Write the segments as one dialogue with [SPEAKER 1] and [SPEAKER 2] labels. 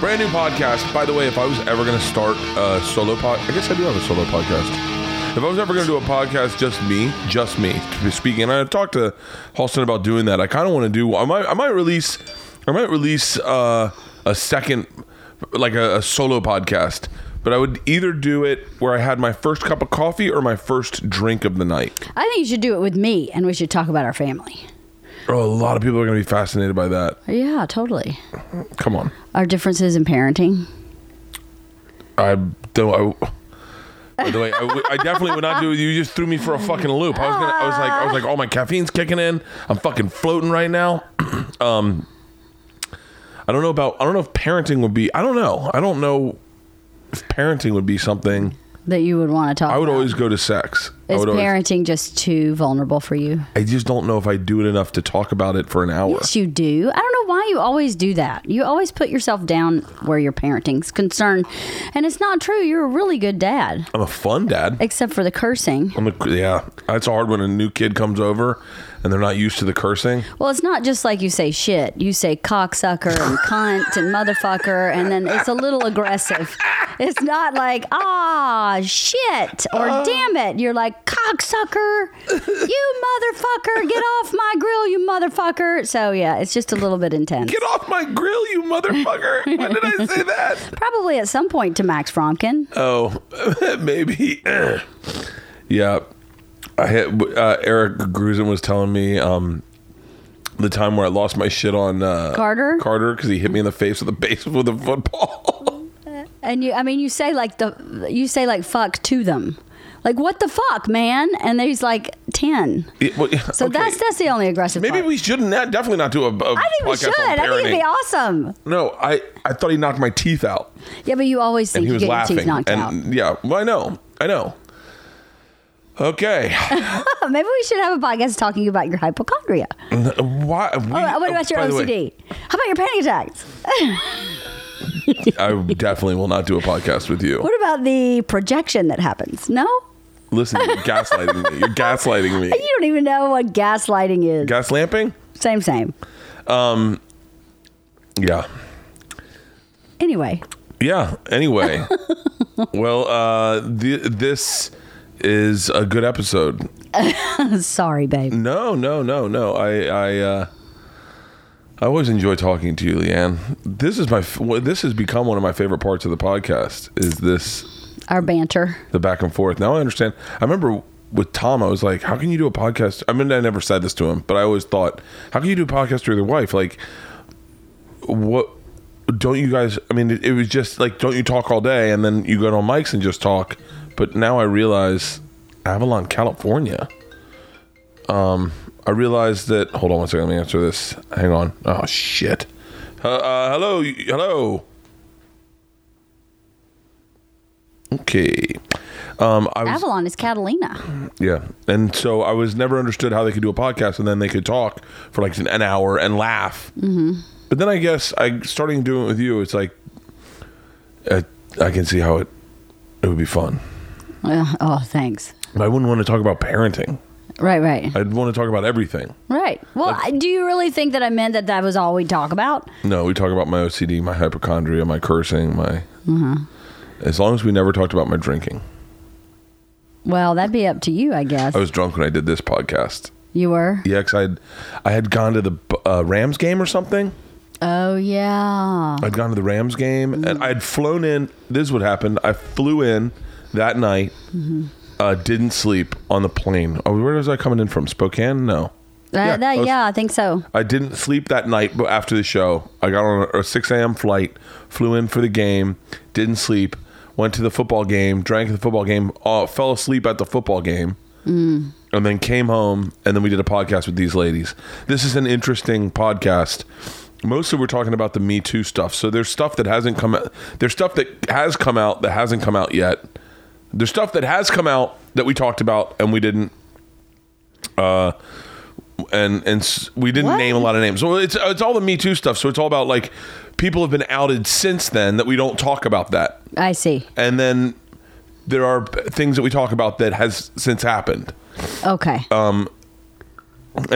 [SPEAKER 1] Brand new podcast. By the way, if I was ever going to start a solo pod, I guess I do have a solo podcast. If I was ever going to do a podcast, just me, just me to be speaking, and I talked to Halston about doing that. I kind of want to do. I might, I might release, I might release uh, a second, like a, a solo podcast. But I would either do it where I had my first cup of coffee or my first drink of the night.
[SPEAKER 2] I think you should do it with me, and we should talk about our family.
[SPEAKER 1] Oh, a lot of people are going to be fascinated by that.
[SPEAKER 2] Yeah, totally.
[SPEAKER 1] Come on,
[SPEAKER 2] Our differences in parenting.
[SPEAKER 1] I don't. I, by the way, I, w- I definitely would not do. You just threw me for a fucking loop. I was gonna. I was like. I was like. All my caffeine's kicking in. I'm fucking floating right now. um, I don't know about. I don't know if parenting would be. I don't know. I don't know if parenting would be something.
[SPEAKER 2] that you would want to talk.
[SPEAKER 1] I would
[SPEAKER 2] about.
[SPEAKER 1] always go to sex. I
[SPEAKER 2] Is
[SPEAKER 1] would always.
[SPEAKER 2] parenting just too vulnerable for you?
[SPEAKER 1] I just don't know if I do it enough to talk about it for an hour.
[SPEAKER 2] Yes, you do. I don't know why you always do that. You always put yourself down where your parenting's concerned, and it's not true. You're a really good dad,
[SPEAKER 1] I'm a fun dad.
[SPEAKER 2] except for the cursing.
[SPEAKER 1] I'm a, yeah, it's hard when a new kid comes over and they're not used to the cursing.
[SPEAKER 2] Well, it's not just like you say shit. You say cocksucker and cunt and motherfucker, and then it's a little aggressive. It's not like ah shit or
[SPEAKER 1] Uh.
[SPEAKER 2] damn it. You're like cocksucker, you motherfucker, get off my grill, you motherfucker. So yeah, it's just a little bit intense.
[SPEAKER 1] Get off my grill, you motherfucker! Why did I say that?
[SPEAKER 2] Probably at some point to Max Fromkin.
[SPEAKER 1] Oh, maybe. yeah, I had, uh, Eric Grusin was telling me um, the time where I lost my shit on uh,
[SPEAKER 2] Carter?
[SPEAKER 1] Carter, because he hit me in the face with a base with a football.
[SPEAKER 2] and you, I mean, you say like the, you say like fuck to them, like what the fuck, man? And he's like ten.
[SPEAKER 1] It- well,
[SPEAKER 2] So
[SPEAKER 1] okay.
[SPEAKER 2] that's that's the only aggressive.
[SPEAKER 1] Maybe
[SPEAKER 2] part.
[SPEAKER 1] we shouldn't. That definitely not do a. a
[SPEAKER 2] I think we
[SPEAKER 1] podcast
[SPEAKER 2] should.
[SPEAKER 1] on
[SPEAKER 2] I think it'd be
[SPEAKER 1] parenting.
[SPEAKER 2] awesome.
[SPEAKER 1] No, I I thought he knocked my teeth out.
[SPEAKER 2] Yeah, but you always
[SPEAKER 1] and
[SPEAKER 2] think
[SPEAKER 1] he
[SPEAKER 2] you
[SPEAKER 1] was
[SPEAKER 2] get
[SPEAKER 1] laughing.
[SPEAKER 2] your teeth knocked
[SPEAKER 1] and
[SPEAKER 2] out.
[SPEAKER 1] yeah, well, I know, I know. Okay,
[SPEAKER 2] Oh, maybe we should have a podcast talking about your hypochondria.
[SPEAKER 1] why? we-
[SPEAKER 2] Oh, what about your
[SPEAKER 1] by the way,
[SPEAKER 2] OCD? How about your panic attacks?
[SPEAKER 1] I definitely will not do a podcast with you.
[SPEAKER 2] What about the projection that happens? No,
[SPEAKER 1] Listen, you're gaslighting me. You're gaslighting me.
[SPEAKER 2] you don't even know what gaslighting is.
[SPEAKER 1] Gas lamping?
[SPEAKER 2] same, same.
[SPEAKER 1] Yeah,
[SPEAKER 2] Anyway,
[SPEAKER 1] yeah. Anyway, well, uh, th- this is a good episode.
[SPEAKER 2] sorry, babe.
[SPEAKER 1] No, no, no, no. I, I, uh, I always enjoy talking to you, Leanne. This is my. F- well, this has become one of my favorite parts of the podcast. Is this
[SPEAKER 2] Our banter.
[SPEAKER 1] the back and forth. Now I understand. I remember with Tom, I was like, "How can you do a podcast?" I mean, I never said this to him, but I always thought, "How can you do a podcast with your wife?" Like, what? Don't you guys? I mean, it, it was just like, don't you talk all day and then you go on mics and just talk? But now I realize Avalon, California. Um, I realize that. Hold on one second. Let me answer this. Hang on. Oh shit. Uh, uh, hello, y- hello. Okay. Um, I was
[SPEAKER 2] Avalon is Catalina.
[SPEAKER 1] yeah, and so I was never understood how they could do a podcast and then they could talk for like an hour and laugh. Mm-hmm. But then I guess I starting doing it with you, it's like I, I can see how it it would be fun.
[SPEAKER 2] Uh, oh, thanks.
[SPEAKER 1] But I wouldn't want to talk about parenting.
[SPEAKER 2] Right, right.
[SPEAKER 1] I'd want to talk about everything.
[SPEAKER 2] Right. Well, I- do you really think that I meant that that was all we talk about?
[SPEAKER 1] No, we talk about my OCD, my hypochondria, my cursing, my. As long as we never talked about my drinking,
[SPEAKER 2] Well, that'd be up to you, I guess.
[SPEAKER 1] I was drunk when I did this podcast.
[SPEAKER 2] you were?
[SPEAKER 1] Yeah, 'cause I'd I had gone to the uh, Rams game or something.
[SPEAKER 2] Oh, yeah.
[SPEAKER 1] I'd gone to the Rams game and I'd flown in. This is what happened. I flew in that night, uh, didn't sleep on the plane. Oh, where was I coming in from? Spokane? No.
[SPEAKER 2] That, that-
[SPEAKER 1] I was-
[SPEAKER 2] yeah, I think so.
[SPEAKER 1] I didn't sleep that night but after the show. I got on a 6 a.m. flight, flew in for the game, didn't sleep, went to the football game, drank at the football game, uh, fell asleep at the football game, and then came home. And then we did a podcast with these ladies. This is an interesting podcast. Mostly, we're talking about the Me Too stuff. So there's stuff that hasn't come out. There's stuff that has come out that hasn't come out yet. There's stuff that has come out that we talked about and we didn't uh, and and s- we didn't
[SPEAKER 2] What?
[SPEAKER 1] name a lot of names. So it's it's all the Me Too stuff. So it's all about like people have been outed since then that we don't talk about that,
[SPEAKER 2] I see.
[SPEAKER 1] and then there are p- things that we talk about that has since happened,
[SPEAKER 2] Okay.
[SPEAKER 1] and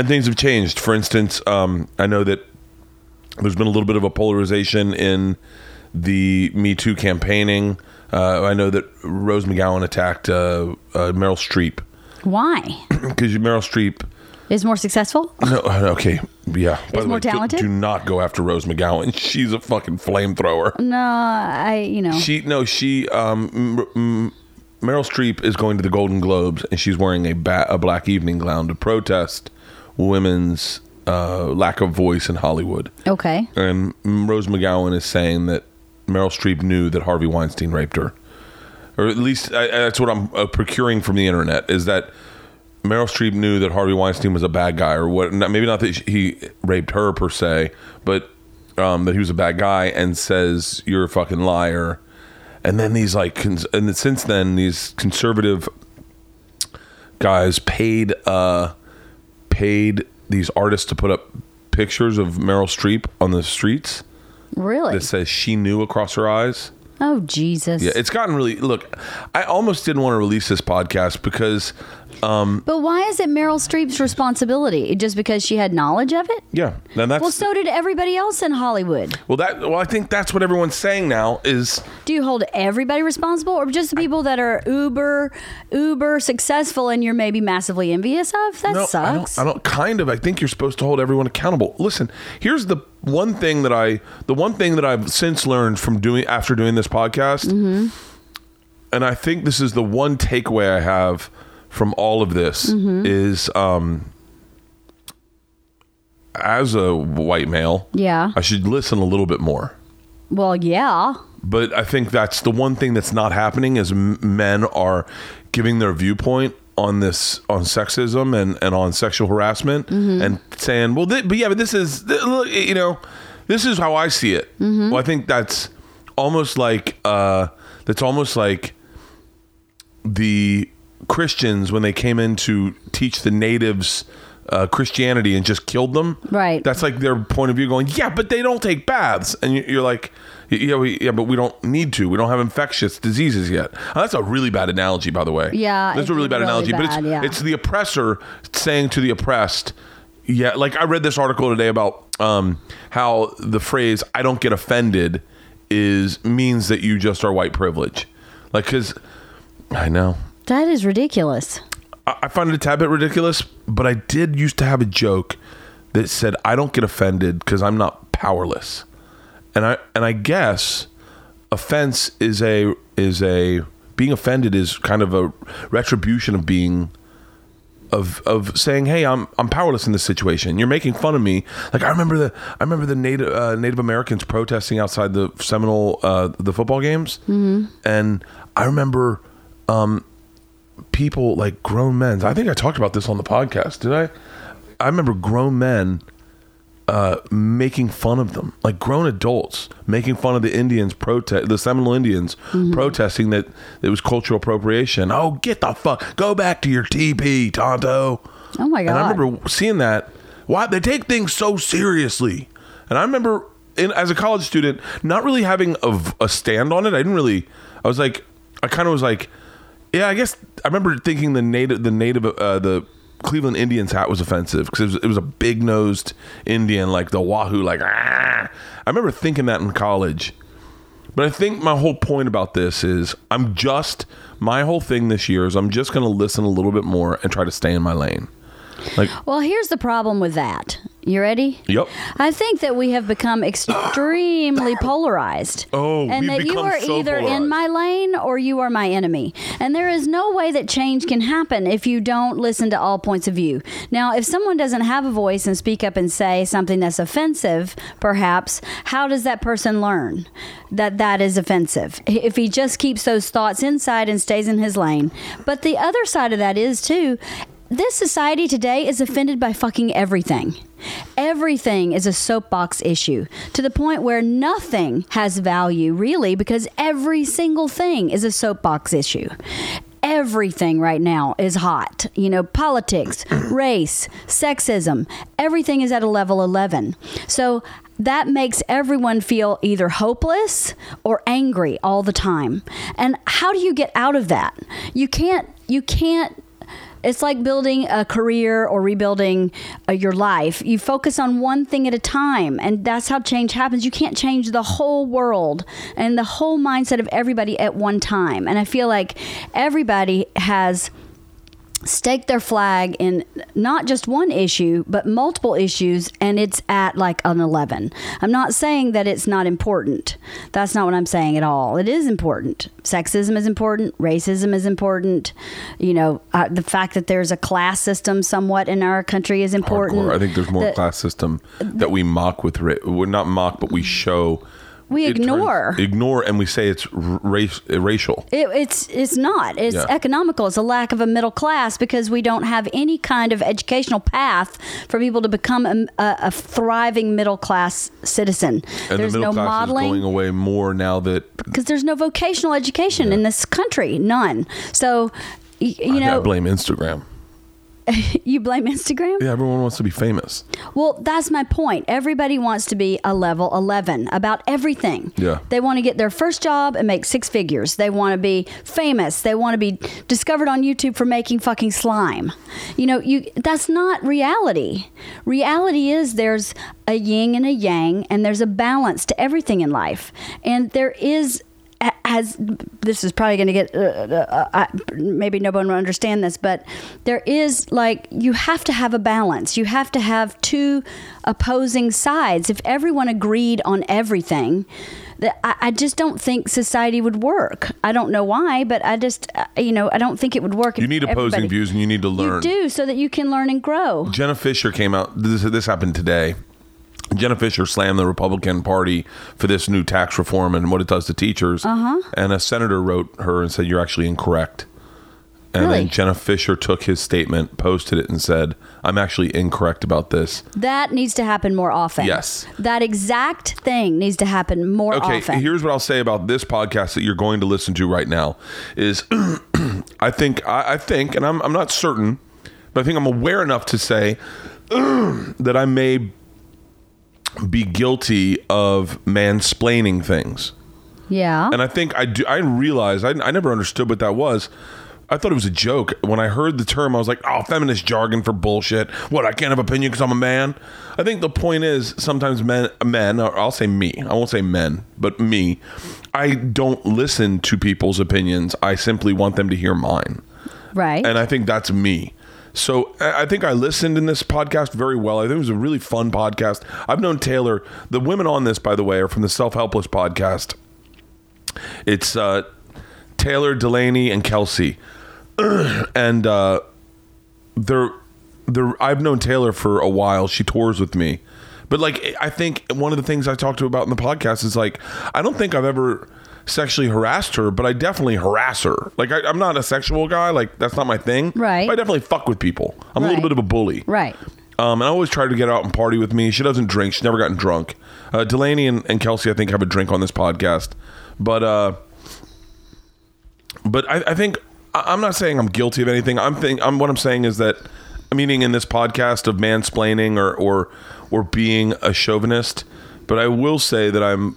[SPEAKER 1] things have changed. For instance, um, I know that there's been a little bit of a polarization in the Me Too campaigning. Uh, I know that Rose McGowan attacked uh, uh, Meryl Streep
[SPEAKER 2] Why?
[SPEAKER 1] because Meryl Streep.
[SPEAKER 2] Is more successful?
[SPEAKER 1] No, uh, okay, yeah. By
[SPEAKER 2] more
[SPEAKER 1] do-
[SPEAKER 2] talented?
[SPEAKER 1] Do, not go after Rose McGowan. She's a fucking flamethrower.
[SPEAKER 2] No, I, you know.
[SPEAKER 1] She no, she um, M- M- Meryl Streep is going to the Golden Globes and she's wearing a ba- a black evening gown to protest women's uh, lack of voice in Hollywood.
[SPEAKER 2] Okay.
[SPEAKER 1] And Um, Rose McGowan is saying that Meryl Streep knew that Harvey Weinstein raped her, or at least I, I- that's what I'm uh, procuring from the internet is that Meryl Streep knew that Harvey Weinstein was a bad guy, or what? Not, maybe not that he raped her per se, but um, that he was a bad guy, and says you're a fucking liar. And then these like, cons- and then since then these conservative guys paid uh paid these artists to put up pictures of Meryl Streep on the streets
[SPEAKER 2] Really?
[SPEAKER 1] that says she knew across her eyes.
[SPEAKER 2] oh, Jesus.
[SPEAKER 1] Yeah, it's gotten really look, I almost didn't want to release this podcast because
[SPEAKER 2] but why is it Meryl Streep's responsibility? Just because she had knowledge of it?
[SPEAKER 1] yeah, and that's
[SPEAKER 2] Well,
[SPEAKER 1] well,
[SPEAKER 2] so did everybody else in Hollywood.
[SPEAKER 1] that well I think that's what everyone's saying now is
[SPEAKER 2] Do you hold everybody responsible or just the people that are uber, uber successful and you're maybe massively envious of? That
[SPEAKER 1] no, I
[SPEAKER 2] sucks.
[SPEAKER 1] don't, I don't kind of I think you're supposed to hold everyone accountable. Listen, here's the one thing that I the one thing that I've since learned from doing after doing this podcast
[SPEAKER 2] Mm-hmm.
[SPEAKER 1] and I think this is the one takeaway I have from all of this
[SPEAKER 2] Mm-hmm.
[SPEAKER 1] is um as a white male,
[SPEAKER 2] Yeah.
[SPEAKER 1] I should listen a little bit more.
[SPEAKER 2] well, yeah.
[SPEAKER 1] But I think that's the one thing that's not happening is m- men are giving their viewpoint on this on sexism and and on sexual harassment and saying, well, thi- but yeah, but this is th- look, you know, this is how I see it. Well, I think that's almost like uh that's almost like the Christians when they came in to teach the natives uh, Christianity and just killed them.
[SPEAKER 2] Right.
[SPEAKER 1] That's like their point of view going, yeah, but they don't take baths. And you- you're like, yeah, we, yeah, but we don't need to. We don't have infectious diseases yet. Now, that's a really bad analogy, by the way.
[SPEAKER 2] Yeah,
[SPEAKER 1] That's a
[SPEAKER 2] it's
[SPEAKER 1] really bad
[SPEAKER 2] really
[SPEAKER 1] analogy, but it's,
[SPEAKER 2] bad, yeah.
[SPEAKER 1] it's the oppressor saying to the oppressed, yeah, like I read this article today about um, how the phrase "I don't get offended" is means that you just are white privilege, like because I know.
[SPEAKER 2] That is ridiculous.
[SPEAKER 1] I I find it a tad bit ridiculous, but I did used to have a joke that said I don't get offended because I'm not powerless, and I and I guess offense is a is a being offended is kind of a retribution of being of of saying hey I'm I'm powerless in this situation. You're making fun of me. Like I remember the I remember the Native uh, Native Americans protesting outside the Seminole uh, the football games, and I remember people like grown men. I think I talked about this on the podcast, did I? I remember grown men uh, making fun of them, like grown adults making fun of the Indians protest, the Seminole Indians
[SPEAKER 2] Mm-hmm.
[SPEAKER 1] protesting that it was cultural appropriation. Oh, get the fuck, go back to your teepee, Tonto.
[SPEAKER 2] Oh, my
[SPEAKER 1] And I
[SPEAKER 2] God.
[SPEAKER 1] remember seeing that. Why they take things so seriously? And I remember, in, as a college student, not really having a, v- a stand on it. I didn't really. I was like, I kind of was like, yeah. I guess I remember thinking the native, the native, uh, the Cleveland Indians hat was offensive because it was, it was a big nosed Indian, like the Wahoo, like. "Ah." I remember thinking that in college. But I think my whole point about this is I'm just my whole thing this year is I'm just going to listen a little bit more and try to stay in my lane. Like,
[SPEAKER 2] Well, here's the problem with that. You ready?
[SPEAKER 1] yep.
[SPEAKER 2] I think that we have become extremely polarized.
[SPEAKER 1] Oh,
[SPEAKER 2] and
[SPEAKER 1] we've
[SPEAKER 2] that you
[SPEAKER 1] become
[SPEAKER 2] are
[SPEAKER 1] so
[SPEAKER 2] either
[SPEAKER 1] polarized.
[SPEAKER 2] in my lane or you are my enemy. And there is no way that change can happen if you don't listen to all points of view. Now, if someone doesn't have a voice and speak up and say something that's offensive, perhaps, how does that person learn that that is offensive? If he just keeps those thoughts inside and stays in his lane. But the other side of that is too this society today is offended by fucking everything. Everything is a soapbox issue to the point where nothing has value, really, because every single thing is a soapbox issue. Everything right now is hot. You know, politics, race, sexism, everything is at a level 11. So that makes everyone feel either hopeless or angry all the time. And how do you get out of that? You can't, you can't It's like building a career or rebuilding uh, your life. You focus on one thing at a time, and that's how change happens. You can't change the whole world and the whole mindset of everybody at one time. And I feel like everybody has stake their flag in not just one issue, but multiple issues, and it's at like an 11. I'm not saying that it's not important. That's not what I'm saying at all. It is important. Sexism is important. Racism is important. You know, uh, the fact that there's a class system somewhat in our country is important.
[SPEAKER 1] Hardcore. I think there's more
[SPEAKER 2] The-
[SPEAKER 1] class system that we mock with. Ra- we're not mock, but we show.
[SPEAKER 2] We
[SPEAKER 1] it turns-
[SPEAKER 2] ignore.
[SPEAKER 1] ignore, and we say it's r- race, uh, racial.
[SPEAKER 2] It, it's it's not. It's
[SPEAKER 1] Yeah.
[SPEAKER 2] economical. It's a lack of a middle class because we don't have any kind of educational path for people to become a, a, a thriving middle class citizen.
[SPEAKER 1] And
[SPEAKER 2] there's
[SPEAKER 1] the middle
[SPEAKER 2] no
[SPEAKER 1] class is
[SPEAKER 2] modeling
[SPEAKER 1] going away more now that
[SPEAKER 2] because there's no vocational education in this country, none. So. y- You
[SPEAKER 1] I
[SPEAKER 2] know,
[SPEAKER 1] blame Instagram.
[SPEAKER 2] you blame Instagram?
[SPEAKER 1] Yeah, everyone wants to be famous.
[SPEAKER 2] Well, that's my point. Everybody wants to be a level 11 about everything.
[SPEAKER 1] Yeah.
[SPEAKER 2] They want to get their first job and make six figures. They want to be famous. They want to be discovered on YouTube for making fucking slime. You know, you that's not reality. Reality is there's a yin and a yang and there's a balance to everything in life. And there is a- as this is probably going to get uh, uh, I, maybe no one will understand this but there is like you have to have a balance you have to have two opposing sides if everyone agreed on everything that I, I just don't think society would work i don't know why but i just uh, you know i don't think it would work
[SPEAKER 1] You
[SPEAKER 2] if
[SPEAKER 1] need opposing
[SPEAKER 2] everybody-
[SPEAKER 1] views, and you need to
[SPEAKER 2] you
[SPEAKER 1] learn.
[SPEAKER 2] do so that you can learn and grow
[SPEAKER 1] Jenna Fisher came out. This, this happened today. Jenna Fisher slammed the Republican Party for this new tax reform and what it does to teachers. Uh-huh. And a senator wrote her and said, "You're actually incorrect." And
[SPEAKER 2] Really?
[SPEAKER 1] then Jenna Fisher took his statement, posted it, and said, "I'm actually incorrect about this."
[SPEAKER 2] that needs to happen more often
[SPEAKER 1] Yes.
[SPEAKER 2] that exact thing needs to happen more
[SPEAKER 1] Okay,
[SPEAKER 2] often
[SPEAKER 1] here's what I'll say about this podcast that you're going to listen to right now is I think I, I think, and I'm I'm not certain, but I think I'm aware enough to say that I may be guilty of mansplaining things.
[SPEAKER 2] yeah
[SPEAKER 1] And I think I do. I realized I, I never understood what that was. I thought it was a joke when I heard the term. I was like, "Oh, feminist jargon for bullshit." What? I can't have opinion because I'm a man. I think the point is sometimes men, men, or I'll say me. I won't say men, but me. I don't listen to people's opinions. I simply want them to hear mine
[SPEAKER 2] right
[SPEAKER 1] and I think that's me. So I I think I listened in this podcast very well. I think it was a really fun podcast. I've known Taylor. The women on this, by the way, are from the Self Helpless podcast. It's uh, Taylor Delaney and Kelsey, and uh, they're they're. I've known Taylor for a while. She tours with me, but like I think one of the things I talked to about in the podcast is like I don't think I've ever sexually harassed her, but I definitely harass her. Like I, I'm not a sexual guy. Like that's not my thing.
[SPEAKER 2] Right.
[SPEAKER 1] But I definitely fuck with people. I'm a little
[SPEAKER 2] Right.
[SPEAKER 1] bit of a bully.
[SPEAKER 2] right
[SPEAKER 1] Um, and I always try to get out and party with me. She doesn't drink. She's never gotten drunk. Uh, Delaney and, and Kelsey, I think, have a drink on this podcast. But uh, but I, I think I- I'm not saying I'm guilty of anything. I'm think I'm what I'm saying is that meaning in this podcast of mansplaining or or or being a chauvinist. But I will say that I'm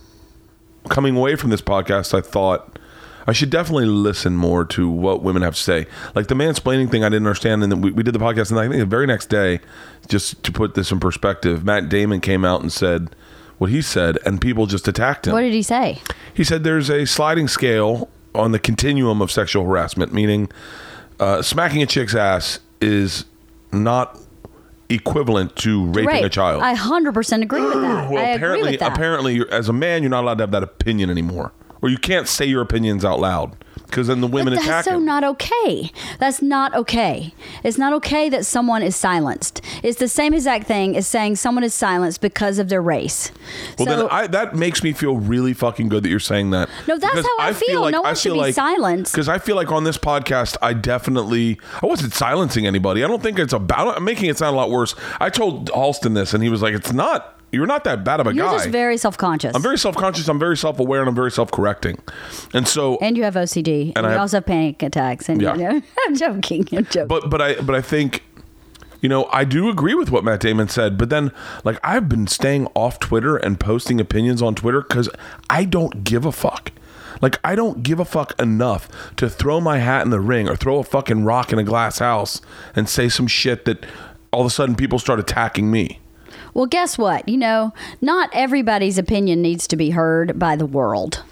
[SPEAKER 1] coming away from this podcast. I thought I should definitely listen more to what women have to say. Like the mansplaining thing, I didn't understand, and then we, we did the podcast, and I think the very next day, just to put this in perspective, Matt Damon came out and said what he said, and people just attacked him.
[SPEAKER 2] what did he say
[SPEAKER 1] He said there's a sliding scale on the continuum of sexual harassment, meaning uh, smacking a chick's ass is not equivalent to raping
[SPEAKER 2] Right.
[SPEAKER 1] a child.
[SPEAKER 2] I 100% agree with that. I
[SPEAKER 1] apparently,
[SPEAKER 2] agree with that.
[SPEAKER 1] apparently, you're, as a man, you're not allowed to have that opinion anymore, or you can't say your opinions out loud because then the women
[SPEAKER 2] but
[SPEAKER 1] attack
[SPEAKER 2] that's so
[SPEAKER 1] him.
[SPEAKER 2] not okay. That's not okay. It's not okay that someone is silenced. It's the same exact thing as saying someone is silenced because of their race.
[SPEAKER 1] well,
[SPEAKER 2] so,
[SPEAKER 1] then I, that makes me feel really fucking good that you're saying that.
[SPEAKER 2] No, that's
[SPEAKER 1] Because
[SPEAKER 2] how I feel. No one should be silenced.
[SPEAKER 1] Because I feel like on this podcast, I definitely I wasn't silencing anybody. I don't think it's about. I'm making it sound a lot worse. I told Halston this, and he was like, "It's not. You're not that bad of a
[SPEAKER 2] you're
[SPEAKER 1] guy.
[SPEAKER 2] just very self conscious.
[SPEAKER 1] I'm very self conscious. I'm very self aware, and I'm very self correcting. And so,
[SPEAKER 2] and you have OCD. And,
[SPEAKER 1] I
[SPEAKER 2] you
[SPEAKER 1] have-
[SPEAKER 2] also have panic attacks. And
[SPEAKER 1] Yeah.
[SPEAKER 2] you know, I'm joking. I'm joking.
[SPEAKER 1] but but I but I think you know I do agree with what Matt Damon said. But then like I've been staying off Twitter and posting opinions on Twitter because I don't give a fuck. Like I don't give a fuck enough to throw my hat in the ring or throw a fucking rock in a glass house and say some shit that all of a sudden people start attacking me.
[SPEAKER 2] Well, guess what? You know, not everybody's opinion needs to be heard by the world.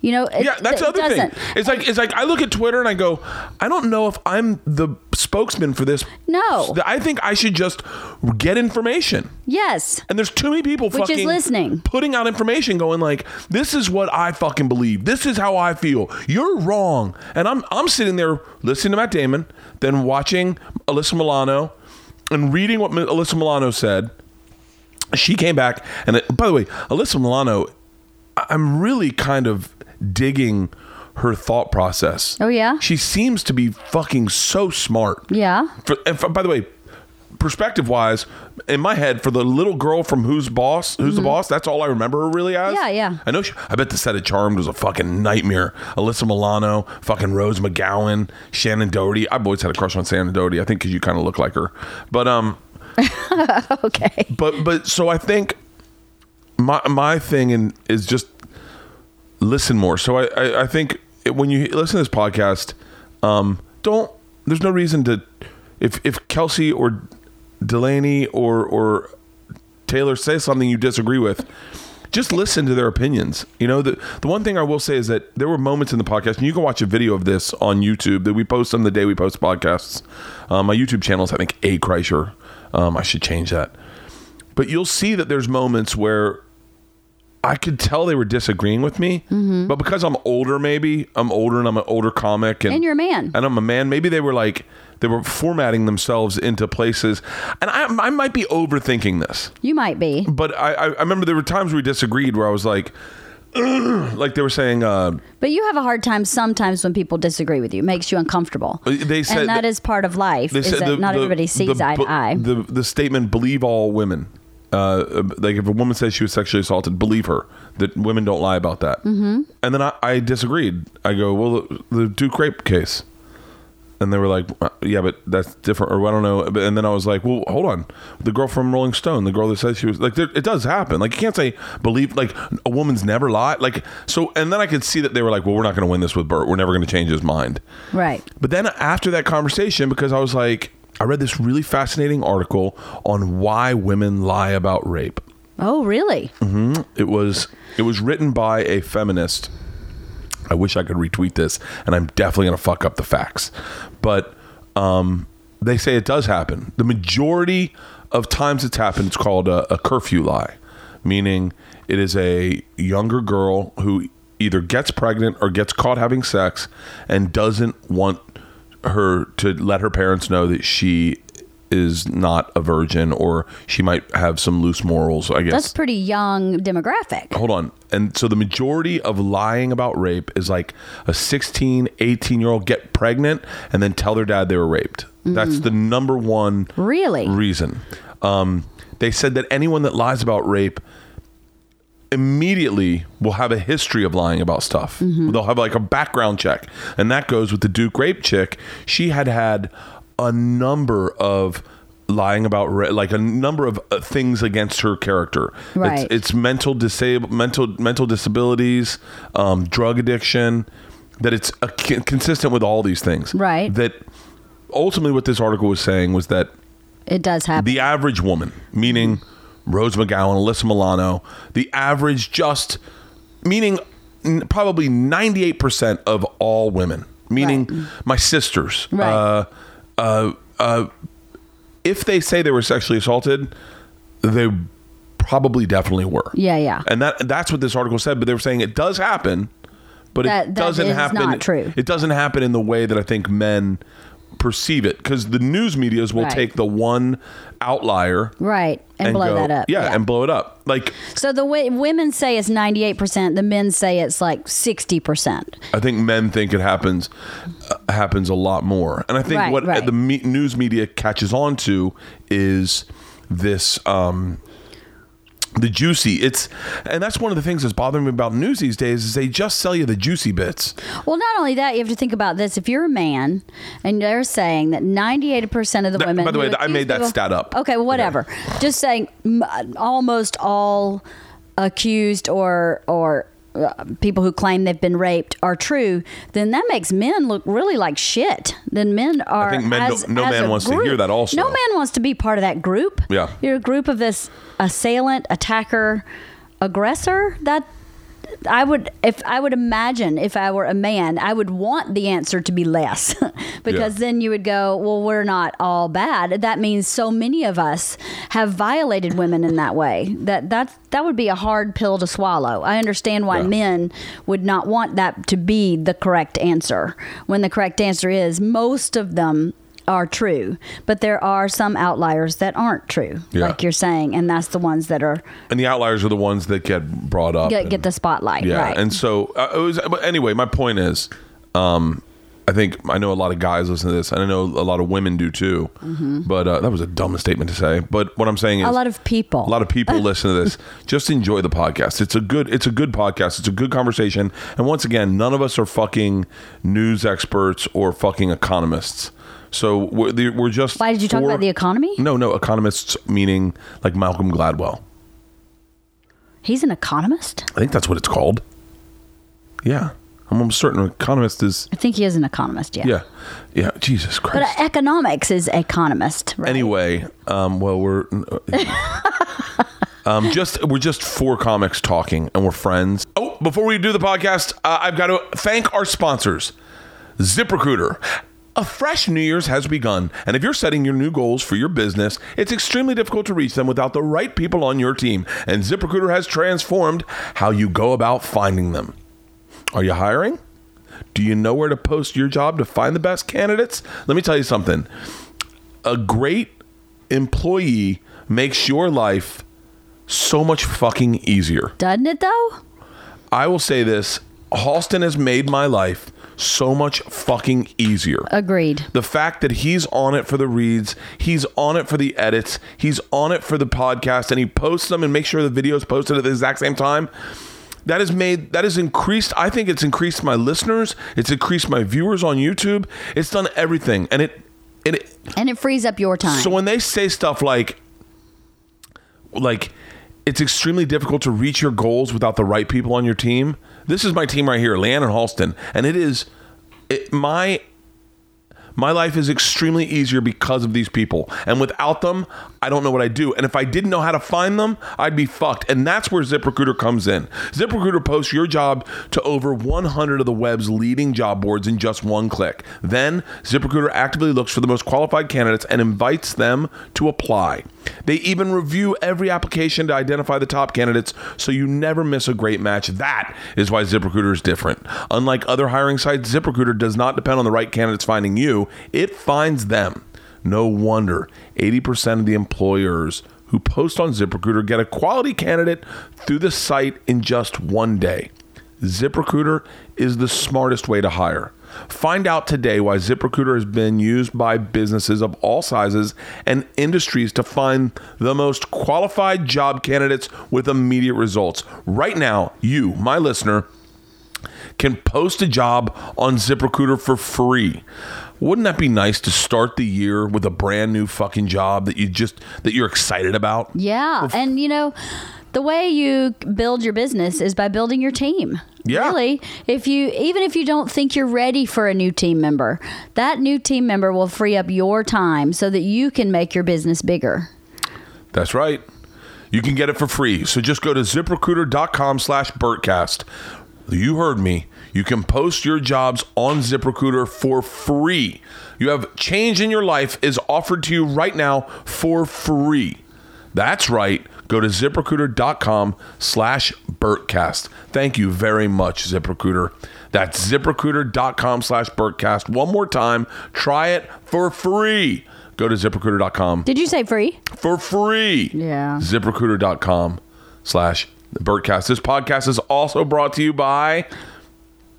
[SPEAKER 2] You know, it,
[SPEAKER 1] Yeah, that's
[SPEAKER 2] it
[SPEAKER 1] the other thing.
[SPEAKER 2] doesn't.
[SPEAKER 1] It's like it's like I look at Twitter and I go, I don't know if I'm the spokesman for this.
[SPEAKER 2] No.
[SPEAKER 1] I think I should just get information.
[SPEAKER 2] Yes.
[SPEAKER 1] And there's too many people
[SPEAKER 2] Which is
[SPEAKER 1] fucking
[SPEAKER 2] listening.
[SPEAKER 1] putting out information going like, this is what I fucking believe. This is how I feel. You're wrong. And I'm I'm sitting there listening to Matt Damon, then watching Alyssa Milano and reading what Mi- Alyssa Milano said. She came back and it- by the way, Alyssa Milano, I- I'm really kind of digging her thought process.
[SPEAKER 2] Oh, yeah?
[SPEAKER 1] She seems to be fucking so smart.
[SPEAKER 2] Yeah.
[SPEAKER 1] For, and for, by the way, perspective wise, in my head, for the little girl from Who's Boss, Who's the Boss, that's all I remember her really as.
[SPEAKER 2] Mm-hmm. Yeah, yeah.
[SPEAKER 1] I know. She, I bet the set of Charmed was a fucking nightmare. Alyssa Milano, fucking Rose McGowan, Shannon Doherty. I've always had a crush on Shannon Doherty. I think because you kind of look like her, but um,
[SPEAKER 2] Okay.
[SPEAKER 1] but but so I think my my thing and is just listen more. So I I, I think it, when you listen to this podcast, um, don't there's no reason to if if Kelsey or Delaney or or Taylor says something you disagree with. Just listen to their opinions. You know, the the one thing I will say is that there were moments in the podcast, and you can watch a video of this on YouTube that we post on the day we post podcasts. Um, my YouTube channel is, I think, A Kreischer. Um, I should change that but you'll see that there's moments where I could tell they were disagreeing with me,
[SPEAKER 2] Mm-hmm.
[SPEAKER 1] but because I'm older, maybe I'm older and I'm an older comic, and,
[SPEAKER 2] And you're a man.
[SPEAKER 1] and I'm a man. Maybe they were like they were formatting themselves into places, and I, I might be overthinking this,
[SPEAKER 2] You might be.
[SPEAKER 1] but I, I I remember there were times we disagreed where I was like, like they were saying, uh,
[SPEAKER 2] But you have a hard time sometimes when people disagree with you. It makes you uncomfortable.
[SPEAKER 1] They said
[SPEAKER 2] and
[SPEAKER 1] that-
[SPEAKER 2] that is part of life.
[SPEAKER 1] They
[SPEAKER 2] Is
[SPEAKER 1] said
[SPEAKER 2] that
[SPEAKER 1] the-
[SPEAKER 2] not
[SPEAKER 1] the-
[SPEAKER 2] everybody sees
[SPEAKER 1] the
[SPEAKER 2] eye
[SPEAKER 1] bu-
[SPEAKER 2] to eye.
[SPEAKER 1] The the statement "believe all women," uh, like if a woman says she was sexually assaulted, believe her. That women don't lie about that. Mm-hmm. And then I, I disagreed. I go, well, the, the Duke Crepe case. And they were like, uh, yeah, but that's different, or I don't know. But- And then I was like, well, hold on. The girl from Rolling Stone, the girl that says she was like, there, it does happen. Like, you can't say believe, like, a woman's never lied. Like, so, and then I could see that they were like, well, we're not going to win this with Bert. We're never going to change his mind.
[SPEAKER 2] right.
[SPEAKER 1] But then after that conversation, because I was like, I read this really fascinating article on why women lie about rape.
[SPEAKER 2] Oh, really?
[SPEAKER 1] It was it was written by a feminist. I wish I could retweet this, and I'm definitely gonna fuck up the facts. But um, they say it does happen. The majority of times it's happened, it's called a, a curfew lie, meaning it is a younger girl who either gets pregnant or gets caught having sex and doesn't want her to let her parents know that she is not a virgin or she might have some loose morals. I guess
[SPEAKER 2] That's pretty young demographic.
[SPEAKER 1] hold on and so the majority of lying about rape is like a 16 18 year old get pregnant and then tell their dad they were raped that's the number one
[SPEAKER 2] Really?
[SPEAKER 1] reason um, they said that anyone that lies about rape immediately will have a history of lying about stuff
[SPEAKER 2] Mm-hmm.
[SPEAKER 1] they'll have like a background check and that goes with the duke rape chick she had had a number of lying about ra- like a number of uh, things against her character
[SPEAKER 2] Right.
[SPEAKER 1] it's, it's mental disable mental mental disabilities, um, drug addiction. That it's a, consistent with all these things.
[SPEAKER 2] Right.
[SPEAKER 1] That ultimately, what this article was saying was that
[SPEAKER 2] It does happen.
[SPEAKER 1] the average woman, meaning Rose McGowan, Alyssa Milano, the average just, meaning n- probably 98% of all women, meaning my sisters,
[SPEAKER 2] Right.
[SPEAKER 1] uh, uh, uh, if they say they were sexually assaulted, they probably definitely were.
[SPEAKER 2] Yeah, yeah.
[SPEAKER 1] And that that's what this article said, but they were saying it does happen, but
[SPEAKER 2] That-
[SPEAKER 1] it
[SPEAKER 2] that
[SPEAKER 1] doesn't
[SPEAKER 2] is
[SPEAKER 1] happen.
[SPEAKER 2] not true.
[SPEAKER 1] It doesn't happen in the way that I think men perceive it because the news medias will
[SPEAKER 2] Right.
[SPEAKER 1] take the one outlier
[SPEAKER 2] right. And,
[SPEAKER 1] go,
[SPEAKER 2] blow that up.
[SPEAKER 1] Yeah, and blow it up. Like
[SPEAKER 2] so the way women say it's 98%, the men say it's like 60%.
[SPEAKER 1] I think men think it happens uh, happens a lot more, and I think
[SPEAKER 2] Right,
[SPEAKER 1] what
[SPEAKER 2] right.
[SPEAKER 1] the me- news media catches on to is this. Um, the juicy it's and that's one of the things that's bothering me about news these days is they just sell you the juicy bits
[SPEAKER 2] Well, not only that, you have to think about this. If you're a man and they're saying that 98% of the
[SPEAKER 1] That-
[SPEAKER 2] women.
[SPEAKER 1] by the way,
[SPEAKER 2] who
[SPEAKER 1] I made
[SPEAKER 2] accuse
[SPEAKER 1] that
[SPEAKER 2] people-
[SPEAKER 1] stat up.
[SPEAKER 2] Okay, well, whatever. Just saying m- almost all accused or, or uh, people who claim they've been raped are true, then that makes men look really like shit. Then men are.
[SPEAKER 1] think men
[SPEAKER 2] as-
[SPEAKER 1] don't- no
[SPEAKER 2] as
[SPEAKER 1] man
[SPEAKER 2] a
[SPEAKER 1] wants to hear
[SPEAKER 2] group-
[SPEAKER 1] that also.
[SPEAKER 2] No man wants to be part of that group.
[SPEAKER 1] Yeah.
[SPEAKER 2] you're a group of this assailant, attacker, aggressor. That I would, if I would imagine, if I were a man, I would want the answer to be less, because
[SPEAKER 1] Yeah.
[SPEAKER 2] then you would go, well, we're not all bad. That means so many of us have violated women in that way. That that that would be a hard pill to swallow. I understand why
[SPEAKER 1] Yeah.
[SPEAKER 2] men would not want that to be the correct answer when the correct answer is most of them are true, but there are some outliers that aren't true,
[SPEAKER 1] Yeah.
[SPEAKER 2] like you're saying, and that's the ones that are
[SPEAKER 1] and the outliers are the ones that get brought up.
[SPEAKER 2] get,
[SPEAKER 1] and-
[SPEAKER 2] get the spotlight.
[SPEAKER 1] Yeah,
[SPEAKER 2] right.
[SPEAKER 1] and so uh, it was. But anyway, my point is, um, I think I know a lot of guys listen to this, and I know a lot of women do too. But uh, that was a dumb statement to say. But what I'm saying is,
[SPEAKER 2] Mm-hmm. a lot of people.
[SPEAKER 1] a lot of people listen to this. Just enjoy the podcast. It's a good. It's a good podcast. It's a good conversation. And once again, none of us are fucking news experts or fucking economists. So we're, the- we're just.
[SPEAKER 2] Why did you talk
[SPEAKER 1] for-
[SPEAKER 2] about the economy?
[SPEAKER 1] No, no, economists meaning like Malcolm Gladwell.
[SPEAKER 2] He's an economist.
[SPEAKER 1] I think that's what it's called. Yeah, I'm almost certain an economist is.
[SPEAKER 2] I think he is an economist. Yeah.
[SPEAKER 1] Yeah, yeah. Jesus
[SPEAKER 2] But
[SPEAKER 1] Christ.
[SPEAKER 2] economics is economist. Right?
[SPEAKER 1] anyway, um, well, we're um, just we're just four comics talking, and we're friends. Oh, before we do the podcast, uh, I've got to thank our sponsors, ZipRecruiter. A fresh New Year's has begun, and if you're setting your new goals for your business, it's extremely difficult to reach them without the right people on your team. And ZipRecruiter has transformed how you go about finding them. Are you hiring? Do you know where to post your job to find the best candidates? Let me tell you something a great employee makes your life so much fucking easier.
[SPEAKER 2] Doesn't it though?
[SPEAKER 1] I will say this Halston has made my life so much fucking easier.
[SPEAKER 2] Agreed.
[SPEAKER 1] The fact that he's on it for the reads, he's on it for the edits, he's on it for the podcast, and he posts them and makes sure the video is posted at the exact same time. That has made that has increased. I think it's increased my listeners. It's increased my viewers on YouTube. It's done everything, and it and it
[SPEAKER 2] And it frees up your time.
[SPEAKER 1] so when they say stuff like, like, it's extremely difficult to reach your goals without the right people on your team. This is my team right here, Leanne and Halston, and it is it, my my life is extremely easier because of these people. And without them, I don't know what I do. And if I didn't know how to find them, I'd be fucked. And that's where ZipRecruiter comes in. ZipRecruiter posts your job to over 100 of the web's leading job boards in just one click. Then, ZipRecruiter actively looks for the most qualified candidates and invites them to apply. They even review every application to identify the top candidates so you never miss a great match. That is why ZipRecruiter is different. Unlike other hiring sites, ZipRecruiter does not depend on the right candidates finding you, it finds them. No wonder 80% of the employers who post on ZipRecruiter get a quality candidate through the site in just one day. ZipRecruiter is the smartest way to hire. Find out today why ZipRecruiter has been used by businesses of all sizes and industries to find the most qualified job candidates with immediate results. Right now, you, my listener, can post a job on ZipRecruiter for free. Wouldn't that be nice to start the year with a brand new fucking job that you just that you're excited about?
[SPEAKER 2] yeah. And you know, the way you build your business is by building your team.
[SPEAKER 1] Yeah.
[SPEAKER 2] Really, if you even if you don't think you're ready for a new team member, that new team member will free up your time so that you can make your business bigger.
[SPEAKER 1] That's right. You can get it for free. So just go to ziprecruiter.com slash Burtcast. You heard me. You can post your jobs on ZipRecruiter for free. You have change in your life is offered to you right now for free. That's right. Go to ziprecruiter.com slash Burtcast. Thank you very much, ZipRecruiter. That's ziprecruiter.com slash Burtcast. One more time, try it for free. Go to ziprecruiter.com
[SPEAKER 2] Did you say free?
[SPEAKER 1] for free.
[SPEAKER 2] Yeah.
[SPEAKER 1] ZipRecruiter.com slash Birdcast. This podcast is also brought to you by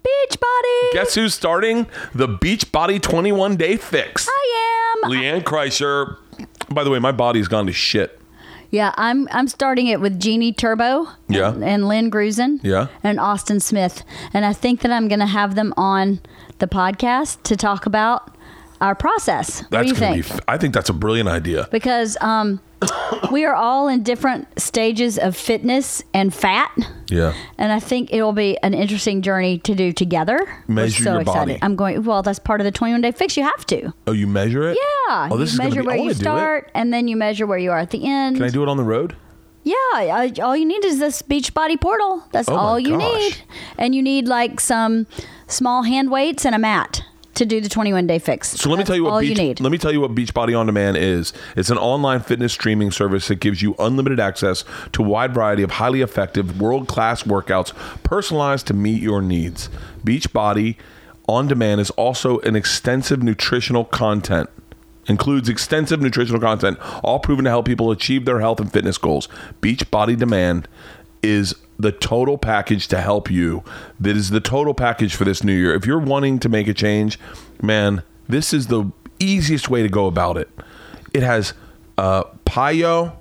[SPEAKER 2] Beach body.
[SPEAKER 1] guess who's starting? The Beachbody 21 Day Fix.
[SPEAKER 2] I am.
[SPEAKER 1] Leanne Kreischer. By the way, my body's gone to shit.
[SPEAKER 2] Yeah, I'm I'm starting it with Jeannie Turbo.
[SPEAKER 1] Yeah.
[SPEAKER 2] And, and Lynn Grusin.
[SPEAKER 1] Yeah.
[SPEAKER 2] And Austin Smith. And I think that I'm gonna have them on the podcast to talk about our process. what do
[SPEAKER 1] That's
[SPEAKER 2] you
[SPEAKER 1] gonna
[SPEAKER 2] think?
[SPEAKER 1] be. f- I think that's a brilliant idea.
[SPEAKER 2] because um, we are all in different stages of fitness and fat.
[SPEAKER 1] Yeah.
[SPEAKER 2] And I think it'll be an interesting journey to do together.
[SPEAKER 1] Measure
[SPEAKER 2] We're so
[SPEAKER 1] your
[SPEAKER 2] excited.
[SPEAKER 1] body.
[SPEAKER 2] I'm going. Well, that's part of the 21 day fix. You have to.
[SPEAKER 1] Oh, you measure it?
[SPEAKER 2] Yeah.
[SPEAKER 1] Oh, this
[SPEAKER 2] you
[SPEAKER 1] is gonna
[SPEAKER 2] measure
[SPEAKER 1] be.
[SPEAKER 2] where
[SPEAKER 1] I
[SPEAKER 2] you
[SPEAKER 1] want to do it.
[SPEAKER 2] start, and then you measure where you are at the end.
[SPEAKER 1] Can I do it on the road?
[SPEAKER 2] Yeah, I, all you need is this beach body portal. That's
[SPEAKER 1] Oh my
[SPEAKER 2] all you
[SPEAKER 1] gosh.
[SPEAKER 2] need. And you need like some small hand weights and a mat to do the 21 day fix.
[SPEAKER 1] So let me
[SPEAKER 2] That's
[SPEAKER 1] tell you what
[SPEAKER 2] all
[SPEAKER 1] beach,
[SPEAKER 2] you need.
[SPEAKER 1] Let me tell you what Beachbody On Demand is. It's an online fitness streaming service that gives you unlimited access to a wide variety of highly effective, world-class workouts personalized to meet your needs. Beachbody On Demand is also an extensive nutritional content. Includes extensive nutritional content, all proven to help people achieve their health and fitness goals. Beachbody Demand is the total package to help you. That is the total package for this new year. If you're wanting to make a change, man, this is the easiest way to go about it. It has uh, Pio,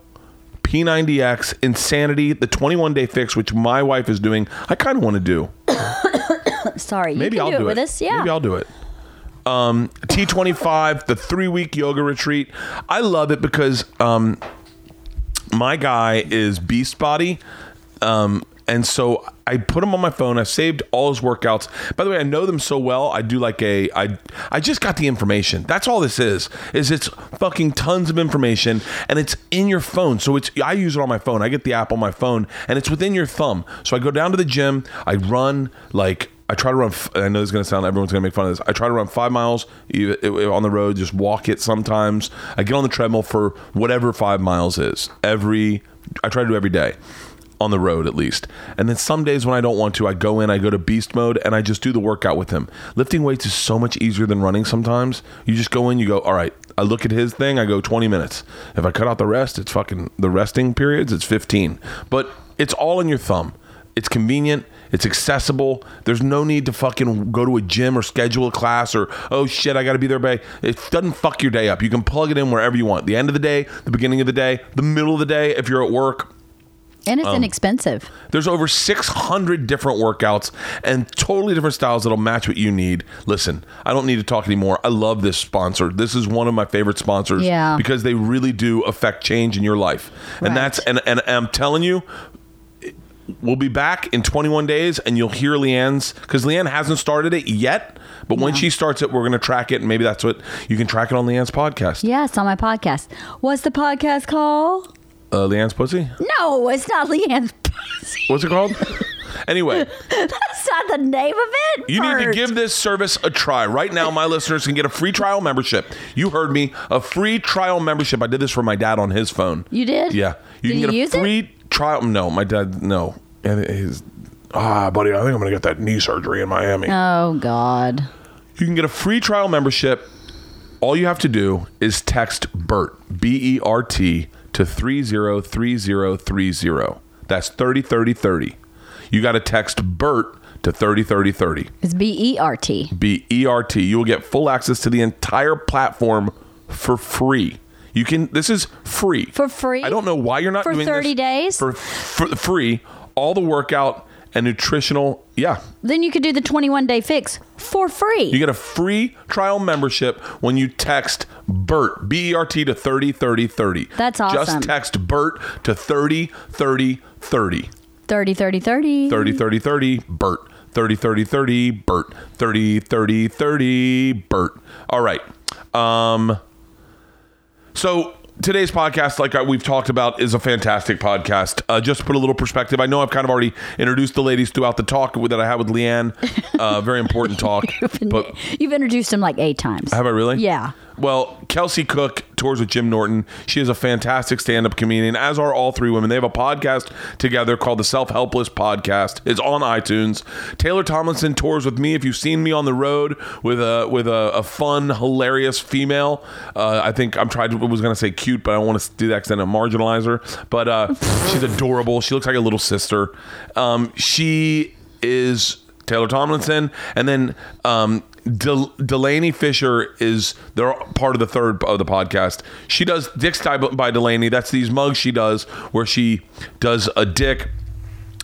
[SPEAKER 1] P90X, Insanity, the 21 day fix, which my wife is doing. I kind of want to do.
[SPEAKER 2] Sorry,
[SPEAKER 1] Maybe
[SPEAKER 2] you can
[SPEAKER 1] I'll do
[SPEAKER 2] do, it with us. Yeah.
[SPEAKER 1] Maybe I'll do it. Um, T25, the three week yoga retreat. I love it because um, my guy is Beast Body. Um, and so I put him on my phone. I saved all his workouts. By the way, I know them so well. I do like a I I just got the information. That's all this is. Is it's fucking tons of information and it's in your phone. So it's I use it on my phone. I get the app on my phone and it's within your thumb. So I go down to the gym. I run like I try to run. f- I know this is gonna sound. Everyone's gonna make fun of this. I try to run five miles e- e- on the road. Just walk it sometimes. I get on the treadmill for whatever five miles is. Every I try to do every day on the road at least. And then some days when I don't want to, I go in, I go to beast mode, and I just do the workout with him. Lifting weights is so much easier than running sometimes. You just go in, you go, all right, I look at his thing, I go 20 minutes. If I cut out the rest, it's fucking the resting periods, it's 15. But it's all in your thumb. It's convenient. It's accessible. There's no need to fucking go to a gym or schedule a class or oh shit, I got to be there by. It doesn't fuck your day up. You can plug it in wherever you want. The end of the day, the beginning of the day, the middle of the day. If you're at work,
[SPEAKER 2] and
[SPEAKER 1] Oh.
[SPEAKER 2] it's inexpensive.
[SPEAKER 1] there's over 600 different workouts and totally different styles that'll match what you need. Listen, I don't need to talk anymore. I love this sponsor. This is one of my favorite sponsors
[SPEAKER 2] Yeah.
[SPEAKER 1] because they really do affect change in your life.
[SPEAKER 2] Right.
[SPEAKER 1] And that's and, and I'm telling you We'll be back in 21 days and you'll hear Leanne's because Leanne hasn't started it yet. But when she starts it, we're going to track it. And maybe that's what you can track it on Leanne's podcast.
[SPEAKER 2] Yes, on my podcast. What's the podcast called?
[SPEAKER 1] Uh, Leanne's Pussy?
[SPEAKER 2] No, it's not Leanne's.
[SPEAKER 1] What's it called? anyway,
[SPEAKER 2] That's not the name of it.
[SPEAKER 1] You need to
[SPEAKER 2] Bert.
[SPEAKER 1] give this service a try. Right now, my listeners can get a free trial membership. You heard me. A free trial membership. I did this for my dad on his phone.
[SPEAKER 2] You did?
[SPEAKER 1] Yeah. You
[SPEAKER 2] Did
[SPEAKER 1] can
[SPEAKER 2] he
[SPEAKER 1] get
[SPEAKER 2] use
[SPEAKER 1] a
[SPEAKER 2] it?
[SPEAKER 1] free trial. No, my dad, no. And his, ah, buddy, I think I'm going to get that knee surgery in Miami.
[SPEAKER 2] Oh God.
[SPEAKER 1] You can get a free trial membership. All you have to do is text BERT, B E R T, to 303030. That's 303030. You got to text BERT to 303030.
[SPEAKER 2] It's B E R T.
[SPEAKER 1] B E R T. You will get full access to the entire platform for free. You can. This is free
[SPEAKER 2] For free?
[SPEAKER 1] I don't know why you're not
[SPEAKER 2] For
[SPEAKER 1] doing
[SPEAKER 2] 30
[SPEAKER 1] this.
[SPEAKER 2] days?
[SPEAKER 1] for, for free. All the workout and nutritional. Yeah,
[SPEAKER 2] Then you could do the 21 day fix for free.
[SPEAKER 1] you get a free trial membership when you text BERT B E R T to thirty thirty thirty.
[SPEAKER 2] That's awesome.
[SPEAKER 1] Just text BERT to thirty thirty thirty.
[SPEAKER 2] 30 30 30.
[SPEAKER 1] 30 30 30 Bert 30 30 30 Bert 30 30 30 Bert all right um so today's podcast like I, we've talked about is a fantastic podcast uh, just to put a little perspective I know I've kind of already introduced the ladies throughout the talk with- that I had with Leanne uh, very important talk but
[SPEAKER 2] You've introduced him like eight times.
[SPEAKER 1] have I really?
[SPEAKER 2] Yeah.
[SPEAKER 1] Well, Kelsey Cook tours with Jim Norton. She is a fantastic stand up comedian, as are all three women. They have a podcast together called the Self Helpless Podcast. It's on iTunes. Taylor Tomlinson tours with me. If you've seen me on the road with a with a, a fun, hilarious female, uh, I think I'm trying to, I was going to say cute, but I don't want to do that because then I marginalize her. But uh, she's adorable. She looks like a little sister. Um, she is Taylor Tomlinson, and then um, Del- Delaney Fisher is they're part of the third of the podcast. She does Dick's Style by Delaney. That's these mugs she does where she does a dick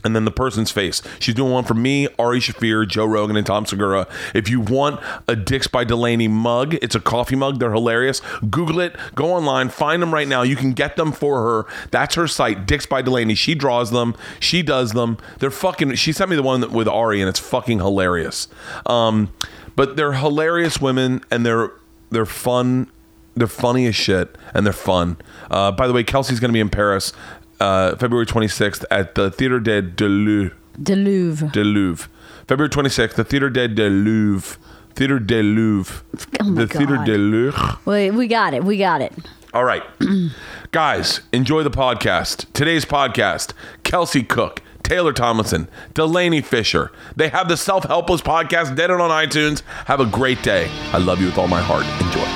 [SPEAKER 1] and then the person's face. She's doing one for me, Ari Shafir, Joe Rogan, and Tom Segura. If you want a Dicks by Delaney mug, it's a coffee mug. They're hilarious. Google it. Go online. Find them right now. You can get them for her. That's her site, Dicks by Delaney. She draws them. She does them. They're fucking. She sent me the one with Ari, and it's fucking hilarious. Um, but they're hilarious women, and they're they're fun. They're funny as shit, and they're fun. Uh, by the way, Kelsey's going to be in Paris uh, February 26th at the Theatre de, de, Lou-
[SPEAKER 2] The Louvre.
[SPEAKER 1] de Louvre. February 26th, the Theatre de, de Louvre. Theatre de Louvre.
[SPEAKER 2] Oh my
[SPEAKER 1] the Theatre
[SPEAKER 2] God.
[SPEAKER 1] de Louvre.
[SPEAKER 2] Wait, we got it. We got it.
[SPEAKER 1] All right. Guys, enjoy the podcast. Today's podcast Kelsey Cook, Taylor Tomlinson, Delaney Fisher. They have the Self Helpless podcast dead on iTunes. Have a great day. I love you with all my heart. Enjoy.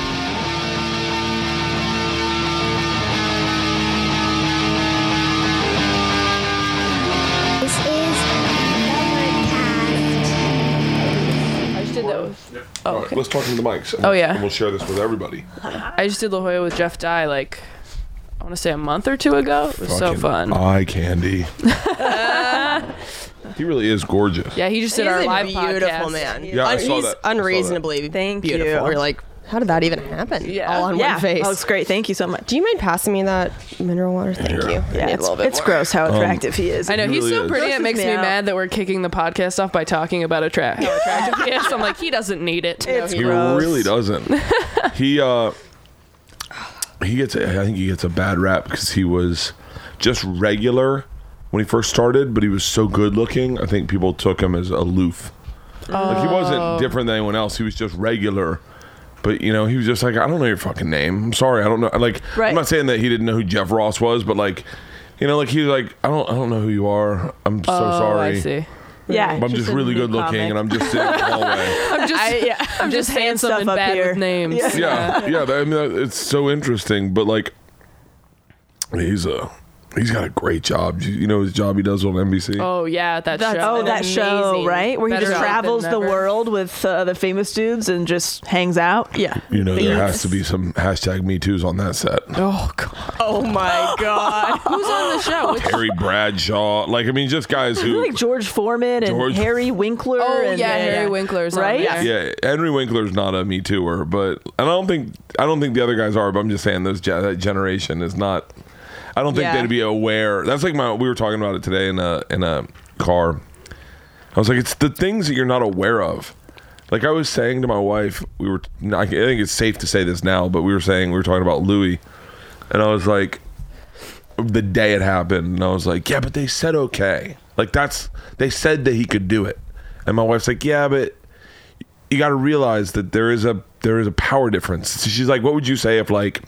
[SPEAKER 3] This is Overcast.
[SPEAKER 4] I just did those.
[SPEAKER 1] All right, let's talk into the mics.
[SPEAKER 4] Oh, yeah.
[SPEAKER 1] And we'll share this with everybody.
[SPEAKER 4] I just did La Jolla with Jeff Dye like I want to say a month or two ago. It was so
[SPEAKER 1] Fucking
[SPEAKER 4] fun.
[SPEAKER 1] Eye candy. he really is gorgeous.
[SPEAKER 4] yeah, he just did
[SPEAKER 5] He's
[SPEAKER 4] our
[SPEAKER 5] a
[SPEAKER 4] live
[SPEAKER 5] beautiful
[SPEAKER 4] podcast.
[SPEAKER 5] man.
[SPEAKER 1] Yeah, I
[SPEAKER 5] Un-
[SPEAKER 1] saw
[SPEAKER 5] he's
[SPEAKER 1] that. I saw that.
[SPEAKER 5] unreasonably
[SPEAKER 6] Thank
[SPEAKER 5] beautiful.
[SPEAKER 6] you.
[SPEAKER 5] We're like, how did that even happen?
[SPEAKER 4] Yeah.
[SPEAKER 5] All on
[SPEAKER 6] yeah.
[SPEAKER 5] one face.
[SPEAKER 6] Oh, it's great. Thank you so much.
[SPEAKER 5] Do you mind passing me that mineral water? Thank
[SPEAKER 1] Sure.
[SPEAKER 5] you.
[SPEAKER 6] Yeah, it's, it's gross how
[SPEAKER 1] Um,
[SPEAKER 6] attractive he is.
[SPEAKER 4] I know
[SPEAKER 1] He
[SPEAKER 4] he's
[SPEAKER 1] really
[SPEAKER 4] so
[SPEAKER 1] is.
[SPEAKER 4] pretty.
[SPEAKER 6] Grosses
[SPEAKER 4] It makes
[SPEAKER 6] me
[SPEAKER 4] me
[SPEAKER 6] out.
[SPEAKER 4] mad that we're kicking the podcast off by talking about a track. How attractive he is. I'm like, he doesn't need it.
[SPEAKER 6] It's
[SPEAKER 1] He
[SPEAKER 6] gross.
[SPEAKER 1] really doesn't. he uh he gets a, I think he gets a bad rap because he was just regular when he first started, but he was so good looking. I think people took him as aloof. Like he wasn't different than anyone else. He was just regular. But you know, he was just like, I don't know your fucking name. I'm sorry, I don't know. Like, I'm
[SPEAKER 6] Right.
[SPEAKER 1] not saying that he didn't know who Jeff Ross was, but like, you know, like he was like, I don't, I don't know who you are. I'm so
[SPEAKER 4] oh,
[SPEAKER 1] sorry.
[SPEAKER 4] I see.
[SPEAKER 6] Yeah,
[SPEAKER 1] I'm just,
[SPEAKER 6] a
[SPEAKER 1] really
[SPEAKER 6] new
[SPEAKER 1] good looking,
[SPEAKER 6] comic.
[SPEAKER 1] and I'm just sitting in the hallway.
[SPEAKER 4] I'm just,
[SPEAKER 6] I- yeah,
[SPEAKER 4] I'm
[SPEAKER 6] I'm
[SPEAKER 4] just,
[SPEAKER 6] just saying
[SPEAKER 4] handsome
[SPEAKER 6] stuff
[SPEAKER 4] and
[SPEAKER 6] up
[SPEAKER 4] bad
[SPEAKER 6] here.
[SPEAKER 4] with names.
[SPEAKER 6] Yeah.
[SPEAKER 1] yeah, yeah. that- I mean, that- it's so interesting, but like, he's a he's got a great job. You, you know his job he does on NBC.
[SPEAKER 4] Oh yeah, that
[SPEAKER 6] That's-
[SPEAKER 4] show.
[SPEAKER 6] oh, that show,
[SPEAKER 5] amazing.
[SPEAKER 6] right? Where he
[SPEAKER 4] Better
[SPEAKER 6] just
[SPEAKER 4] job than
[SPEAKER 6] travels the
[SPEAKER 4] never.
[SPEAKER 6] world with uh, the famous dudes and just hangs out. Yeah.
[SPEAKER 1] you know there has to be some hashtag Me Too's on that set.
[SPEAKER 4] Oh god.
[SPEAKER 6] Oh my god.
[SPEAKER 4] Who's on the show? Which-
[SPEAKER 1] Harry Bradshaw, like I mean, just guys who.
[SPEAKER 6] like George Foreman and
[SPEAKER 1] George-
[SPEAKER 6] Harry Winkler.
[SPEAKER 4] Oh,
[SPEAKER 6] and,
[SPEAKER 4] yeah, Harry Winkler's on
[SPEAKER 6] right.
[SPEAKER 4] there.
[SPEAKER 1] yeah, Henry Winkler's not a Me Tooer, but and I don't think I don't think the other guys are. But I'm just saying this gen- that generation is not. I don't think
[SPEAKER 6] Yeah.
[SPEAKER 1] they'd be aware. That's like my we were talking about it today in a in a car. I was like, it's the things that you're not aware of. Like I was saying to my wife, we were. I think it's safe to say this now, but we were saying we were talking about Louis, and I was like, the day it happened, and I was like, yeah, but they said okay. Like that's they said that he could do it, and my wife's like, yeah, but you got to realize that there is a there is a power difference. So she's like, what would you say if like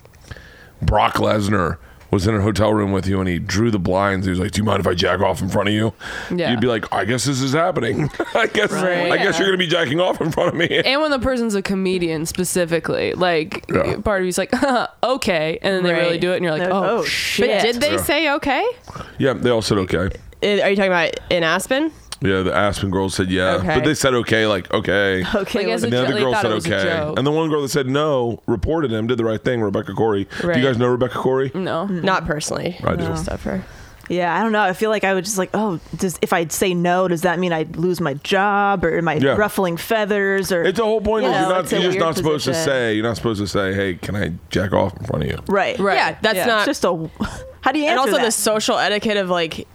[SPEAKER 1] Brock Lesnar was in a hotel room with you and he drew the blinds? He was like, do you mind if I jack off in front of you?
[SPEAKER 4] Yeah.
[SPEAKER 1] You'd be like, I guess this is happening. I guess
[SPEAKER 4] Right.
[SPEAKER 1] I guess
[SPEAKER 4] Yeah.
[SPEAKER 1] you're gonna be jacking off in front of me.
[SPEAKER 4] and when the person's a comedian specifically, like
[SPEAKER 1] Yeah.
[SPEAKER 4] part of you's like, okay, and then they really
[SPEAKER 6] Right.
[SPEAKER 4] do it, and you're like,
[SPEAKER 6] They're like,
[SPEAKER 4] oh,
[SPEAKER 6] oh,
[SPEAKER 4] shit.
[SPEAKER 5] But did they
[SPEAKER 1] Yeah.
[SPEAKER 5] say okay?
[SPEAKER 1] yeah, they all said okay.
[SPEAKER 5] Uh, Are you talking about in Aspen?
[SPEAKER 1] Yeah, the Aspen girls said yeah,
[SPEAKER 5] Okay.
[SPEAKER 1] but they said okay, like okay.
[SPEAKER 6] Okay.
[SPEAKER 4] Like, as
[SPEAKER 1] And
[SPEAKER 6] well,
[SPEAKER 1] the
[SPEAKER 4] They
[SPEAKER 1] other girl
[SPEAKER 4] thought
[SPEAKER 1] said
[SPEAKER 4] it was a
[SPEAKER 1] okay,
[SPEAKER 4] joke.
[SPEAKER 1] and the one girl that said no reported him, did the right thing. Rebecca Corey. Do
[SPEAKER 5] Right.
[SPEAKER 1] you guys know Rebecca Corey?
[SPEAKER 4] No.
[SPEAKER 5] Not personally.
[SPEAKER 1] I do. No.
[SPEAKER 5] Stuff her.
[SPEAKER 6] yeah, I don't know. I feel like I would just like, oh, does if I say no, does that mean I lose my job or am I
[SPEAKER 1] Yeah.
[SPEAKER 6] ruffling feathers or
[SPEAKER 1] It's the whole point.
[SPEAKER 6] You
[SPEAKER 1] is
[SPEAKER 6] know,
[SPEAKER 1] you're not,
[SPEAKER 6] it's a
[SPEAKER 1] you're just
[SPEAKER 6] weird
[SPEAKER 1] not supposed to
[SPEAKER 6] position.
[SPEAKER 1] say. You're not supposed to say, "Hey, can I jack off in front of you?"
[SPEAKER 6] right?
[SPEAKER 4] Right.
[SPEAKER 5] Yeah, that's
[SPEAKER 4] Yeah.
[SPEAKER 5] not.
[SPEAKER 6] It's just a how do you answer
[SPEAKER 5] and also
[SPEAKER 6] that?
[SPEAKER 5] the social etiquette of like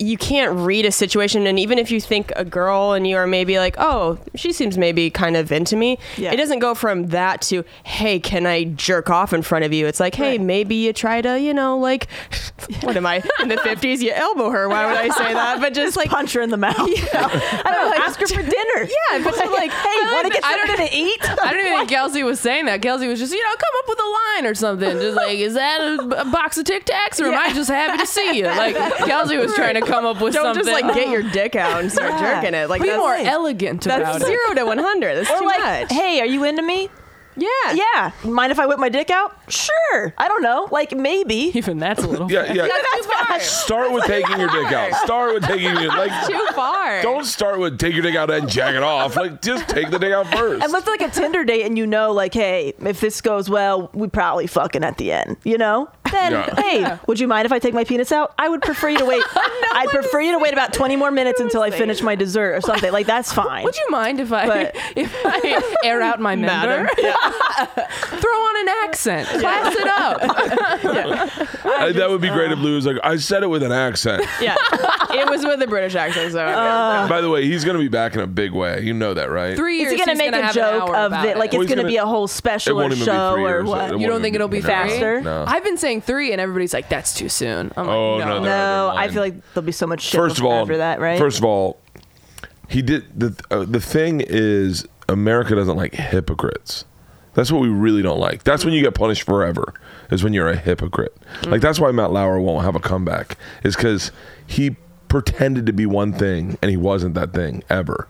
[SPEAKER 5] you can't read a situation and even if you think a girl and you are maybe like oh she seems maybe kind of into me
[SPEAKER 6] Yeah.
[SPEAKER 5] it doesn't go from that to hey can i jerk off in front of you it's like hey
[SPEAKER 6] Right.
[SPEAKER 5] maybe you try to you know like what am i in the 50s you elbow her why would i say that but just like
[SPEAKER 6] punch her in the mouth. I don't know, like, ask her for dinner.
[SPEAKER 5] yeah but just like
[SPEAKER 6] Hey, want to
[SPEAKER 4] even-
[SPEAKER 6] get
[SPEAKER 4] I don't
[SPEAKER 6] something to eat?
[SPEAKER 4] I don't even think Kelsey was saying that. Kelsey was just, you know, come up with a line or something. Just like, is that a, a box of Tic Tacs or am I just happy to see you? Like, Kelsey was trying to come up with
[SPEAKER 5] don't
[SPEAKER 4] something.
[SPEAKER 5] just like get your dick out and start
[SPEAKER 6] Yeah.
[SPEAKER 5] jerking it like
[SPEAKER 4] be
[SPEAKER 5] that's,
[SPEAKER 4] more elegant about
[SPEAKER 5] that's
[SPEAKER 4] it.
[SPEAKER 5] zero to 100 that's
[SPEAKER 6] Or
[SPEAKER 5] too
[SPEAKER 6] like,
[SPEAKER 5] much
[SPEAKER 6] hey, are you into me?
[SPEAKER 5] yeah
[SPEAKER 6] Yeah. Mind if I whip my dick out? Sure. I don't know. Like maybe.
[SPEAKER 4] Even that's a little.
[SPEAKER 1] Yeah, yeah.
[SPEAKER 6] That's bad.
[SPEAKER 1] Start with taking your dick out. Start with taking your like.
[SPEAKER 5] too far
[SPEAKER 1] Don't start with take your dick out and jack it off. Like, just take the dick out first.
[SPEAKER 6] Unless like a Tinder date and you know, like, hey, if this goes well, we probably fucking at the end. You know? then
[SPEAKER 1] Yeah.
[SPEAKER 6] hey, would you mind if I take my penis out? I would prefer you to wait. I'd prefer you to wait about 20 more minutes until I finish my dessert or something. Like that's fine.
[SPEAKER 4] Would you mind if I
[SPEAKER 6] But-
[SPEAKER 4] if I air out my member? Throw on an accent. Class it up.
[SPEAKER 1] I- that would be great if Lou was like, I said it with an accent.
[SPEAKER 5] Yeah, it was with a British accent. So
[SPEAKER 1] By the way, he's going to be back in a big way. You know that, right?
[SPEAKER 4] Three years.
[SPEAKER 6] Is he gonna
[SPEAKER 4] he's
[SPEAKER 6] make a
[SPEAKER 4] have an
[SPEAKER 6] joke
[SPEAKER 4] hour
[SPEAKER 6] of
[SPEAKER 4] about
[SPEAKER 6] it? Like
[SPEAKER 1] Well,
[SPEAKER 6] it's
[SPEAKER 1] he's
[SPEAKER 6] gonna,
[SPEAKER 1] gonna-
[SPEAKER 6] be a whole
[SPEAKER 1] It
[SPEAKER 6] special
[SPEAKER 1] won't
[SPEAKER 6] or
[SPEAKER 1] even be three
[SPEAKER 6] show or
[SPEAKER 1] years.
[SPEAKER 6] what?
[SPEAKER 4] You don't think it'll be
[SPEAKER 6] Faster?
[SPEAKER 1] No.
[SPEAKER 4] I've been saying three, and everybody's like, "That's too soon." I'm like,
[SPEAKER 1] Oh, no,
[SPEAKER 4] no.
[SPEAKER 1] they're-
[SPEAKER 6] No, I
[SPEAKER 1] mind.
[SPEAKER 6] feel like there'll be so much shit
[SPEAKER 1] first of all,
[SPEAKER 6] after that, right?
[SPEAKER 1] First of all, he did the uh, the thing is America doesn't like hypocrites. That's what we really don't like. That's when you get punished forever. Is when you're a hypocrite. Like that's why Matt Lauer won't have a comeback. Is because he pretended to be one thing and he wasn't that thing ever.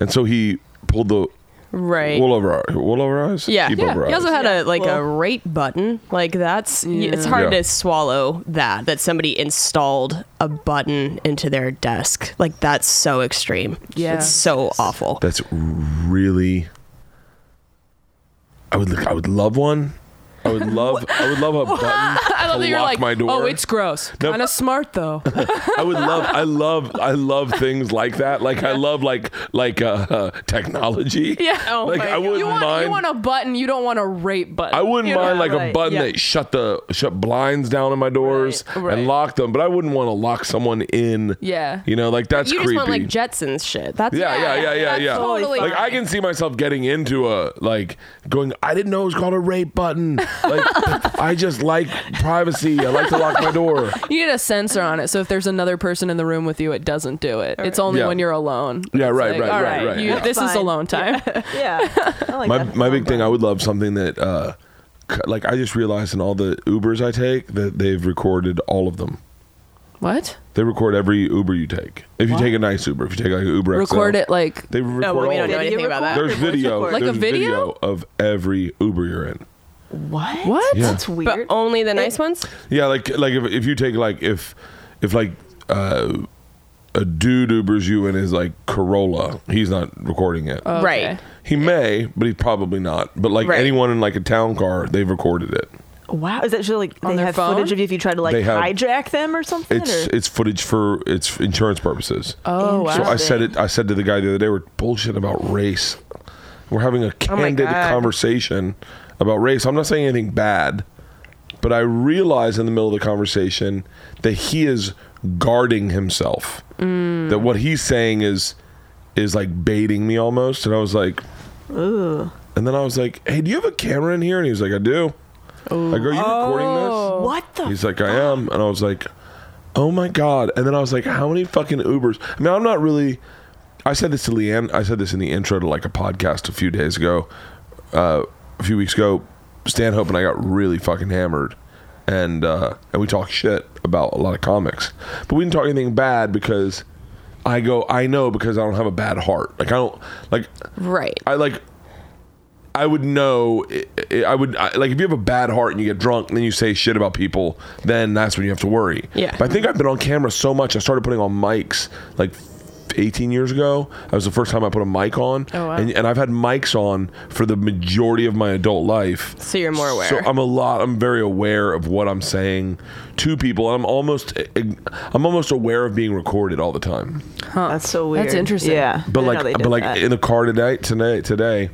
[SPEAKER 1] And so he pulled the
[SPEAKER 5] right.
[SPEAKER 1] wool over our wool over our eyes.
[SPEAKER 5] yeah,
[SPEAKER 1] Keep
[SPEAKER 5] yeah.
[SPEAKER 1] over our
[SPEAKER 5] He also
[SPEAKER 1] eyes.
[SPEAKER 5] had a like
[SPEAKER 6] Well-
[SPEAKER 5] a rate button. Like that's y it's hard
[SPEAKER 1] Yeah.
[SPEAKER 5] to swallow that that somebody installed a button into their desk. Like that's so extreme.
[SPEAKER 4] Yeah.
[SPEAKER 5] it's so awful.
[SPEAKER 1] That's really. I would look. I would love one. I would love. I would love a button
[SPEAKER 4] I
[SPEAKER 1] to
[SPEAKER 4] love that you're
[SPEAKER 1] lock
[SPEAKER 4] like,
[SPEAKER 1] my door.
[SPEAKER 4] "Oh, it's gross."
[SPEAKER 1] No.
[SPEAKER 4] Kind of smart though.
[SPEAKER 1] I would love. I love. I love things like that. Like I love like like uh, uh technology.
[SPEAKER 4] Yeah. Oh
[SPEAKER 1] like
[SPEAKER 4] my
[SPEAKER 1] I
[SPEAKER 4] God.
[SPEAKER 1] wouldn't
[SPEAKER 4] you want,
[SPEAKER 1] mind.
[SPEAKER 4] You want a button, you don't want a rape button.
[SPEAKER 1] I wouldn't
[SPEAKER 4] You know?
[SPEAKER 1] mind like a
[SPEAKER 6] right,
[SPEAKER 1] button
[SPEAKER 6] yeah.
[SPEAKER 1] that shut the shut blinds down on my doors
[SPEAKER 4] Right,
[SPEAKER 1] and
[SPEAKER 4] right.
[SPEAKER 1] lock them, but I wouldn't want to lock someone in.
[SPEAKER 4] Yeah.
[SPEAKER 1] You know, like that's
[SPEAKER 5] you
[SPEAKER 1] creepy.
[SPEAKER 5] just want like Jetsons shit. That's
[SPEAKER 1] yeah, yeah, yeah, yeah,
[SPEAKER 4] that's
[SPEAKER 1] yeah.
[SPEAKER 4] totally
[SPEAKER 1] like I
[SPEAKER 4] fine.
[SPEAKER 1] can see myself getting into a like going. I didn't know it was called a rape button. Like I just like privacy. I like to lock my door.
[SPEAKER 4] You need a sensor on it, so if there's another person in the room with you, it doesn't do it. It's only
[SPEAKER 1] Yeah.
[SPEAKER 4] when you're alone.
[SPEAKER 1] Yeah,
[SPEAKER 4] It's
[SPEAKER 1] right,
[SPEAKER 4] like,
[SPEAKER 1] right,
[SPEAKER 4] all
[SPEAKER 1] right, right.
[SPEAKER 4] you-
[SPEAKER 1] Yeah.
[SPEAKER 4] This is
[SPEAKER 6] Fine.
[SPEAKER 4] alone time.
[SPEAKER 6] yeah. I like
[SPEAKER 1] my
[SPEAKER 6] that.
[SPEAKER 1] my big thing. I would love something that, uh, c- like, I just realized in all the Ubers I take that they've recorded all of them.
[SPEAKER 4] What?
[SPEAKER 1] They record every Uber you take. If you take a nice Uber, if you take like an Uber,
[SPEAKER 4] Record
[SPEAKER 1] XL,
[SPEAKER 4] it like
[SPEAKER 1] They record
[SPEAKER 5] well, we
[SPEAKER 1] all of
[SPEAKER 5] don't know
[SPEAKER 1] them.
[SPEAKER 5] anything about that.
[SPEAKER 1] There's video.
[SPEAKER 6] Like
[SPEAKER 4] a
[SPEAKER 1] There's
[SPEAKER 4] video?
[SPEAKER 1] of every Uber you're in.
[SPEAKER 6] What?
[SPEAKER 4] what?
[SPEAKER 1] Yeah.
[SPEAKER 6] That's weird.
[SPEAKER 5] But only the nice ones.
[SPEAKER 1] Yeah, like like if if you take like if if like uh, a dude Ubers you in is like Corolla, he's not recording it.
[SPEAKER 4] Okay.
[SPEAKER 5] Right.
[SPEAKER 1] he may, but he probably not. But like
[SPEAKER 5] Uh, Right.
[SPEAKER 1] anyone in like a town car, they've recorded it.
[SPEAKER 6] wow. Is that really like
[SPEAKER 4] On
[SPEAKER 6] they
[SPEAKER 4] their
[SPEAKER 6] have
[SPEAKER 4] phone?
[SPEAKER 6] footage of you if you try to like
[SPEAKER 1] They have-
[SPEAKER 6] hijack them or something?
[SPEAKER 1] It's
[SPEAKER 6] or?
[SPEAKER 1] it's footage for it's insurance purposes.
[SPEAKER 4] Oh wow.
[SPEAKER 1] So I said
[SPEAKER 6] Interesting.
[SPEAKER 1] it. I said to the guy the other day, "We're bullshit about race. We're having a
[SPEAKER 4] Oh
[SPEAKER 1] candid
[SPEAKER 5] God.
[SPEAKER 1] conversation about race. I'm not saying anything bad, but I realize in the middle of the conversation that he is guarding himself.
[SPEAKER 4] Mm.
[SPEAKER 1] That what he's saying is is like baiting me almost. And I was like, And then I was like, "Hey, do you have a camera in here?" And he was like, "I do." Like, are you recording this?
[SPEAKER 6] what the?
[SPEAKER 1] He's like, I am. And I was like, oh my God. And then I was like, how many fucking Ubers? I mean, I'm not really. I said this to Leanne. I said this in the intro to like a podcast a few days ago, uh, a few weeks ago. Stanhope and I got really fucking hammered. And, uh, and we talked shit about a lot of comics. But we didn't talk anything bad because I go, I know because I don't have a bad heart. Like, I don't, like,
[SPEAKER 5] Right.
[SPEAKER 1] I like. I would know. i- i- I would I, like if you have a bad heart and you get drunk, and then you say shit about people. Then that's when you have to worry.
[SPEAKER 5] Yeah.
[SPEAKER 1] But I think I've been on camera so much. I started putting on mics like 18 years ago. That was the first time I put a mic on.
[SPEAKER 4] Oh, wow.
[SPEAKER 1] And, and I've had mics on for the majority of my adult life.
[SPEAKER 5] So you're more aware.
[SPEAKER 1] So I'm a lot. I'm very aware of what I'm saying to people. I'm almost. I'm almost aware of being recorded all the time.
[SPEAKER 6] That's so weird.
[SPEAKER 4] That's interesting.
[SPEAKER 6] Yeah.
[SPEAKER 1] But
[SPEAKER 6] I didn't know they
[SPEAKER 1] like,
[SPEAKER 6] did
[SPEAKER 1] but like
[SPEAKER 6] that.
[SPEAKER 1] in the car tonight, tonight, today,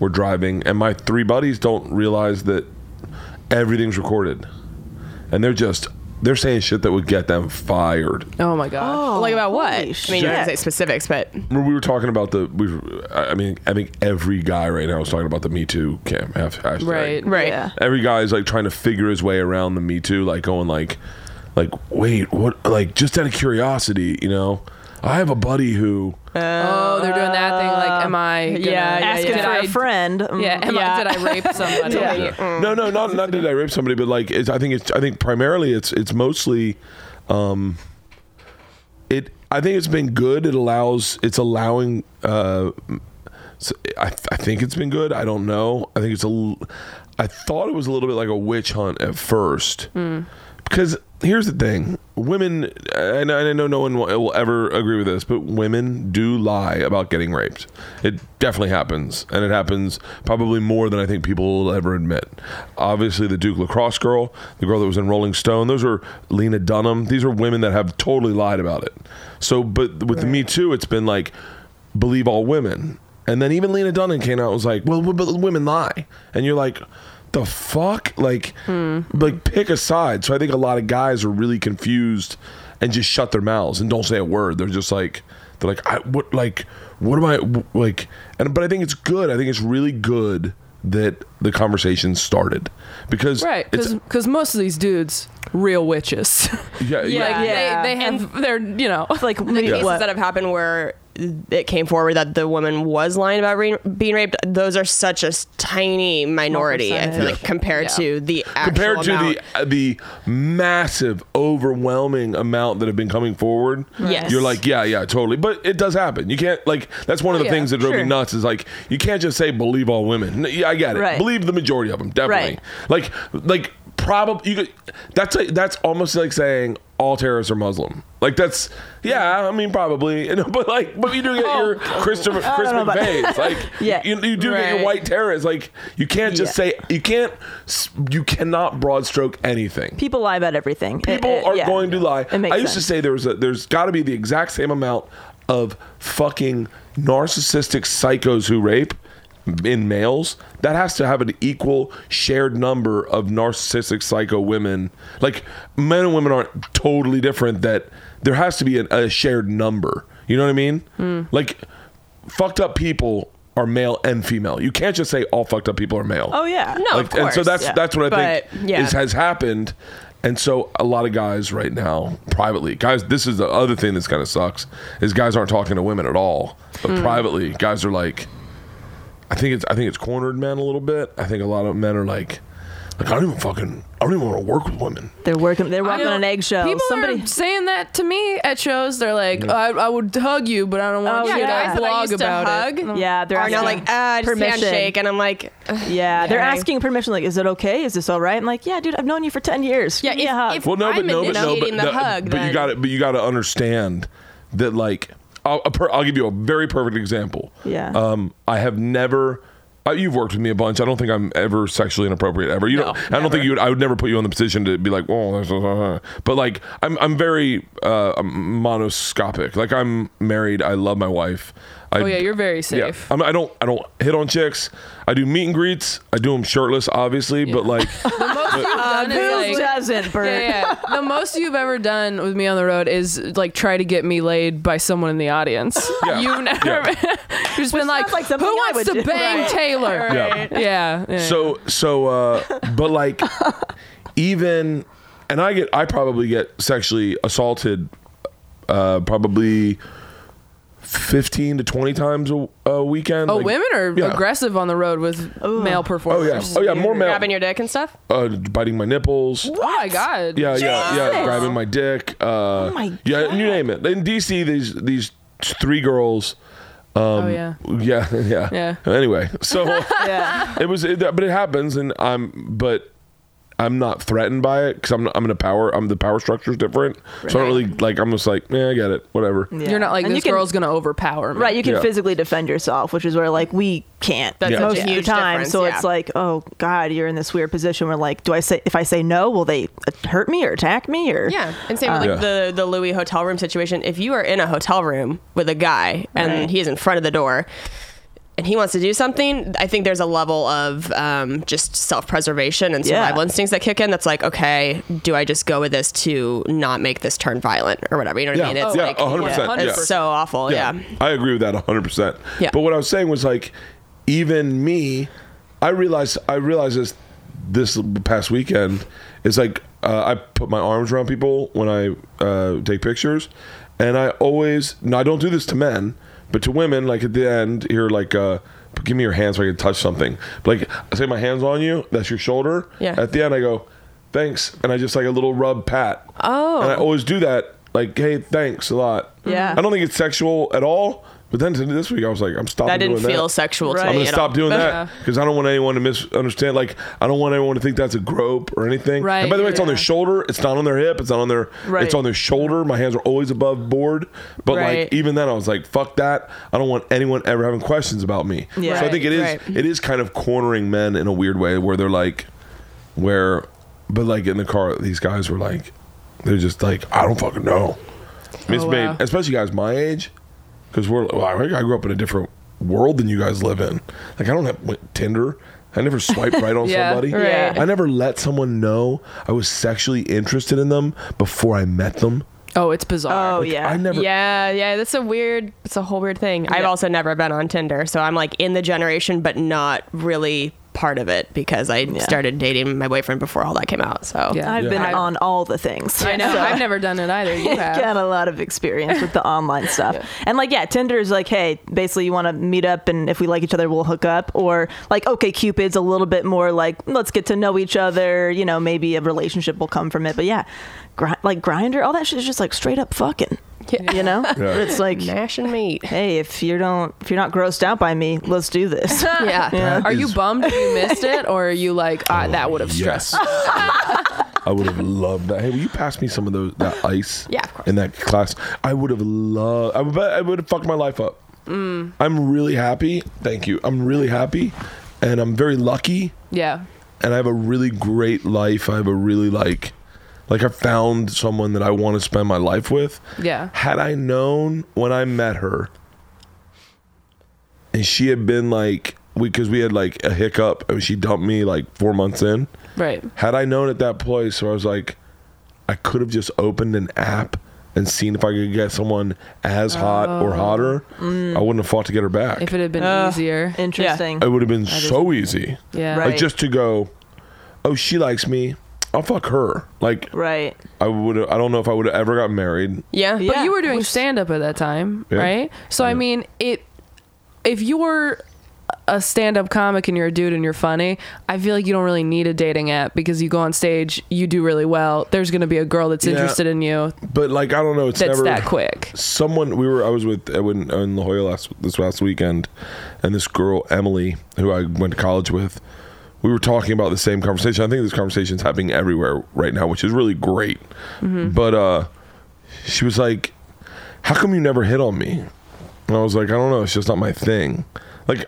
[SPEAKER 1] we're driving, and my three buddies don't realize that everything's recorded, and they're just they're saying shit that would get them fired.
[SPEAKER 4] Oh my god.
[SPEAKER 5] like about what?
[SPEAKER 6] holy
[SPEAKER 5] I mean, you
[SPEAKER 6] shit.
[SPEAKER 5] didn't say specifics, but
[SPEAKER 1] When we were talking about the, we, were- I I mean, I think every guy right now is talking about the Me Too cam hash- hashtag.
[SPEAKER 4] Right.
[SPEAKER 5] right.
[SPEAKER 6] Yeah.
[SPEAKER 1] Every guy is like trying to figure his way around the Me Too, like going like, like wait, what? Like just out of curiosity, you know, I have a buddy who.
[SPEAKER 4] Oh, they're doing that thing. Like, am I? Gonna,
[SPEAKER 5] yeah, yeah,
[SPEAKER 6] asking
[SPEAKER 5] yeah.
[SPEAKER 4] did
[SPEAKER 6] for a
[SPEAKER 4] I-
[SPEAKER 6] friend. Mm,
[SPEAKER 4] Yeah. Am
[SPEAKER 5] Yeah.
[SPEAKER 4] I? Did I rape somebody?
[SPEAKER 1] Yeah. No, no, not not did I rape somebody, but like it's, I think it's I think primarily it's it's mostly, um, it I think it's been good. It allows it's allowing. Uh, s- I I think it's been good. I don't know. I think it's a. l- I thought it was a little bit like a witch hunt at first because here's the thing women and I, and I know no one will, will ever agree with this but women do lie about getting raped it definitely happens and it happens probably more than i think people will ever admit obviously the duke lacrosse girl the girl that was in rolling stone those are lena dunham these are women that have totally lied about it so but with the me too it's been like believe all women and then even lena dunham came out and was like well but women lie and you're like the fuck like
[SPEAKER 4] Hmm.
[SPEAKER 1] like pick a side so i think a lot of guys are really confused and just shut their mouths and don't say a word they're just like they're like i what like what am i wh- like and but i think it's good i think it's really good that the conversation started because
[SPEAKER 4] Right,
[SPEAKER 1] it's,
[SPEAKER 4] because most of these dudes, real witches.
[SPEAKER 1] yeah, yeah,
[SPEAKER 4] Like,
[SPEAKER 5] Yeah.
[SPEAKER 4] They, they have, they're, you know.
[SPEAKER 5] like the cases
[SPEAKER 6] what?
[SPEAKER 5] that have happened where it came forward that the woman was lying about re- being raped. Those are such a s- tiny minority. I feel
[SPEAKER 4] percentage.
[SPEAKER 5] like compared
[SPEAKER 4] Yeah.
[SPEAKER 5] to the actual
[SPEAKER 1] compared to
[SPEAKER 5] amount.
[SPEAKER 1] the uh, the massive overwhelming amount that have been coming forward
[SPEAKER 5] Yes.
[SPEAKER 1] you're like yeah yeah totally but it does happen you can't like that's one of the
[SPEAKER 4] Yeah,
[SPEAKER 1] things that drove me
[SPEAKER 6] Oh, sure.
[SPEAKER 1] nuts is like you can't just say believe all women N- yeah, i get it
[SPEAKER 6] Right.
[SPEAKER 1] believe the majority of them definitely
[SPEAKER 6] Right.
[SPEAKER 1] like like probably you could that's like that's almost like saying all terrorists are muslim like that's yeah i mean probably you know, but like but you do get
[SPEAKER 6] Oh,
[SPEAKER 1] your christopher chris
[SPEAKER 6] know about-
[SPEAKER 1] mcveigh's like
[SPEAKER 6] Yeah.
[SPEAKER 1] you, you do get your
[SPEAKER 4] Right.
[SPEAKER 1] white terrorists like you can't just
[SPEAKER 6] Yeah.
[SPEAKER 1] say you can't s- you cannot broad stroke anything
[SPEAKER 6] People lie about everything. Eh,
[SPEAKER 1] people are going to lie
[SPEAKER 6] It makes
[SPEAKER 1] i used
[SPEAKER 6] sense.
[SPEAKER 1] to say there was a, there's got to be the exact same amount of fucking narcissistic psychos who rape in males that has to have an equal shared number of narcissistic psycho women like men and women aren't totally different that there has to be an, a shared number you know what i mean
[SPEAKER 6] Hmm.
[SPEAKER 1] like fucked up people are male and female you can't just say all fucked up people are male
[SPEAKER 6] Oh yeah.
[SPEAKER 5] No,
[SPEAKER 1] like,
[SPEAKER 5] of
[SPEAKER 1] and
[SPEAKER 5] course.
[SPEAKER 1] so that's
[SPEAKER 5] yeah.
[SPEAKER 1] that's what I
[SPEAKER 5] But,
[SPEAKER 1] think
[SPEAKER 5] yeah.
[SPEAKER 1] is, has happened. And so a lot of guys right now, privately, guys, this is the other thing that's kind of sucks is guys aren't talking to women at all. But
[SPEAKER 5] Hmm.
[SPEAKER 1] privately, guys are like, I think it's I think it's cornered men a little bit. I think a lot of men are like, like I don't even fucking I don't even want to work with women.
[SPEAKER 6] They're working. They're
[SPEAKER 4] I
[SPEAKER 6] walking
[SPEAKER 4] know
[SPEAKER 6] on eggshells.
[SPEAKER 4] People
[SPEAKER 6] Somebody.
[SPEAKER 4] are saying that to me at shows. They're like, I, I would hug you, but I don't want
[SPEAKER 6] Oh,
[SPEAKER 4] you
[SPEAKER 5] yeah,
[SPEAKER 6] yeah.
[SPEAKER 5] guys
[SPEAKER 4] to
[SPEAKER 5] that I
[SPEAKER 4] blog
[SPEAKER 5] used to
[SPEAKER 4] about
[SPEAKER 5] hug
[SPEAKER 4] it.
[SPEAKER 6] yeah, they're
[SPEAKER 5] are now
[SPEAKER 6] asking
[SPEAKER 5] like
[SPEAKER 4] ah,
[SPEAKER 5] uh, just
[SPEAKER 6] permission.
[SPEAKER 5] handshake, and I'm like, ugh.
[SPEAKER 6] Yeah, they're
[SPEAKER 5] Okay.
[SPEAKER 6] asking permission. Like, is it okay? Is this all right? I'm like, yeah, dude, I've known you for ten years. Give me a hug.
[SPEAKER 1] Well, no, but
[SPEAKER 5] I'm
[SPEAKER 1] no, but no, but,
[SPEAKER 5] initiating the
[SPEAKER 1] no,
[SPEAKER 5] hug,
[SPEAKER 1] but you
[SPEAKER 5] then-
[SPEAKER 1] got to But you got to understand that, like, I'll, a per, I'll give you a very perfect example.
[SPEAKER 6] Yeah.
[SPEAKER 1] Um, I have never. Uh, you've worked with me a bunch. I don't think I'm ever sexually inappropriate ever. You don't. I don't think you. Would, I would never put you in the position to be like, oh, that's- uh, uh, uh." but like, I'm I'm very uh, I'm monoscopic. Like, I'm married. I love my wife. I,
[SPEAKER 4] Oh, yeah, you're very safe.
[SPEAKER 1] I'm, I don't I don't hit on chicks. I do meet and greets. I do them shirtless, obviously, but like.
[SPEAKER 4] The most
[SPEAKER 1] Uh,
[SPEAKER 4] you've done
[SPEAKER 6] Who
[SPEAKER 4] is like,
[SPEAKER 6] doesn't, Bert?
[SPEAKER 4] Yeah, yeah. The most you've ever done with me on the road is like try to get me laid by someone in the audience.
[SPEAKER 1] Yeah.
[SPEAKER 4] You've never
[SPEAKER 1] Yeah.
[SPEAKER 4] you've just been like,
[SPEAKER 6] sounds like
[SPEAKER 4] who
[SPEAKER 6] something I
[SPEAKER 4] wants
[SPEAKER 6] would
[SPEAKER 4] to
[SPEAKER 6] do."
[SPEAKER 4] bang
[SPEAKER 6] Right.
[SPEAKER 4] Taylor?
[SPEAKER 1] Yeah.
[SPEAKER 4] Yeah. yeah.
[SPEAKER 1] So so uh but like even and I get I probably get sexually assaulted uh probably 15 to 20 times a, a weekend.
[SPEAKER 4] oh,
[SPEAKER 1] Like-
[SPEAKER 4] women are
[SPEAKER 1] Yeah.
[SPEAKER 4] aggressive on the road with male
[SPEAKER 1] Oh
[SPEAKER 4] performers.
[SPEAKER 1] yeah. Oh yeah, more male
[SPEAKER 5] grabbing your dick and stuff.
[SPEAKER 1] uh, biting my nipples.
[SPEAKER 4] Oh my god.
[SPEAKER 1] Yeah, yeah, yeah.
[SPEAKER 6] Jesus.
[SPEAKER 1] Grabbing my dick. Uh, oh
[SPEAKER 6] my
[SPEAKER 1] Yeah, you name it. In DC, these these three girls. Um,
[SPEAKER 4] Oh, yeah.
[SPEAKER 1] yeah, yeah,
[SPEAKER 4] Yeah.
[SPEAKER 1] Anyway, so
[SPEAKER 6] Yeah.
[SPEAKER 1] it was, it, but it happens, and I'm, but I'm not threatened by it because I'm, I'm in a power. I'm the power structure is different, so I don't really like. I'm just like, yeah, I get it, whatever.
[SPEAKER 6] Yeah.
[SPEAKER 4] You're not like
[SPEAKER 6] And you
[SPEAKER 4] this
[SPEAKER 6] can-
[SPEAKER 4] girl's gonna overpower me.
[SPEAKER 6] Right, you can
[SPEAKER 1] Yeah.
[SPEAKER 6] physically defend yourself, which is where like we can't
[SPEAKER 5] That's
[SPEAKER 1] Yeah.
[SPEAKER 6] most
[SPEAKER 5] such
[SPEAKER 6] of
[SPEAKER 5] a
[SPEAKER 6] the
[SPEAKER 5] huge
[SPEAKER 6] time. So
[SPEAKER 5] difference,
[SPEAKER 6] it's
[SPEAKER 5] yeah.
[SPEAKER 6] like, oh god, you're in this weird position where like, do I say if I say no, will they hurt me or attack me or
[SPEAKER 5] Yeah, and same with like the the Louis hotel room situation. If you are in a hotel room with a guy and
[SPEAKER 6] Right.
[SPEAKER 5] he is in front of the door, and he wants to do something, I think there's a level of um, just self preservation and
[SPEAKER 6] Yeah.
[SPEAKER 5] survival instincts that kick in. That's like, okay, do I just go with this to not make this turn violent or whatever? You know what
[SPEAKER 1] Yeah,
[SPEAKER 5] I mean? It's
[SPEAKER 1] yeah,
[SPEAKER 5] like
[SPEAKER 1] 100%.
[SPEAKER 4] yeah.
[SPEAKER 5] it's so awful. Yeah.
[SPEAKER 1] I agree with that 100%.
[SPEAKER 5] Yeah.
[SPEAKER 1] But what I was saying was like even me I realized I realized this this past weekend is like uh, I put my arms around people when I uh, take pictures and I always now I don't do this to men but to women like at the end here like uh give me your hands so I can touch something. Like I say my hands on you, that's your shoulder.
[SPEAKER 5] Yeah.
[SPEAKER 1] At the end I go thanks and I just like a little rub pat.
[SPEAKER 5] Oh.
[SPEAKER 1] And I always do that like hey thanks a lot.
[SPEAKER 6] Yeah.
[SPEAKER 1] I don't think it's sexual at all, But then to this week, I was like, I'm stopping.
[SPEAKER 5] That didn't
[SPEAKER 1] doing
[SPEAKER 5] feel
[SPEAKER 1] that.
[SPEAKER 5] sexual to
[SPEAKER 1] I'm
[SPEAKER 5] me
[SPEAKER 1] gonna
[SPEAKER 5] at
[SPEAKER 1] stop
[SPEAKER 5] all.
[SPEAKER 1] doing that
[SPEAKER 4] Yeah.
[SPEAKER 1] because I don't want anyone to misunderstand. Like, I don't want anyone to think that's a grope or anything.
[SPEAKER 4] Right,
[SPEAKER 1] And by the way, it's on
[SPEAKER 4] yeah.
[SPEAKER 1] their shoulder. It's not on their hip. It's not on their.
[SPEAKER 5] Right.
[SPEAKER 1] It's on their shoulder. My hands are always above board. But
[SPEAKER 5] Right.
[SPEAKER 1] like, even then, I was like, fuck that. I don't want anyone ever having questions about me.
[SPEAKER 6] Yeah.
[SPEAKER 1] So I think it is.
[SPEAKER 5] Right,
[SPEAKER 1] It is kind of cornering men in a weird way where they're like, where, but like in the car, these guys were like, they're just like, I don't fucking know. It's
[SPEAKER 4] Oh,
[SPEAKER 1] made,
[SPEAKER 4] wow.
[SPEAKER 1] especially guys my age, because we're. Well, I I grew up in a different world than you guys live in. Like I don't have like, Tinder. I never swiped right on
[SPEAKER 4] Yeah,
[SPEAKER 1] somebody.
[SPEAKER 4] right.
[SPEAKER 1] I never let someone know I was sexually interested in them before I met them.
[SPEAKER 4] Oh, it's bizarre.
[SPEAKER 6] Oh yeah.
[SPEAKER 1] I never.
[SPEAKER 5] Yeah, yeah, that's a weird, it's a whole weird thing. I've also never been on Tinder, so I'm like in the generation, but not really part of it because I started dating my boyfriend before all that came out. So
[SPEAKER 4] Yeah.
[SPEAKER 6] I've been
[SPEAKER 5] I-
[SPEAKER 6] on all the things.
[SPEAKER 4] I know.
[SPEAKER 6] So-
[SPEAKER 4] I've never done it either. You have.
[SPEAKER 6] got a lot of experience with the online stuff. And like, yeah, Tinder is like, hey, basically you want to meet up and if we like each other, we'll hook up. Or like, okay, Cupid's a little bit more like, let's get to know each other. You know, maybe a relationship will come from it. But yeah, gri- like Grinder, all that shit is just like straight up fucking. You know, it's like,
[SPEAKER 5] Nash and meet.
[SPEAKER 6] hey, if you don't, if you're not grossed out by me, let's do this.
[SPEAKER 4] yeah.
[SPEAKER 1] That
[SPEAKER 4] Are you
[SPEAKER 1] is- Oh,
[SPEAKER 4] bummed you missed it, or are you like ah, that would have stressed?
[SPEAKER 1] I would have loved that. Hey, will you pass me some of those that ice?
[SPEAKER 5] Yeah, of course.
[SPEAKER 1] In that class, I would have loved. I would. I would have fucked my life up.
[SPEAKER 4] Mm.
[SPEAKER 1] I'm really happy. Thank you. I'm really happy, and I'm very lucky.
[SPEAKER 4] Yeah.
[SPEAKER 1] and I have a really great life. I have a really like like I found someone that I want to spend my life with.
[SPEAKER 4] Yeah.
[SPEAKER 1] Had I known when I met her and she had been like we cuz we had like a hiccup and she dumped me like 4 months in.
[SPEAKER 4] Right.
[SPEAKER 1] Had I known at that place where I was like I could have just opened an app and seen if I could get someone as hot or hotter. I wouldn't have fought to get her back.
[SPEAKER 4] Oh. Mm. If it had been easier.
[SPEAKER 6] Interesting.
[SPEAKER 1] it would have been so easy.
[SPEAKER 4] Yeah.
[SPEAKER 1] Like
[SPEAKER 6] Right.
[SPEAKER 1] just to go, oh, she likes me. I'll fuck her. Like
[SPEAKER 6] Right.
[SPEAKER 1] I would. I don't know if I would have ever got married.
[SPEAKER 5] Yeah.
[SPEAKER 4] But
[SPEAKER 6] Yeah.
[SPEAKER 4] you were doing stand up at that time,
[SPEAKER 1] Yeah.
[SPEAKER 4] right? So I mean, it if you're a stand up comic and you're a dude and you're funny, I feel like you don't really need a dating app because you go on stage, you do really well. There's going to be a girl that's
[SPEAKER 1] Yeah.
[SPEAKER 4] interested in you
[SPEAKER 1] But like I don't know. It's
[SPEAKER 4] that's
[SPEAKER 1] never
[SPEAKER 4] that quick.
[SPEAKER 1] Someone we were. I was with uh, when in La Jolla last this last weekend, and this girl Emily, who I went to college with, we were talking about the same conversation. I think this conversation's happening everywhere right now, which is really great.
[SPEAKER 5] Mm-hmm.
[SPEAKER 1] But uh, she was like, "How come you never hit on me?" And I was like, "I don't know. It's just not my thing." Like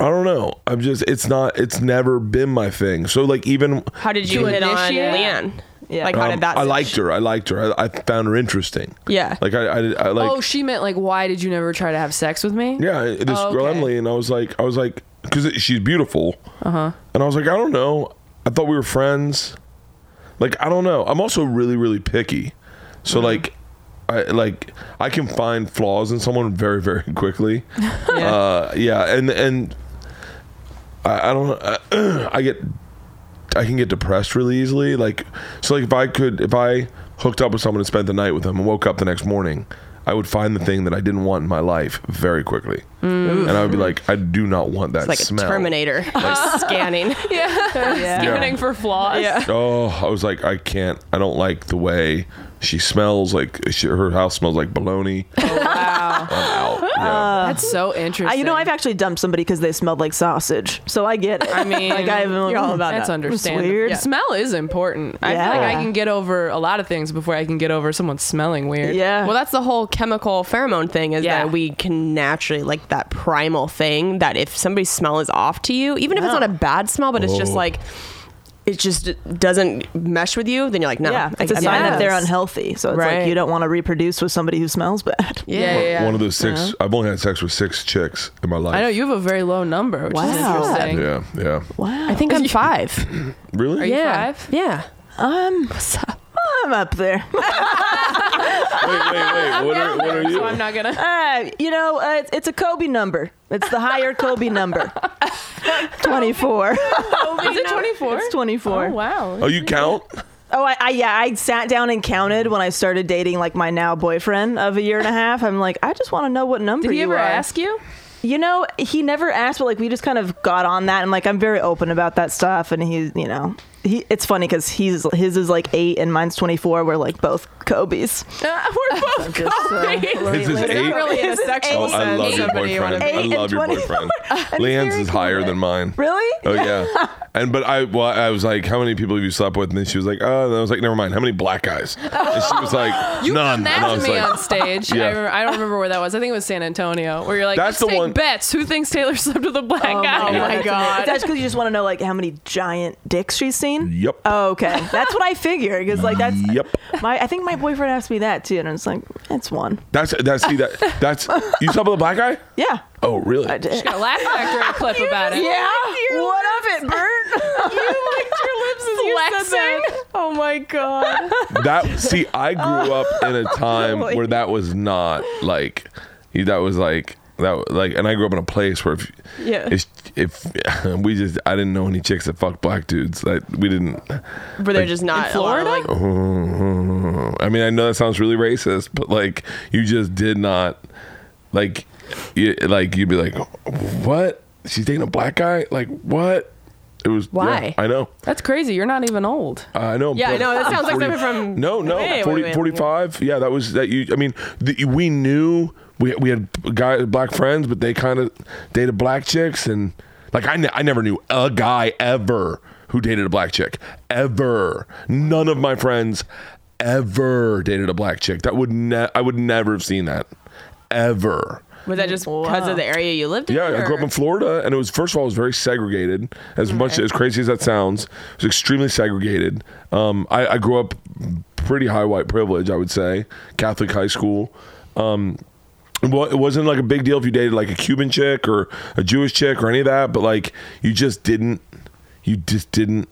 [SPEAKER 1] I don't know. I'm just it's not it's never been my thing. So like even
[SPEAKER 5] How did you
[SPEAKER 4] To
[SPEAKER 5] hit on
[SPEAKER 4] initiate?
[SPEAKER 5] Leanne?
[SPEAKER 6] Yeah.
[SPEAKER 5] Like how
[SPEAKER 1] um,
[SPEAKER 5] did that?
[SPEAKER 1] I liked her. I liked her. I, I found her interesting.
[SPEAKER 5] Yeah.
[SPEAKER 1] Like I I, I like
[SPEAKER 4] oh, she meant like why did you never try to have sex with me?
[SPEAKER 1] yeah, this
[SPEAKER 4] Oh,
[SPEAKER 1] girl
[SPEAKER 4] okay.
[SPEAKER 1] Emily and I was like I was like cuz she's beautiful. Uh-huh. And I was like I don't know. I thought we were friends. Like I don't know. I'm also really really picky. So like I like I can find flaws in someone very very quickly.
[SPEAKER 5] Yeah.
[SPEAKER 1] Uh, yeah, and and I, I don't. I, I get. I can get depressed really easily. Like so, like if I could, if I hooked up with someone and spent the night with them and woke up the next morning, I would find the thing that I didn't want in my life very quickly,
[SPEAKER 4] Mm.
[SPEAKER 1] and I would be like, I do not want that
[SPEAKER 5] It's like a
[SPEAKER 1] smell.
[SPEAKER 5] Terminator scanning.
[SPEAKER 4] Scanning for flaws. Yeah.
[SPEAKER 1] Oh, I was like, I can't. I don't like the way she smells. Like she, her house smells like bologna.
[SPEAKER 4] Oh, Wow.
[SPEAKER 1] I'm
[SPEAKER 4] Ah.
[SPEAKER 1] out. Yeah.
[SPEAKER 4] That's so interesting.
[SPEAKER 6] I, you know, I've actually dumped somebody because they smelled like sausage. So I get it. I
[SPEAKER 4] mean,
[SPEAKER 6] like I've been
[SPEAKER 5] you're all about
[SPEAKER 4] That's
[SPEAKER 5] that.
[SPEAKER 4] understandable.
[SPEAKER 6] It's weird.
[SPEAKER 4] Yeah. Smell is important. I feel like
[SPEAKER 6] Yeah.
[SPEAKER 4] I can get over a lot of things before I can get over someone smelling weird.
[SPEAKER 6] Yeah.
[SPEAKER 5] Well, that's the whole chemical pheromone thing is
[SPEAKER 4] Yeah.
[SPEAKER 5] that we can naturally like that primal thing that if somebody's smell is off to you, even if it's not a bad smell, but it's just
[SPEAKER 1] Oh.
[SPEAKER 5] like it just doesn't mesh with you, then you're like, no,
[SPEAKER 6] yeah, it's a
[SPEAKER 5] I- I'm
[SPEAKER 6] sign
[SPEAKER 5] out
[SPEAKER 6] that
[SPEAKER 5] of
[SPEAKER 6] they're
[SPEAKER 5] this.
[SPEAKER 6] unhealthy. So it's
[SPEAKER 5] Right.
[SPEAKER 6] like you don't want to reproduce with somebody who smells bad.
[SPEAKER 4] Yeah. yeah, yeah.
[SPEAKER 1] One of those 6 i I've only had sex with six chicks in my life.
[SPEAKER 4] I know you have a very low number, which is
[SPEAKER 6] Wow.
[SPEAKER 4] interesting.
[SPEAKER 1] Yeah, yeah.
[SPEAKER 6] Wow.
[SPEAKER 5] I think I'm five.
[SPEAKER 1] Really?
[SPEAKER 4] Are you
[SPEAKER 5] yeah.
[SPEAKER 4] five?
[SPEAKER 5] Yeah.
[SPEAKER 6] um, I'm up there.
[SPEAKER 1] wait, wait, wait. What are, what are you?
[SPEAKER 4] So I'm not gonna.
[SPEAKER 6] Uh, you know, uh, it's, it's a Kobe number. It's the higher Kobe number. 24.
[SPEAKER 4] Is it 24?
[SPEAKER 6] It's 24.
[SPEAKER 4] Oh wow.
[SPEAKER 1] Oh, you count?
[SPEAKER 6] Oh, I, I yeah, I sat down and counted when I started dating like my now boyfriend of a year and a half. I'm like, I just want to know what number
[SPEAKER 4] Did he
[SPEAKER 6] you
[SPEAKER 4] ever
[SPEAKER 6] are.
[SPEAKER 4] ask you?
[SPEAKER 6] You know, he never asked, but like we just kind of got on that, and like I'm very open about that stuff. And he's, you know, he it's funny because he's his is like eight and mine's 24. We're like both Kobe's.
[SPEAKER 5] Uh, we're both Kobe's.
[SPEAKER 1] This is eight.
[SPEAKER 5] really in a sexual
[SPEAKER 1] Oh,
[SPEAKER 5] sense.
[SPEAKER 1] I love your
[SPEAKER 5] Somebody wanna
[SPEAKER 1] boyfriend.
[SPEAKER 5] be-
[SPEAKER 1] I
[SPEAKER 6] Eight and
[SPEAKER 1] love your
[SPEAKER 6] 20.
[SPEAKER 1] boyfriend. Leanne's is higher than mine.
[SPEAKER 6] Really?
[SPEAKER 1] Oh yeah. And but I well, I was like, how many people have you slept with? And then she was like, oh, and I was like, never mind. How many black guys? And she was like,
[SPEAKER 4] You've
[SPEAKER 1] none.
[SPEAKER 4] done
[SPEAKER 1] and I
[SPEAKER 4] that to
[SPEAKER 1] was
[SPEAKER 4] me
[SPEAKER 1] like,
[SPEAKER 4] on stage.
[SPEAKER 1] Yeah.
[SPEAKER 4] I, remember, I don't remember where that was. I think it was San Antonio, where you're like,
[SPEAKER 1] That's
[SPEAKER 4] That's
[SPEAKER 1] the
[SPEAKER 4] let's take
[SPEAKER 1] one-
[SPEAKER 4] bets. Who thinks Taylor slept with a black guy?
[SPEAKER 5] Oh my
[SPEAKER 6] That's amazing.
[SPEAKER 5] god.
[SPEAKER 6] That's because you just want to know like how many giant dicks she's seen.
[SPEAKER 1] Yep.
[SPEAKER 6] Oh, okay. That's what I figured because like that's
[SPEAKER 1] Yep.
[SPEAKER 6] My I think my boyfriend asked me that too, and it's like it's one.
[SPEAKER 1] that's that's see that that's you slept with a black guy?
[SPEAKER 6] Yeah.
[SPEAKER 1] Oh really?
[SPEAKER 6] I did.
[SPEAKER 4] Got a laugh factory clip about it.
[SPEAKER 6] Yeah. What of it, Bert?
[SPEAKER 4] Flexing.
[SPEAKER 5] Oh my god.
[SPEAKER 1] That see, I grew up in a time where that was not like that was like that was like, and I grew up in a place where if
[SPEAKER 5] Yeah.
[SPEAKER 1] if, if we just I didn't know any chicks that fucked black dudes. Like we didn't.
[SPEAKER 5] But they're just not
[SPEAKER 4] Florida?
[SPEAKER 5] allowed, like,
[SPEAKER 1] I mean, I know that sounds really racist, but like you just did not like you, like you'd be like, what? She's dating a black guy? Like what? It was yeah,
[SPEAKER 4] Why?
[SPEAKER 1] I know.
[SPEAKER 4] That's crazy. You're not even old.
[SPEAKER 1] Uh, I know.
[SPEAKER 5] Yeah, I
[SPEAKER 1] but-
[SPEAKER 5] know, that sounds like something from-
[SPEAKER 1] No, no,
[SPEAKER 5] Hey,
[SPEAKER 1] 40,
[SPEAKER 5] wait, wait.
[SPEAKER 1] 45. Yeah, that was that. You, I mean, the, we knew we we had guy black friends, but they kind of dated black chicks, and like I, ne- I never knew a guy ever who dated a black chick ever. None of my friends ever dated a black chick. That would ne- I would never have seen that ever.
[SPEAKER 5] was that just because of the area you lived in?
[SPEAKER 1] Yeah, I grew up in
[SPEAKER 5] or-
[SPEAKER 1] Florida, and it was first of all, it was very segregated. As much as crazy as that sounds, it was extremely segregated. Um, I, I grew up pretty high white privilege, I would say, Catholic high school. Um, it wa- it wasn't like a big deal if you dated like a Cuban chick or a Jewish chick or any of that, but like you just didn't, you just didn't.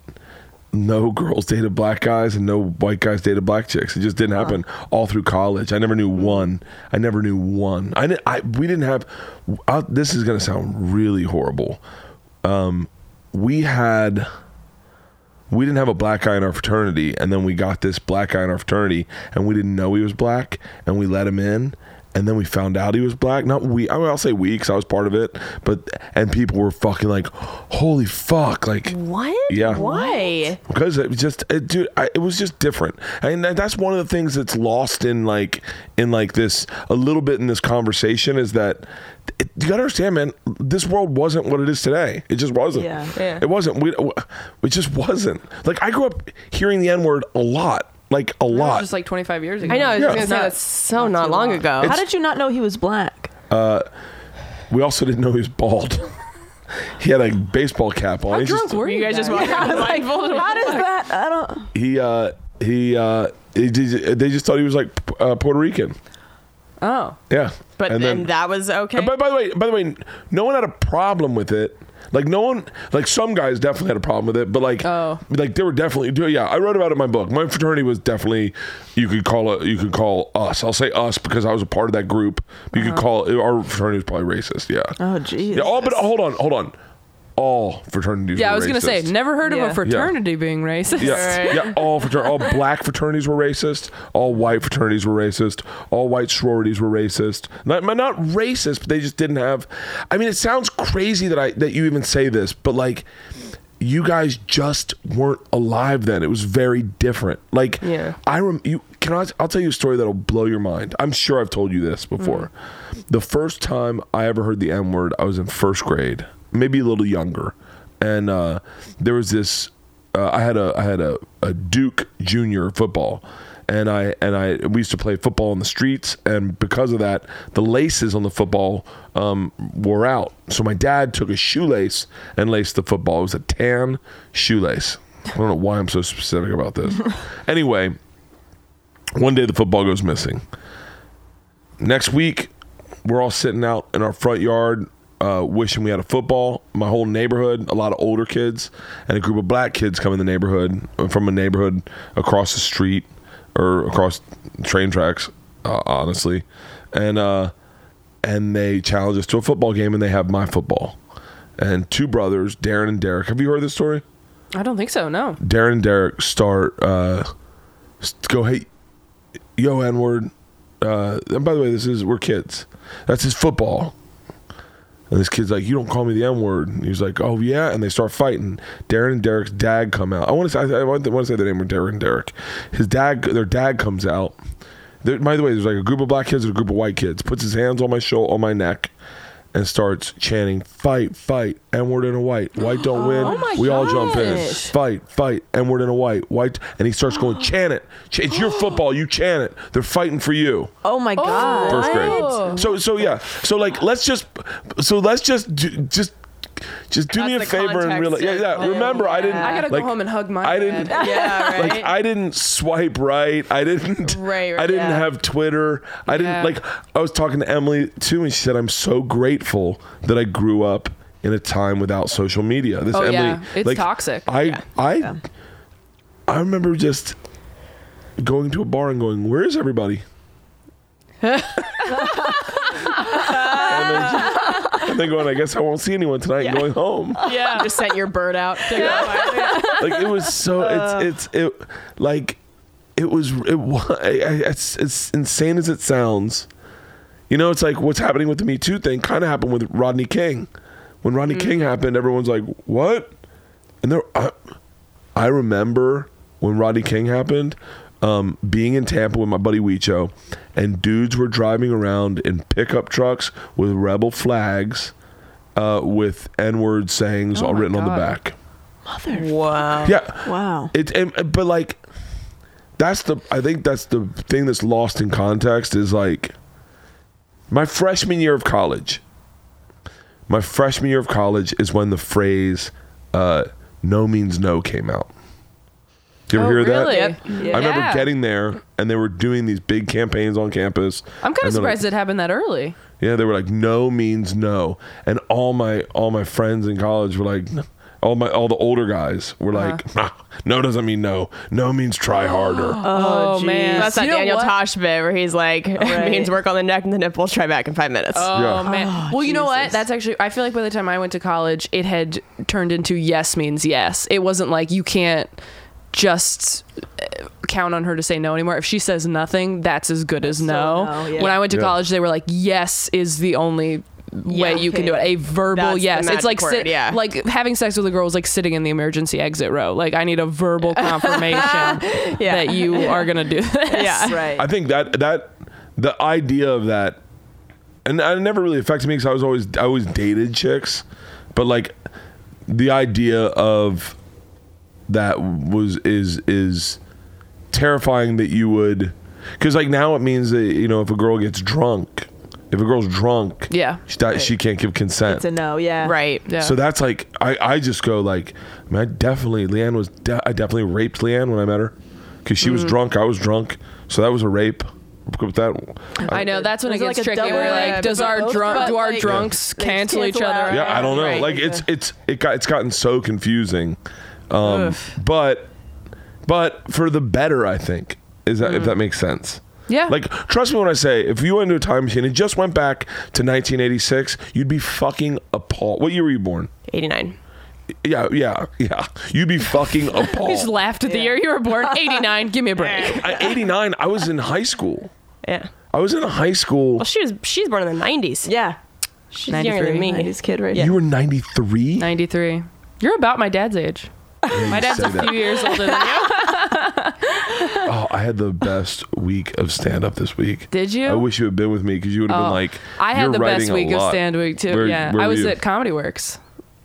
[SPEAKER 1] No girls dated black guys and no white guys dated black chicks. It just didn't happen all through college. I never knew one. I never knew one. I, didn't- I we didn't have. I, this is gonna sound really horrible. Um, we had we didn't have a black guy in our fraternity, and then we got this black guy in our fraternity, and we didn't know he was black, and we let him in, and then we found out he was black. Not we, I mean, I'll say we, 'cause I was part of it, but and people were fucking like, holy fuck, like
[SPEAKER 5] What?
[SPEAKER 1] Yeah.
[SPEAKER 5] Why?
[SPEAKER 1] because it was just it, dude I, it was just different and that- that's one of the things that's lost in like in like this a little bit in this conversation is that it, you gotta understand man this world wasn't what it is today it just wasn't
[SPEAKER 6] Yeah.
[SPEAKER 5] Yeah.
[SPEAKER 1] it wasn't we it just wasn't like i grew up hearing the n-word a lot like a
[SPEAKER 4] That was
[SPEAKER 1] lot
[SPEAKER 4] just like 25 years ago.
[SPEAKER 5] I know. I was
[SPEAKER 1] Yeah.
[SPEAKER 5] just gonna
[SPEAKER 1] It's
[SPEAKER 5] say
[SPEAKER 4] not-
[SPEAKER 5] that's so not long ago.
[SPEAKER 6] How did you not know he was black?
[SPEAKER 1] we also didn't know he was bald he had a baseball cap on He just-
[SPEAKER 4] Drunk, were you guys just walking around blindfolded?
[SPEAKER 6] How does that? I don't.
[SPEAKER 1] he uh he uh he, did- they just thought he was like uh, puerto rican
[SPEAKER 4] Oh.
[SPEAKER 1] yeah
[SPEAKER 5] but
[SPEAKER 1] And
[SPEAKER 5] then, that was okay.
[SPEAKER 1] And by, by the way, by the way, no one had a problem with it. Like no one, like some guys definitely had a problem with it, but like,
[SPEAKER 4] Oh.
[SPEAKER 1] like they were definitely. Yeah, I wrote about it in my book. My fraternity was definitely. You could call it. You could call us. I'll say us because I was a part of that group. You
[SPEAKER 4] Uh-huh.
[SPEAKER 1] could call our fraternity was probably racist. Yeah.
[SPEAKER 6] Oh, jeez.
[SPEAKER 1] yeah. All but hold on, hold on. All fraternities.
[SPEAKER 4] Yeah,
[SPEAKER 1] were
[SPEAKER 4] I was gonna say,
[SPEAKER 1] racist.
[SPEAKER 4] never heard
[SPEAKER 6] Yeah.
[SPEAKER 4] of
[SPEAKER 6] Yeah.
[SPEAKER 4] a fraternity being racist.
[SPEAKER 1] Yeah, yeah. All frater- all black fraternities were racist. All white fraternities were racist. All white sororities were racist. Not not racist, but they just didn't have. I mean, it sounds crazy that I that you even say this, but like, you guys just weren't alive then. It was very different. Like,
[SPEAKER 5] Yeah.
[SPEAKER 1] I rem- you can I, I'll tell you a story that'll blow your mind. I'm sure I've told you this before. The first time I ever heard the N word, I was in first grade, maybe a little younger, and uh, there was this. Uh, I had a I had a, a Duke junior football, and I and I we used to play football on the streets, and because of that, the laces on the football um, wore out. So my dad took a shoelace and laced the football. It was a tan shoelace. I don't know why I'm so specific about this. anyway, one day the football goes missing. Next week, we're all sitting out in our front yard, uh, wishing we had a football. My whole neighborhood, a lot of older kids, and a group of black kids come in the neighborhood uh, from a neighborhood across the street or across train tracks, uh, honestly, and uh, and they challenge us to a football game, and they have my football, and two brothers, Darren and Derek. Have you heard this story?
[SPEAKER 4] I don't think so. No.
[SPEAKER 1] Darren and Derek start uh, s- go hey, yo N word. Uh, and by the way, this is we're kids. That's his football. And this kid's like, "You don't call me the M word." And he's like, "Oh yeah," and they start fighting. Darren and Derek's dad come out. I want to say I, I want to say the name of Darren and Derek. His dad, their dad comes out. There, by the way, there's like a group of black kids and a group of white kids. Puts his hands on my shoulder, on my neck, and starts chanting, "Fight, fight, N word and a white. White don't win.
[SPEAKER 4] Oh my
[SPEAKER 1] we all jump in.
[SPEAKER 4] gosh.
[SPEAKER 1] Fight, fight, N word and a white. White." And he starts going, "Chant it. Ch- It's your football. You chant it. They're fighting for you."
[SPEAKER 6] Oh my god.
[SPEAKER 1] First
[SPEAKER 4] Oh.
[SPEAKER 1] grade. So so yeah. So like let's just so let's just do- just just do me a
[SPEAKER 5] the
[SPEAKER 1] favor and
[SPEAKER 5] context
[SPEAKER 1] realize. Yeah,
[SPEAKER 5] of-
[SPEAKER 1] yeah.
[SPEAKER 5] Oh,
[SPEAKER 1] Remember, I didn't.
[SPEAKER 4] I gotta go
[SPEAKER 1] like,
[SPEAKER 4] home and hug my.
[SPEAKER 1] I didn't.
[SPEAKER 4] dad.
[SPEAKER 5] Yeah, right.
[SPEAKER 1] Like I didn't swipe right. I didn't.
[SPEAKER 5] Right, right,
[SPEAKER 1] I didn't
[SPEAKER 5] yeah.
[SPEAKER 1] have Twitter. I didn't
[SPEAKER 4] Yeah.
[SPEAKER 1] like. I was talking to Emily too, and she said, "I'm so grateful that I grew up in a time without social media." This
[SPEAKER 4] Oh,
[SPEAKER 1] Emily,
[SPEAKER 4] yeah. It's
[SPEAKER 1] like,
[SPEAKER 4] toxic.
[SPEAKER 1] I,
[SPEAKER 4] Yeah.
[SPEAKER 1] I, I remember just going to a bar and going, "Where is everybody?" and, then, and then going, "I guess I won't see anyone tonight." And going home
[SPEAKER 5] Yeah. Just sent your bird out. To go
[SPEAKER 1] like it was so
[SPEAKER 4] Uh.
[SPEAKER 1] it's it's it like it was it wa- I- I- it's it's insane as it sounds you know it's like what's happening with the me too thing kind of happened with rodney king when rodney
[SPEAKER 4] Mm.
[SPEAKER 1] king happened everyone's like what and there I, I remember when rodney king happened um, being in Tampa with my buddy Weecho, and dudes were driving around in pickup trucks with rebel flags, uh, with N-word sayings
[SPEAKER 4] Oh
[SPEAKER 1] all
[SPEAKER 4] my
[SPEAKER 1] written on the
[SPEAKER 4] God. Oh,
[SPEAKER 1] back.
[SPEAKER 5] by. wow.
[SPEAKER 1] Yeah,
[SPEAKER 6] Wow.
[SPEAKER 1] it, and, but like, that's the. I think that's the thing that's lost in context is like, my freshman year of college. My freshman year of college is when the phrase uh, "no means no" came out. Do you ever
[SPEAKER 4] Oh,
[SPEAKER 1] hear
[SPEAKER 4] really?
[SPEAKER 1] that?
[SPEAKER 4] Yep. Yeah.
[SPEAKER 1] I remember
[SPEAKER 4] Yeah.
[SPEAKER 1] getting there, and they were doing these big campaigns on campus.
[SPEAKER 4] I'm
[SPEAKER 1] and
[SPEAKER 4] kind of
[SPEAKER 1] they're like-
[SPEAKER 4] surprised it happened that early.
[SPEAKER 1] yeah, they were like, "No means no," and all my all my friends in college were like, "No." all my all the older guys were like, "Ah, "No doesn't mean no. No means try harder."
[SPEAKER 4] Oh, man,
[SPEAKER 5] That's that
[SPEAKER 4] You know
[SPEAKER 5] Daniel
[SPEAKER 4] what?
[SPEAKER 5] Tosh bit where he's like, means work on the neck and the nipples, try back in five minutes.
[SPEAKER 4] Oh
[SPEAKER 1] Yeah.
[SPEAKER 4] man.
[SPEAKER 5] Ah,
[SPEAKER 4] well, you know what? That's actually. I feel like by the time I went to college, it had turned into yes means yes. It wasn't like you can't just uh, count on her to say no anymore. If she says nothing, that's as good as no.
[SPEAKER 6] no, yeah.
[SPEAKER 4] When I went to
[SPEAKER 1] Yeah.
[SPEAKER 4] college, they were like yes is the only way you can do it. A verbal
[SPEAKER 5] That's the
[SPEAKER 4] yes. It's
[SPEAKER 5] magic
[SPEAKER 4] like
[SPEAKER 5] word, yeah.
[SPEAKER 4] like having sex with a girl is like sitting in the emergency exit row. Like I need a verbal confirmation that you are gonna do this.
[SPEAKER 5] Yeah.
[SPEAKER 1] I
[SPEAKER 6] Right.
[SPEAKER 1] think that that the idea of that, and it never really affected me because I was always I always dated chicks, but like the idea of that was is is terrifying that you would because like now it means that you know if a girl gets drunk, if a girl's drunk,
[SPEAKER 4] Yeah.
[SPEAKER 1] she, that, she can't give consent.
[SPEAKER 6] To know, yeah.
[SPEAKER 5] Right.
[SPEAKER 4] Yeah.
[SPEAKER 1] So that's like I, I just go like I, mean, I definitely Leanne was de- I definitely raped Leanne when I met her because she
[SPEAKER 4] Mm.
[SPEAKER 1] was drunk I was drunk so that was a rape with that
[SPEAKER 4] I know that's when it
[SPEAKER 6] Was it
[SPEAKER 4] gets
[SPEAKER 6] like a
[SPEAKER 4] tricky.
[SPEAKER 6] double
[SPEAKER 4] We're
[SPEAKER 6] rap?
[SPEAKER 4] like, does
[SPEAKER 6] But
[SPEAKER 4] our
[SPEAKER 6] both
[SPEAKER 4] drunk
[SPEAKER 6] got,
[SPEAKER 4] do our
[SPEAKER 6] like,
[SPEAKER 4] drunks
[SPEAKER 6] they
[SPEAKER 4] cancel each
[SPEAKER 6] cancel
[SPEAKER 4] other?
[SPEAKER 6] out.
[SPEAKER 4] out?
[SPEAKER 1] yeah I don't know
[SPEAKER 5] Right.
[SPEAKER 1] like it's it's it got it's gotten so confusing um, but but for the better I think is that if that makes sense
[SPEAKER 4] Mm. Yeah.
[SPEAKER 1] like trust me when I say if you went into a time machine and just went back to 1986 you'd be fucking appalled what year were you born
[SPEAKER 5] 89.
[SPEAKER 1] yeah yeah yeah you'd be fucking appalled
[SPEAKER 4] You just laughed at the year you were born. 89, give me a break.
[SPEAKER 1] I, 89 i was in high school
[SPEAKER 5] Yeah.
[SPEAKER 1] i was in high school
[SPEAKER 4] Oh,
[SPEAKER 5] Well, she was, she's born in the 90s.
[SPEAKER 6] Yeah.
[SPEAKER 5] She's younger than me.
[SPEAKER 6] 90s kid right
[SPEAKER 1] you were 93
[SPEAKER 4] 93. You're about my dad's age. My dad's
[SPEAKER 1] say
[SPEAKER 4] a
[SPEAKER 1] that.
[SPEAKER 4] few years older than you.
[SPEAKER 1] oh i had the best week of stand-up this week
[SPEAKER 4] Did you?
[SPEAKER 1] i wish you had been with me because you would have
[SPEAKER 4] Oh.
[SPEAKER 1] been like
[SPEAKER 4] I had
[SPEAKER 1] "You're
[SPEAKER 4] the
[SPEAKER 1] writing
[SPEAKER 4] best
[SPEAKER 1] a
[SPEAKER 4] week of
[SPEAKER 1] lot."
[SPEAKER 4] stand week too.
[SPEAKER 1] Where-
[SPEAKER 4] yeah.
[SPEAKER 1] where
[SPEAKER 4] I
[SPEAKER 1] were
[SPEAKER 4] was
[SPEAKER 1] you?
[SPEAKER 4] at Comedy Works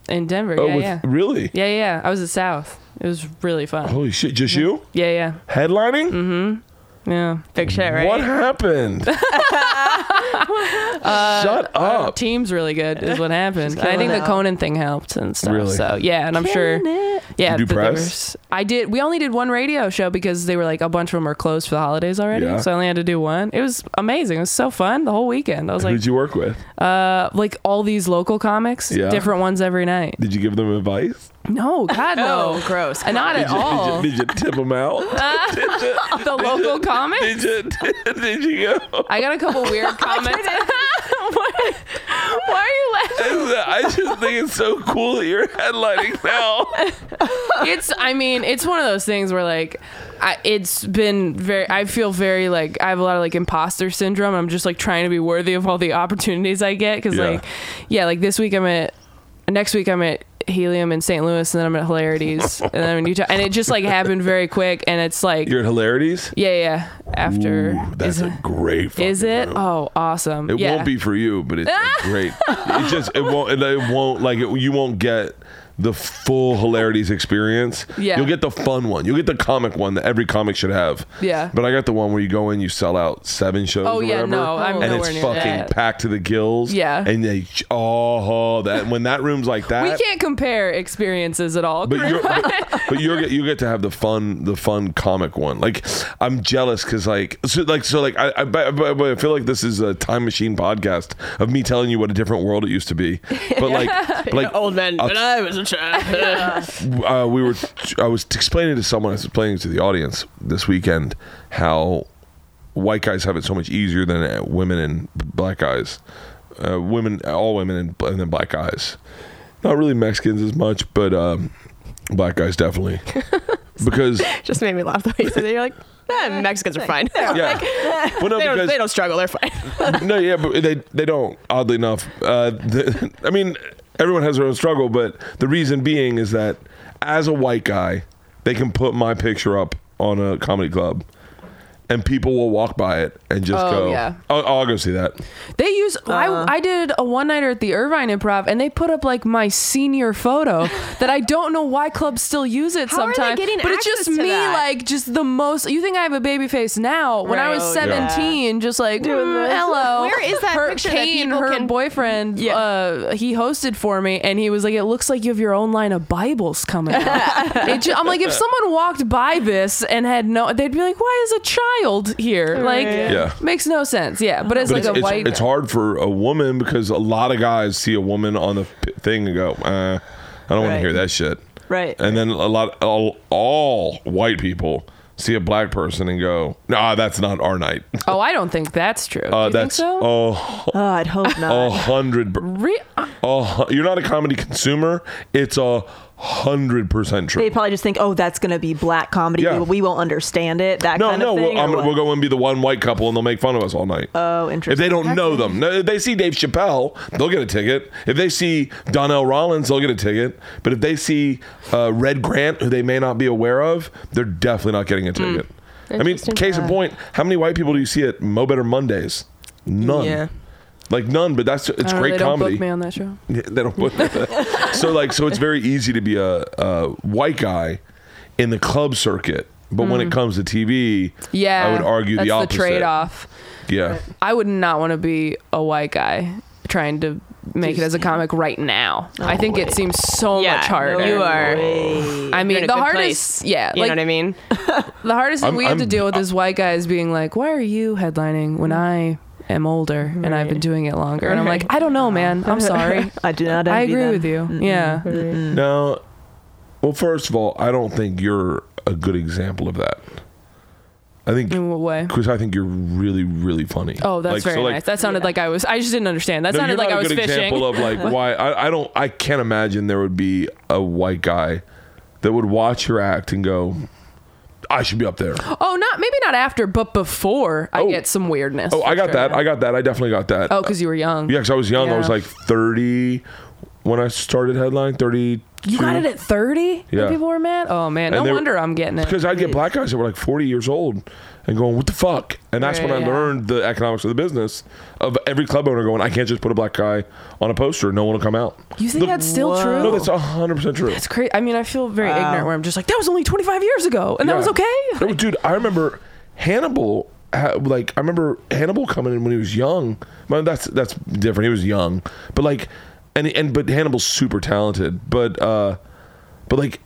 [SPEAKER 4] in Denver.
[SPEAKER 1] oh
[SPEAKER 4] yeah,
[SPEAKER 1] with,
[SPEAKER 4] yeah.
[SPEAKER 1] really
[SPEAKER 4] yeah, yeah. I was at South. It was really fun.
[SPEAKER 1] holy shit just you
[SPEAKER 4] Yeah, Mm-hmm. yeah.
[SPEAKER 1] headlining
[SPEAKER 4] Yeah.
[SPEAKER 5] Big shit, right?
[SPEAKER 1] what happened
[SPEAKER 4] Uh,
[SPEAKER 1] shut
[SPEAKER 4] Our
[SPEAKER 1] up
[SPEAKER 4] team's really good is what happened. I think the Conan thing helped and stuff.
[SPEAKER 1] Really?
[SPEAKER 4] So yeah, and I'm sure. Yeah,
[SPEAKER 1] You do
[SPEAKER 4] but there
[SPEAKER 1] press?
[SPEAKER 4] was- I did. We only did one radio show because they were like a bunch of them are closed for the holidays already.
[SPEAKER 1] Yeah.
[SPEAKER 4] So I only had to do one. It was amazing. It was so fun the whole weekend. I was like,
[SPEAKER 1] who'd you work with
[SPEAKER 4] uh, like all these local comics,
[SPEAKER 1] Yeah.
[SPEAKER 4] different ones every night.
[SPEAKER 1] did you give them advice
[SPEAKER 4] No, God no,
[SPEAKER 5] Oh, gross.
[SPEAKER 4] Uh, not at
[SPEAKER 1] did, you,
[SPEAKER 4] all.
[SPEAKER 1] did, you, did you tip them out
[SPEAKER 4] the local comics.
[SPEAKER 1] did you did you go
[SPEAKER 4] I got a couple weird comments. What? Why are you laughing?
[SPEAKER 1] I just think it's so cool that you're headlining now.
[SPEAKER 4] it's i mean it's one of those things where like I, it's been very i feel very like i have a lot of like imposter syndrome i'm just like trying to be worthy of all the opportunities i get because
[SPEAKER 1] Yeah.
[SPEAKER 4] like yeah like this week i'm at next week i'm at helium in st louis and then i'm at hilarities and then i'm in utah and it just like happened very quick and it's like
[SPEAKER 1] You're at Hilarities?
[SPEAKER 4] yeah yeah after
[SPEAKER 1] Ooh, that's
[SPEAKER 4] is,
[SPEAKER 1] a great fucking
[SPEAKER 4] is it
[SPEAKER 1] room.
[SPEAKER 4] oh awesome
[SPEAKER 1] It
[SPEAKER 4] yeah.
[SPEAKER 1] won't be for you, but it's like, great. It just it won't it, it won't like it, you won't get the full hilarities experience.
[SPEAKER 4] Yeah.
[SPEAKER 1] You'll get the fun one. You'll get the comic one that every comic should have.
[SPEAKER 4] Yeah.
[SPEAKER 1] But I got the one where you go in, you sell out seven shows.
[SPEAKER 4] Oh,
[SPEAKER 1] or
[SPEAKER 4] yeah,
[SPEAKER 1] whatever,
[SPEAKER 4] no, I'm
[SPEAKER 1] and
[SPEAKER 4] nowhere
[SPEAKER 1] it's
[SPEAKER 4] near
[SPEAKER 1] fucking
[SPEAKER 4] that.
[SPEAKER 1] packed to the gills.
[SPEAKER 4] Yeah.
[SPEAKER 1] And they oh that when that room's like that.
[SPEAKER 4] we can't compare experiences at all
[SPEAKER 1] But you're, but, but you're get- you get to have the fun the fun comic one. Like I'm jealous because like so like so like I I, but- but- but I feel like this is a time machine podcast of me telling you what a different world it used to be. But like but, like
[SPEAKER 5] Old man,
[SPEAKER 1] I'll-
[SPEAKER 5] when I was a child.
[SPEAKER 1] uh, we were I was explaining to someone I was explaining to the audience this weekend how white guys have it so much easier than uh, women and black guys uh, women all women and, and then black guys not really Mexicans as much but um, black guys definitely because
[SPEAKER 5] Just made me laugh the way you said that. You're like, eh, Mexicans are fine.
[SPEAKER 1] yeah well, no,
[SPEAKER 5] they, don't,
[SPEAKER 1] because-
[SPEAKER 5] they don't struggle. They're fine.
[SPEAKER 1] no, yeah, but they they don't. Oddly enough, uh, the, I mean, everyone has their own struggle, but the reason being is that as a white guy, they can put my picture up on a comedy club, and people will walk by it and just
[SPEAKER 4] Oh,
[SPEAKER 1] go,
[SPEAKER 4] yeah.
[SPEAKER 1] I'll, I'll go see that."
[SPEAKER 4] They use
[SPEAKER 5] Uh.
[SPEAKER 4] I, I did a one nighter at the Irvine Improv and they put up like my senior photo that I don't know why clubs still use it
[SPEAKER 5] How are they
[SPEAKER 4] sometimes.
[SPEAKER 5] getting
[SPEAKER 4] But it's just
[SPEAKER 5] access to
[SPEAKER 4] me
[SPEAKER 5] that?
[SPEAKER 4] like just the most you think I have a baby face now. When I
[SPEAKER 5] Right.
[SPEAKER 4] was
[SPEAKER 5] Oh,
[SPEAKER 1] yeah.
[SPEAKER 4] 17 just like mm, hello.
[SPEAKER 5] Where is that
[SPEAKER 4] her,
[SPEAKER 5] picture that
[SPEAKER 4] Kane,
[SPEAKER 5] people
[SPEAKER 4] her
[SPEAKER 5] can-
[SPEAKER 4] boyfriend
[SPEAKER 5] Yeah.
[SPEAKER 4] uh, he hosted for me and he was like it looks like you have your own line of Bibles coming out. It ju- I'm like if someone walked by this and had no they'd be like why is a child here? Like
[SPEAKER 1] Yeah.
[SPEAKER 4] makes no sense. Yeah, but it's
[SPEAKER 1] But
[SPEAKER 4] like
[SPEAKER 1] it's,
[SPEAKER 4] a
[SPEAKER 1] it's,
[SPEAKER 4] white
[SPEAKER 1] it's hard for a woman because a lot of guys see a woman on the p- thing and go, uh, "I don't want to
[SPEAKER 6] Right.
[SPEAKER 1] hear that shit."
[SPEAKER 6] Right.
[SPEAKER 1] And then a lot, all, all white people see a black person and go, "Nah, that's not our night."
[SPEAKER 4] Oh, I don't think that's true. Do
[SPEAKER 1] Uh,
[SPEAKER 4] you
[SPEAKER 1] that's
[SPEAKER 4] think so?
[SPEAKER 1] oh,
[SPEAKER 6] Oh, I'd hope not.
[SPEAKER 1] A hundred. per-
[SPEAKER 4] Re- uh,
[SPEAKER 1] a hu- You're not a comedy consumer. It's a hundred percent true.
[SPEAKER 6] They probably just think, oh, that's going to be black comedy.
[SPEAKER 1] Yeah.
[SPEAKER 6] We, we won't understand it. That
[SPEAKER 1] no,
[SPEAKER 6] kind
[SPEAKER 1] no.
[SPEAKER 6] of thing.
[SPEAKER 1] We'll,
[SPEAKER 6] or
[SPEAKER 1] I'm,
[SPEAKER 6] what?
[SPEAKER 1] we'll go and be the one white couple, and they'll make fun of us all night.
[SPEAKER 6] Oh,
[SPEAKER 1] if
[SPEAKER 6] interesting.
[SPEAKER 1] they don't know them, no, if they see Dave Chappelle, they'll get a ticket. If they see Donnell Rollins, they'll get a ticket. But if they see uh, Red Grant, who they may not be aware of, they're definitely not getting a ticket. I mean,
[SPEAKER 5] Interesting
[SPEAKER 1] case in
[SPEAKER 5] thought.
[SPEAKER 1] point, how many white people do you see at Mo Better Mondays? None.
[SPEAKER 5] Yeah.
[SPEAKER 1] Like none, but that's it's
[SPEAKER 4] I don't know,
[SPEAKER 1] great
[SPEAKER 4] Oh, they
[SPEAKER 1] comedy.
[SPEAKER 4] Don't book me on that show.
[SPEAKER 1] Yeah, they don't put so like so it's very easy to be a, a white guy in the club circuit, but when
[SPEAKER 4] Mm.
[SPEAKER 1] it comes to TV,
[SPEAKER 4] Yeah,
[SPEAKER 1] I would argue
[SPEAKER 4] that's
[SPEAKER 1] the opposite.
[SPEAKER 4] trade-off.
[SPEAKER 1] Yeah,
[SPEAKER 4] I would not want to be a white guy trying to make it as a comic right now. I think it seems so
[SPEAKER 5] Yeah,
[SPEAKER 4] much harder.
[SPEAKER 5] You
[SPEAKER 4] I
[SPEAKER 5] are. You're in
[SPEAKER 4] mean,
[SPEAKER 5] a
[SPEAKER 4] the
[SPEAKER 5] good
[SPEAKER 4] hardest.
[SPEAKER 5] place.
[SPEAKER 4] Yeah,
[SPEAKER 5] You
[SPEAKER 4] like
[SPEAKER 5] know what I mean?
[SPEAKER 4] the hardest thing
[SPEAKER 1] I'm-
[SPEAKER 4] we have to
[SPEAKER 1] I'm-
[SPEAKER 4] deal with is white guys being like, "Why are you headlining
[SPEAKER 5] Mm.
[SPEAKER 4] when I am older and I've been doing it longer?" And I'm like, "I don't know, man. I'm sorry.
[SPEAKER 6] I do not.
[SPEAKER 4] I
[SPEAKER 6] envy
[SPEAKER 4] agree
[SPEAKER 6] them.
[SPEAKER 4] with you. Yeah,
[SPEAKER 1] Now, well, first of all, I don't think you're a good example of that. I think
[SPEAKER 4] in what way?"
[SPEAKER 1] because I think you're really, really funny.
[SPEAKER 4] Oh, that's
[SPEAKER 1] Like,
[SPEAKER 4] very
[SPEAKER 1] so, like,
[SPEAKER 4] nice. That sounded like I was. I just didn't understand. That
[SPEAKER 1] no,
[SPEAKER 4] sounded
[SPEAKER 1] you're
[SPEAKER 4] like
[SPEAKER 1] not
[SPEAKER 4] I
[SPEAKER 1] a
[SPEAKER 4] was
[SPEAKER 1] good
[SPEAKER 4] fishing.
[SPEAKER 1] example of like why I, I don't I can't imagine there would be a white guy that would watch your act and go, I should be up there.
[SPEAKER 4] Oh, not maybe not after, but before I
[SPEAKER 1] Oh.
[SPEAKER 4] get some weirdness.
[SPEAKER 1] Oh,
[SPEAKER 4] for
[SPEAKER 1] I got
[SPEAKER 4] sure.
[SPEAKER 1] that. I got that. I definitely got that.
[SPEAKER 4] Oh, because you were young.
[SPEAKER 1] yeah, because I was young. I was
[SPEAKER 4] Yeah.
[SPEAKER 1] like 30 when I started headline. 32.
[SPEAKER 4] You got it at thirty.
[SPEAKER 1] Yeah.
[SPEAKER 4] Yeah. People were mad. Oh man,
[SPEAKER 1] And
[SPEAKER 4] no
[SPEAKER 1] they were-
[SPEAKER 4] wonder I'm getting it.
[SPEAKER 1] Because I'd get black guys that were like 40 years old and going, what the fuck? And that's when I
[SPEAKER 4] Right, yeah.
[SPEAKER 1] learned the economics of the business of every club owner going, I can't just put a black guy on a poster. No one will come out.
[SPEAKER 4] You think
[SPEAKER 1] The-
[SPEAKER 4] that's still true?
[SPEAKER 1] No, that's 100% true.
[SPEAKER 4] it's crazy. I mean, I feel very ignorant where I'm just like, that was only 25 years ago, and that was
[SPEAKER 1] Yeah.
[SPEAKER 4] okay.
[SPEAKER 1] No, dude, I remember Hannibal. ha- Like I remember Hannibal coming in when he was young. Well, that's that's different. He was young, but like, and and but Hannibal's super talented. But uh, but like,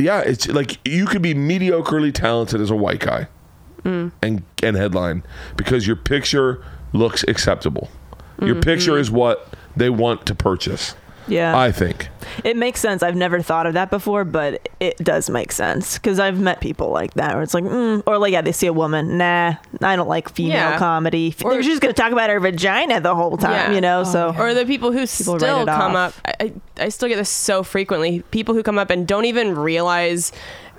[SPEAKER 1] yeah, it's like you could be mediocrely talented as a white guy,
[SPEAKER 4] Mm.
[SPEAKER 1] and and headline because your picture looks
[SPEAKER 4] Mm,
[SPEAKER 1] acceptable. Your picture is what they want to purchase.
[SPEAKER 6] Yeah.
[SPEAKER 1] I think.
[SPEAKER 6] it makes sense. I've never thought of that before, but it does make sense because I've met people like that where it's like, mm, or like, yeah, they see a woman, nah, I don't like female
[SPEAKER 5] Yeah.
[SPEAKER 6] comedy. F- They're just gonna talk about her vagina the whole time,
[SPEAKER 5] Yeah.
[SPEAKER 6] you know. so
[SPEAKER 5] or the people who
[SPEAKER 6] write
[SPEAKER 5] still
[SPEAKER 6] it
[SPEAKER 5] come
[SPEAKER 6] off.
[SPEAKER 5] up I, I I still get this so frequently people who come up and don't even realize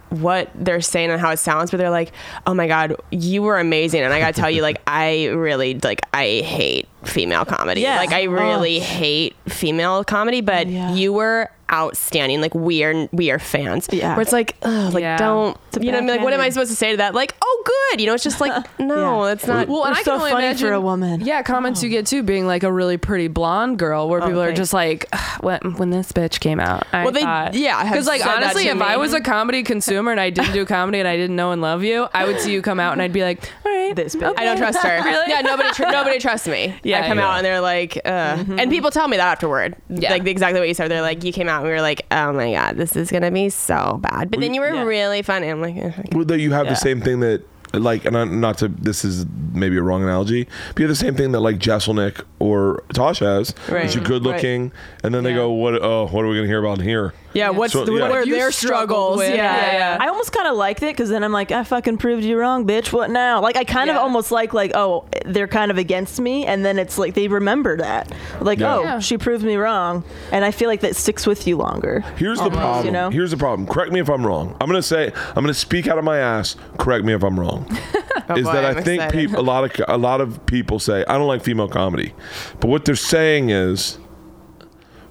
[SPEAKER 5] what they're saying and how it sounds but they're like oh my god you were amazing and i gotta tell you like i really like i hate female comedy
[SPEAKER 6] Yeah.
[SPEAKER 5] like i
[SPEAKER 6] Oh.
[SPEAKER 5] really hate female comedy but
[SPEAKER 6] Yeah.
[SPEAKER 5] you were outstanding like we are we are fans
[SPEAKER 6] Yeah.
[SPEAKER 5] where it's like oh like
[SPEAKER 4] Yeah.
[SPEAKER 5] don't
[SPEAKER 6] It's a
[SPEAKER 5] you know what i mean like what am i
[SPEAKER 6] backhanded-
[SPEAKER 5] supposed to say to that like oh good you know it's just like no
[SPEAKER 6] Yeah.
[SPEAKER 5] that's not
[SPEAKER 4] Well, and
[SPEAKER 6] You're
[SPEAKER 4] I can
[SPEAKER 6] so
[SPEAKER 4] only
[SPEAKER 6] funny
[SPEAKER 4] imagine
[SPEAKER 6] for a woman.
[SPEAKER 4] Yeah, comments you get too being like a really pretty blonde girl, where people are
[SPEAKER 5] thanks.
[SPEAKER 4] just like, "Ugh, when, when this bitch came out. I
[SPEAKER 5] Well, they-
[SPEAKER 4] thought-"
[SPEAKER 5] yeah, have
[SPEAKER 4] because like
[SPEAKER 5] said that
[SPEAKER 4] honestly,
[SPEAKER 5] to
[SPEAKER 4] if
[SPEAKER 5] me.
[SPEAKER 4] I was a comedy consumer and I didn't do comedy and I didn't know and love you, I would see you come out and I'd be like, all right,
[SPEAKER 6] This bitch.
[SPEAKER 5] I don't trust her. Yeah, nobody, tr- nobody trusts me.
[SPEAKER 4] Yeah,
[SPEAKER 5] I come
[SPEAKER 4] yeah. Mm-hmm.
[SPEAKER 5] out and they're like, uh, and people tell me that afterward,
[SPEAKER 4] Yeah.
[SPEAKER 5] like exactly what you said. They're like, you came out and we were like, oh my god, this is gonna be so bad. But then you were really fun. And I'm like, eh, okay.
[SPEAKER 1] Well, though you have
[SPEAKER 5] Yeah.
[SPEAKER 1] the same thing that like, and I'm not to this is maybe a wrong analogy, but you have the same thing that like Jesselnick or Tosh has.
[SPEAKER 5] Right.
[SPEAKER 1] Is you're good looking, and then they go, "What? Oh, what are we gonna hear about in here?"
[SPEAKER 5] yeah, what's
[SPEAKER 1] So,
[SPEAKER 5] the,
[SPEAKER 1] yeah.
[SPEAKER 5] what are
[SPEAKER 1] You
[SPEAKER 5] their
[SPEAKER 4] struggled
[SPEAKER 5] struggles?
[SPEAKER 4] with-
[SPEAKER 5] Yeah,
[SPEAKER 4] Yeah,
[SPEAKER 5] yeah.
[SPEAKER 4] yeah.
[SPEAKER 6] I almost kind of liked it because then I'm like, I fucking proved you wrong, bitch. What now? Like, I kind of
[SPEAKER 4] Yeah.
[SPEAKER 6] almost like, like, oh, they're kind of against me, and then it's like they remember that, like,
[SPEAKER 1] Yeah.
[SPEAKER 6] oh,
[SPEAKER 1] Yeah.
[SPEAKER 6] she proved me wrong, and I feel like that sticks with you longer.
[SPEAKER 1] Here's the
[SPEAKER 6] almost,
[SPEAKER 1] problem.
[SPEAKER 6] you know?
[SPEAKER 1] Here's the problem. Correct me if I'm wrong. I'm gonna say I'm gonna speak out of my ass. Correct me if I'm wrong. is
[SPEAKER 5] Oh, boy,
[SPEAKER 1] that I
[SPEAKER 5] I'm
[SPEAKER 1] think
[SPEAKER 5] excited.
[SPEAKER 1] peop, a lot of a lot of people say I don't like female comedy, but what they're saying is,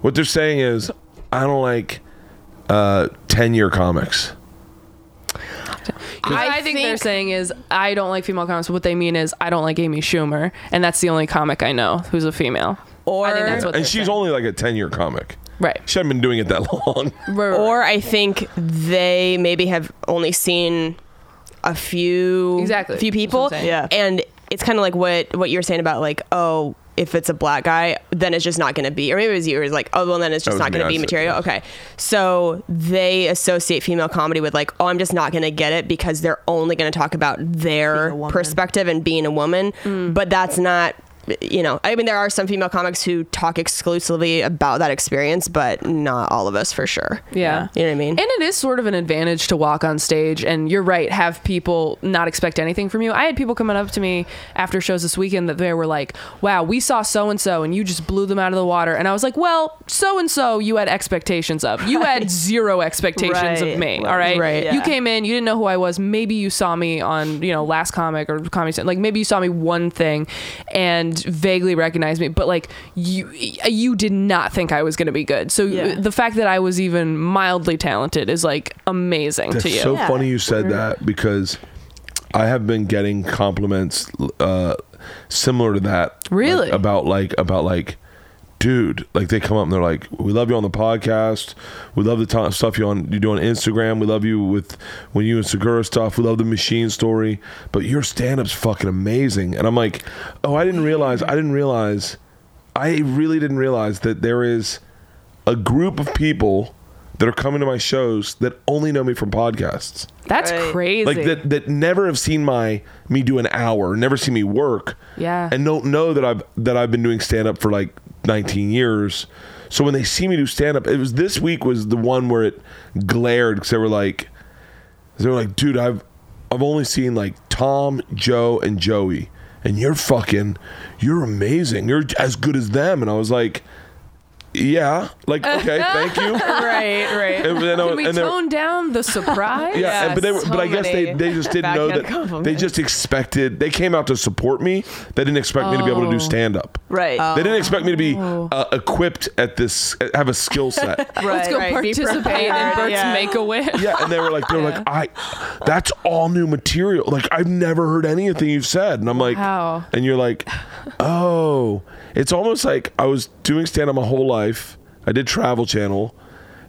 [SPEAKER 1] what they're saying is, I don't like uh, ten year comics.
[SPEAKER 4] What I, think, they're saying is I don't like female comics. What they mean is I don't like Amy Schumer, and that's the only comic I know who's a female.
[SPEAKER 5] Or
[SPEAKER 4] I think that's what
[SPEAKER 1] and
[SPEAKER 4] they're
[SPEAKER 1] she's
[SPEAKER 4] saying.
[SPEAKER 1] only like a 10 year comic.
[SPEAKER 4] Right.
[SPEAKER 1] She hasn't been doing it that long.
[SPEAKER 5] or I think they maybe have only seen a few
[SPEAKER 4] Exactly.
[SPEAKER 5] few people.
[SPEAKER 4] That's what I'm saying.
[SPEAKER 6] Yeah.
[SPEAKER 5] And it's kind of like what what you were saying about like oh if it's a black guy then it's just not going to be or maybe it was you it was like oh well then it's just
[SPEAKER 1] was
[SPEAKER 5] not
[SPEAKER 1] me,
[SPEAKER 5] going to
[SPEAKER 1] I
[SPEAKER 5] be
[SPEAKER 1] said
[SPEAKER 5] material. Okay. So they associate female comedy with like oh I'm just not going to get it because they're only going to talk about their
[SPEAKER 6] Being a woman.
[SPEAKER 5] perspective and being a woman,
[SPEAKER 4] Mm.
[SPEAKER 5] but that's not you know, I mean, there are some female comics who talk exclusively about that experience, but not all of us for sure.
[SPEAKER 4] Yeah.
[SPEAKER 5] You know what I mean?
[SPEAKER 4] And it is sort of an advantage to walk on stage and you're right, have people not expect anything from you. I had people coming up to me after shows this weekend that they were like, Wow, we saw so and so and you just blew them out of the water and I was like, Well, so and so you had expectations of. You had zero expectations
[SPEAKER 6] Right.
[SPEAKER 4] of me. All right.
[SPEAKER 5] Right.
[SPEAKER 4] You
[SPEAKER 6] Yeah.
[SPEAKER 4] came in, you didn't know who I was. Maybe you saw me on, you know, last comic or comedy Cen- like maybe you saw me one thing and vaguely recognized me, but like you you did not think I was gonna be good. So
[SPEAKER 6] Yeah.
[SPEAKER 4] the fact that I was even mildly talented is like amazing to you. Mm-hmm.
[SPEAKER 1] That's so
[SPEAKER 6] Yeah.
[SPEAKER 1] funny you said that because I have been getting compliments uh, similar to that.
[SPEAKER 4] Really?
[SPEAKER 1] Like, about like about like dude, like they come up and they're like, "We love you on the podcast. We love the t- stuff you on you do on Instagram. We love you with when you and Segura stuff. We love the machine story, but your stand-up's fucking amazing." And I'm like, "Oh, I didn't realize. I didn't realize. I really didn't realize that there is a group of people that are coming to my shows that only know me from podcasts."
[SPEAKER 4] That's
[SPEAKER 6] Right.
[SPEAKER 4] crazy.
[SPEAKER 1] like that that never have seen my me do an hour, never seen me work.
[SPEAKER 4] Yeah.
[SPEAKER 1] And don't know that I've that I've been doing stand up for like 19 years. So when they see me do stand up, it was this week was the one where it glared because they were like, they were like, dude, I've I've only seen like Tom, Joe, and Joey, and you're fucking, you're amazing. You're as good as them. And I was like, yeah, like okay, thank you.
[SPEAKER 5] right, right.
[SPEAKER 1] And then I was-
[SPEAKER 4] Can we
[SPEAKER 1] and they were-
[SPEAKER 4] tone down the surprise?
[SPEAKER 1] yeah, and- but they were,
[SPEAKER 5] so
[SPEAKER 1] but I guess they,
[SPEAKER 5] many
[SPEAKER 1] they just didn't know
[SPEAKER 5] backhand
[SPEAKER 1] that they
[SPEAKER 5] compliments.
[SPEAKER 1] just expected they came out to support me. They didn't expect me to be able to do stand up.
[SPEAKER 6] Right.
[SPEAKER 1] They didn't expect me to be uh, equipped at this have a skill set.
[SPEAKER 4] Let's go
[SPEAKER 5] Right, right. Be
[SPEAKER 4] participate in
[SPEAKER 5] prepared,
[SPEAKER 4] Bert's
[SPEAKER 5] yeah.
[SPEAKER 4] Make a Wish.
[SPEAKER 1] yeah, and they were like they were like I that's all new material. Like I've never heard anything you've said. And I'm like
[SPEAKER 4] Wow.
[SPEAKER 1] and you're like oh, it's almost like I was doing stand up my whole life. I did Travel Channel.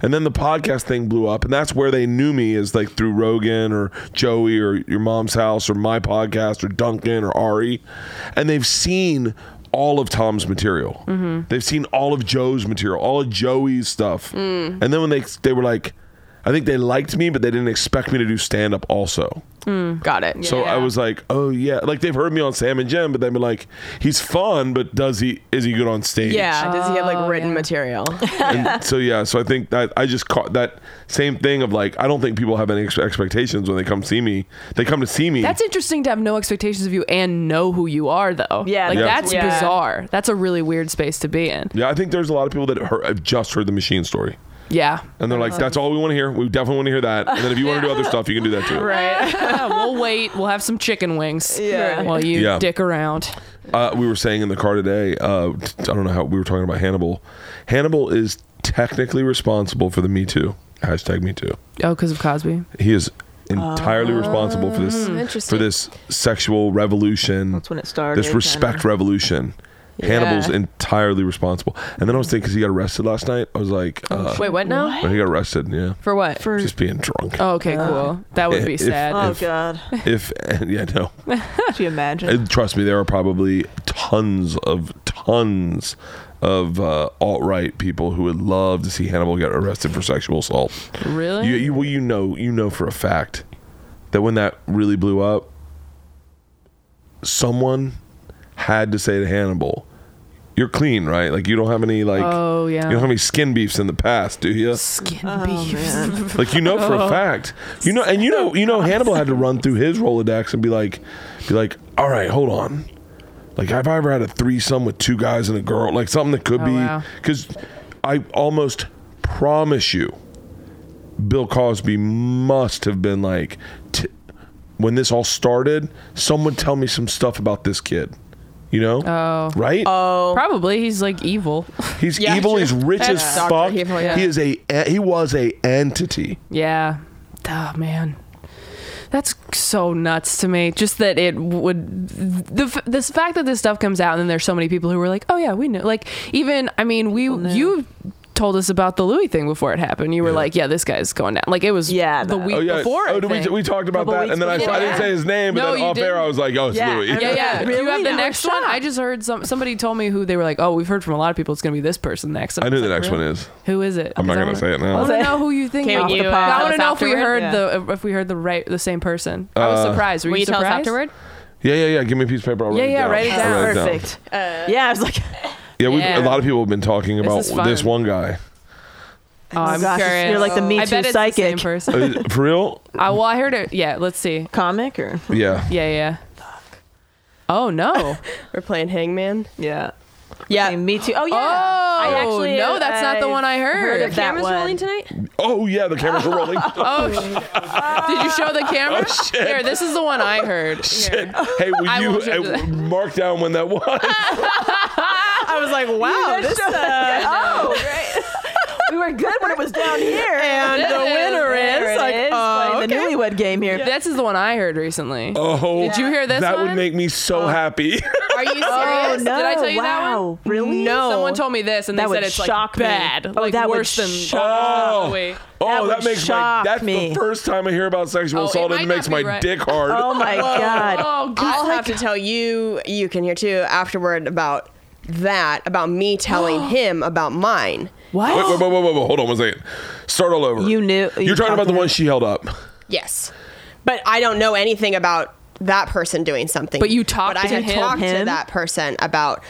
[SPEAKER 1] And then the podcast thing blew up, and that's where they knew me is like through Rogan or Joey or your mom's house or my podcast or Duncan or Ari, and they've seen all of Tom's material. They've seen all of Joe's material, all of Joey's stuff, and then when they they were like, I think they liked me, but they didn't expect me to do stand up also.
[SPEAKER 5] Got it.
[SPEAKER 1] So I was like, oh yeah, like they've heard me on Sam and Jim, but they've been like, he's fun, but does he is he good on stage?
[SPEAKER 5] Yeah. Does he have like written
[SPEAKER 4] Oh, yeah.
[SPEAKER 5] material?
[SPEAKER 1] And so yeah, so I think that I just caught that same thing of like I don't think people have any ex- expectations when they come see me. They come to see me.
[SPEAKER 4] That's interesting to have no expectations of you and know who you are, though.
[SPEAKER 6] Yeah,
[SPEAKER 4] like
[SPEAKER 1] Yeah.
[SPEAKER 4] that's
[SPEAKER 5] yeah.
[SPEAKER 4] bizarre. That's a really weird space to be in.
[SPEAKER 1] yeah, I think there's a lot of people that heard, have just heard the machine story.
[SPEAKER 4] Yeah,
[SPEAKER 1] And they're like, that's all we want to hear. We definitely want to hear that. And then if you want to do other stuff, you can do that too.
[SPEAKER 4] Yeah, we'll wait. We'll have some chicken wings
[SPEAKER 6] Yeah.
[SPEAKER 4] while you
[SPEAKER 1] Yeah.
[SPEAKER 4] dick around.
[SPEAKER 1] Uh, we were saying in the car today, uh, t- I don't know how we were talking about Hannibal. Hannibal is technically responsible for the Me Too. Hashtag Me Too.
[SPEAKER 4] Oh, because of Cosby.
[SPEAKER 1] He is entirely responsible for this for
[SPEAKER 5] interesting.
[SPEAKER 1] this sexual revolution.
[SPEAKER 6] That's when it started,
[SPEAKER 1] This
[SPEAKER 6] kinda.
[SPEAKER 1] respect revolution. Hannibal's
[SPEAKER 5] Yeah.
[SPEAKER 1] entirely responsible. And then I was thinking because he got arrested last night, I was like,
[SPEAKER 4] Oh,
[SPEAKER 1] uh,
[SPEAKER 5] Wait, what now?
[SPEAKER 1] when he got arrested, yeah,
[SPEAKER 4] For what?
[SPEAKER 6] Mm.
[SPEAKER 4] For
[SPEAKER 1] just being drunk.
[SPEAKER 4] oh, okay, cool. That would be
[SPEAKER 1] If-
[SPEAKER 4] sad.
[SPEAKER 6] Oh
[SPEAKER 1] If-
[SPEAKER 6] God!
[SPEAKER 1] If yeah, no.
[SPEAKER 6] Could you imagine?
[SPEAKER 1] And trust me, there are probably tons of tons of uh, alt right people who would love to see Hannibal get arrested for sexual assault.
[SPEAKER 4] really?
[SPEAKER 1] You, you, well, you know, you know for a fact that when that really blew up, someone had to say to Hannibal, "You're clean, right? Like you don't have any like,
[SPEAKER 4] Oh, yeah.
[SPEAKER 1] you don't have any skin beefs in the past, do you?
[SPEAKER 4] Skin Oh.
[SPEAKER 6] Oh,
[SPEAKER 4] beef.
[SPEAKER 6] man.
[SPEAKER 1] Like you know for a fact, you know, and you know, you know, Hannibal had to run through his Rolodex and be like, be like, all right, hold on, like have I ever had a threesome with two guys and a girl, like something that could
[SPEAKER 4] Oh, wow.
[SPEAKER 1] be, because I almost promise you, Bill Cosby must have been like, t- when this all started, someone tell me some stuff about this kid, you know,
[SPEAKER 4] Oh.
[SPEAKER 1] right?
[SPEAKER 4] Probably he's like evil.
[SPEAKER 1] he's
[SPEAKER 5] yeah,
[SPEAKER 1] evil.
[SPEAKER 5] true.
[SPEAKER 1] He's rich
[SPEAKER 5] That's
[SPEAKER 1] as
[SPEAKER 5] Dr.
[SPEAKER 1] fuck.
[SPEAKER 5] Evil, yeah.
[SPEAKER 1] He is a he was a entity.
[SPEAKER 4] Yeah. Oh man. That's so nuts to me. Just that it would the f- this fact that this stuff comes out and then there's so many people who were like, "Oh yeah, we knew." Like even I mean, we you told us about the Louis thing before it happened. You were like, "Yeah, this guy's going down." Like it was
[SPEAKER 6] Yeah,
[SPEAKER 4] the
[SPEAKER 6] that-
[SPEAKER 4] week before. I
[SPEAKER 1] Oh, did we,
[SPEAKER 4] think.
[SPEAKER 1] we talked about
[SPEAKER 6] Couple
[SPEAKER 1] that,
[SPEAKER 6] weeks
[SPEAKER 1] and then I,
[SPEAKER 6] before.
[SPEAKER 1] I didn't say his name, but
[SPEAKER 4] No,
[SPEAKER 1] then
[SPEAKER 4] you
[SPEAKER 1] off air
[SPEAKER 4] didn't.
[SPEAKER 1] I was like, "Oh, it's
[SPEAKER 6] Yeah,
[SPEAKER 1] Louis."
[SPEAKER 6] I
[SPEAKER 4] yeah, yeah. Do you
[SPEAKER 6] Really?
[SPEAKER 4] have the
[SPEAKER 6] I was
[SPEAKER 4] next one? I just heard some somebody told me who they were like, "Oh, we've heard from a lot of people it's going to be this person next." And
[SPEAKER 1] I
[SPEAKER 4] was
[SPEAKER 1] knew the
[SPEAKER 4] like,
[SPEAKER 1] next
[SPEAKER 4] "Really?
[SPEAKER 1] one is.
[SPEAKER 4] Who is it?
[SPEAKER 1] I'm not
[SPEAKER 4] 'Cause I
[SPEAKER 1] gonna
[SPEAKER 4] wanna-
[SPEAKER 1] say it now.
[SPEAKER 4] I want
[SPEAKER 6] Say-
[SPEAKER 4] to know who you think.
[SPEAKER 5] Can
[SPEAKER 4] of.
[SPEAKER 5] you, uh,
[SPEAKER 4] I
[SPEAKER 5] tell
[SPEAKER 4] want
[SPEAKER 5] us
[SPEAKER 4] to know if we
[SPEAKER 5] afterward?
[SPEAKER 4] heard
[SPEAKER 6] Yeah.
[SPEAKER 4] the if we heard the right the same person.
[SPEAKER 1] Uh,
[SPEAKER 4] I was surprised. Were
[SPEAKER 5] Will you tell us
[SPEAKER 4] surprised?
[SPEAKER 5] afterward?
[SPEAKER 1] Yeah, yeah, yeah. Give me a piece of paper. I'll
[SPEAKER 4] Yeah,
[SPEAKER 1] write it
[SPEAKER 4] yeah,
[SPEAKER 1] down. I'll
[SPEAKER 4] write it down.
[SPEAKER 1] write
[SPEAKER 6] Perfect.
[SPEAKER 5] Uh,
[SPEAKER 6] yeah, I was like,
[SPEAKER 1] Yeah, we've,
[SPEAKER 4] Yeah.
[SPEAKER 1] a lot of people have been talking about
[SPEAKER 4] is
[SPEAKER 1] this,
[SPEAKER 4] fun.
[SPEAKER 1] one guy.
[SPEAKER 4] Oh, I'm
[SPEAKER 6] gosh,
[SPEAKER 4] curious.
[SPEAKER 6] you're like the Me
[SPEAKER 4] I
[SPEAKER 6] Too
[SPEAKER 4] bet it's the same
[SPEAKER 6] psychic.
[SPEAKER 4] person.
[SPEAKER 1] Uh, For real?
[SPEAKER 4] Uh, well, I heard it. Yeah, let's see.
[SPEAKER 6] comic or
[SPEAKER 1] Yeah.
[SPEAKER 4] Yeah, yeah. Oh no!
[SPEAKER 5] We're playing Hangman.
[SPEAKER 6] yeah.
[SPEAKER 5] Yeah. uh,
[SPEAKER 6] Okay, me too. Oh yeah.
[SPEAKER 4] Oh, no, that's not the one I heard.
[SPEAKER 6] of that
[SPEAKER 5] Cameras
[SPEAKER 6] one.
[SPEAKER 5] rolling tonight.
[SPEAKER 1] Oh yeah, the cameras are rolling.
[SPEAKER 4] Oh, sh- did you show the camera? Here, this is the one I heard.
[SPEAKER 1] Oh, Shit. Hey, will
[SPEAKER 4] I
[SPEAKER 1] you
[SPEAKER 4] won't do
[SPEAKER 1] uh,
[SPEAKER 4] that.
[SPEAKER 1] mark down when that was?
[SPEAKER 5] I was like, wow, this
[SPEAKER 6] oh, we were good when it was down here.
[SPEAKER 5] and the winner
[SPEAKER 6] There
[SPEAKER 5] is
[SPEAKER 6] it
[SPEAKER 5] like,
[SPEAKER 6] is,
[SPEAKER 5] oh,
[SPEAKER 6] playing
[SPEAKER 5] okay.
[SPEAKER 6] the newlywed game here.
[SPEAKER 4] This is the one I heard recently.
[SPEAKER 1] Oh,
[SPEAKER 4] Did you hear this
[SPEAKER 1] That would
[SPEAKER 4] one? Oh.
[SPEAKER 1] make me so happy.
[SPEAKER 4] Are you serious?
[SPEAKER 6] Oh no!
[SPEAKER 4] Did I tell you that
[SPEAKER 6] wow,
[SPEAKER 4] one?
[SPEAKER 6] really?
[SPEAKER 5] No.
[SPEAKER 4] Someone told me this, and they
[SPEAKER 6] That
[SPEAKER 4] said
[SPEAKER 6] would
[SPEAKER 4] it's
[SPEAKER 6] shock me.
[SPEAKER 4] like bad,
[SPEAKER 6] Oh,
[SPEAKER 4] like
[SPEAKER 6] that would
[SPEAKER 4] worse than
[SPEAKER 1] shock-
[SPEAKER 4] Louis.
[SPEAKER 1] Oh,
[SPEAKER 6] would
[SPEAKER 1] that, makes my.
[SPEAKER 6] shock
[SPEAKER 1] That's
[SPEAKER 6] me.
[SPEAKER 1] the first time I hear about sexual
[SPEAKER 4] Oh, it
[SPEAKER 1] assault, and
[SPEAKER 4] might
[SPEAKER 1] it
[SPEAKER 4] not
[SPEAKER 1] makes
[SPEAKER 4] be
[SPEAKER 1] my
[SPEAKER 4] right.
[SPEAKER 1] dick hard.
[SPEAKER 6] Oh my god!
[SPEAKER 4] Oh
[SPEAKER 5] I'll
[SPEAKER 4] god!
[SPEAKER 5] have to tell you, you can hear too afterward about that, about me telling him about mine.
[SPEAKER 4] what?
[SPEAKER 1] Wait, wait, wait, wait, wait, wait. Hold on one second. Start all over.
[SPEAKER 6] You knew- you
[SPEAKER 1] You're talking
[SPEAKER 6] talked
[SPEAKER 1] about the
[SPEAKER 6] to
[SPEAKER 1] one she held up.
[SPEAKER 5] Yes. But I don't know anything about that person doing something.
[SPEAKER 4] But you talked
[SPEAKER 5] but
[SPEAKER 4] to
[SPEAKER 5] I had
[SPEAKER 4] him?
[SPEAKER 5] talked to
[SPEAKER 6] Him?
[SPEAKER 5] that person about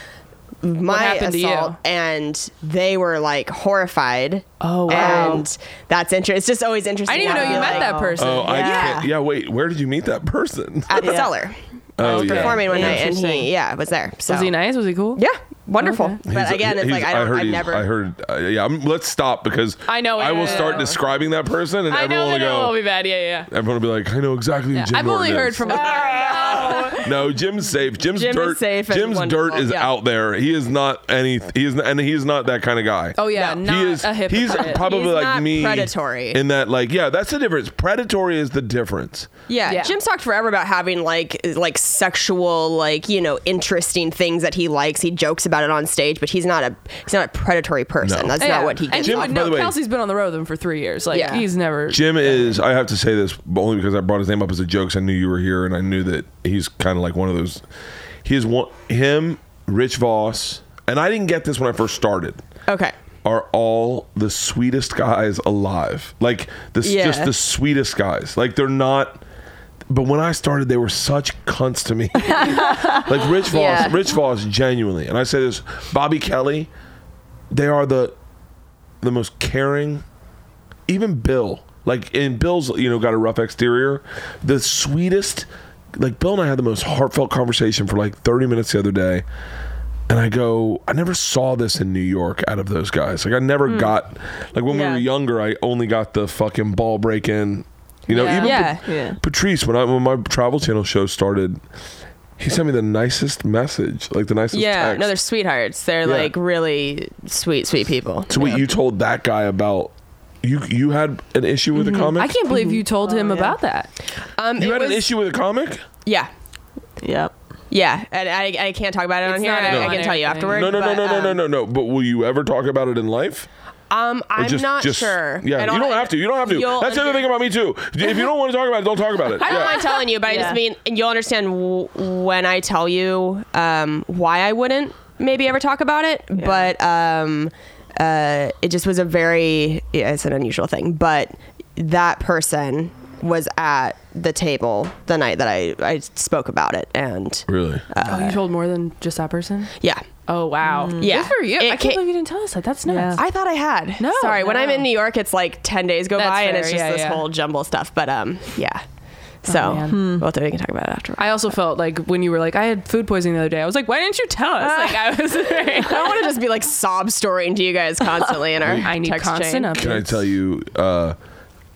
[SPEAKER 5] my
[SPEAKER 4] happened to you?
[SPEAKER 5] assault, and they were like horrified.
[SPEAKER 4] Oh, wow.
[SPEAKER 5] And that's interesting. It's just always interesting.
[SPEAKER 4] I didn't even know
[SPEAKER 5] how
[SPEAKER 4] you
[SPEAKER 5] to,
[SPEAKER 4] met
[SPEAKER 5] like,
[SPEAKER 4] that person.
[SPEAKER 1] Oh, I
[SPEAKER 6] Yeah.
[SPEAKER 1] can't. Yeah, wait. Where did you meet that person?
[SPEAKER 5] at the
[SPEAKER 6] Yeah.
[SPEAKER 5] cellar. I
[SPEAKER 1] Oh,
[SPEAKER 5] was
[SPEAKER 1] yeah.
[SPEAKER 5] performing one night, and
[SPEAKER 6] Interesting.
[SPEAKER 5] he yeah was there. So
[SPEAKER 4] Was he nice? Was he cool?
[SPEAKER 5] Yeah, wonderful. But
[SPEAKER 1] He's-
[SPEAKER 5] again, it's
[SPEAKER 1] he's-
[SPEAKER 5] like I don't.
[SPEAKER 1] heard
[SPEAKER 5] I've
[SPEAKER 1] he's-
[SPEAKER 5] never.
[SPEAKER 1] I heard. Uh, yeah, I'm, let's stop because
[SPEAKER 4] I know,
[SPEAKER 1] I will
[SPEAKER 4] yeah.
[SPEAKER 1] start describing that person, and
[SPEAKER 4] I know
[SPEAKER 1] everyone will
[SPEAKER 4] that it will
[SPEAKER 1] go.
[SPEAKER 4] be bad. Yeah, yeah.
[SPEAKER 1] Everyone will be like, I know exactly who Jim
[SPEAKER 4] I've only
[SPEAKER 1] Norton
[SPEAKER 4] heard
[SPEAKER 1] is.
[SPEAKER 4] from. Oh,
[SPEAKER 1] No, Jim's safe. Jim's
[SPEAKER 5] Jim is
[SPEAKER 1] dirt.
[SPEAKER 5] safe and
[SPEAKER 1] Jim's dirt
[SPEAKER 5] wonderful.
[SPEAKER 1] is
[SPEAKER 5] Yeah.
[SPEAKER 1] out there. He is not any. He is not, and he's not that kind of guy.
[SPEAKER 4] Oh,
[SPEAKER 5] Oh,
[SPEAKER 4] yeah, not
[SPEAKER 1] he is.
[SPEAKER 4] a hypocrite.
[SPEAKER 1] he's probably
[SPEAKER 5] He's
[SPEAKER 1] like
[SPEAKER 5] not
[SPEAKER 1] me.
[SPEAKER 5] predatory.
[SPEAKER 1] In that, like, yeah, that's the difference. Predatory is the difference.
[SPEAKER 5] Yeah,
[SPEAKER 4] Yeah.
[SPEAKER 5] Jim's talked forever about having like like sexual like you know interesting things that he likes. He jokes about it on stage, but he's not a he's not a predatory person.
[SPEAKER 1] No.
[SPEAKER 5] That's
[SPEAKER 4] Yeah.
[SPEAKER 5] not what he
[SPEAKER 4] And
[SPEAKER 5] gets.
[SPEAKER 4] you
[SPEAKER 1] Jim-
[SPEAKER 4] would
[SPEAKER 1] by
[SPEAKER 4] know
[SPEAKER 1] the way-
[SPEAKER 4] Kelsey's been on the road with him for three years. Like
[SPEAKER 5] Yeah.
[SPEAKER 4] he's never.
[SPEAKER 1] Jim is. I have to say this only because I brought his name up as a joke. 'cause I knew you were here, and I knew that he's kind of like one of those. He is one. Him, Rich Voss, and I didn't get this when I first started.
[SPEAKER 5] okay,
[SPEAKER 1] are all the sweetest guys alive. Like this,
[SPEAKER 5] Yeah.
[SPEAKER 1] just the sweetest guys. Like they're not. But when I started, they were such cunts to me. like Rich Voss,
[SPEAKER 5] Yeah.
[SPEAKER 1] Rich Voss, genuinely, and I say this: Bobby Kelly, they are the the most caring. Even Bill, like and Bill's, you know, got a rough exterior. The sweetest, like Bill and I had the most heartfelt conversation for like thirty minutes the other day, and I go, I never saw this in New York out of those guys. Like I never
[SPEAKER 5] Hmm.
[SPEAKER 1] got, like when we
[SPEAKER 6] Yeah.
[SPEAKER 1] were younger, I only got the fucking ball break in. You know,
[SPEAKER 5] Yeah.
[SPEAKER 1] even
[SPEAKER 5] Yeah.
[SPEAKER 1] Pat-
[SPEAKER 6] Yeah.
[SPEAKER 1] Patrice, when I when my Travel Channel show started, he sent me the nicest message, like the nicest
[SPEAKER 5] yeah,
[SPEAKER 1] text.
[SPEAKER 5] no, they're sweethearts. They're
[SPEAKER 1] Yeah.
[SPEAKER 5] like really sweet, sweet people.
[SPEAKER 1] So what you told that guy about you you had an issue with a comic?
[SPEAKER 4] I can't believe you told him about that.
[SPEAKER 5] Um,
[SPEAKER 1] you
[SPEAKER 5] Mm-hmm. it
[SPEAKER 1] had an
[SPEAKER 5] was-
[SPEAKER 1] issue with a comic?
[SPEAKER 5] Yeah,
[SPEAKER 6] Yep.
[SPEAKER 5] yeah, and I, I can't talk about it
[SPEAKER 4] It's
[SPEAKER 5] on here.
[SPEAKER 4] not
[SPEAKER 5] and I,
[SPEAKER 4] on
[SPEAKER 5] I can
[SPEAKER 4] air
[SPEAKER 5] tell you
[SPEAKER 4] thing.
[SPEAKER 5] afterward.
[SPEAKER 1] No, no, no,
[SPEAKER 5] but,
[SPEAKER 1] no, no,
[SPEAKER 5] um,
[SPEAKER 1] no, no, no. But will you ever talk about it in life?
[SPEAKER 5] Um,
[SPEAKER 1] Or
[SPEAKER 5] I'm not sure.
[SPEAKER 1] Yeah,
[SPEAKER 5] And
[SPEAKER 1] you
[SPEAKER 5] all-
[SPEAKER 1] don't have to. You don't have to.
[SPEAKER 5] you'll
[SPEAKER 1] That's the other
[SPEAKER 5] under-
[SPEAKER 1] thing about me too. If you don't want to talk about it, don't talk about it.
[SPEAKER 5] I don't
[SPEAKER 1] yeah.
[SPEAKER 5] mind telling you, but I
[SPEAKER 6] Yeah.
[SPEAKER 5] just mean, and you'll understand w- when I tell you um, why I wouldn't maybe ever talk about it. But um, uh, it just was a very, yeah, it's an unusual thing. But that person was at the table the night that I, I spoke about it. And
[SPEAKER 1] Really?
[SPEAKER 4] oh, you told more than just that person.
[SPEAKER 5] yeah,
[SPEAKER 4] Oh wow.
[SPEAKER 5] Yeah.
[SPEAKER 4] Good for you.
[SPEAKER 5] It
[SPEAKER 4] I can't
[SPEAKER 5] ca-
[SPEAKER 4] believe you didn't tell us that. That's
[SPEAKER 6] Yeah.
[SPEAKER 4] nuts.
[SPEAKER 5] I thought I had.
[SPEAKER 4] No,
[SPEAKER 5] Sorry. When I'm
[SPEAKER 4] no.
[SPEAKER 5] in New York, it's like 10 days go
[SPEAKER 4] That's
[SPEAKER 5] by and
[SPEAKER 4] fair,
[SPEAKER 5] it's just
[SPEAKER 4] yeah,
[SPEAKER 5] this
[SPEAKER 4] yeah. Oh,
[SPEAKER 5] whole jumble stuff. But um, yeah. So
[SPEAKER 4] man.
[SPEAKER 5] well, then we can talk about it afterward.
[SPEAKER 4] I also felt like when you were like, I had food poisoning the other day. I was like, why didn't you tell us?
[SPEAKER 6] Ah.
[SPEAKER 4] Like I was. very-
[SPEAKER 5] I don't want to just be like sob storying to you guys constantly in our
[SPEAKER 4] I need
[SPEAKER 5] text
[SPEAKER 4] constant
[SPEAKER 5] chain.
[SPEAKER 4] updates.
[SPEAKER 1] Can I tell you uh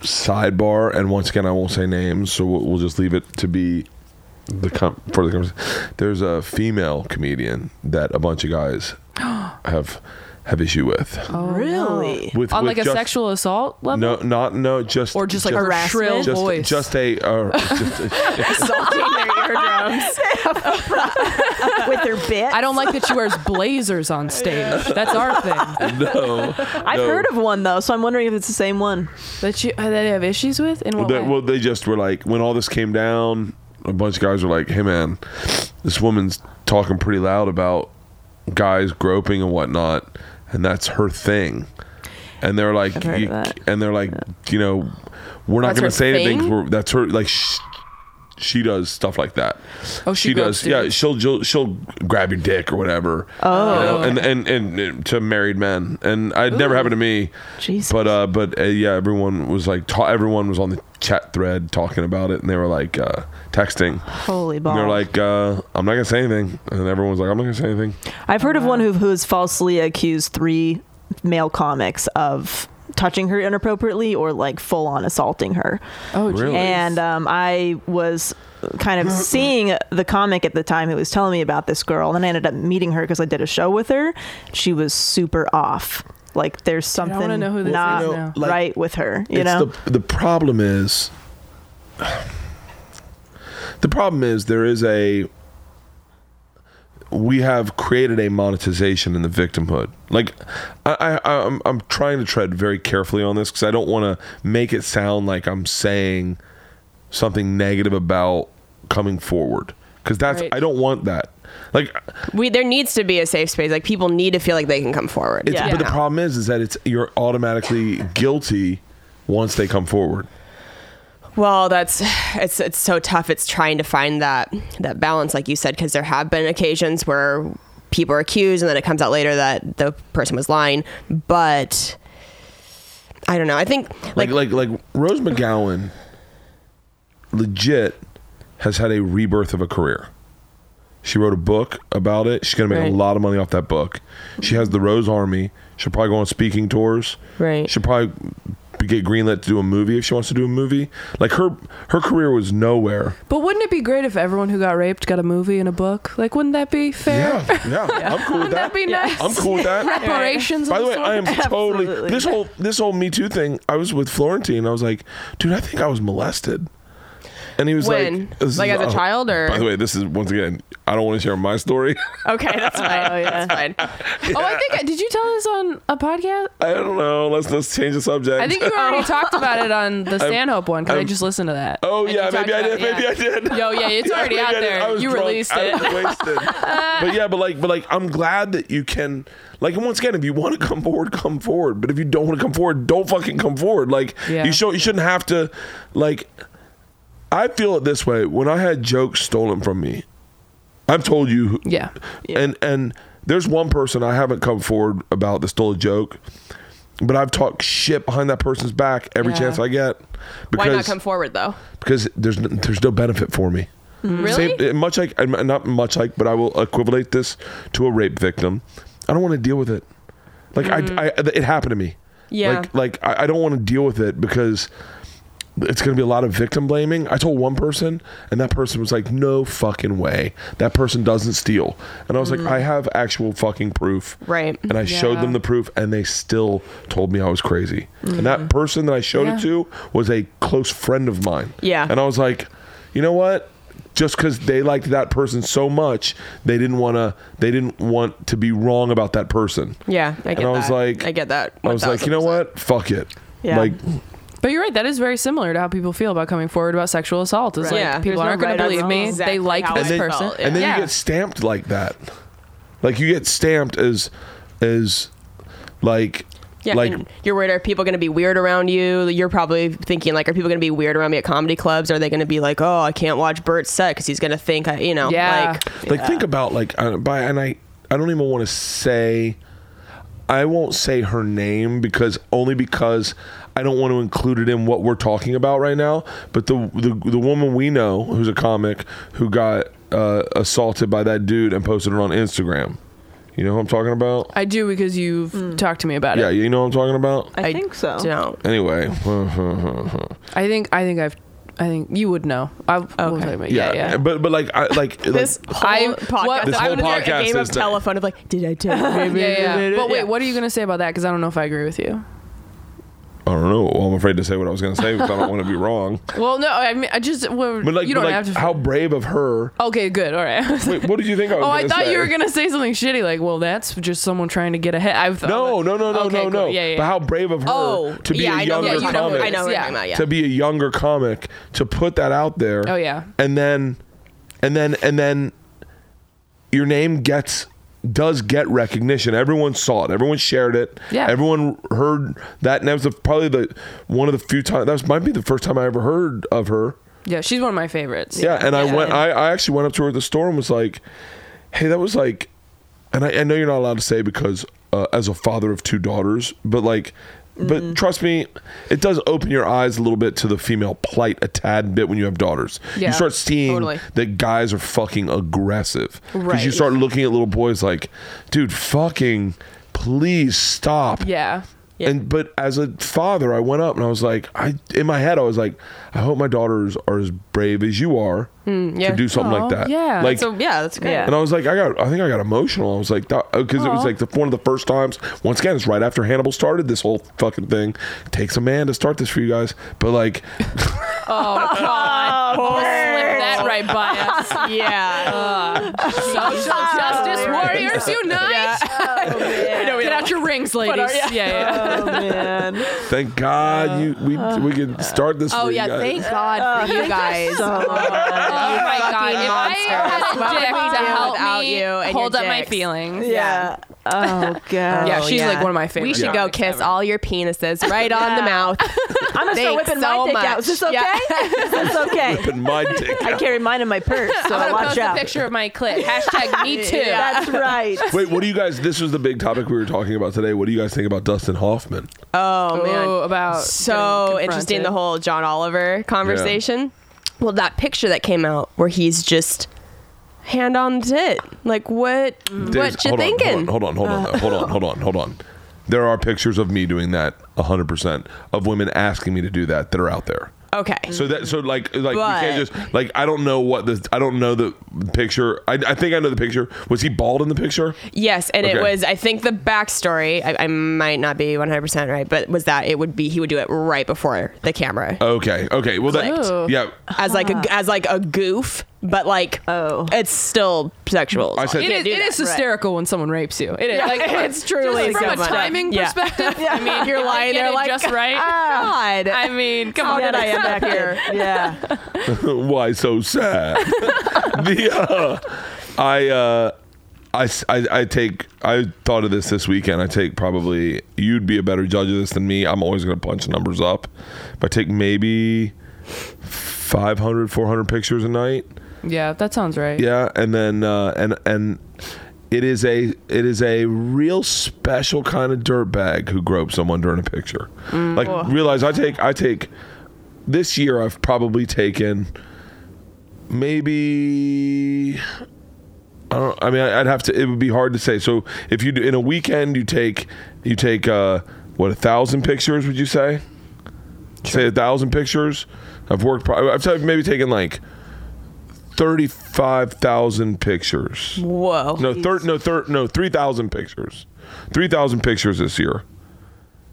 [SPEAKER 1] sidebar and once again I won't say names, so we'll, we'll just leave it to be the com- for the conversation. There's a female comedian that a bunch of guys have have issue with.
[SPEAKER 5] Oh,
[SPEAKER 6] really?
[SPEAKER 1] with
[SPEAKER 4] on
[SPEAKER 1] with
[SPEAKER 4] like a
[SPEAKER 1] just-
[SPEAKER 4] sexual assault level,
[SPEAKER 1] No, not no, just
[SPEAKER 4] or just like her
[SPEAKER 6] harassment?
[SPEAKER 4] shrill
[SPEAKER 1] just,
[SPEAKER 4] voice.
[SPEAKER 1] just a uh, just a,
[SPEAKER 5] Assaulting their eardrums.
[SPEAKER 6] With their bit.
[SPEAKER 4] I don't like that she wears blazers on stage. That's our thing.
[SPEAKER 1] no.
[SPEAKER 6] I've heard of one though, so I'm wondering if it's the same one.
[SPEAKER 4] That you that they have issues with in what
[SPEAKER 1] They,
[SPEAKER 4] way?
[SPEAKER 1] well, they just were like, when all this came down, a bunch of guys were like, "Hey, man, this woman's talking pretty loud about guys groping and whatnot, and that's her thing." And they're like,
[SPEAKER 6] heard of
[SPEAKER 1] you-
[SPEAKER 6] that.
[SPEAKER 1] and they're like, you know, we're not
[SPEAKER 5] That's
[SPEAKER 1] going to
[SPEAKER 5] her
[SPEAKER 1] say anything. 'cause
[SPEAKER 5] thing?
[SPEAKER 1] We're, that's her like. Sh- she does stuff like that.
[SPEAKER 4] Oh, she
[SPEAKER 1] does.
[SPEAKER 4] gropes
[SPEAKER 1] Yeah,
[SPEAKER 4] dudes.
[SPEAKER 1] she'll, she'll she'll grab your dick or whatever. Oh, and, and and and to married men. And it never happened to me.
[SPEAKER 6] Jesus.
[SPEAKER 1] But uh, but uh, yeah, everyone was like, ta- everyone was on the chat thread talking about it, and they were like uh, texting.
[SPEAKER 6] Holy
[SPEAKER 1] And they're
[SPEAKER 6] balls.
[SPEAKER 1] like, uh, I'm not gonna say anything, and everyone was like, I'm not gonna say anything.
[SPEAKER 6] I've heard of one who who has falsely accused three male comics of touching her inappropriately or like full on assaulting her.
[SPEAKER 4] oh, geez.
[SPEAKER 1] Really?
[SPEAKER 6] And um, I was kind of seeing the comic at the time who was telling me about this girl, and I ended up meeting her because I did a show with her. She was super off. Like there's
[SPEAKER 4] I
[SPEAKER 6] something
[SPEAKER 4] wanna know who this
[SPEAKER 6] not
[SPEAKER 4] is now.
[SPEAKER 1] Like,
[SPEAKER 6] right with her. You
[SPEAKER 1] it's
[SPEAKER 6] know,
[SPEAKER 1] the the problem is the problem is there is a we have created a monetization in the victimhood. Like, I, I I'm I'm trying to tread very carefully on this because I don't want to make it sound like I'm saying something negative about coming forward because that's
[SPEAKER 4] Right.
[SPEAKER 1] I don't want that. Like,
[SPEAKER 5] We there needs to be a safe space. Like people need to feel like they can come forward.
[SPEAKER 1] it's,
[SPEAKER 6] Yeah.
[SPEAKER 1] but the problem is is that it's you're automatically guilty once they come forward.
[SPEAKER 5] Well, that's it's it's so tough. It's trying to find that that balance, like you said, because there have been occasions where people are accused, and then it comes out later that the person was lying. But I don't know. I think
[SPEAKER 1] like
[SPEAKER 5] like,
[SPEAKER 1] like like Rose McGowan legit has had a rebirth of a career. She wrote a book about it. She's going to make
[SPEAKER 5] Right.
[SPEAKER 1] a lot of money off that book. She has the Rose Army. She'll probably go on speaking tours.
[SPEAKER 5] Right.
[SPEAKER 1] She'll probably get greenlit to do a movie if she wants to do a movie. Like her her career was nowhere.
[SPEAKER 4] But wouldn't it be great if everyone who got raped got a movie and a book? Like, wouldn't that be fair?
[SPEAKER 1] yeah. I'm cool with
[SPEAKER 4] That'd be nice.
[SPEAKER 1] I'm cool with that.
[SPEAKER 4] Reparations.
[SPEAKER 1] By
[SPEAKER 4] of
[SPEAKER 1] the way,
[SPEAKER 4] sorts.
[SPEAKER 1] I am totally
[SPEAKER 6] Absolutely.
[SPEAKER 1] this whole this whole Me Too thing. I was with Florentine. I was like, dude, I think I was molested. And he was
[SPEAKER 5] When?
[SPEAKER 1] like, this
[SPEAKER 5] Like
[SPEAKER 1] is-
[SPEAKER 5] as a
[SPEAKER 1] oh,
[SPEAKER 5] child, or-
[SPEAKER 1] by the way, this is once again, I don't want to share my story.
[SPEAKER 5] Okay, that's fine. That's fine.
[SPEAKER 4] Oh, I think I- did you tell this on a podcast?
[SPEAKER 1] I don't know. Let's let's change the subject.
[SPEAKER 4] I think you
[SPEAKER 6] Oh.
[SPEAKER 4] already talked about it on the Stanhope one because I
[SPEAKER 1] I'm-
[SPEAKER 4] just listened to that.
[SPEAKER 1] Oh
[SPEAKER 4] And you
[SPEAKER 1] yeah,
[SPEAKER 4] talked
[SPEAKER 1] maybe I
[SPEAKER 4] about-
[SPEAKER 1] did. Maybe
[SPEAKER 4] yeah.
[SPEAKER 1] I did.
[SPEAKER 4] Yo, yeah, it's
[SPEAKER 1] Yeah,
[SPEAKER 4] already
[SPEAKER 1] maybe
[SPEAKER 4] out
[SPEAKER 1] I did.
[SPEAKER 4] there.
[SPEAKER 1] I was
[SPEAKER 4] You
[SPEAKER 1] drunk.
[SPEAKER 4] released
[SPEAKER 1] I
[SPEAKER 4] it.
[SPEAKER 1] was wasted. but yeah, but like, but like, I'm glad that you can. Like, and once again, if you want to come forward, come forward. But if you don't want to come forward, don't fucking come forward. Like,
[SPEAKER 4] Yeah.
[SPEAKER 1] you show you shouldn't have to. Like, I feel it this way. When I had jokes stolen from me, I've told you. who-
[SPEAKER 4] Yeah.
[SPEAKER 1] And and there's one person I haven't come forward about that stole a joke. But I've talked shit behind that person's back every
[SPEAKER 4] Yeah.
[SPEAKER 1] chance I get.
[SPEAKER 5] Why
[SPEAKER 1] Because
[SPEAKER 5] not come forward though?
[SPEAKER 1] because there's n- there's no benefit for me.
[SPEAKER 4] Really?
[SPEAKER 1] Same, eh, much like and not much like, but I will equivalent this to a rape victim. I don't want to deal with it. Like I, I, it happened to me.
[SPEAKER 5] Yeah.
[SPEAKER 1] Like like I, I don't want to deal with it because it's going to be a lot of victim blaming. I told one person, and that person was like, "No fucking way, that person doesn't steal." And I was like, "I have actual fucking proof."
[SPEAKER 5] Mm. Right.
[SPEAKER 1] And I showed
[SPEAKER 4] Yeah.
[SPEAKER 1] them the proof, and they still told me I was crazy. And
[SPEAKER 5] Mm.
[SPEAKER 1] that person that I showed
[SPEAKER 4] Yeah.
[SPEAKER 1] it to was a close friend of mine.
[SPEAKER 5] Yeah.
[SPEAKER 1] And I was like, you know what? Just because they liked that person so much, they didn't want to. They didn't want to be wrong about that person.
[SPEAKER 5] Yeah, I get
[SPEAKER 1] and I was
[SPEAKER 5] that.
[SPEAKER 1] like,
[SPEAKER 5] I get that.
[SPEAKER 1] I was like, you know what? Fuck it.
[SPEAKER 6] Yeah.
[SPEAKER 1] Like,
[SPEAKER 4] But you're right. That is very similar to how people feel about coming forward about sexual assault. It's
[SPEAKER 5] Right.
[SPEAKER 4] like
[SPEAKER 5] Yeah.
[SPEAKER 4] people
[SPEAKER 5] There's no
[SPEAKER 4] aren't going
[SPEAKER 5] right
[SPEAKER 4] to
[SPEAKER 5] or
[SPEAKER 4] believe
[SPEAKER 5] wrong.
[SPEAKER 4] me.
[SPEAKER 5] Exactly
[SPEAKER 4] they like
[SPEAKER 5] how
[SPEAKER 4] this
[SPEAKER 5] I
[SPEAKER 4] person.
[SPEAKER 5] felt.
[SPEAKER 1] and then
[SPEAKER 4] Yeah.
[SPEAKER 1] you get stamped like that. Like you get stamped as, as, like,
[SPEAKER 5] Yeah,
[SPEAKER 1] like
[SPEAKER 5] and you're worried. Are people going to be weird around you? You're probably thinking like, are people going to be weird around me at comedy clubs? Are they going to be like, oh, I can't watch Bert's set because he's going to think, I, you know,
[SPEAKER 4] Yeah.
[SPEAKER 5] like,
[SPEAKER 1] like think about like uh, by and I I don't even want to say I won't say her name because only because I don't want to include it in what we're talking about right now. But the the, the woman we know who's a comic who got uh, assaulted by that dude and posted it on Instagram. You know who I'm talking about?
[SPEAKER 4] I do because you've
[SPEAKER 5] Hmm.
[SPEAKER 4] talked to me about
[SPEAKER 1] Yeah,
[SPEAKER 4] it.
[SPEAKER 1] you know what I'm talking about.
[SPEAKER 6] I, think
[SPEAKER 4] Oh.
[SPEAKER 6] so.
[SPEAKER 5] don't.
[SPEAKER 1] Anyway,
[SPEAKER 4] I think. I think I've. I think you would know. I, okay. yeah.
[SPEAKER 1] yeah,
[SPEAKER 4] Yeah.
[SPEAKER 1] but but like I like
[SPEAKER 5] This
[SPEAKER 1] like,
[SPEAKER 5] whole
[SPEAKER 4] I-
[SPEAKER 5] podcast,
[SPEAKER 4] what- This
[SPEAKER 5] I
[SPEAKER 1] whole
[SPEAKER 5] would hear
[SPEAKER 1] podcast
[SPEAKER 5] a game of
[SPEAKER 1] is that-
[SPEAKER 5] telephone of like, did I tell you?
[SPEAKER 4] Yeah, yeah. But wait,
[SPEAKER 5] Yeah.
[SPEAKER 4] what are you gonna say about that? Because I don't know if I agree with you.
[SPEAKER 1] I don't know. Well, I'm afraid to say what I was going to say because I don't want to be wrong.
[SPEAKER 4] Well, no, I mean, I just. Well,
[SPEAKER 1] But like,
[SPEAKER 4] you don't
[SPEAKER 1] but, like,
[SPEAKER 4] have to.
[SPEAKER 1] how brave of her.
[SPEAKER 4] okay, good. All right.
[SPEAKER 1] Wait, what did you think I was
[SPEAKER 4] Oh, I
[SPEAKER 1] gonna
[SPEAKER 4] thought
[SPEAKER 1] say?
[SPEAKER 4] you were gonna say something shitty, like, "Well, that's just someone trying to get ahead." I thought,
[SPEAKER 1] No, no, no, no,
[SPEAKER 4] Okay,
[SPEAKER 1] no,
[SPEAKER 4] cool.
[SPEAKER 1] no.
[SPEAKER 4] Yeah, yeah.
[SPEAKER 1] But how brave of her
[SPEAKER 5] Oh,
[SPEAKER 1] to be a
[SPEAKER 5] yeah, I know,
[SPEAKER 1] younger
[SPEAKER 5] yeah, you know who
[SPEAKER 1] comic.
[SPEAKER 5] it is. I know who you're
[SPEAKER 4] Yeah.
[SPEAKER 5] talking about, yeah.
[SPEAKER 1] To be a younger comic, to put that out there.
[SPEAKER 4] Oh, yeah.
[SPEAKER 1] And then and then and then your name gets does get recognition. Everyone saw it. Everyone shared it.
[SPEAKER 4] Yeah.
[SPEAKER 1] Everyone heard that and that was the, probably the one of the few times that was, might be the first time I ever heard of her.
[SPEAKER 4] yeah, she's one of my favorites.
[SPEAKER 1] Yeah, and I
[SPEAKER 5] Yeah.
[SPEAKER 1] went. I, I actually went up to her at the store and was like, "Hey, that was like," and I, I know you're not allowed to say because uh, as a father of two daughters, but like, but trust me, it does open your eyes a little bit to the female plight a tad bit when you have daughters.
[SPEAKER 4] Yeah,
[SPEAKER 1] you start seeing
[SPEAKER 4] totally.
[SPEAKER 1] that guys are fucking aggressive because
[SPEAKER 5] Right.
[SPEAKER 1] you start looking at little boys like, "Dude, fucking, please stop."
[SPEAKER 4] yeah.
[SPEAKER 1] And but as a father, I went up and I was like, I in my head I was like, I hope my daughters are as brave as you are
[SPEAKER 5] yeah.
[SPEAKER 1] to do something
[SPEAKER 4] Hmm, Aw,
[SPEAKER 1] like that.
[SPEAKER 4] yeah.
[SPEAKER 1] like
[SPEAKER 5] So yeah, that's great.
[SPEAKER 6] Yeah.
[SPEAKER 1] and I was like, I got, I think I got emotional. I was like, because it
[SPEAKER 4] Aw.
[SPEAKER 1] was like the one of the first times. Once again, it's right after Hannibal started this whole fucking thing. Takes a man to start this for you guys, but like,
[SPEAKER 4] Oh God, We'll slip that right by us.
[SPEAKER 5] Yeah.
[SPEAKER 4] Social justice warriors unite! Get out your rings, ladies. yeah, yeah.
[SPEAKER 6] Oh man.
[SPEAKER 1] thank God you we we could start this.
[SPEAKER 4] Uh, Oh
[SPEAKER 1] for
[SPEAKER 4] yeah,
[SPEAKER 1] you guys.
[SPEAKER 4] thank God for you guys.
[SPEAKER 6] So,
[SPEAKER 4] Oh my God! If I had
[SPEAKER 5] What
[SPEAKER 4] a
[SPEAKER 5] would
[SPEAKER 4] dick
[SPEAKER 5] we
[SPEAKER 4] to
[SPEAKER 5] do
[SPEAKER 4] help
[SPEAKER 5] without
[SPEAKER 4] me
[SPEAKER 5] you and your
[SPEAKER 4] hold up my
[SPEAKER 5] dicks?
[SPEAKER 4] feelings,
[SPEAKER 6] yeah. Oh god.
[SPEAKER 4] Yeah, she's like one of my favorite
[SPEAKER 5] We should go
[SPEAKER 4] comics
[SPEAKER 5] kiss
[SPEAKER 4] ever.
[SPEAKER 5] all your penises right on the mouth.
[SPEAKER 6] I'm gonna start
[SPEAKER 5] Thanks
[SPEAKER 6] whipping
[SPEAKER 5] so
[SPEAKER 6] my dick out.
[SPEAKER 5] much.
[SPEAKER 6] Is this okay?
[SPEAKER 5] Yeah.
[SPEAKER 6] Is this okay?
[SPEAKER 1] Put my dick.
[SPEAKER 6] I
[SPEAKER 1] out.
[SPEAKER 6] carry mine in my purse, so
[SPEAKER 4] I'm gonna
[SPEAKER 6] watch
[SPEAKER 4] post
[SPEAKER 6] out.
[SPEAKER 4] a picture of my clit. Hashtag me too.
[SPEAKER 6] That's right.
[SPEAKER 1] Wait, what do you guys? This was the big topic we were talking about today. What do you guys think about Dustin Hoffman?
[SPEAKER 5] Oh man,
[SPEAKER 4] Ooh, about
[SPEAKER 5] so
[SPEAKER 4] getting
[SPEAKER 5] interesting the
[SPEAKER 4] confronted.
[SPEAKER 5] whole John Oliver conversation. Well, that picture that came out where he's just hand on the tit. Like what?
[SPEAKER 6] Mm.
[SPEAKER 1] Dave's-
[SPEAKER 5] what you
[SPEAKER 1] hold on,
[SPEAKER 5] thinking? Uh.
[SPEAKER 1] Hold on, hold on, hold on, though. hold on, hold on, hold on. There are pictures of me doing that 100% of women asking me to do that that are out there.
[SPEAKER 5] Okay.
[SPEAKER 1] So that so like like
[SPEAKER 5] But-
[SPEAKER 1] you can't just like I don't know what the I don't know the picture. I, I think I know the picture. Was he bald in the picture?
[SPEAKER 5] Yes, and it
[SPEAKER 1] Okay.
[SPEAKER 5] was. I think the backstory. I, I might not be one hundred percent right, but was that it would be he would do it right before the camera
[SPEAKER 1] Okay. Okay. Well,
[SPEAKER 5] Clicked.
[SPEAKER 1] that
[SPEAKER 4] Ooh.
[SPEAKER 1] yeah.
[SPEAKER 5] as like a, as like a goof, but like
[SPEAKER 6] Oh.
[SPEAKER 5] it's still sexual.
[SPEAKER 1] I said-
[SPEAKER 5] You
[SPEAKER 4] It
[SPEAKER 5] can't
[SPEAKER 4] is,
[SPEAKER 5] do
[SPEAKER 4] it
[SPEAKER 5] that.
[SPEAKER 4] is hysterical when someone rapes you. It is.
[SPEAKER 5] Yeah,
[SPEAKER 4] like,
[SPEAKER 5] it's truly
[SPEAKER 4] just from
[SPEAKER 5] so
[SPEAKER 4] a
[SPEAKER 5] much.
[SPEAKER 4] timing
[SPEAKER 5] Yeah.
[SPEAKER 4] perspective. I mean,
[SPEAKER 5] You're lying
[SPEAKER 4] get
[SPEAKER 5] there
[SPEAKER 4] it
[SPEAKER 5] like, ah.
[SPEAKER 4] just right.
[SPEAKER 5] God.
[SPEAKER 4] I mean, come
[SPEAKER 5] How
[SPEAKER 4] on.
[SPEAKER 5] did I end up here?
[SPEAKER 6] Yeah.
[SPEAKER 1] Why so sad? the uh, I, uh, I s- I- I take I thought of this this weekend. I take probably you'd be a better judge of this than me. I'm always going to punch numbers up. But I take maybe 500 400 pictures a night.
[SPEAKER 4] Yeah, that sounds right.
[SPEAKER 1] Yeah, and then uh, and and it is a it is a real special kind of dirtbag who gropes someone during a picture. like realize I take I take this year I've probably taken maybe I don't I mean I- I'd have to it would be hard to say. So if you do, in a weekend you take you take uh what a thousand pictures would you say? Say a thousand pictures. I've worked probably I've t- maybe taken like 35,000 pictures.
[SPEAKER 5] Whoa.
[SPEAKER 1] No, thir- no, thir- no, 3,000 pictures. 3,000 pictures this year.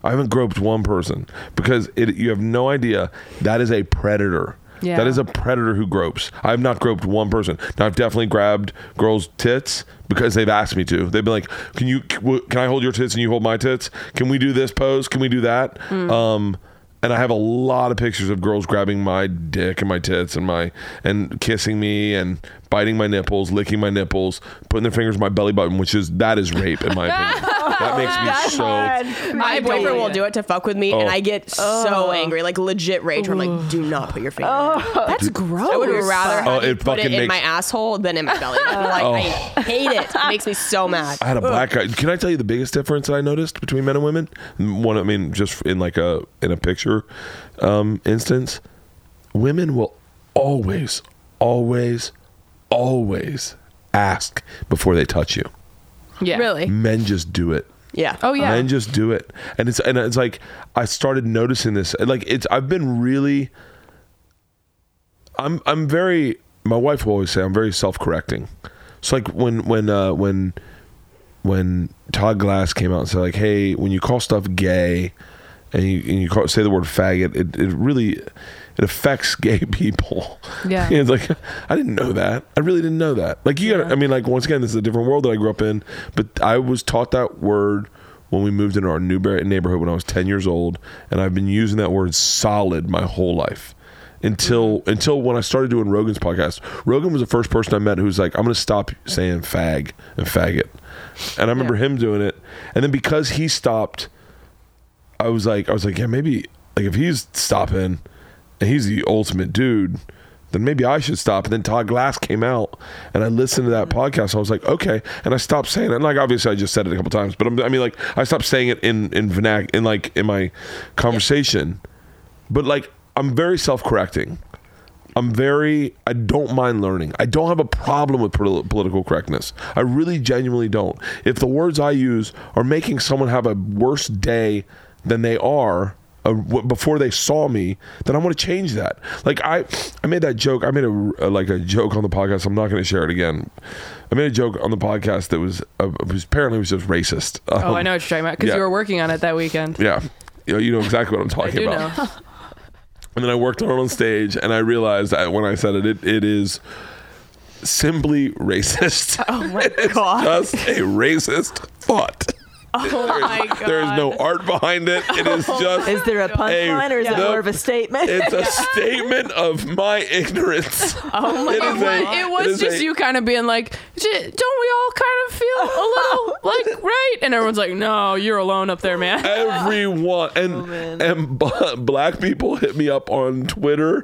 [SPEAKER 1] I haven't groped one person because it, you have no idea that is a predator.
[SPEAKER 4] Yeah.
[SPEAKER 1] That is a predator who gropes. I've not groped one person. Now I've definitely grabbed girls' tits because they've asked me to. They've been like, "Can you? Can I hold your tits and you hold my tits? Can we do this pose? Can we do that?" Um, and I have a lot of pictures of girls grabbing my dick and my tits and my and kissing me and biting my nipples, licking my nipples, putting their fingers in my belly button, which is that is rape in my opinion. that makes me so.
[SPEAKER 5] My boyfriend will do it to fuck with me, and
[SPEAKER 1] Oh.
[SPEAKER 5] I get so angry, like legit rage. Where I'm like, do not put your finger. in it."
[SPEAKER 4] That's gross.
[SPEAKER 5] I would rather have
[SPEAKER 1] Oh,
[SPEAKER 5] you
[SPEAKER 1] it
[SPEAKER 5] put it
[SPEAKER 1] fucking
[SPEAKER 5] in
[SPEAKER 1] makes- Oh.
[SPEAKER 5] my asshole than in my belly. like, I hate it. It makes me so mad.
[SPEAKER 1] I had a black guy. Can I tell you the biggest difference that I noticed between men and women? One, I mean, just in like a in a picture um, instance, women will always, always, always ask before they touch you.
[SPEAKER 4] Yeah.
[SPEAKER 5] Really?
[SPEAKER 1] Men just do it.
[SPEAKER 5] Yeah.
[SPEAKER 4] Eh. Oh yeah.
[SPEAKER 1] Men just do it, and it's and it's like I started noticing this. Like it's I've been really. I'm I'm very. My wife will always say I'm very self correcting. So like when when uh, when when Todd Glass came out and said like, hey, when you call stuff gay, and you, and you call, say the word faggot, it, it really it affects gay people.
[SPEAKER 4] Yeah.
[SPEAKER 1] it's like I didn't know that. I really didn't know that. Like you gotta, I mean, like once again, this is a different world that I grew up in, but I was taught that word when we moved into our new bar- neighborhood when I was 10 years old, and I've been using that word solid my whole life. Until until when I started doing Rogan's podcast, Rogan was the first person I met who was like, "I'm going to stop saying fag and faggot," and I remember him doing it. And then because he stopped, I was like, I was like, yeah, maybe like if he's stopping, and he's the ultimate dude, then maybe I should stop. And then Todd Glass came out, and I listened to that podcast. And I was like, okay, and I stopped saying it. And like obviously, I just said it a couple times, but I'm, I mean, like I stopped saying it in in vernac in like in my conversation. But like, I'm very self correcting. I'm very. I don't mind learning. I don't have a problem with pol- political correctness. I really genuinely don't. If the words I use are making someone have a worse day than they are uh, w- before they saw me, then I want to change that. Like I, I made that joke. I made a, a like a joke on the podcast. I'm not going to share it again. I made a joke on the podcast that was uh, was apparently was just racist.
[SPEAKER 4] Oh,
[SPEAKER 1] Um,
[SPEAKER 4] I know what you're talking about because
[SPEAKER 1] yeah.
[SPEAKER 4] you were working on it that weekend.
[SPEAKER 1] Yeah. You know, you know exactly what I'm talking
[SPEAKER 4] do
[SPEAKER 1] about.
[SPEAKER 4] know.
[SPEAKER 1] And then I worked on it on stage, and I realized that when I said it, it, it is simply racist. Oh my
[SPEAKER 5] God.
[SPEAKER 1] Just a racist thought.
[SPEAKER 5] Oh my god.
[SPEAKER 1] There is no art behind it. It is just.
[SPEAKER 6] Is there a punchline or is
[SPEAKER 1] yeah.
[SPEAKER 6] it more of a statement?
[SPEAKER 1] it's a statement of my ignorance. Oh my
[SPEAKER 4] It was, it was just you kind of being like, "J- don't we all kind of feel a little like right? And everyone's like, no, you're alone up there, man.
[SPEAKER 1] everyone and and b- black people hit me up on Twitter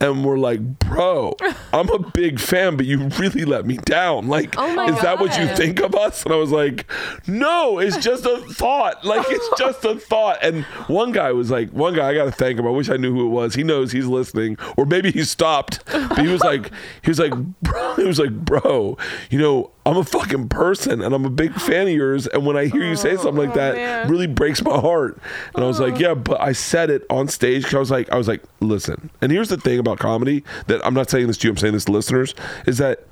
[SPEAKER 1] and were like, "Bro, I'm a big fan, but you really let me down. Like, is that what you think of us?" And I was like, "No, it's just a thought. Like, it's just a thought." And one guy was like, "One guy, I got to thank him. I wish I knew who it was. He knows he's listening, or maybe he stopped." But he was like, he was like, bro, he was like, "Bro, you know." I'm a fucking person and I'm a big fan of yours. And when I hear you say something like that,
[SPEAKER 5] man.
[SPEAKER 1] really breaks my heart. And I was like, yeah, but I said it on stage 'cause I was like, I was like, listen. And here's the thing about comedy that I'm not saying this to you, I'm saying this to listeners, is that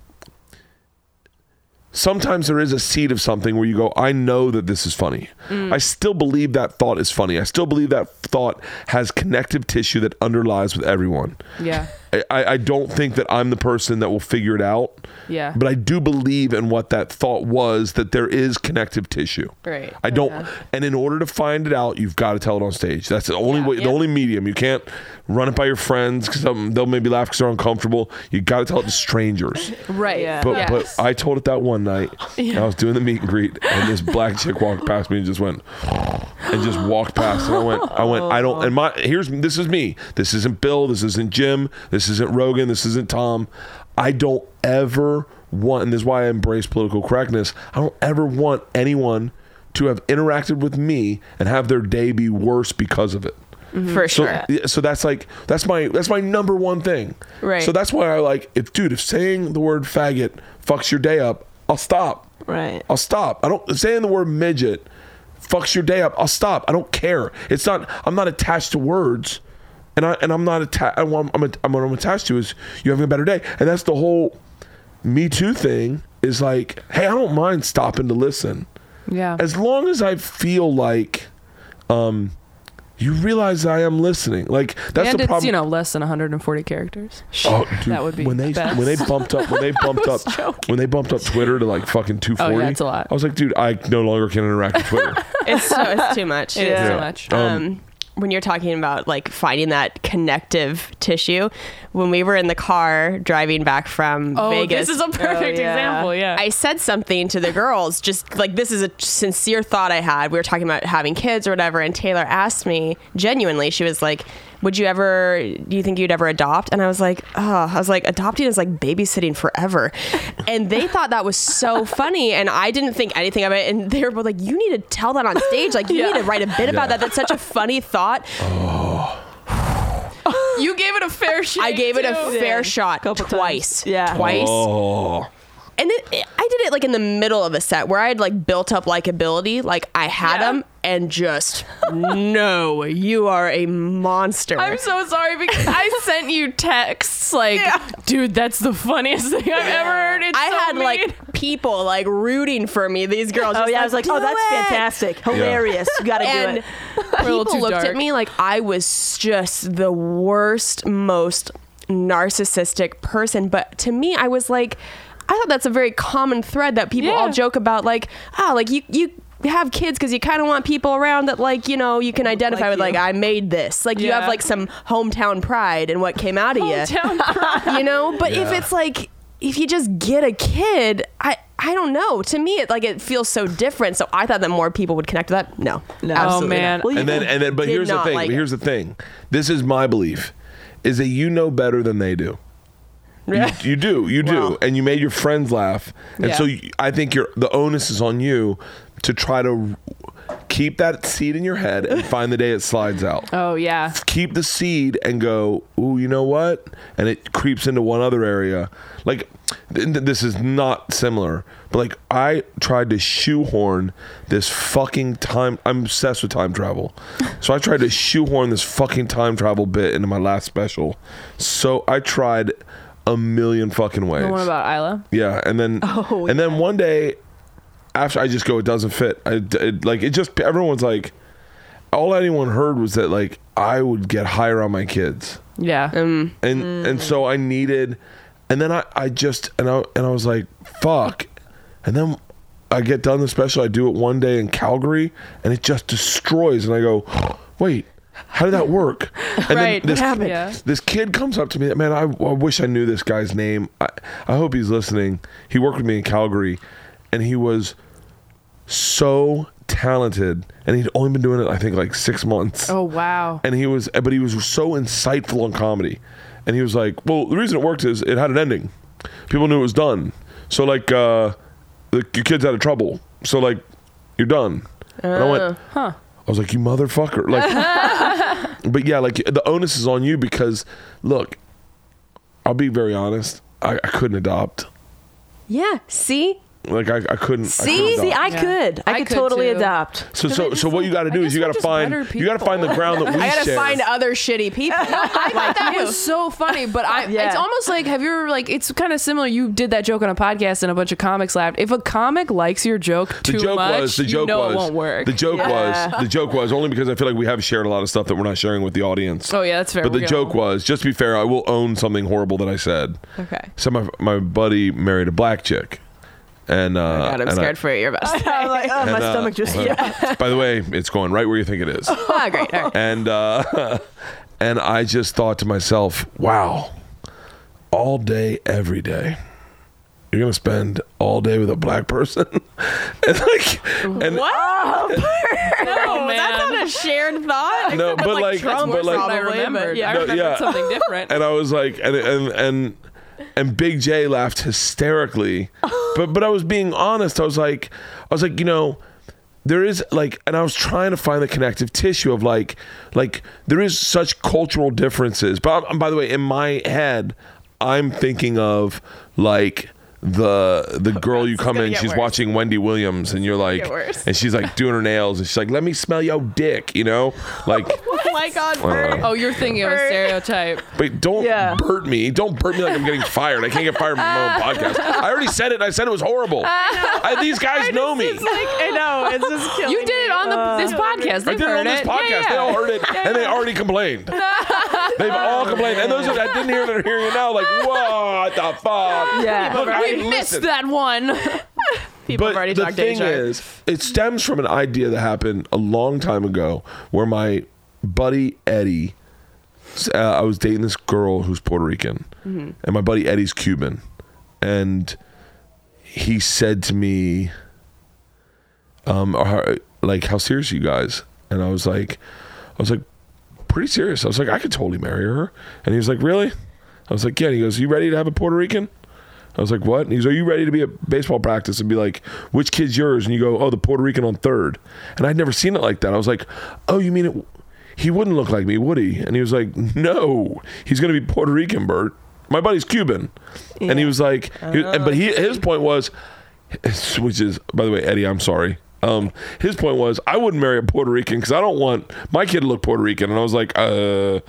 [SPEAKER 1] sometimes there is a seed of something where you go, I know that this is funny.
[SPEAKER 4] Mm.
[SPEAKER 1] I still believe that thought is funny. I still believe that thought has connective tissue that underlies with everyone.
[SPEAKER 4] Yeah.
[SPEAKER 1] I, I I don't think that I'm the person that will figure it out.
[SPEAKER 4] Yeah.
[SPEAKER 1] But I do believe in what that thought was that there is connective tissue.
[SPEAKER 4] Right.
[SPEAKER 1] I don't and in order to find it out, you've got to tell it on stage. That's the only way the only medium. You can't run it by your friends cuz they'll maybe laugh cuz they're uncomfortable. You got to tell it to strangers.
[SPEAKER 4] Right.
[SPEAKER 5] Yeah.
[SPEAKER 1] But
[SPEAKER 4] Yes.
[SPEAKER 1] but I told it that one night. and I was doing the meet and greet, and this black chick walked past me and just went, and just walked past. And I went, I went, I don't. And my here's this is me. This isn't Bill. This isn't Jim. This isn't Rogan. This isn't Tom. I don't ever want, and this is why I embrace political correctness. I don't ever want anyone to have interacted with me and have their day be worse because of it.
[SPEAKER 5] for
[SPEAKER 1] So,
[SPEAKER 5] sure.
[SPEAKER 1] yeah, so that's like that's my that's my number one thing.
[SPEAKER 5] Right.
[SPEAKER 1] So that's why I like if dude if saying the word faggot fucks your day up, I'll stop.
[SPEAKER 6] Right.
[SPEAKER 1] I'll stop. I don't if saying the word midget fucks your day up. I'll stop. I don't care. It's not. I'm not attached to words, and I and I'm not attached. I'm, I'm, I'm what I'm attached to is you having a better day, and that's the whole Me Too thing. Is like, hey, I don't mind stopping to listen
[SPEAKER 4] Yeah.
[SPEAKER 1] as long as I feel like um you realize I am listening. Like that's
[SPEAKER 4] and
[SPEAKER 1] the
[SPEAKER 4] it's
[SPEAKER 1] problem.
[SPEAKER 4] you know less than 140 characters.
[SPEAKER 1] Oh, dude,
[SPEAKER 4] That would be
[SPEAKER 1] when they
[SPEAKER 4] best.
[SPEAKER 1] when they bumped up when they bumped up when they bumped up Twitter to like fucking 240.
[SPEAKER 4] Oh, it's a lot.
[SPEAKER 1] I was like, dude, I no longer can interact with Twitter.
[SPEAKER 5] It's so it's too much.
[SPEAKER 4] It is
[SPEAKER 1] Yeah.
[SPEAKER 4] so much.
[SPEAKER 1] Um,
[SPEAKER 5] um, when you're talking about like finding that connective tissue, when we were in the car driving back from
[SPEAKER 4] oh,
[SPEAKER 5] Vegas,
[SPEAKER 4] this is a perfect
[SPEAKER 6] Oh, yeah.
[SPEAKER 4] example. Yeah.
[SPEAKER 5] I said something to the girls, just like this is a sincere thought I had. We were talking about having kids or whatever, and Taylor asked me genuinely, she was like, Would you ever, do you think you'd ever adopt? And I was like, Oh, I was like, adopting is like babysitting forever. And they thought that was so funny, and I didn't think anything of it. And they were both like, You need to tell that on stage. Like, you need to write a bit about that. That's such a funny thought.
[SPEAKER 4] Oh. you gave it a fair shake.
[SPEAKER 5] I gave it a
[SPEAKER 4] too.
[SPEAKER 5] fair shot
[SPEAKER 6] Couple
[SPEAKER 5] twice.
[SPEAKER 6] times. Yeah.
[SPEAKER 5] Twice.
[SPEAKER 1] oh,
[SPEAKER 5] and it, it- I did it like in the middle of a set where I had like built up likability, like I had
[SPEAKER 4] Yeah.
[SPEAKER 5] them, and just no, you are a monster.
[SPEAKER 4] I'm so sorry because I sent you texts like, dude, that's the funniest thing I've ever heard. It's
[SPEAKER 5] I
[SPEAKER 4] so
[SPEAKER 5] had
[SPEAKER 4] mean."
[SPEAKER 5] like people like rooting for me. These girls.
[SPEAKER 6] Oh
[SPEAKER 5] just
[SPEAKER 6] yeah, I was like,
[SPEAKER 5] "Do
[SPEAKER 6] oh, that's
[SPEAKER 5] it!"
[SPEAKER 6] fantastic, hilarious. You got to do
[SPEAKER 5] And
[SPEAKER 6] it.
[SPEAKER 5] people
[SPEAKER 4] too
[SPEAKER 5] looked
[SPEAKER 4] dark.
[SPEAKER 5] at me like I was just the worst, most narcissistic person. But to me, I was like, I thought that's a very common thread that people all
[SPEAKER 4] Yeah.
[SPEAKER 5] joke about. Like, ah, like you, you have kids because you kind of want people around that like you know you can identify
[SPEAKER 6] like
[SPEAKER 5] with
[SPEAKER 6] you.
[SPEAKER 5] like i made this like you have
[SPEAKER 4] Yeah.
[SPEAKER 5] like some hometown pride and what came out of you
[SPEAKER 4] Hometown pride.
[SPEAKER 5] you know but if it's like if you just get a kid i i don't know to me it like it feels so different so i thought that more people would connect to that no
[SPEAKER 6] No.
[SPEAKER 4] oh
[SPEAKER 5] absolutely
[SPEAKER 4] man,
[SPEAKER 5] not.
[SPEAKER 6] Well, you
[SPEAKER 1] and then
[SPEAKER 6] know,
[SPEAKER 1] and then but
[SPEAKER 5] did
[SPEAKER 1] here's the
[SPEAKER 5] not
[SPEAKER 1] thing.
[SPEAKER 5] like it.
[SPEAKER 1] here's the thing. This is my belief is that you know better than they do. You, you do, you do,
[SPEAKER 5] Well.
[SPEAKER 1] and you made your friends laugh, and
[SPEAKER 4] Yeah.
[SPEAKER 1] so you, I think you're, the onus is on you to try to keep that seed in your head and find the day it slides out.
[SPEAKER 4] Oh yeah.
[SPEAKER 1] keep the seed and go, ooh, you know what? And it creeps into one other area. Like, th- th- this is not similar, but like, I tried to shoehorn this fucking time. I'm obsessed with time travel. So I tried to shoehorn this fucking time travel bit into my last special. So I tried a million fucking ways.
[SPEAKER 4] The one about Isla.
[SPEAKER 1] Yeah, and then and then one day after I just go, it doesn't fit. I it, like it just everyone's like, all anyone heard was that like I would get higher on my kids,
[SPEAKER 4] Yeah.
[SPEAKER 1] and
[SPEAKER 4] Mm-hmm.
[SPEAKER 1] and so I needed, and then I I just and I and I was like fuck, and then I get done the special. I do it one day in Calgary, and it just destroys. And I go, wait. How did that work? And then
[SPEAKER 4] Right, what
[SPEAKER 1] this-
[SPEAKER 4] happened? Yeah.
[SPEAKER 1] this kid comes up to me man i, I wish i knew this guy's name I, I hope he's listening he worked with me in calgary and he was so talented and he'd only been doing it i think like six months
[SPEAKER 4] Oh wow.
[SPEAKER 1] and he was but he was so insightful on comedy and he was like well the reason it worked is it had an ending people knew it was done so like uh the, your kid's out of trouble so like you're done and i went
[SPEAKER 4] Uh, Huh.
[SPEAKER 1] I was like, you motherfucker. Like, but yeah, like the onus is on you because, look, I'll be very honest. I, I couldn't adopt.
[SPEAKER 5] yeah see
[SPEAKER 1] Like I, I couldn't. I
[SPEAKER 6] See,
[SPEAKER 1] couldn't
[SPEAKER 6] see,
[SPEAKER 1] adopt.
[SPEAKER 6] I could, I,
[SPEAKER 4] I
[SPEAKER 6] could,
[SPEAKER 4] could
[SPEAKER 6] totally
[SPEAKER 4] too.
[SPEAKER 6] adopt.
[SPEAKER 1] so so so what you got to do
[SPEAKER 4] I
[SPEAKER 1] is you
[SPEAKER 4] guess
[SPEAKER 1] got
[SPEAKER 4] we're
[SPEAKER 1] to find
[SPEAKER 4] just better
[SPEAKER 1] you got to find the
[SPEAKER 4] people.
[SPEAKER 1] ground that we
[SPEAKER 5] I gotta
[SPEAKER 1] share.
[SPEAKER 5] find other shitty people. like
[SPEAKER 4] that was so funny, but I
[SPEAKER 6] Yeah.
[SPEAKER 4] it's almost like have you ever like it's kind of similar. You did that joke on a podcast and a bunch of comics laughed. If a comic likes your joke
[SPEAKER 1] the
[SPEAKER 4] too
[SPEAKER 1] joke
[SPEAKER 4] much,
[SPEAKER 1] was the joke
[SPEAKER 4] you know
[SPEAKER 1] was
[SPEAKER 4] it won't work.
[SPEAKER 1] the joke
[SPEAKER 6] Yeah.
[SPEAKER 1] was the joke was only because I feel like we have shared a lot of stuff that we're not sharing with the audience.
[SPEAKER 4] Oh, yeah, that's fair.
[SPEAKER 1] But
[SPEAKER 4] We
[SPEAKER 1] the
[SPEAKER 4] got
[SPEAKER 1] joke
[SPEAKER 4] one.
[SPEAKER 1] was just to be fair. I will own something horrible that I said.
[SPEAKER 5] Okay.
[SPEAKER 1] So my my buddy married a black chick, and uh,
[SPEAKER 5] Oh God, I'm
[SPEAKER 1] and I-
[SPEAKER 5] scared for your best.
[SPEAKER 6] I'm like, oh, my
[SPEAKER 1] and, uh,
[SPEAKER 6] stomach just. Yeah.
[SPEAKER 1] By the way, it's going right where you think it is.
[SPEAKER 4] Oh.
[SPEAKER 5] Ah, great. All right.
[SPEAKER 1] and uh, and I just thought to myself, wow, all day, every day, you're gonna spend all day with a black person, and like, and
[SPEAKER 5] no, that's not a shared thought.
[SPEAKER 1] No,
[SPEAKER 5] except with,
[SPEAKER 1] but like-
[SPEAKER 5] Trump
[SPEAKER 1] but like-
[SPEAKER 4] That's what I
[SPEAKER 5] probably, but
[SPEAKER 4] remembered.
[SPEAKER 5] yeah.
[SPEAKER 4] I
[SPEAKER 1] No,
[SPEAKER 4] remembered
[SPEAKER 1] yeah.
[SPEAKER 4] something different.
[SPEAKER 1] and I was like, and and and and Big J laughed hysterically, but but I was being honest. I was like, I was like, you know. There is like, and I was trying to find the connective tissue of like, like there is such cultural differences. But I'm, by the way, in my head, I'm thinking of like the the girl you come
[SPEAKER 5] gonna
[SPEAKER 1] in,
[SPEAKER 5] get
[SPEAKER 1] she's
[SPEAKER 5] worse.
[SPEAKER 1] watching Wendy Williams, and you're like,
[SPEAKER 5] get worse.
[SPEAKER 1] and she's like doing her nails, and she's like, let me smell your dick, you know, like. uh,
[SPEAKER 5] Oh my God, Bert.
[SPEAKER 4] oh, you're thinking of a stereotype.
[SPEAKER 1] But don't
[SPEAKER 6] Yeah.
[SPEAKER 1] burt me. Don't burt me like I'm getting fired. I can't get fired from my own podcast. I already said it. and I said it was horrible. I- these guys know me.
[SPEAKER 5] It's like, I know, it's just killing
[SPEAKER 4] You did it on the, this
[SPEAKER 5] Uh,
[SPEAKER 4] podcast.
[SPEAKER 1] I
[SPEAKER 4] They've
[SPEAKER 1] did it on
[SPEAKER 4] heard
[SPEAKER 1] this
[SPEAKER 4] it.
[SPEAKER 1] podcast.
[SPEAKER 4] Yeah, yeah.
[SPEAKER 1] They all heard it, and they already complained. They've all complained, and those that didn't hear it are hearing it now. Like, what the fuck?
[SPEAKER 6] Yeah.
[SPEAKER 1] Look, I
[SPEAKER 4] we missed
[SPEAKER 1] listened.
[SPEAKER 4] that one.
[SPEAKER 5] People have already
[SPEAKER 1] the
[SPEAKER 5] talked
[SPEAKER 1] thing
[SPEAKER 5] to HR.
[SPEAKER 1] is, it stems from an idea that happened a long time ago, where my buddy Eddie, uh, I was dating this girl who's Puerto Rican,
[SPEAKER 5] Mm-hmm.
[SPEAKER 1] and my buddy Eddie's Cuban, and he said to me, um, are- like, how serious are you guys? And I was like, I was like, pretty serious. I was like, I could totally marry her. And he was like, really? I was like, yeah. And he goes, you ready to have a Puerto Rican? I was like, what? And he goes, are you ready to be at baseball practice and be like, which kid's yours? And you go, oh, the Puerto Rican on third. And I'd never seen it like that. I was like, oh, you mean it? He wouldn't look like me, would he? And he was like, no, he's going to be Puerto Rican, Bert. My buddy's Cuban. And he was like, he- and, but he, his point was, which is, by the way, Eddie, I'm sorry. Um, his point was, I wouldn't marry a Puerto Rican because I don't want my kid to look Puerto Rican. And I was like, uh,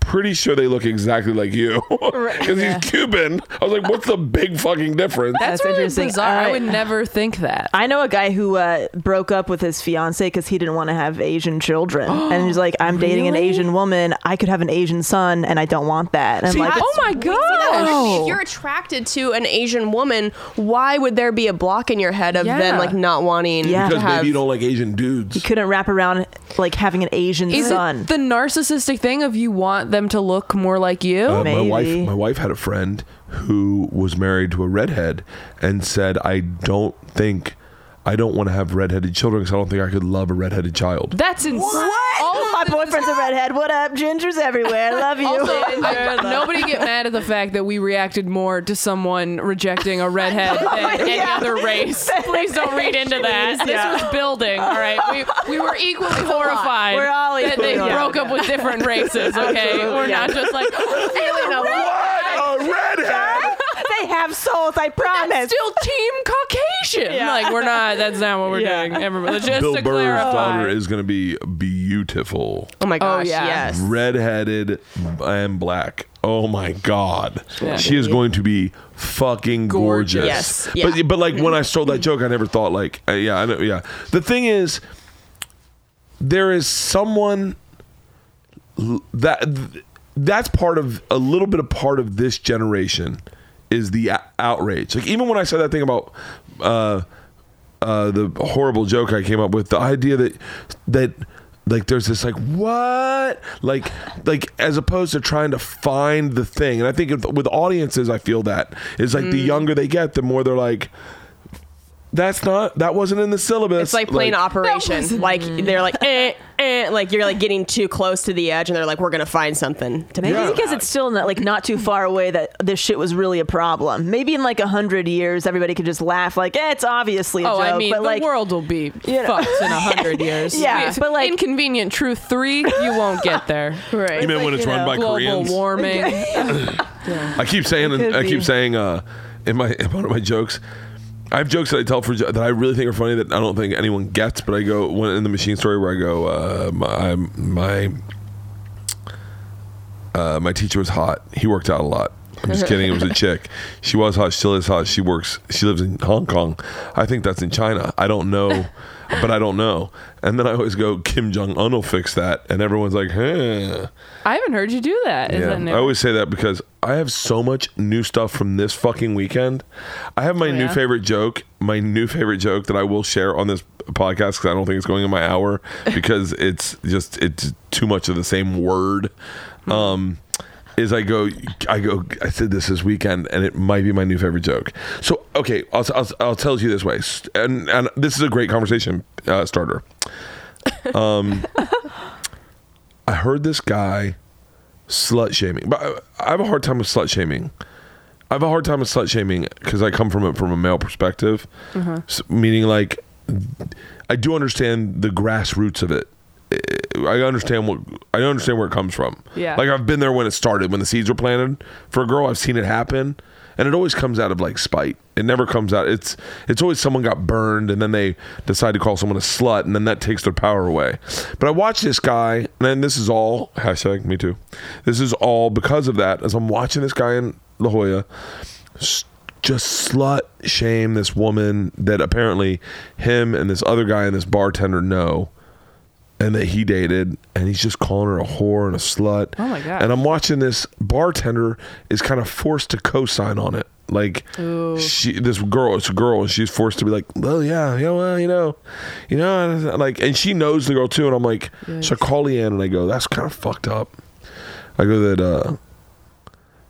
[SPEAKER 1] pretty sure they look exactly like you because he's Cuban. I was like, what's the big fucking difference?
[SPEAKER 4] That's,
[SPEAKER 6] That's
[SPEAKER 4] really
[SPEAKER 6] interesting.
[SPEAKER 4] bizarre. I
[SPEAKER 6] I-
[SPEAKER 4] would never think that.
[SPEAKER 6] I know a guy who uh, broke up with his fiance because he didn't want to have Asian children, and he's like, "I'm dating an Asian woman. I could have an Asian son, and I don't want that." And I'm like,
[SPEAKER 4] oh my
[SPEAKER 5] Oh. If
[SPEAKER 4] god!
[SPEAKER 5] you're attracted to an Asian woman, why would there be a block in your head of them
[SPEAKER 4] Yeah.
[SPEAKER 5] like not wanting
[SPEAKER 6] Yeah.
[SPEAKER 5] to
[SPEAKER 1] because
[SPEAKER 5] have
[SPEAKER 1] maybe you don't like Asian dudes.
[SPEAKER 6] couldn't wrap around like having an Asian
[SPEAKER 4] Is
[SPEAKER 6] son.
[SPEAKER 4] it the narcissistic thing of you want them to look more like you?
[SPEAKER 1] Uh, my wife,
[SPEAKER 6] Maybe.
[SPEAKER 1] my wife had a friend who was married to a redhead and said, I don't think, I don't want to have redheaded children because I don't think I could love a redheaded child.
[SPEAKER 4] That's insane.
[SPEAKER 6] what?
[SPEAKER 4] All of
[SPEAKER 6] my
[SPEAKER 4] the-
[SPEAKER 6] boyfriend's a redhead. What up? Ginger's everywhere. I love you.
[SPEAKER 4] Also, I- nobody get mad at the fact that we reacted more to someone rejecting a redhead than any other race. Please don't read into that. This was building. All right, we, we were equally horrified.
[SPEAKER 6] We're all
[SPEAKER 4] that they
[SPEAKER 6] equally
[SPEAKER 4] broke up with different races. Okay, we're
[SPEAKER 6] yeah.
[SPEAKER 4] not just like "Oh,
[SPEAKER 1] What?
[SPEAKER 4] alien.
[SPEAKER 1] A redhead?
[SPEAKER 6] they have souls. I promise.
[SPEAKER 4] Still team Caucasian. Like we're not. That's not what we're
[SPEAKER 5] Yeah.
[SPEAKER 4] doing. Everybody, just
[SPEAKER 1] Bill
[SPEAKER 4] to
[SPEAKER 1] Burr's
[SPEAKER 4] clarify.
[SPEAKER 1] daughter is going to be beautiful,
[SPEAKER 5] Oh my gosh,
[SPEAKER 4] yeah.
[SPEAKER 5] yes.
[SPEAKER 1] redheaded and black. Oh my god,
[SPEAKER 4] Yeah.
[SPEAKER 1] she is going to be fucking gorgeous.
[SPEAKER 5] Yes, yeah.
[SPEAKER 1] But but like when I stole
[SPEAKER 4] Mm-hmm.
[SPEAKER 1] that joke, I never thought like uh, yeah I know yeah. The thing is, there is someone l- that th- that's part of a little bit of part of this generation is the o- outrage. Like even when I said that thing about uh, uh, the horrible joke I came up with, the idea that that like there's this like what like like as opposed to trying to find the thing. And I think with- with audiences, I feel that is like the
[SPEAKER 5] Mm.
[SPEAKER 1] younger they get, the more they're like. That's not. That wasn't in the syllabus.
[SPEAKER 5] It's like plain operation. Like they're like, eh, eh, like you're like getting too close to the edge, and they're like, we're gonna find something to make.
[SPEAKER 6] Maybe
[SPEAKER 1] Yeah.
[SPEAKER 6] because it's still not, like not too far away that this shit was really a problem. Maybe in like a hundred years, everybody could just laugh like, eh, it's obviously a
[SPEAKER 4] Oh,
[SPEAKER 6] joke.
[SPEAKER 4] I mean,
[SPEAKER 6] but
[SPEAKER 4] the
[SPEAKER 6] like,
[SPEAKER 4] world will be
[SPEAKER 6] know.
[SPEAKER 4] fucked in a hundred years.
[SPEAKER 6] Yeah,
[SPEAKER 4] Wait,
[SPEAKER 6] but, like-
[SPEAKER 4] inconvenient truth three, you won't get there.
[SPEAKER 6] Right.
[SPEAKER 1] You mean when it's run by
[SPEAKER 4] Global
[SPEAKER 1] Koreans?
[SPEAKER 4] warming.
[SPEAKER 1] I keep saying,
[SPEAKER 6] could
[SPEAKER 1] I
[SPEAKER 6] be.
[SPEAKER 1] keep saying, uh, in my in one of my jokes, I have jokes that I tell for that I really think are funny that I don't think anyone gets, but I go when in the machine story where I go, uh, my my uh, my teacher was hot. He worked out a lot. I'm just kidding. It was a chick. She was hot. She still is hot. She works. She lives in Hong Kong. I think that's in China. I don't know, but I don't know. And then I always go, Kim Jong Un will fix that, and everyone's like, huh.
[SPEAKER 4] I haven't heard you do that. Is that new?
[SPEAKER 1] I always say that because I have so much new stuff from this fucking weekend. I have my new
[SPEAKER 4] Oh, yeah?
[SPEAKER 1] favorite joke, my new favorite joke that I will share on this podcast because I don't think it's going in my hour because it's just it's too much of the same word. Um, is I go, I go, I said this this weekend, and it might be my new favorite joke. So okay, I'll I'll, I'll tell you this way, S- and and this is a great conversation uh, starter. Um, I heard this guy slut shaming, but I- I have a hard time with slut shaming. I have a hard time with slut shaming because I come from it from a male perspective, S- meaning like I do understand the grassroots of it. I- I understand what I understand where it comes from.
[SPEAKER 4] Yeah.
[SPEAKER 1] like I've been there when it started, when the seeds were planted for a girl. I've seen it happen, and it always comes out of like spite. It never comes out. It's it's always someone got burned, and then they decide to call someone a slut, and then that takes their power away. But I watched this guy, and then this is all hashtag me too. This is all because of that. As I'm watching this guy in La Jolla, s- just slut shame this woman that apparently him and this other guy and this bartender know and that he dated and he's just calling her a whore and a slut.
[SPEAKER 4] Oh my gosh.
[SPEAKER 1] And I'm watching this bartender is kind of forced to co-sign on it. Like she this girl, it's a girl and she's forced to be like, "Well, yeah, yeah, well, you know. You know, and like and she knows the girl too and I'm like, so I call Leanne and I go, "That's kind of fucked up." I go that uh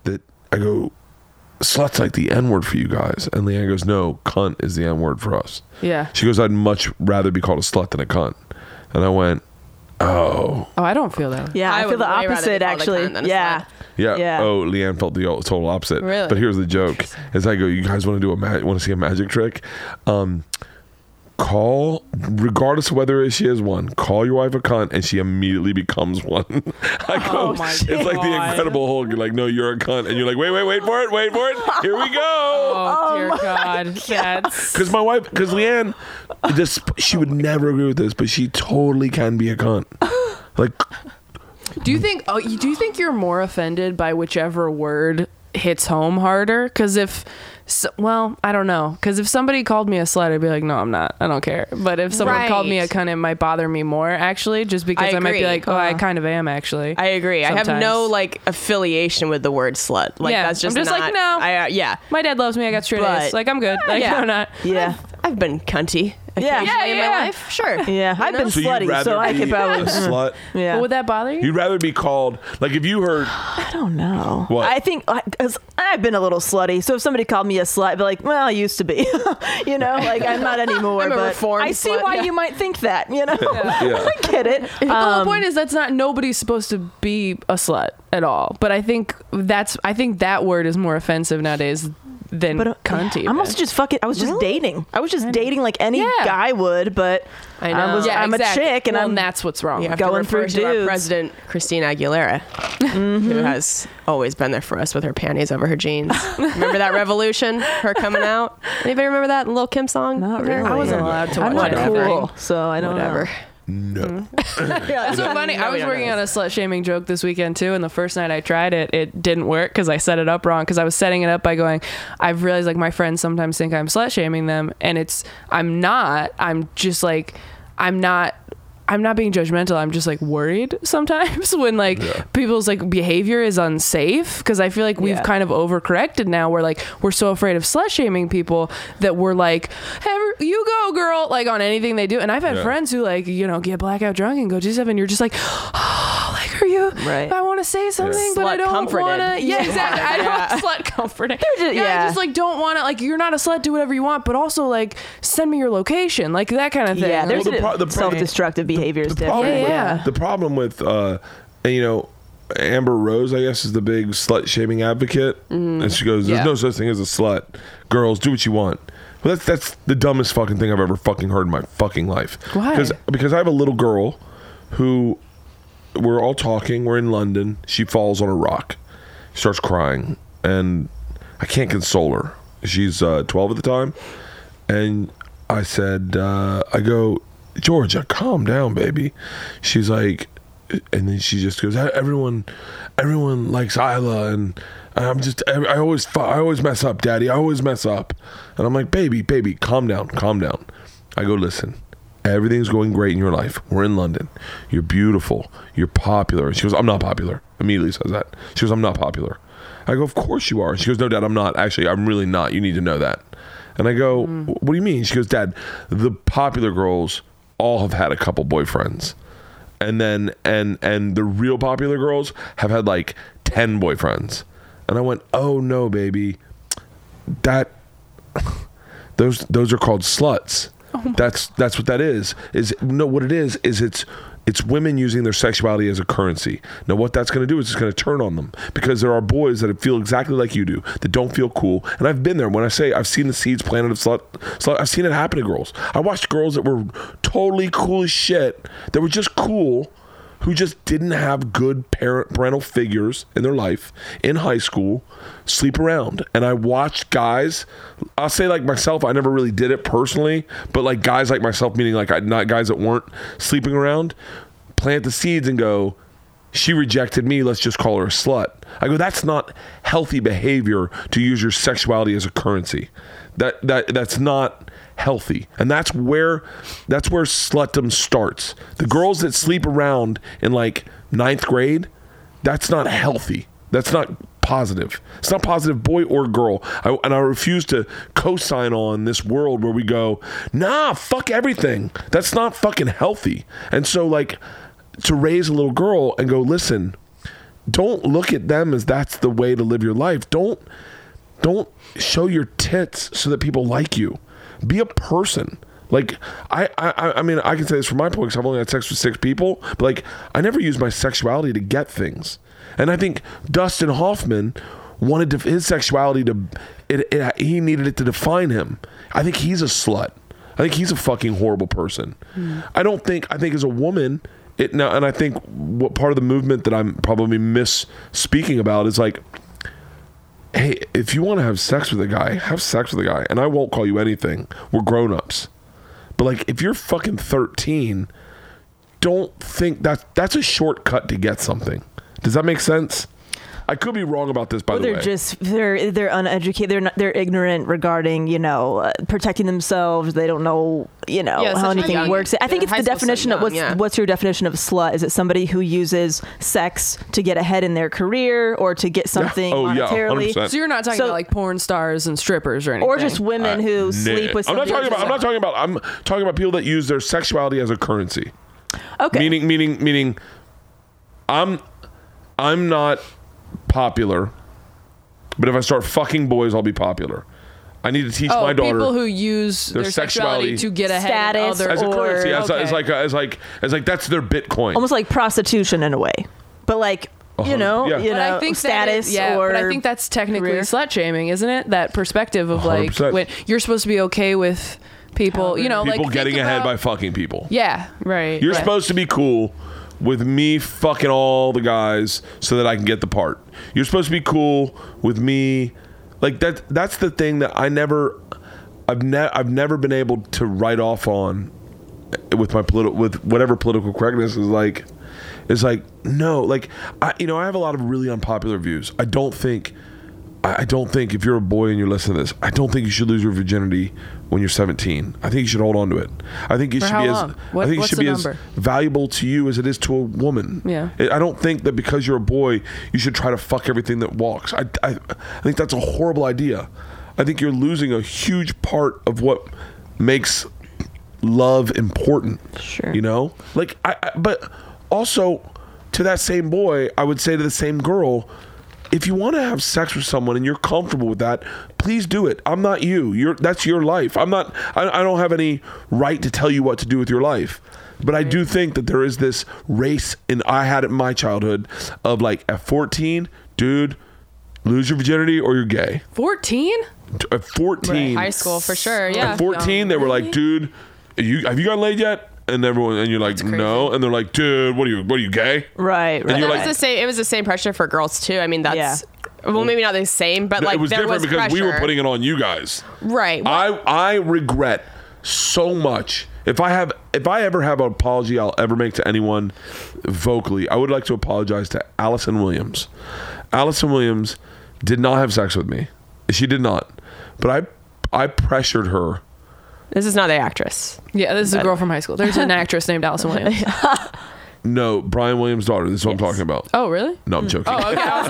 [SPEAKER 1] that I go slut's like the N word for you guys. And Leanne goes, No, cunt is the N word for us.
[SPEAKER 4] Yeah.
[SPEAKER 1] She goes, I'd much rather be called a slut than a cunt. And I went, Oh.
[SPEAKER 4] Oh, I don't feel that.
[SPEAKER 6] Yeah,
[SPEAKER 5] I
[SPEAKER 6] I,
[SPEAKER 5] would
[SPEAKER 6] feel the
[SPEAKER 5] way rather
[SPEAKER 6] opposite
[SPEAKER 5] be called a
[SPEAKER 6] actually.
[SPEAKER 5] cunt than a
[SPEAKER 6] yeah.
[SPEAKER 5] slut.
[SPEAKER 1] Yeah.
[SPEAKER 6] Yeah.
[SPEAKER 1] Oh, Leanne felt the o- total opposite.
[SPEAKER 5] Really?
[SPEAKER 1] But here's the joke: is I go, you guys want to do a ma- want to see a magic trick? Um, call, regardless of whether she is one, call your wife a cunt, and she immediately becomes one. I go,
[SPEAKER 4] my
[SPEAKER 1] it's like the
[SPEAKER 4] God.
[SPEAKER 1] Incredible Hulk. You're like, no, you're a cunt, and you're like, wait, wait, wait for it, wait for it. Here we go.
[SPEAKER 4] Oh, dear God. That's
[SPEAKER 1] Because my wife, because Leanne, this she would never agree with this, but she totally can be a cunt. Like,
[SPEAKER 4] Do you think? Oh, you, do you think you're more offended by whichever word hits home harder? Because if, so, well, I don't know. Because if somebody called me a slut, I'd be like, no, I'm not. I don't care. But if someone called me a
[SPEAKER 5] Right.
[SPEAKER 4] cunt, it might bother me more actually, just because I,
[SPEAKER 5] I
[SPEAKER 4] might be
[SPEAKER 5] agree.
[SPEAKER 4] like, oh, I
[SPEAKER 6] Uh-huh.
[SPEAKER 4] kind of am actually.
[SPEAKER 5] I agree. I have no
[SPEAKER 4] Sometimes.
[SPEAKER 5] like affiliation with the word slut. Like
[SPEAKER 4] Yeah,
[SPEAKER 5] that's just
[SPEAKER 4] I'm just
[SPEAKER 5] not,
[SPEAKER 4] like, no.
[SPEAKER 5] I, uh, yeah,
[SPEAKER 4] My dad loves me. I got straight
[SPEAKER 5] But-
[SPEAKER 4] A's. Like I'm good. Like
[SPEAKER 5] yeah.
[SPEAKER 4] I'm not.
[SPEAKER 6] Yeah.
[SPEAKER 5] I've been cunty.
[SPEAKER 6] Yeah.
[SPEAKER 5] occasionally
[SPEAKER 6] Yeah,
[SPEAKER 5] in
[SPEAKER 4] yeah.
[SPEAKER 5] my life, sure.
[SPEAKER 6] Yeah. I've been
[SPEAKER 1] so you'd
[SPEAKER 6] slutty,
[SPEAKER 1] rather
[SPEAKER 6] so I
[SPEAKER 1] be
[SPEAKER 6] could probably.
[SPEAKER 1] a slut.
[SPEAKER 6] Yeah.
[SPEAKER 4] But would that bother you?
[SPEAKER 1] You'd rather be called like if you heard
[SPEAKER 6] I don't know.
[SPEAKER 1] What?
[SPEAKER 6] I think I, cause I've been a little slutty. So if somebody called me a slut, I'd be like, well, I used to be. you know, like I'm not anymore.
[SPEAKER 5] I'm a
[SPEAKER 6] but
[SPEAKER 5] reformed
[SPEAKER 6] I see
[SPEAKER 5] slut,
[SPEAKER 6] why
[SPEAKER 5] yeah.
[SPEAKER 6] you might think that, you know?
[SPEAKER 1] Yeah.
[SPEAKER 6] I get it.
[SPEAKER 4] But the
[SPEAKER 6] Um,
[SPEAKER 4] whole point is that's not nobody's supposed to be a slut at all. But I think that's I think that word is more offensive nowadays than
[SPEAKER 6] but uh,
[SPEAKER 4] cunty.
[SPEAKER 6] I
[SPEAKER 4] even.
[SPEAKER 6] must just fucking. I was just dating. I was just dating like any
[SPEAKER 4] Yeah.
[SPEAKER 6] guy would, but I, was.
[SPEAKER 4] Yeah,
[SPEAKER 6] I'm
[SPEAKER 4] exactly.
[SPEAKER 6] a chick, and
[SPEAKER 4] Well,
[SPEAKER 6] I'm
[SPEAKER 4] that's what's wrong.
[SPEAKER 5] You have
[SPEAKER 6] Going
[SPEAKER 5] to refer
[SPEAKER 6] through
[SPEAKER 5] to our
[SPEAKER 6] dudes.
[SPEAKER 5] president Christine Aguilera,
[SPEAKER 6] Mm-hmm.
[SPEAKER 5] who has always been there for us with her panties over her jeans. remember that revolution? Her coming out. Anybody remember that little Kim song?
[SPEAKER 6] Not
[SPEAKER 5] Okay.
[SPEAKER 6] really.
[SPEAKER 5] I wasn't allowed to watch
[SPEAKER 6] I'm not
[SPEAKER 5] it.
[SPEAKER 6] cool, so I don't
[SPEAKER 5] Whatever.
[SPEAKER 6] know.
[SPEAKER 1] no.
[SPEAKER 4] It's so funny. I was
[SPEAKER 5] don't
[SPEAKER 4] working
[SPEAKER 5] know
[SPEAKER 4] on a slut shaming joke this weekend too, and the first night I tried it, it didn't work because I set it up wrong. Because I was setting it up by going, I've realized like my friends sometimes think I'm slut shaming them, and it's I'm not. I'm just like I'm not. I'm not being judgmental. I'm just like worried sometimes when like people's like behavior is unsafe because I feel like we've
[SPEAKER 6] Yeah.
[SPEAKER 4] kind of overcorrected now. We're like we're so afraid of slut shaming people that we're like, "Ever- you go girl, like on anything they do. And I've had
[SPEAKER 1] Yeah.
[SPEAKER 4] friends friends who like you know get blackout drunk and go to seven you're just like oh like are you
[SPEAKER 6] Right.
[SPEAKER 4] i want to say something but i
[SPEAKER 5] Slut
[SPEAKER 4] don't
[SPEAKER 5] comforted.
[SPEAKER 4] want to yeah
[SPEAKER 5] Yeah.
[SPEAKER 4] exactly i don't slut comforting
[SPEAKER 6] just-
[SPEAKER 4] yeah, i
[SPEAKER 6] yeah.
[SPEAKER 4] just like don't want to like you're not a slut do whatever you want but also like send me your location like that kind of thing
[SPEAKER 6] Yeah, there's
[SPEAKER 1] Well, the pro- the pro-
[SPEAKER 6] self-destructive behavior is
[SPEAKER 1] The problem,
[SPEAKER 6] different.
[SPEAKER 1] with,
[SPEAKER 4] Yeah.
[SPEAKER 1] the problem with, uh, you know, Amber Rose, I guess, is the big slut shaming advocate,
[SPEAKER 6] Mm-hmm.
[SPEAKER 1] and she goes, "There's
[SPEAKER 4] Yeah.
[SPEAKER 1] no such thing as a slut. Girls, do what you want." Well, that's that's the dumbest fucking thing I've ever fucking heard in my fucking life.
[SPEAKER 4] Why?
[SPEAKER 1] Because because I have a little girl who we're all talking. We're in London. She falls on a rock, starts crying, and I can't console her. She's uh, 12 at the time, And I said, uh, I go, Georgia, calm down, baby. She's like, and then she just goes, everyone, everyone likes Isla, and I'm just, I, I always, fu- I always mess up, Daddy. I always mess up, and I'm like, baby, baby, calm down, calm down. I go, listen, everything's going great in your life. We're in London. You're beautiful. You're popular. And she goes, I'm not popular. Immediately says that. She goes, I'm not popular. I go, of course you are. And she goes, no, Dad, I'm not. Actually, I'm really not. You need to know that. And I go, what do you mean? She goes, Dad, the popular girls all have had a couple boyfriends. And then and and the real popular girls have had like 10 boyfriends. And I went, "Oh no, baby. That those those are called sluts. that's that's what that is. Is no what it is is it's it's women using their sexuality as a currency. Now, what that's going to do is it's going to turn on them because there are boys that feel exactly like you do that don't feel cool. And I've been there. When I say I've seen the seeds planted of slut, slut I've seen it happen to girls. I watched girls that were totally cool as shit, that were just cool, who just didn't have good parent parental figures in their life in high school sleep around and i watched guys i'll say like myself i never really did it personally but like guys like myself meaning like I, not guys that weren't sleeping around plant the seeds and go she rejected me let's just call her a slut i go that's not healthy behavior to use your sexuality as a currency that that that's not healthy and that's where that's where slutdom starts the girls that sleep around in like ninth grade that's not healthy that's not positive it's not positive boy or girl I, and i refuse to co-sign on this world where we go nah fuck everything that's not fucking healthy and so like to raise a little girl and go listen don't look at them as that's the way to live your life don't don't show your tits so that people like you be a person like I, I i mean i can say this from my point because i've only had sex with six people but like i never used my sexuality to get things and i think dustin hoffman wanted to, his sexuality to it, it he needed it to define him i think he's a slut i think he's a fucking horrible person i don't think i think as a woman it now and i think what part of the movement that i'm probably miss speaking about is like hey, if you want to have sex with a guy, have sex with a guy, and I won't call you anything. We're grown ups. But like, if you're fucking 13, don't think that that's a shortcut to get something. Does that make sense? I could be wrong about this, by
[SPEAKER 6] Well,
[SPEAKER 1] the
[SPEAKER 6] they're
[SPEAKER 1] way.
[SPEAKER 6] just they're they're uneducated. They're not, they're ignorant regarding you know uh, protecting themselves. They don't know you know
[SPEAKER 5] Yeah,
[SPEAKER 6] how
[SPEAKER 5] such a
[SPEAKER 6] anything
[SPEAKER 5] young-
[SPEAKER 6] works. I think
[SPEAKER 5] yeah,
[SPEAKER 6] it's
[SPEAKER 5] high
[SPEAKER 6] the
[SPEAKER 5] school's so
[SPEAKER 6] definition of what's
[SPEAKER 5] young, yeah.
[SPEAKER 6] what's your definition of slut? Is it somebody who uses sex to get ahead in their career or to get something
[SPEAKER 1] Oh, yeah,
[SPEAKER 6] monetarily?
[SPEAKER 1] 100%.
[SPEAKER 4] So you're not talking
[SPEAKER 6] So-
[SPEAKER 4] about like porn stars and strippers or anything.
[SPEAKER 6] or just women who sleep with
[SPEAKER 1] Uh, I'm not talking
[SPEAKER 6] somebody
[SPEAKER 1] about. I'm not
[SPEAKER 6] else's-
[SPEAKER 1] talking about. I'm talking about people that use their sexuality as a currency.
[SPEAKER 6] okay.
[SPEAKER 1] Meaning, meaning, meaning. I'm, I'm not popular, but if I start fucking boys, I'll be popular. I need to teach
[SPEAKER 4] oh,
[SPEAKER 1] my daughter.
[SPEAKER 4] people who use their,
[SPEAKER 1] sexuality
[SPEAKER 4] sexuality, to get ahead. in
[SPEAKER 6] Status
[SPEAKER 4] other,
[SPEAKER 1] as a
[SPEAKER 6] or-
[SPEAKER 1] currency, as,
[SPEAKER 4] okay.
[SPEAKER 1] as like as like as like that's their Bitcoin.
[SPEAKER 6] almost like prostitution in a but, like, a way, but like you
[SPEAKER 1] hundred-
[SPEAKER 6] know,
[SPEAKER 1] yeah.
[SPEAKER 6] you
[SPEAKER 1] But
[SPEAKER 6] know,
[SPEAKER 4] I think that
[SPEAKER 6] status
[SPEAKER 4] is- yeah,
[SPEAKER 6] or
[SPEAKER 4] but I think that's technically
[SPEAKER 6] career.
[SPEAKER 4] slut shaming, isn't it? That perspective of like
[SPEAKER 1] 100%.
[SPEAKER 4] when you're supposed to be okay with people, you know, like
[SPEAKER 1] people
[SPEAKER 4] think
[SPEAKER 1] getting ahead
[SPEAKER 4] about-
[SPEAKER 1] by fucking people.
[SPEAKER 4] yeah, right.
[SPEAKER 1] You're
[SPEAKER 4] right.
[SPEAKER 1] supposed to be cool with me fucking all the guys so that I can get the part. You're supposed to be cool with me like that that's the thing that I never I've ne- I've never been able to write off on with my political with whatever political correctness is like is like no like I you know I have a lot of really unpopular views. I don't think I I don't think if you're a boy and you're listening to this, I don't think you should lose your virginity when you're 17. I think you should hold on to it. I think you
[SPEAKER 4] For
[SPEAKER 1] should
[SPEAKER 4] how
[SPEAKER 1] be as
[SPEAKER 4] long? What-
[SPEAKER 1] I think it
[SPEAKER 4] what's
[SPEAKER 1] should
[SPEAKER 4] the
[SPEAKER 1] be
[SPEAKER 4] number?
[SPEAKER 1] as valuable to you as it is to a woman.
[SPEAKER 4] Yeah.
[SPEAKER 1] I I don't think that because you're a boy, you should try to fuck everything that walks. I, I, I think that's a horrible idea. I think you're losing a huge part of what makes love important.
[SPEAKER 6] Sure.
[SPEAKER 1] You know, like I, I but also to that same boy, I would say to the same girl, if you want to have sex with someone and you're comfortable with that, please do it. I'm not you. You're that's your life. I'm not. I, I don't have any right to tell you what to do with your life. But I do think that there is this race, and I had it in my childhood of like at 14, dude, lose your virginity or you're gay.
[SPEAKER 4] 14.
[SPEAKER 1] At 14,
[SPEAKER 5] High school for sure. Yeah.
[SPEAKER 1] at 14 they were like dude you have you gotten laid yet and everyone and you're like no and they're like dude what are you what are you gay
[SPEAKER 6] right, right.
[SPEAKER 1] you're
[SPEAKER 5] It
[SPEAKER 1] like-
[SPEAKER 5] was the same. It was the same pressure for girls too. I mean, that's Well, maybe not the same, but like
[SPEAKER 1] it was
[SPEAKER 5] there
[SPEAKER 1] different
[SPEAKER 5] was
[SPEAKER 1] because we were
[SPEAKER 5] pressure.
[SPEAKER 1] putting it on you guys.
[SPEAKER 5] Right.
[SPEAKER 1] I I regret so much. If I have if I ever have an apology I'll ever make to anyone vocally, I would like to apologize to Allison Williams. Allison Williams did not have sex with me. She did not. But I I pressured her.
[SPEAKER 5] This is not the actress.
[SPEAKER 4] Yeah, this is a girl from high school. There's an actress named Allison Williams.
[SPEAKER 1] No, Brian Williams' daughter. This is what I'm talking about.
[SPEAKER 4] Oh, really?
[SPEAKER 1] No, I'm joking.
[SPEAKER 4] Okay, I was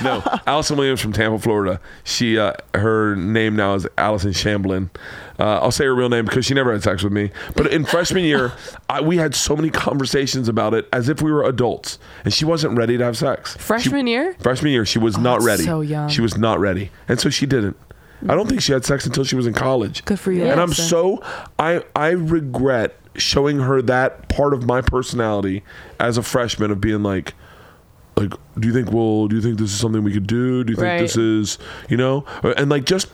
[SPEAKER 4] what?
[SPEAKER 1] no, Allison Williams from Tampa, Florida. She, uh, her name now is Allison Shamblin. Uh, I'll say her real name because she never had sex with me. But in freshman year, I, we had so many conversations about it as if we were adults, and she wasn't ready to have sex. She-
[SPEAKER 4] Freshman year? Oh,
[SPEAKER 1] Freshman year, she was not
[SPEAKER 4] that's
[SPEAKER 1] ready.
[SPEAKER 4] so young.
[SPEAKER 1] She was not ready, and so she didn't. I don't think she had sex until she was in college.
[SPEAKER 4] Good for you,
[SPEAKER 1] And I'm
[SPEAKER 4] Allison.
[SPEAKER 1] so I I regret showing her that part of my personality as a freshman of being like like do you think well do you think this is something we could do do you think
[SPEAKER 4] Right.
[SPEAKER 1] this is you know Uh, and like just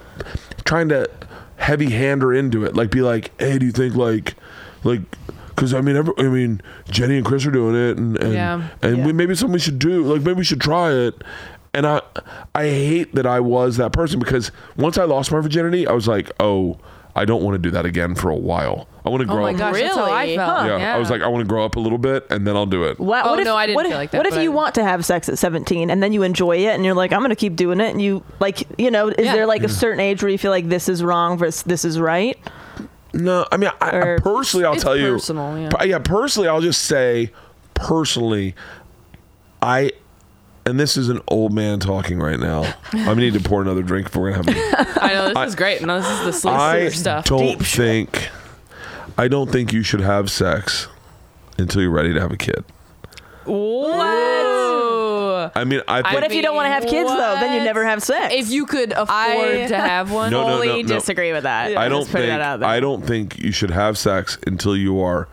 [SPEAKER 1] trying to heavy hand her into it like be like hey do you think like like because i mean every, i mean jenny and chris are doing it and and,
[SPEAKER 4] Yeah.
[SPEAKER 1] and
[SPEAKER 6] Yeah.
[SPEAKER 1] We, maybe it's something we should do like maybe we should try it and i i hate that i was that person because once i lost my virginity i was like oh i don't want to do that again for a while i want to
[SPEAKER 4] Oh
[SPEAKER 1] grow
[SPEAKER 4] my
[SPEAKER 1] up
[SPEAKER 4] gosh, that's how I
[SPEAKER 5] Really?
[SPEAKER 4] felt.
[SPEAKER 1] yeah. i was like i want to grow up a little bit and then i'll do it
[SPEAKER 6] Wow.
[SPEAKER 4] Oh,
[SPEAKER 6] what if,
[SPEAKER 4] no, I didn't
[SPEAKER 6] what
[SPEAKER 4] feel
[SPEAKER 6] if-
[SPEAKER 4] like that,
[SPEAKER 6] What if
[SPEAKER 4] but-
[SPEAKER 6] you want to have sex at 17 and then you enjoy it and you're like, I'm going to keep doing it? And you, like, you know, is
[SPEAKER 4] Yeah.
[SPEAKER 6] there like a certain age where you feel like this is wrong versus this is right?
[SPEAKER 1] No, I mean, I, I
[SPEAKER 6] Or-
[SPEAKER 1] personally, I'll
[SPEAKER 4] It's
[SPEAKER 1] tell you.
[SPEAKER 4] personal, yeah.
[SPEAKER 1] Per- personally, I'll just say, personally, I, and this is an old man talking right now. I'm gonna need to pour another drink if we're gonna have.
[SPEAKER 4] I know this is great. No, this is the
[SPEAKER 1] I
[SPEAKER 4] sleep stuff.
[SPEAKER 1] don't
[SPEAKER 6] Deep shit.
[SPEAKER 1] think, I don't think you should have sex until you're ready to have a kid.
[SPEAKER 4] What?
[SPEAKER 1] I mean, I
[SPEAKER 4] I
[SPEAKER 1] think.
[SPEAKER 6] What if you don't want to have kids, though? Then you
[SPEAKER 4] what?
[SPEAKER 6] never have sex.
[SPEAKER 4] If you could afford
[SPEAKER 5] I-
[SPEAKER 4] to have one,
[SPEAKER 1] No, no,
[SPEAKER 5] fully
[SPEAKER 1] no, no.
[SPEAKER 5] disagree with that.
[SPEAKER 1] I don't
[SPEAKER 5] Just putting
[SPEAKER 1] think
[SPEAKER 5] that out there.
[SPEAKER 1] I don't think you should have sex until you are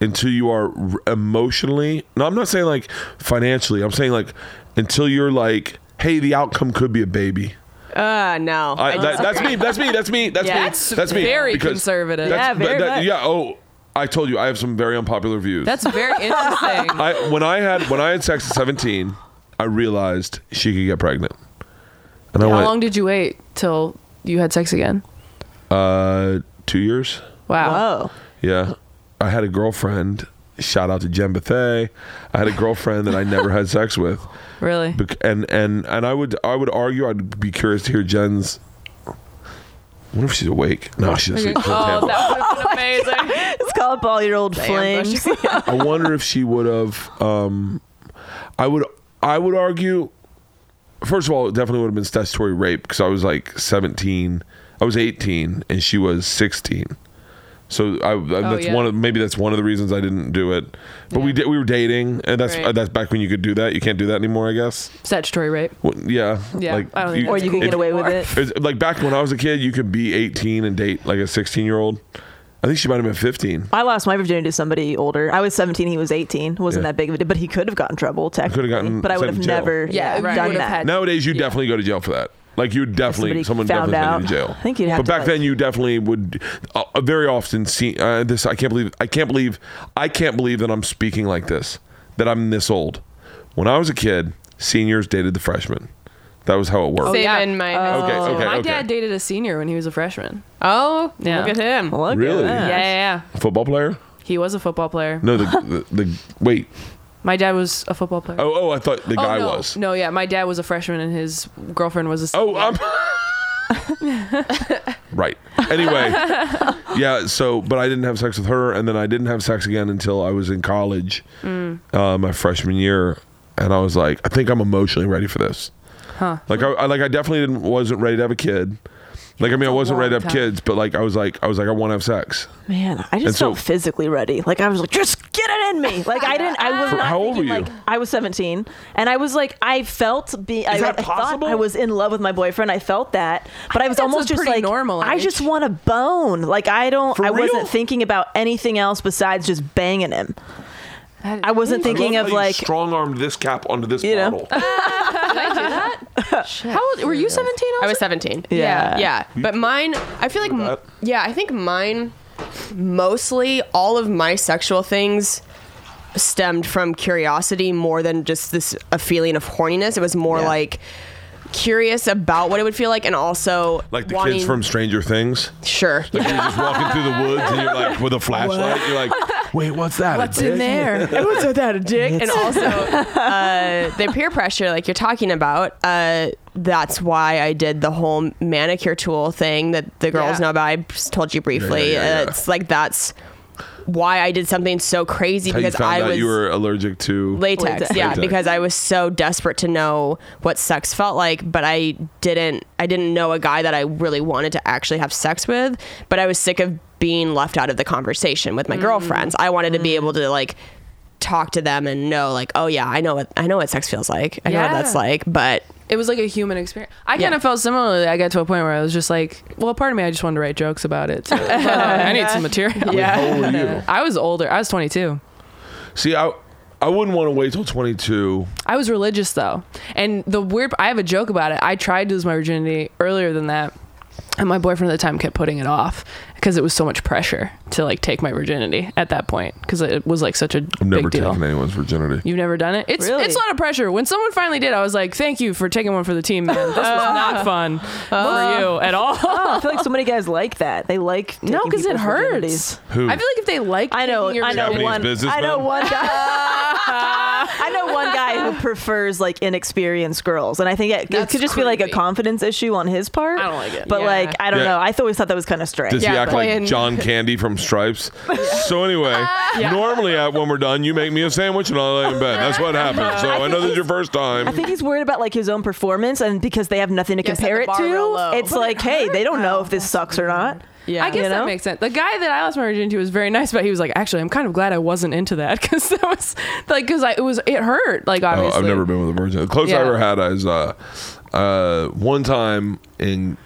[SPEAKER 1] until you are r- emotionally. No, I'm not saying like financially. I'm saying like until you're like, hey, the outcome could be a baby.
[SPEAKER 5] Uh, no.
[SPEAKER 1] I, that, that's me. That's me. That's me. That's
[SPEAKER 5] Yeah.
[SPEAKER 1] me.
[SPEAKER 5] That's
[SPEAKER 1] that's me.
[SPEAKER 4] very conservative.
[SPEAKER 1] that's-
[SPEAKER 6] Yeah, very
[SPEAKER 1] that-
[SPEAKER 6] much.
[SPEAKER 1] yeah. Oh, I told you, I have some very unpopular views.
[SPEAKER 4] that's very interesting.
[SPEAKER 1] I when I had when I had sex at 17, I realized she could get pregnant, and I
[SPEAKER 4] How
[SPEAKER 1] went
[SPEAKER 4] long did you wait till you had sex again?
[SPEAKER 1] uh, two years.
[SPEAKER 4] Wow.
[SPEAKER 6] Whoa.
[SPEAKER 1] Yeah. I had a girlfriend. Shout out to Jen Bethay. I had a girlfriend that I never had sex with.
[SPEAKER 4] Really?
[SPEAKER 1] Bec- And and and I would I would argue I'd be curious to hear Jen's. I wonder if she's awake. No, she's asleep. She's on
[SPEAKER 4] Oh,
[SPEAKER 1] Tampa.
[SPEAKER 4] that would have been amazing.
[SPEAKER 6] It's called Ball Your Old Flames.
[SPEAKER 1] I wonder if she would have. Um, I would I would argue. First of all, it definitely would have been statutory rape because I was like 17. I was 18 and she was 16. So I, I that's
[SPEAKER 4] Oh, yeah.
[SPEAKER 1] one of maybe that's one of the reasons I didn't do it. But we did we were dating and that's
[SPEAKER 4] Right.
[SPEAKER 1] that's back when you could do that. You can't do that anymore, I guess.
[SPEAKER 4] Statutory rape.
[SPEAKER 1] Well, yeah.
[SPEAKER 4] Yeah, I don't think
[SPEAKER 6] or
[SPEAKER 4] that's
[SPEAKER 6] you can
[SPEAKER 4] cool
[SPEAKER 6] get away with
[SPEAKER 4] anymore.
[SPEAKER 6] it.
[SPEAKER 1] It's like back when I was a kid, you could be 18 and date like a 16-year-old. I think she might have been 15.
[SPEAKER 6] I lost my virginity to somebody older. I was 17, he was 18. wasn't
[SPEAKER 1] Yeah.
[SPEAKER 6] that big of a deal, but he could have gotten in trouble technically.
[SPEAKER 1] gotten
[SPEAKER 6] but I would
[SPEAKER 1] sent
[SPEAKER 6] have
[SPEAKER 1] to jail.
[SPEAKER 6] never
[SPEAKER 4] Yeah,
[SPEAKER 6] yeah,
[SPEAKER 4] right.
[SPEAKER 6] done
[SPEAKER 4] Would have
[SPEAKER 6] that.
[SPEAKER 4] had-
[SPEAKER 1] Nowadays, you definitely go to jail for that. Like you definitely, someone
[SPEAKER 6] somebody found
[SPEAKER 1] definitely
[SPEAKER 6] out.
[SPEAKER 1] put you to jail.
[SPEAKER 6] I think you'd have
[SPEAKER 1] But
[SPEAKER 6] to,
[SPEAKER 1] back
[SPEAKER 6] like-
[SPEAKER 1] then, you definitely would. Uh, uh, very often, see uh, this. I can't believe. I can't believe. I can't believe that I'm speaking like this. That I'm this old. When I was a kid, seniors dated the freshmen. That was how it worked.
[SPEAKER 5] Same
[SPEAKER 4] yeah.
[SPEAKER 5] in my
[SPEAKER 1] Oh, Okay, okay,
[SPEAKER 4] My
[SPEAKER 1] okay.
[SPEAKER 4] dad dated a senior when he was a freshman.
[SPEAKER 5] Oh,
[SPEAKER 4] Yeah.
[SPEAKER 5] look at him.
[SPEAKER 6] Look at
[SPEAKER 1] Really?
[SPEAKER 6] that.
[SPEAKER 4] Yeah, yeah,
[SPEAKER 6] Oh.
[SPEAKER 1] Football player?
[SPEAKER 4] yeah. He was a football player.
[SPEAKER 1] No, the, the the wait.
[SPEAKER 4] My dad was a football player.
[SPEAKER 1] Oh, oh, I thought the
[SPEAKER 4] Oh,
[SPEAKER 1] guy
[SPEAKER 4] no.
[SPEAKER 1] was.
[SPEAKER 4] No, yeah. My dad was a freshman and his girlfriend was a senior.
[SPEAKER 1] Oh, I'm. right. Anyway, yeah. So, but I didn't have sex with her, and then I didn't have sex again until I was in college,
[SPEAKER 6] Mm.
[SPEAKER 1] uh, my freshman year, and I was like, I think I'm emotionally ready for this.
[SPEAKER 4] Huh.
[SPEAKER 1] Like, I, I like I definitely didn't wasn't ready to have a kid. Like, I mean, I wasn't
[SPEAKER 4] long
[SPEAKER 1] ready to have
[SPEAKER 4] time.
[SPEAKER 1] kids, but like, I was like, I was like, I want to have sex.
[SPEAKER 6] Man, I
[SPEAKER 1] And
[SPEAKER 6] just
[SPEAKER 1] so-
[SPEAKER 6] felt physically ready. Like I was like, just get it in me. Like I didn't. I was
[SPEAKER 1] For-
[SPEAKER 6] not.
[SPEAKER 1] how old
[SPEAKER 6] thinking,
[SPEAKER 1] were you?
[SPEAKER 6] Like, I was 17, and I was like, I felt be. I,
[SPEAKER 1] that
[SPEAKER 6] I thought
[SPEAKER 1] possible?
[SPEAKER 6] I was in love with my boyfriend. I felt that, but I, was
[SPEAKER 4] that's
[SPEAKER 6] almost
[SPEAKER 4] a
[SPEAKER 6] just
[SPEAKER 4] pretty
[SPEAKER 6] like,
[SPEAKER 4] normal
[SPEAKER 6] I
[SPEAKER 4] age.
[SPEAKER 6] just want a bone. Like I don't.
[SPEAKER 1] For
[SPEAKER 6] I
[SPEAKER 1] real?
[SPEAKER 6] wasn't thinking about anything else besides just banging him. I wasn't thinking of like.
[SPEAKER 1] strong armed this cap onto this
[SPEAKER 6] You know?
[SPEAKER 1] bottle.
[SPEAKER 4] How old were you? Seventeen?
[SPEAKER 5] I was 17.
[SPEAKER 6] Yeah.
[SPEAKER 5] Yeah. But mine, I feel like, m-
[SPEAKER 1] that.
[SPEAKER 5] yeah, I think mine, mostly all of my sexual things stemmed from curiosity more than just this a feeling of horniness. It was more
[SPEAKER 6] Yeah.
[SPEAKER 5] like curious about what it would feel like and also
[SPEAKER 1] Like the
[SPEAKER 5] wanting,
[SPEAKER 1] kids from Stranger Things.
[SPEAKER 5] sure
[SPEAKER 1] Like you're just walking through the woods and you're like with a flashlight. You're like, wait, what's that?
[SPEAKER 4] What's in there?
[SPEAKER 5] Everyone's with that a dick. And also uh, the peer pressure, like you're talking about, uh, that's why I did the whole manicure tool thing that the girls
[SPEAKER 4] Yeah.
[SPEAKER 5] know about. I just told you briefly.
[SPEAKER 1] yeah, yeah.
[SPEAKER 5] Uh, It's like that's why I did something so crazy
[SPEAKER 1] How you
[SPEAKER 5] because
[SPEAKER 1] found
[SPEAKER 5] I
[SPEAKER 1] out
[SPEAKER 5] was
[SPEAKER 1] you were allergic to
[SPEAKER 5] latex.
[SPEAKER 6] Latex.
[SPEAKER 5] Yeah,
[SPEAKER 1] Latex.
[SPEAKER 5] because I was so desperate to know what sex felt like, but I didn't. I didn't know a guy that I really wanted to actually have sex with. But I was sick of being left out of the conversation with my girlfriends. I wanted to be able to like talk to them and know, like, oh yeah, I know what I know what sex feels like. I know what
[SPEAKER 4] Yeah.
[SPEAKER 5] that's like. But
[SPEAKER 4] It was like a human experience. I
[SPEAKER 5] Yeah.
[SPEAKER 4] kind of felt similarly. I got to a point where I was just like, well, part of me, I just wanted to write jokes about it. So, I need some material.
[SPEAKER 1] How old were you?
[SPEAKER 4] I was older. I was 22.
[SPEAKER 1] See, I I wouldn't want to wait till 22.
[SPEAKER 4] I was religious though. And the weird I have a joke about it. I tried to lose my virginity earlier than that. And my boyfriend at the time kept putting it off because it was so much pressure to like take my virginity at that point because it was like such a
[SPEAKER 1] I've
[SPEAKER 4] big
[SPEAKER 1] never
[SPEAKER 4] deal.
[SPEAKER 1] taken anyone's virginity.
[SPEAKER 4] You've never done it. It's
[SPEAKER 6] Really?
[SPEAKER 4] it's a lot of pressure. When someone finally did, I was like, "Thank you for taking one for the team, man. This was not fun for you at all."
[SPEAKER 6] Oh, I feel like so many guys like that. They like
[SPEAKER 4] no,
[SPEAKER 6] taking
[SPEAKER 4] because it
[SPEAKER 6] people's
[SPEAKER 4] hurts.
[SPEAKER 6] virginities.
[SPEAKER 1] Who?
[SPEAKER 4] I feel like if they like,
[SPEAKER 6] I know.
[SPEAKER 4] taking your
[SPEAKER 6] I know
[SPEAKER 1] Japanese
[SPEAKER 6] one. I
[SPEAKER 1] businessman?
[SPEAKER 6] know one guy. I know one guy who prefers like inexperienced girls, and I think it, it
[SPEAKER 4] That's
[SPEAKER 6] could just be like a
[SPEAKER 4] creepy.
[SPEAKER 6] confidence issue on his part.
[SPEAKER 4] I don't like it.
[SPEAKER 6] But
[SPEAKER 4] Yeah.
[SPEAKER 6] like, I don't
[SPEAKER 1] Yeah.
[SPEAKER 6] know. I th- always thought that was kind of strange.
[SPEAKER 1] Does he
[SPEAKER 5] Yeah,
[SPEAKER 1] act
[SPEAKER 5] playing-
[SPEAKER 1] like John Candy from Stripes? So anyway, normally I, when we're done, you make me a sandwich and I'll lay in bed. That's what happened. So I, know this is your first
[SPEAKER 6] I
[SPEAKER 1] time.
[SPEAKER 6] think he's worried about like his own performance, and because they have nothing to
[SPEAKER 5] Yes, set
[SPEAKER 6] compare
[SPEAKER 5] the
[SPEAKER 6] it
[SPEAKER 5] bar real
[SPEAKER 6] to,
[SPEAKER 5] low.
[SPEAKER 6] it's
[SPEAKER 5] But it
[SPEAKER 6] like, hey, they don't know if this sucks or not.
[SPEAKER 5] yeah,
[SPEAKER 4] I guess
[SPEAKER 6] you know?
[SPEAKER 4] that makes sense. The guy that I lost my virginity to was very nice, but he was like, "Actually, I'm kind of glad I wasn't into that because that was like because it was it hurt. Like
[SPEAKER 1] Oh,
[SPEAKER 4] obviously,
[SPEAKER 1] I've never been with a virgin. The closest I
[SPEAKER 4] Yeah.
[SPEAKER 1] ever had is uh, uh, one time in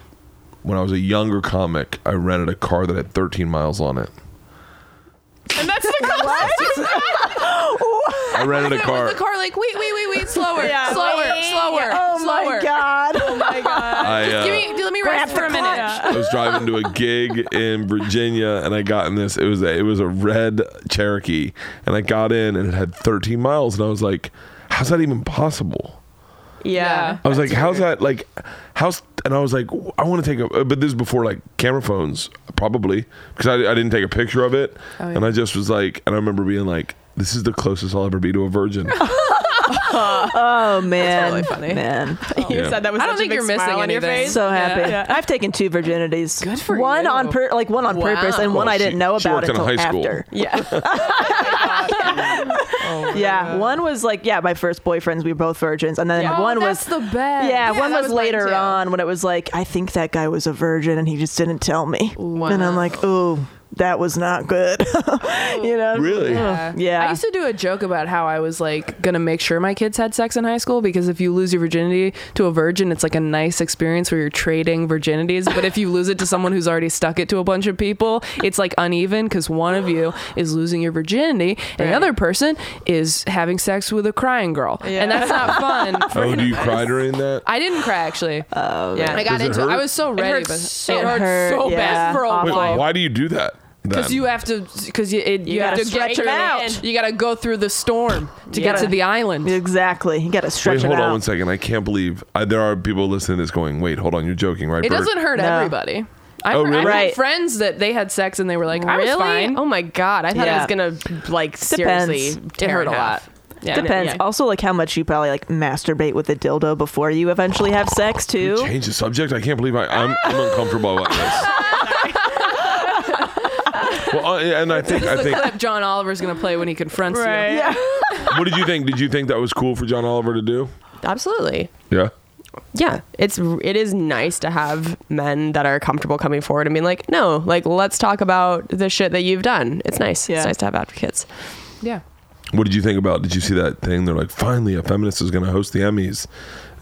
[SPEAKER 1] when I was a younger comic, I rented a car that had 13 miles on it.
[SPEAKER 4] And that's the car.
[SPEAKER 1] I rented a
[SPEAKER 4] that was
[SPEAKER 1] car.
[SPEAKER 4] the car. Like wait, wait, wait, wait, slower, slower, slower,
[SPEAKER 6] Oh
[SPEAKER 4] slower. Oh
[SPEAKER 6] my god!
[SPEAKER 1] I, uh,
[SPEAKER 4] Give me, let me rest for a minute.
[SPEAKER 1] I was driving to a gig in Virginia, and I got in this. It was a, it was a red Cherokee, and I got in, and it had 13 miles, and I was like, "How's that even possible?"
[SPEAKER 5] yeah.
[SPEAKER 4] Yeah.
[SPEAKER 1] I was like, "How's that like, how's?" And I was like, "I want to take a," but this is before like camera phones, probably because I, I didn't take a picture of it,
[SPEAKER 4] Oh,
[SPEAKER 1] and I just was like, and I remember being like, "This is the closest I'll ever be to a virgin."
[SPEAKER 6] Oh man,
[SPEAKER 5] really funny.
[SPEAKER 6] man,
[SPEAKER 5] You
[SPEAKER 1] Yeah.
[SPEAKER 5] said that was
[SPEAKER 4] I
[SPEAKER 5] such
[SPEAKER 4] don't
[SPEAKER 5] a
[SPEAKER 4] think
[SPEAKER 5] big
[SPEAKER 4] you're missing
[SPEAKER 5] smile on your
[SPEAKER 4] anything.
[SPEAKER 5] face.
[SPEAKER 6] so happy. I've taken two virginities. Good
[SPEAKER 4] for
[SPEAKER 6] one
[SPEAKER 4] you.
[SPEAKER 6] on per, like one on purpose, and one
[SPEAKER 1] Well,
[SPEAKER 6] I didn't
[SPEAKER 1] she-
[SPEAKER 6] know
[SPEAKER 1] she
[SPEAKER 6] about
[SPEAKER 1] worked in
[SPEAKER 6] until
[SPEAKER 1] high school.
[SPEAKER 6] after.
[SPEAKER 5] yeah.
[SPEAKER 4] Oh
[SPEAKER 6] Yeah, one was like yeah, my first boyfriends. We were both virgins, and then
[SPEAKER 4] Yeah.
[SPEAKER 6] one
[SPEAKER 4] Oh,
[SPEAKER 6] was
[SPEAKER 4] that's the best.
[SPEAKER 6] Yeah,
[SPEAKER 4] Yeah,
[SPEAKER 6] one
[SPEAKER 4] that
[SPEAKER 6] was,
[SPEAKER 4] was mine
[SPEAKER 6] later
[SPEAKER 4] too.
[SPEAKER 6] on when it was like I think that guy was a virgin and he just didn't tell me, and I'm like, oh, that was not good. you know,
[SPEAKER 1] Really?
[SPEAKER 6] Ugh, yeah.
[SPEAKER 4] I used to do a joke about how I was like gonna make sure my kids had sex in high school because if you lose your virginity to a virgin, it's like a nice experience where you're trading virginities. But if you lose it to someone who's already stuck it to a bunch of people, it's like uneven because one of you is losing your virginity and the other person is having sex with a crying girl, and that's not fun. for
[SPEAKER 1] Oh, do you
[SPEAKER 4] anybody.
[SPEAKER 1] cry during that?
[SPEAKER 4] I didn't cry actually.
[SPEAKER 5] yeah.
[SPEAKER 4] I got
[SPEAKER 1] Does it
[SPEAKER 4] into.
[SPEAKER 1] hurt?
[SPEAKER 4] I was so ready,
[SPEAKER 5] hurts
[SPEAKER 4] but
[SPEAKER 5] so
[SPEAKER 4] it hurt,
[SPEAKER 6] hurt,
[SPEAKER 4] so
[SPEAKER 6] yeah.
[SPEAKER 4] bad for a
[SPEAKER 6] Awful.
[SPEAKER 1] Wait,
[SPEAKER 4] while.
[SPEAKER 1] why do you do that?
[SPEAKER 4] Because
[SPEAKER 1] then?
[SPEAKER 4] you have to, because you, it, you, have
[SPEAKER 6] gotta
[SPEAKER 4] to
[SPEAKER 6] stretch
[SPEAKER 4] get
[SPEAKER 6] it
[SPEAKER 4] your,
[SPEAKER 6] out.
[SPEAKER 4] You got to go through the storm to get to the island.
[SPEAKER 6] exactly. You got to
[SPEAKER 1] Wait,
[SPEAKER 6] stretch
[SPEAKER 1] hold
[SPEAKER 6] it out.
[SPEAKER 1] on one second. I can't believe I, there are people listening to this going, wait, hold on, you're joking, right?
[SPEAKER 4] It
[SPEAKER 1] Bert?"
[SPEAKER 4] doesn't hurt
[SPEAKER 6] No.
[SPEAKER 4] everybody. I,
[SPEAKER 1] Oh,
[SPEAKER 4] heard- I
[SPEAKER 1] really?
[SPEAKER 4] had
[SPEAKER 6] Right.
[SPEAKER 4] friends that they had sex and they were like, I was fine.
[SPEAKER 5] Oh my god, I thought
[SPEAKER 6] Yeah.
[SPEAKER 5] I was gonna like seriously
[SPEAKER 4] it
[SPEAKER 5] tear
[SPEAKER 4] hurt a
[SPEAKER 5] in
[SPEAKER 4] lot.
[SPEAKER 5] half.
[SPEAKER 4] Yeah.
[SPEAKER 6] Depends.
[SPEAKER 5] Yeah.
[SPEAKER 6] Also, like how much you probably like masturbate with a dildo before you eventually have sex too.
[SPEAKER 1] Change the subject. I can't believe I, I'm, I'm uncomfortable about this. well, uh, and I think I
[SPEAKER 4] The
[SPEAKER 1] think.
[SPEAKER 4] clip John Oliver's going to play when he confronts you.
[SPEAKER 6] Yeah.
[SPEAKER 1] What did you think? Did you think that was cool for John Oliver to do?
[SPEAKER 5] Absolutely.
[SPEAKER 1] Yeah.
[SPEAKER 5] yeah, it's it is nice to have men that are comfortable coming forward and being like, no, like let's talk about the shit that you've done. It's nice.
[SPEAKER 6] Yeah.
[SPEAKER 5] It's nice to have advocates.
[SPEAKER 4] Yeah.
[SPEAKER 1] What did you think about? Did you see that thing? They're like, finally, a feminist is going to host the Emmys,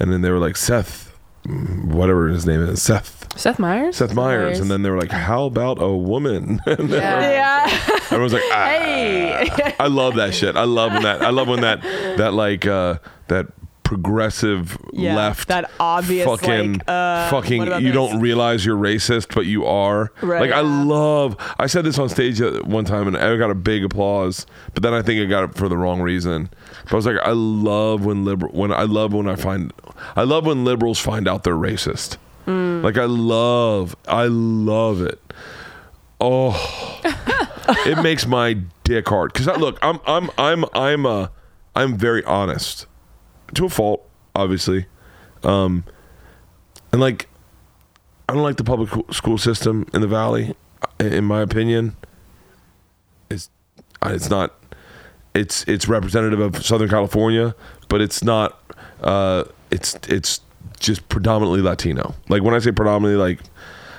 [SPEAKER 1] and then they were like, Seth, mm, whatever his name is, Seth.
[SPEAKER 4] Seth Meyers?
[SPEAKER 1] Seth Meyers, and then they were like, "How about a woman?" And
[SPEAKER 4] Yeah.
[SPEAKER 1] Everyone's like, ah. I love that shit. I love when that. I love when that that like uh, that progressive
[SPEAKER 5] Yeah,
[SPEAKER 1] left
[SPEAKER 5] that obvious,
[SPEAKER 1] fucking
[SPEAKER 5] like, uh,
[SPEAKER 1] fucking
[SPEAKER 5] what about
[SPEAKER 1] you
[SPEAKER 5] this?
[SPEAKER 1] don't realize you're racist but you are
[SPEAKER 6] Right.
[SPEAKER 1] like i
[SPEAKER 6] Yeah.
[SPEAKER 1] love i said this on stage at one time and i got a big applause but then i think i got it for the wrong reason but i was like i love when liberal when i love when i find i love when liberals find out they're racist
[SPEAKER 5] Mm.
[SPEAKER 1] like i love i love it oh it makes my dick hard because look i'm i'm i'm i'm uh i'm very honest to a fault obviously um and like i don't like the public school system in the valley I- in my opinion it's I- it's not it's it's representative of southern california but it's not uh it's it's just predominantly latino like when i say predominantly like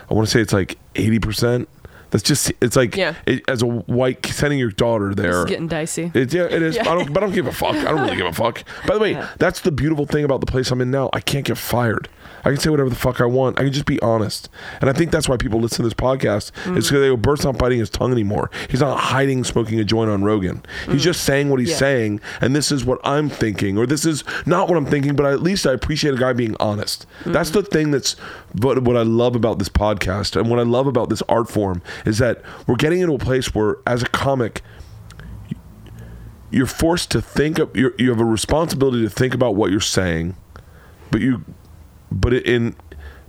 [SPEAKER 1] i want to say it's like 80% that's just it's like
[SPEAKER 4] Yeah.
[SPEAKER 1] it, as a white sending your daughter there
[SPEAKER 4] It's getting dicey.
[SPEAKER 1] it, yeah, it is. I don't, but I don't give a fuck. I don't really give a fuck. By the way, that's the beautiful thing about the place I'm in now. I can't get fired. I can say whatever the fuck I want. I can just be honest. And I think that's why people listen to this podcast. It's because they go, Bert's not biting his tongue anymore. He's not hiding smoking a joint on Rogan. He's just saying what he's
[SPEAKER 4] Yeah.
[SPEAKER 1] saying, and this is what I'm thinking, or this is not what I'm thinking, but at least I appreciate a guy being honest. That's the thing that's but what I love about this podcast and what I love about this art form is that we're getting into a place where as a comic, you're forced to think of you're, you have a responsibility to think about what you're saying but you but it in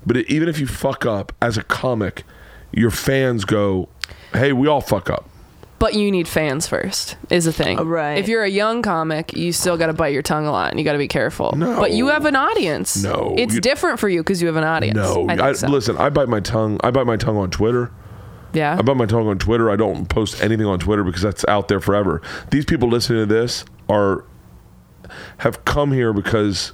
[SPEAKER 1] but it, even if you fuck up as a comic your fans go hey we all fuck up
[SPEAKER 4] But you need fans first, is the thing.
[SPEAKER 6] Oh, right.
[SPEAKER 4] If you're a young comic, you still got to bite your tongue a lot and you got to be careful.
[SPEAKER 1] No.
[SPEAKER 4] But you have an audience.
[SPEAKER 1] No,
[SPEAKER 4] It's
[SPEAKER 1] you-
[SPEAKER 4] different for you because you have an audience.
[SPEAKER 1] no
[SPEAKER 4] I think so.
[SPEAKER 1] listen i bite my tongue i bite my tongue on twitter
[SPEAKER 4] Yeah.
[SPEAKER 1] I bite my tongue on Twitter. I don't post anything on Twitter because that's out there forever. These people listening to this are have come here because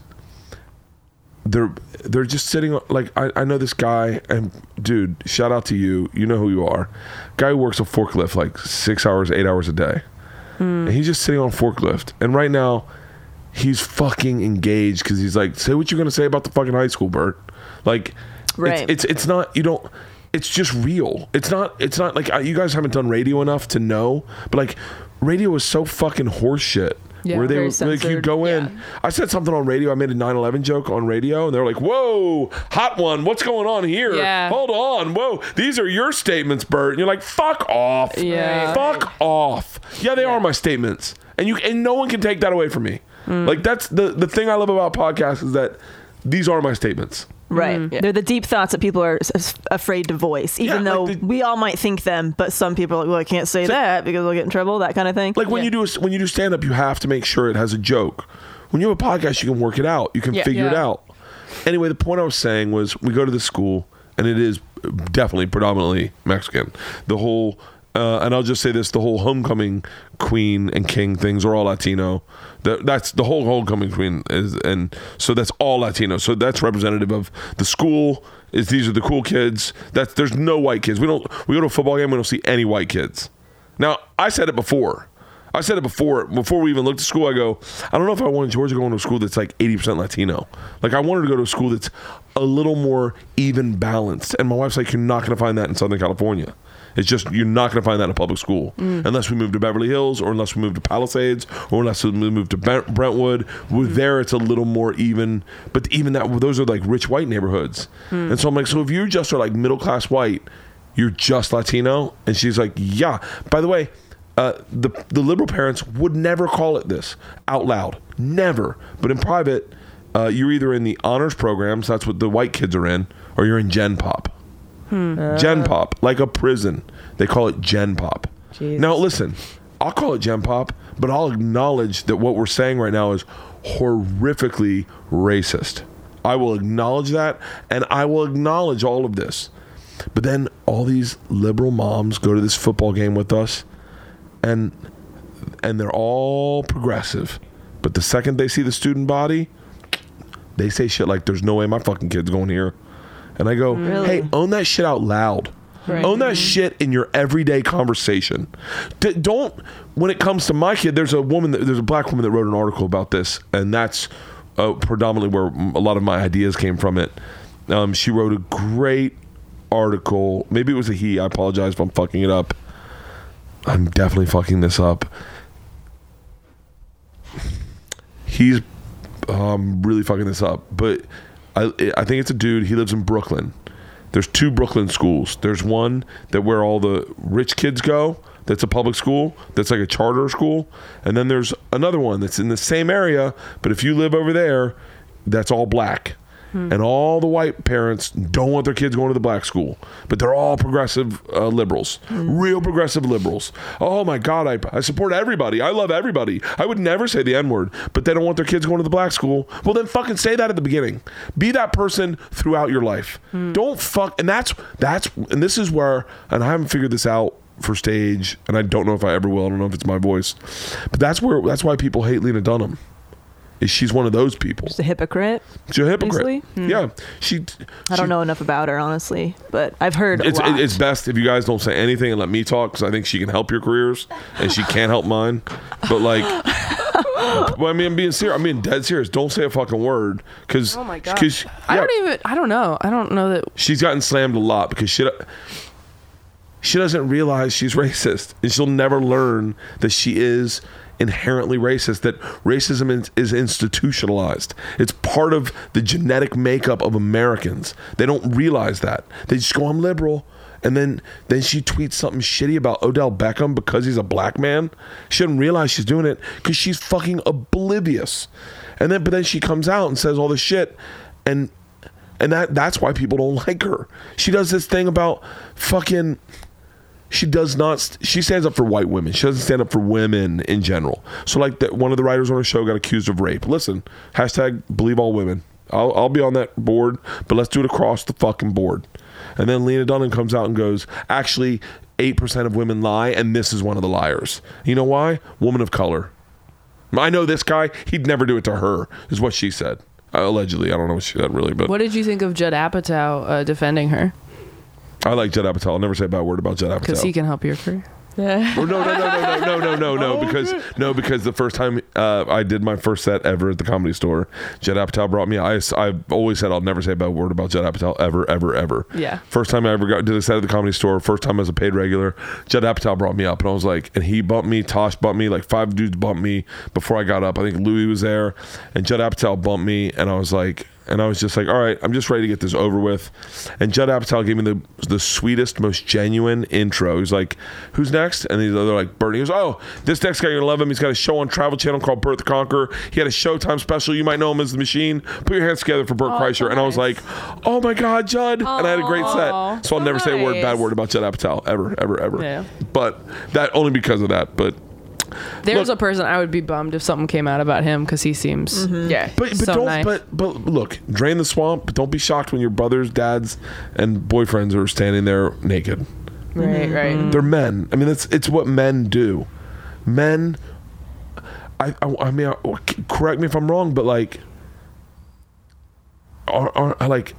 [SPEAKER 1] they're they're just sitting on- like I, I know this guy and dude, shout out to you. You know who you are. Guy who works a forklift like six hours, eight hours a day. And he's just sitting on a forklift. And right now, he's fucking engaged because he's like, say what you're gonna say about the fucking high school, Bert. Like,
[SPEAKER 6] Right.
[SPEAKER 1] it's, it's it's not you don't. It's just real. It's not. It's not like I, you guys haven't done radio enough to know. But like, radio is so fucking horseshit.
[SPEAKER 4] Yeah,
[SPEAKER 1] where they
[SPEAKER 4] very
[SPEAKER 1] were like you
[SPEAKER 4] censored.
[SPEAKER 1] go in.
[SPEAKER 4] Yeah.
[SPEAKER 1] I said something on radio. I made a 9/11 joke on radio, and they're like, "Whoa, hot one, what's going on here?
[SPEAKER 4] Yeah.
[SPEAKER 1] Hold on, whoa, these are your statements, Bert." And you're like, "Fuck off,
[SPEAKER 4] Yeah.
[SPEAKER 1] fuck off." Yeah, they are my statements, and you and no one can take that away from me.
[SPEAKER 4] Mm.
[SPEAKER 1] Like that's the the thing I love about podcasts is that these are my statements.
[SPEAKER 6] Right. They're the deep thoughts that people are s- s- afraid to voice, even
[SPEAKER 1] Mm. Yeah,
[SPEAKER 6] though
[SPEAKER 1] like the-
[SPEAKER 6] we all might think them, but some people are like, well, I can't say that because I'll get in trouble, that kind of thing.
[SPEAKER 1] Like when you do a, when you do stand up, you have to make sure it has a joke. When you have a podcast, you can work it out. You can
[SPEAKER 4] Yeah.
[SPEAKER 1] figure it
[SPEAKER 4] Yeah.
[SPEAKER 1] out. Anyway, the point I was saying was we go to the school, and it is definitely predominantly Mexican. The whole uh, and I'll just say this: the whole homecoming queen and king things are all Latino. That, that's the whole homecoming queen is, and so that's all Latino. So that's representative of the school. Is these are the cool kids? That's there's no white kids. We don't. We go to a football game. We don't see any white kids. Now, I said it before. I said it before before we even looked at school. I go, I don't know if I wanted Georgia going to a school that's like 80% Latino. Like I wanted to go to a school that's a little more even balanced. And my wife's like, you're not going to find that in Southern California. It's just you're not going to find that in a public school unless we move to Beverly Hills or unless we move to Palisades or unless we move to Brent- Brentwood. Where there, it's a little more even. But even that, those are like rich white neighborhoods. And so I'm like, so if you just are like middle class white, you're just Latino? And she's like, yeah. By the way, uh, the the liberal parents would never call it this out loud, never. But in private, uh, you're either in the honors programs, that's what the white kids are in, or you're in Gen Pop. Gen Pop, like a prison. They call it Gen Pop. Now listen, I'll call it Gen Pop, but I'll acknowledge that what we're saying right now is horrifically racist. I will acknowledge that, and I will acknowledge all of this. But then all these liberal moms go to this football game with us, and and they're all progressive. But the second they see the student body, they say shit like, "There's no way my fucking kid's going here," and I go, "Hey, own that shit out loud." Own that shit in your everyday conversation. D- don't when it comes to my kid. There's a woman. That, there's a black woman that wrote an article about this, and that's uh, predominantly where a lot of my ideas came from. It. Um, she wrote a great article. Maybe it was a he. I apologize if I'm fucking it up. I'm definitely fucking this up. He's um, really fucking this up, but I I think it's a dude. He lives in Brooklyn. There's two Brooklyn schools. There's one that where all the rich kids go. That's a public school. That's like a charter school. And then there's another one that's in the same area, but if you live over there, that's all black. And all the white parents don't want their kids going to the black school, but they're all progressive uh, liberals, real progressive liberals. Oh my God, I, I support everybody. I love everybody. I would never say the N word, but they don't want their kids going to the black school. Well, then fucking say that at the beginning. Be that person throughout your life. Don't fuck. And that's, that's, and this is where, and I haven't figured this out for stage, and I don't know if I ever will. I don't know if it's my voice, but that's where, that's why people hate Lena Dunham. Is she's one of those people?
[SPEAKER 6] Just a hypocrite.
[SPEAKER 1] She's a hypocrite.
[SPEAKER 6] Basically?
[SPEAKER 4] Hmm.
[SPEAKER 1] Yeah, she. she-
[SPEAKER 6] I don't know enough about her honestly, but I've heard a
[SPEAKER 1] It's it-
[SPEAKER 6] lot.
[SPEAKER 1] it's best if you guys don't say anything and let me talk because I think she can help your careers and she can't help mine. But like, well, I mean, I'm being serious. I mean, dead serious. Don't say a fucking word because
[SPEAKER 4] Oh my God. I don't even. I don't know. I don't know that.
[SPEAKER 1] she's gotten slammed a lot because she she doesn't realize she's racist and she'll never learn that she is inherently racist that racism is, is institutionalized it's part of the genetic makeup of americans they don't realize that they just go i'm liberal and then then she tweets something shitty about odell beckham because he's a black man she doesn't realize she's doing it because she's fucking oblivious and then but then she comes out and says all this shit and and that that's why people don't like her. She does this thing about fucking she does not st- she stands up for white women. She doesn't stand up for women in general. So like that one of the writers on her show got accused of rape. Listen, hashtag believe all women. I'll, I'll be on that board, but let's do it across the fucking board. And then Lena Dunham comes out and goes, actually, 8% of women lie, and this is one of the liars. You know why? Woman of color. I know this guy, he'd never do it to her, is what she said. Uh, allegedly. I don't know what she said really, but.
[SPEAKER 4] What did you think of Judd Apatow uh, defending her?
[SPEAKER 1] I like Judd Apatow. I'll never say a bad word about Judd
[SPEAKER 4] Because
[SPEAKER 1] Apatow.
[SPEAKER 4] he can help your career.
[SPEAKER 1] Or no, no, no, no, no, no, no, no, no, because no, because the first time uh, I did my first set ever at the Comedy Store, Judd Apatow brought me. I, I've always said I'll never say a bad word about Judd Apatow ever, ever, ever.
[SPEAKER 4] Yeah.
[SPEAKER 1] First time I ever got did a set at the Comedy Store. First time as a paid regular, Judd Apatow brought me up, and I was like, and he bumped me. Tosh bumped me. Like five dudes bumped me before I got up. I think Louis was there, and Judd Apatow bumped me, and I was like. And I was just like, all right, I'm just ready to get this over with. And Judd Apatow gave me the the sweetest, most genuine intro. He's like, who's next? And these other like Bernie. He goes, oh, this next guy, you're gonna love him. He's got a show on Travel Channel called Bert the Conqueror. He had a Showtime special. You might know him as the Machine. Put your hands together for Bert Kreischer. And I was like, oh my God, Judd. And I had a great set. So I'll never say a word, bad
[SPEAKER 5] nice.
[SPEAKER 1] word about Judd Apatow ever, ever, ever.
[SPEAKER 4] Yeah.
[SPEAKER 1] But that only because of that. But
[SPEAKER 4] There's
[SPEAKER 1] Look-
[SPEAKER 4] a person I would be bummed if something came out about him because he seems.
[SPEAKER 6] Mm-hmm.
[SPEAKER 5] Yeah.
[SPEAKER 1] But but
[SPEAKER 4] So
[SPEAKER 1] don't
[SPEAKER 4] nice.
[SPEAKER 1] but but look, drain the swamp. But don't be shocked when your brothers, dads, and boyfriends are standing there naked.
[SPEAKER 5] Right, right.
[SPEAKER 1] They're men. I mean, that's it's what men do. Men. I I, I mean, I, correct me if I'm wrong, but like, are are I like.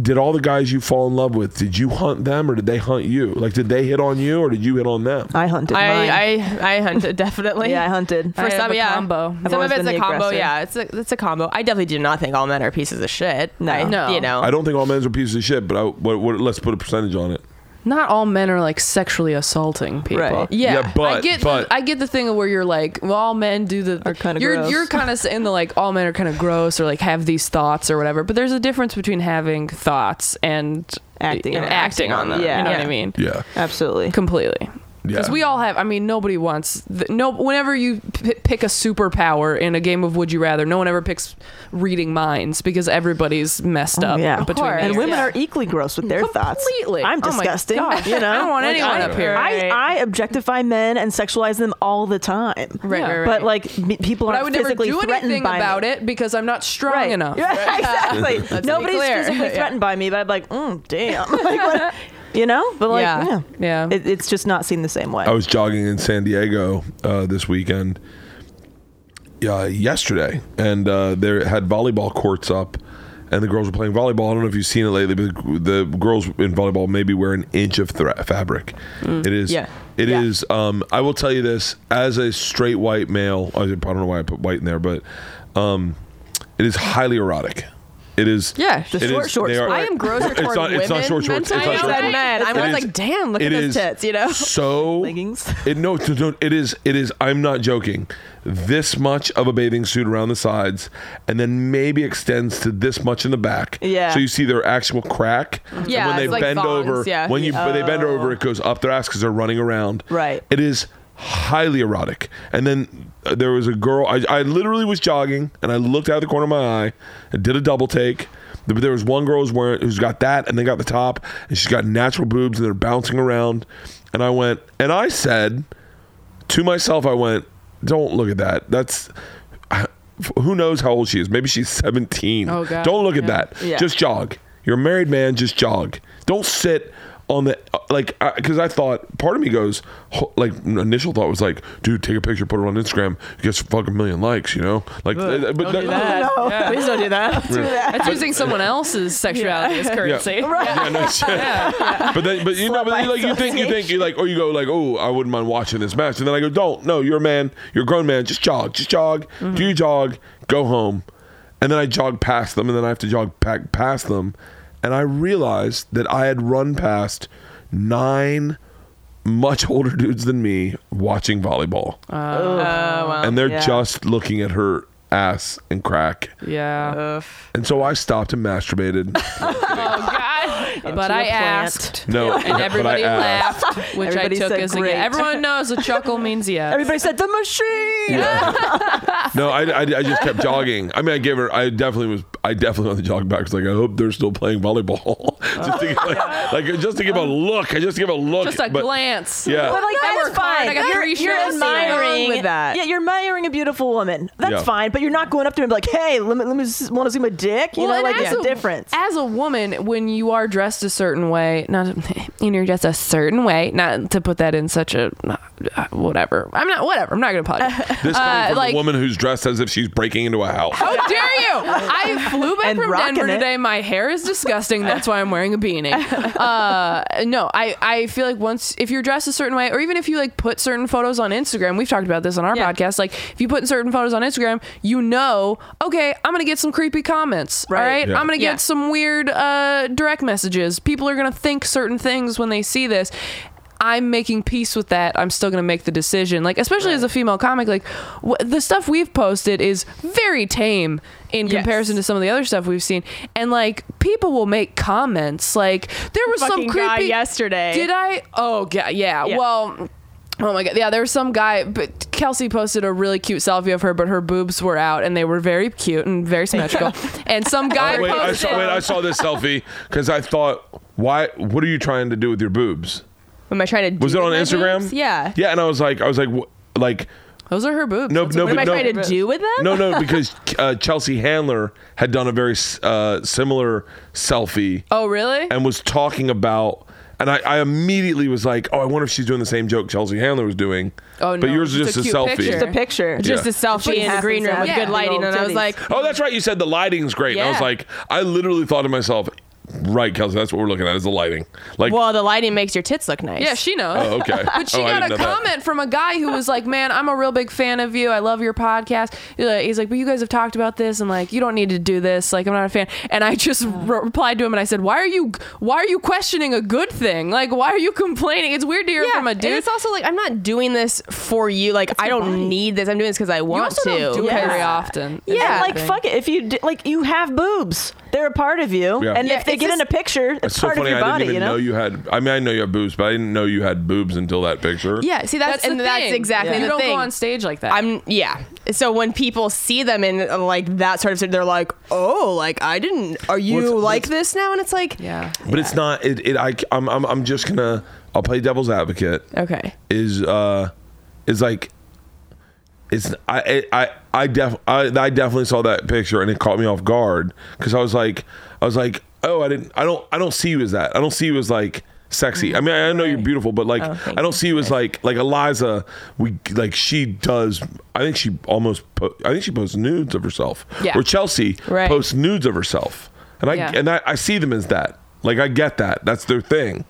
[SPEAKER 1] Did all the guys you fall in love with? Did you hunt them, or did they hunt you? Like, did they hit on you, or did you hit on them?
[SPEAKER 6] I hunted mine.
[SPEAKER 5] I, I I hunted definitely.
[SPEAKER 6] yeah, I hunted.
[SPEAKER 5] For
[SPEAKER 4] I have
[SPEAKER 5] some,
[SPEAKER 4] a
[SPEAKER 5] yeah,
[SPEAKER 4] combo. I've
[SPEAKER 5] some
[SPEAKER 6] always
[SPEAKER 5] of it's
[SPEAKER 6] been
[SPEAKER 5] a
[SPEAKER 6] the
[SPEAKER 5] combo.
[SPEAKER 6] aggressor.
[SPEAKER 5] Yeah, it's a it's a combo. I definitely do not think all men are pieces of shit.
[SPEAKER 6] No.
[SPEAKER 5] I,
[SPEAKER 4] No.
[SPEAKER 5] you know,
[SPEAKER 1] I don't think all men are pieces of shit, but I, what, what, let's put a percentage on it.
[SPEAKER 4] Not all men are like sexually assaulting people.
[SPEAKER 6] Right.
[SPEAKER 4] Yeah,
[SPEAKER 1] Yeah, but-
[SPEAKER 4] I get
[SPEAKER 1] but-
[SPEAKER 4] the, I get the thing where you're like, well, all men do the
[SPEAKER 6] Are kinda
[SPEAKER 4] you're
[SPEAKER 6] gross.
[SPEAKER 4] you're kind of saying the like all men are kind of gross or like have these thoughts or whatever. But there's a difference between having thoughts and
[SPEAKER 6] Acting
[SPEAKER 4] and
[SPEAKER 6] on it.
[SPEAKER 4] acting on them.
[SPEAKER 6] Yeah.
[SPEAKER 4] you know what I
[SPEAKER 5] Yeah.
[SPEAKER 4] mean.
[SPEAKER 1] Yeah.
[SPEAKER 6] Absolutely.
[SPEAKER 4] completely because
[SPEAKER 1] Yeah.
[SPEAKER 4] we all have i mean nobody wants th- no whenever you p- pick a superpower in a game of would you rather no one ever picks reading minds because everybody's messed up
[SPEAKER 6] Oh, yeah. Of
[SPEAKER 4] between
[SPEAKER 5] course.
[SPEAKER 4] the
[SPEAKER 6] And
[SPEAKER 4] ears.
[SPEAKER 6] women are equally gross with their thoughts.
[SPEAKER 4] Completely.
[SPEAKER 6] I'm
[SPEAKER 4] Oh my
[SPEAKER 6] disgusting.
[SPEAKER 4] gosh.
[SPEAKER 6] You know,
[SPEAKER 4] I don't want anyone
[SPEAKER 6] I-
[SPEAKER 4] up here.
[SPEAKER 6] I, I objectify men and sexualize them all the time.
[SPEAKER 5] Right,
[SPEAKER 4] Yeah.
[SPEAKER 5] right, right.
[SPEAKER 6] But like me- people
[SPEAKER 4] but
[SPEAKER 6] aren't
[SPEAKER 4] i would never
[SPEAKER 6] physically
[SPEAKER 4] do
[SPEAKER 6] threatened
[SPEAKER 4] anything
[SPEAKER 6] by
[SPEAKER 4] about
[SPEAKER 6] me.
[SPEAKER 4] it because i'm not strong
[SPEAKER 6] Right.
[SPEAKER 4] enough
[SPEAKER 6] Yeah, exactly.
[SPEAKER 4] be
[SPEAKER 6] Nobody's
[SPEAKER 4] clear.
[SPEAKER 6] physically
[SPEAKER 4] Yeah.
[SPEAKER 6] threatened by me, but I'm like, mm, damn. Like, what- you know? But like,
[SPEAKER 4] Yeah.
[SPEAKER 6] yeah.
[SPEAKER 4] Yeah.
[SPEAKER 6] It, it's just not seen the same way.
[SPEAKER 1] I was jogging in San Diego uh, this weekend, uh, yesterday, and uh, they had volleyball courts up, and the girls were playing volleyball. I don't know if you've seen it lately, but the girls in volleyball maybe wear an inch of thra- fabric.
[SPEAKER 4] Mm.
[SPEAKER 1] It is.
[SPEAKER 5] Yeah.
[SPEAKER 1] It is.
[SPEAKER 5] Yeah.
[SPEAKER 1] Um, I will tell you this: as a straight white male, I don't know why I put white in there, but um, it is highly erotic. It is.
[SPEAKER 4] Yeah, the
[SPEAKER 1] it
[SPEAKER 6] short shorts
[SPEAKER 1] they are-
[SPEAKER 6] sport.
[SPEAKER 4] I am grosser
[SPEAKER 1] It's
[SPEAKER 4] toward
[SPEAKER 1] not-
[SPEAKER 4] women
[SPEAKER 1] it's not short
[SPEAKER 4] than
[SPEAKER 1] shorts,
[SPEAKER 4] I
[SPEAKER 1] it's not
[SPEAKER 4] am
[SPEAKER 1] short
[SPEAKER 4] than
[SPEAKER 1] shorts.
[SPEAKER 4] men. I'm
[SPEAKER 1] It
[SPEAKER 4] always
[SPEAKER 1] is-
[SPEAKER 4] like, damn, look at
[SPEAKER 1] it
[SPEAKER 4] those
[SPEAKER 1] is
[SPEAKER 4] tits, you know?
[SPEAKER 1] So
[SPEAKER 6] Leggings.
[SPEAKER 1] It, no, no, no, it is. It is. I'm not joking. This much of a bathing suit around the sides, and then maybe extends to this much in the back.
[SPEAKER 6] Yeah.
[SPEAKER 1] So you see their actual crack. And
[SPEAKER 5] Yeah,
[SPEAKER 1] when they
[SPEAKER 5] it's like
[SPEAKER 1] bend
[SPEAKER 5] thongs,
[SPEAKER 1] over,
[SPEAKER 5] yeah.
[SPEAKER 1] when you when they bend over, it goes up their ass because they're running around.
[SPEAKER 6] Right.
[SPEAKER 1] It is highly erotic. And then uh, there was a girl. I, I literally was jogging, and I looked out the corner of my eye and did a double take. But there was one girl who's wearing who's got that, and they got the top, and she's got natural boobs, and they're bouncing around. And I went, and I said to myself, I went, "Don't look at that. That's." Who knows how old she is? Maybe she's 17.
[SPEAKER 4] Oh, God.
[SPEAKER 1] Don't look at
[SPEAKER 4] Yeah.
[SPEAKER 1] that.
[SPEAKER 6] Yeah.
[SPEAKER 1] Just jog. You're a married man. Just jog. Don't sit on the like because I, thought part of me goes ho- like initial thought was like, dude, take a picture, put it on Instagram, it gets a fucking million likes, you know? Like, uh, but that-
[SPEAKER 6] No,
[SPEAKER 4] Yeah.
[SPEAKER 6] please don't do that.
[SPEAKER 4] That's using someone else's sexuality as currency.
[SPEAKER 1] Yeah, no shit. But then, but you know, but
[SPEAKER 6] by
[SPEAKER 1] you, like you think, you think, you like, or you go like, oh, I wouldn't mind watching this match, and then I go, don't, no, you're a man, you're a grown man, just jog, just jog, do your jog, go home, and then I jog past them, and then I have to jog back past them, and I realized that I had run past nine much older dudes than me watching volleyball,
[SPEAKER 4] Oh, Uh,
[SPEAKER 5] Uh,
[SPEAKER 1] and they're
[SPEAKER 6] yeah.
[SPEAKER 1] just looking at her ass and crack,
[SPEAKER 4] Yeah.
[SPEAKER 1] and so I stopped and masturbated.
[SPEAKER 4] Oh God! but I
[SPEAKER 6] a plant.
[SPEAKER 4] asked,
[SPEAKER 1] No, but
[SPEAKER 4] and
[SPEAKER 1] I
[SPEAKER 4] everybody
[SPEAKER 1] asked.
[SPEAKER 4] laughed, which
[SPEAKER 6] Everybody
[SPEAKER 4] I took
[SPEAKER 6] said
[SPEAKER 4] as
[SPEAKER 6] great.
[SPEAKER 4] a everyone knows a chuckle means yes.
[SPEAKER 6] Everybody said the machine.
[SPEAKER 1] No, I, I, I just kept jogging. I mean, I gave her. I definitely was. I definitely on the jog back. was like, I hope they're still playing volleyball. just to, give,
[SPEAKER 5] Oh.
[SPEAKER 1] like, like, just to give a look. I just give a look.
[SPEAKER 4] just a
[SPEAKER 1] but-
[SPEAKER 4] glance.
[SPEAKER 1] Yeah.
[SPEAKER 6] But like
[SPEAKER 4] I
[SPEAKER 6] that's
[SPEAKER 4] work hard.
[SPEAKER 6] fine.
[SPEAKER 4] I got
[SPEAKER 6] you're,
[SPEAKER 4] three
[SPEAKER 6] you're
[SPEAKER 4] shows.
[SPEAKER 6] admiring
[SPEAKER 5] Wrong with that.
[SPEAKER 6] Yeah, you're admiring a beautiful woman. That's
[SPEAKER 1] Yeah.
[SPEAKER 6] fine. But you're not going up to her and be like, "Hey, let me let me want to see my dick." You know,
[SPEAKER 4] and
[SPEAKER 6] like
[SPEAKER 4] as
[SPEAKER 6] there's a
[SPEAKER 4] a-
[SPEAKER 6] difference.
[SPEAKER 4] As a woman, when you are dressed a certain way, not and you're dressed a certain way, not to put that in such a uh, whatever. I'm not whatever. I'm not gonna apologize.
[SPEAKER 1] This coming
[SPEAKER 4] Uh,
[SPEAKER 1] from
[SPEAKER 4] like-
[SPEAKER 1] a woman who's dressed as if she's breaking into a house.
[SPEAKER 4] How dare you? I flew back
[SPEAKER 6] And
[SPEAKER 4] from
[SPEAKER 6] rocking
[SPEAKER 4] Denver
[SPEAKER 6] it.
[SPEAKER 4] today. My hair is disgusting. That's why I'm wearing a beanie. Uh, no, I, I feel like once if you're dressed a certain way, or even if you like put certain photos on Instagram, we've talked about this on our
[SPEAKER 5] Yeah.
[SPEAKER 4] podcast. Like if you put certain photos on Instagram, you know, okay, I'm gonna get some creepy comments. Right. All right?
[SPEAKER 1] Yeah.
[SPEAKER 4] I'm gonna get
[SPEAKER 5] Yeah.
[SPEAKER 4] some weird uh, direct messages. People are gonna think certain things when they see this. I'm making peace with that. I'm still gonna make the decision. Like, especially as a female comic, like wh- the stuff we've posted is very tame in
[SPEAKER 5] Yes.
[SPEAKER 4] comparison to some of the other stuff we've seen. And like, people will make comments. Like, there was some
[SPEAKER 5] Fucking
[SPEAKER 4] creepy
[SPEAKER 5] guy yesterday.
[SPEAKER 4] Did I? Oh, yeah, yeah.
[SPEAKER 5] Yeah.
[SPEAKER 4] Well. Oh my god! Yeah, there was some guy, but Kelsey posted a really cute selfie of her, but her boobs were out, and they were very cute and very symmetrical. and some guy
[SPEAKER 1] wait, I
[SPEAKER 4] posted,
[SPEAKER 1] saw, wait, I saw this selfie because I thought, why? What are you trying to do with your boobs?
[SPEAKER 5] Am I trying to?
[SPEAKER 1] Was
[SPEAKER 5] do
[SPEAKER 1] it on
[SPEAKER 5] with my
[SPEAKER 1] Instagram?
[SPEAKER 5] boobs? Yeah.
[SPEAKER 1] Yeah, and I was like, I was like, wh- like.
[SPEAKER 4] "Those are her boobs."
[SPEAKER 1] No,
[SPEAKER 4] That's
[SPEAKER 1] no,
[SPEAKER 4] what-
[SPEAKER 5] What am I
[SPEAKER 1] no-
[SPEAKER 5] trying to do with them?
[SPEAKER 1] No, no, because uh, Chelsea Handler had done a very uh, similar selfie.
[SPEAKER 4] Oh, really?
[SPEAKER 1] and was talking about and I, I immediately was like, Oh, I wonder if she's doing the same joke Chelsea Handler was doing.
[SPEAKER 4] Oh,
[SPEAKER 1] But
[SPEAKER 4] no,
[SPEAKER 1] yours is
[SPEAKER 4] it's
[SPEAKER 1] just a,
[SPEAKER 4] a cute
[SPEAKER 1] selfie.
[SPEAKER 4] picture.
[SPEAKER 6] the picture.
[SPEAKER 5] Just
[SPEAKER 1] Yeah.
[SPEAKER 5] a selfie in the
[SPEAKER 6] happens
[SPEAKER 5] green room
[SPEAKER 6] to
[SPEAKER 5] with
[SPEAKER 4] have
[SPEAKER 5] good
[SPEAKER 4] big
[SPEAKER 5] lighting,
[SPEAKER 6] old
[SPEAKER 5] and I was
[SPEAKER 6] titties.
[SPEAKER 5] like,
[SPEAKER 1] Oh, that's right. You said the lighting's great. And I was
[SPEAKER 5] Yeah.
[SPEAKER 1] like, I literally thought to myself, Right, Kelsey, that's what we're looking at is the lighting. Like
[SPEAKER 5] "Well, the lighting makes your tits look nice."
[SPEAKER 4] Yeah, she knows.
[SPEAKER 1] Oh, okay.
[SPEAKER 4] But she
[SPEAKER 1] Oh, I
[SPEAKER 4] got
[SPEAKER 1] didn't
[SPEAKER 4] a
[SPEAKER 1] know that.
[SPEAKER 4] comment from a guy who was like, "Man, I'm a real big fan of you. I love your podcast." Uh, He's like, "But you guys have talked about this, and like, you don't need to do this. Like, I'm not a fan." And I just re- replied to him, and I said, "Why are you? Why are you questioning a good thing? Like, why are you complaining? It's weird to hear
[SPEAKER 5] Yeah,
[SPEAKER 4] from a
[SPEAKER 5] And
[SPEAKER 4] dude."
[SPEAKER 5] it's also like I'm not doing this for you. Like I don't need this. I'm doing this because I
[SPEAKER 4] you
[SPEAKER 5] want
[SPEAKER 4] also
[SPEAKER 5] to.
[SPEAKER 4] don't do it
[SPEAKER 6] Yeah.
[SPEAKER 4] very often. It's
[SPEAKER 6] Yeah,
[SPEAKER 4] the
[SPEAKER 6] like
[SPEAKER 4] thing.
[SPEAKER 6] fuck it. If you d- like, you have boobs. They're a part of you,
[SPEAKER 1] Yeah.
[SPEAKER 6] and
[SPEAKER 1] Yeah,
[SPEAKER 6] if they
[SPEAKER 5] it's
[SPEAKER 6] get in
[SPEAKER 5] just-
[SPEAKER 6] a picture, it's
[SPEAKER 1] it's so
[SPEAKER 6] part
[SPEAKER 1] funny
[SPEAKER 6] of your
[SPEAKER 1] I
[SPEAKER 6] body.
[SPEAKER 1] didn't even
[SPEAKER 6] you know.
[SPEAKER 1] know you had I mean I know you have boobs, but I didn't know you had boobs until that picture.
[SPEAKER 5] Yeah, see that's,
[SPEAKER 4] the
[SPEAKER 5] and that's
[SPEAKER 4] thing.
[SPEAKER 5] exactly
[SPEAKER 4] You
[SPEAKER 5] the
[SPEAKER 4] don't
[SPEAKER 5] thing.
[SPEAKER 4] go on stage like that.
[SPEAKER 5] I'm yeah. So when people see them in uh, like that sort of thing, they're like, "Oh, like I didn't. Are you
[SPEAKER 1] What's-
[SPEAKER 5] like this now?" And it's like,
[SPEAKER 4] yeah.
[SPEAKER 1] But it's not it, it I I'm, I'm I'm just gonna I'll play devil's advocate.
[SPEAKER 5] Okay.
[SPEAKER 1] is uh is like it's I I I def I, I definitely saw that picture and it caught me off guard because I was like I was like oh I didn't I don't I don't see you as that I don't see you as like sexy I mean I, I know you're beautiful but like I
[SPEAKER 5] thank
[SPEAKER 1] don't see you as like like Eliza we like she does I think she almost po- I think she posts nudes of herself
[SPEAKER 4] Yeah.
[SPEAKER 1] or Chelsea
[SPEAKER 5] Right.
[SPEAKER 1] posts nudes of herself and I
[SPEAKER 4] Yeah.
[SPEAKER 1] and I, I see them as that. Like I get that. That's their thing.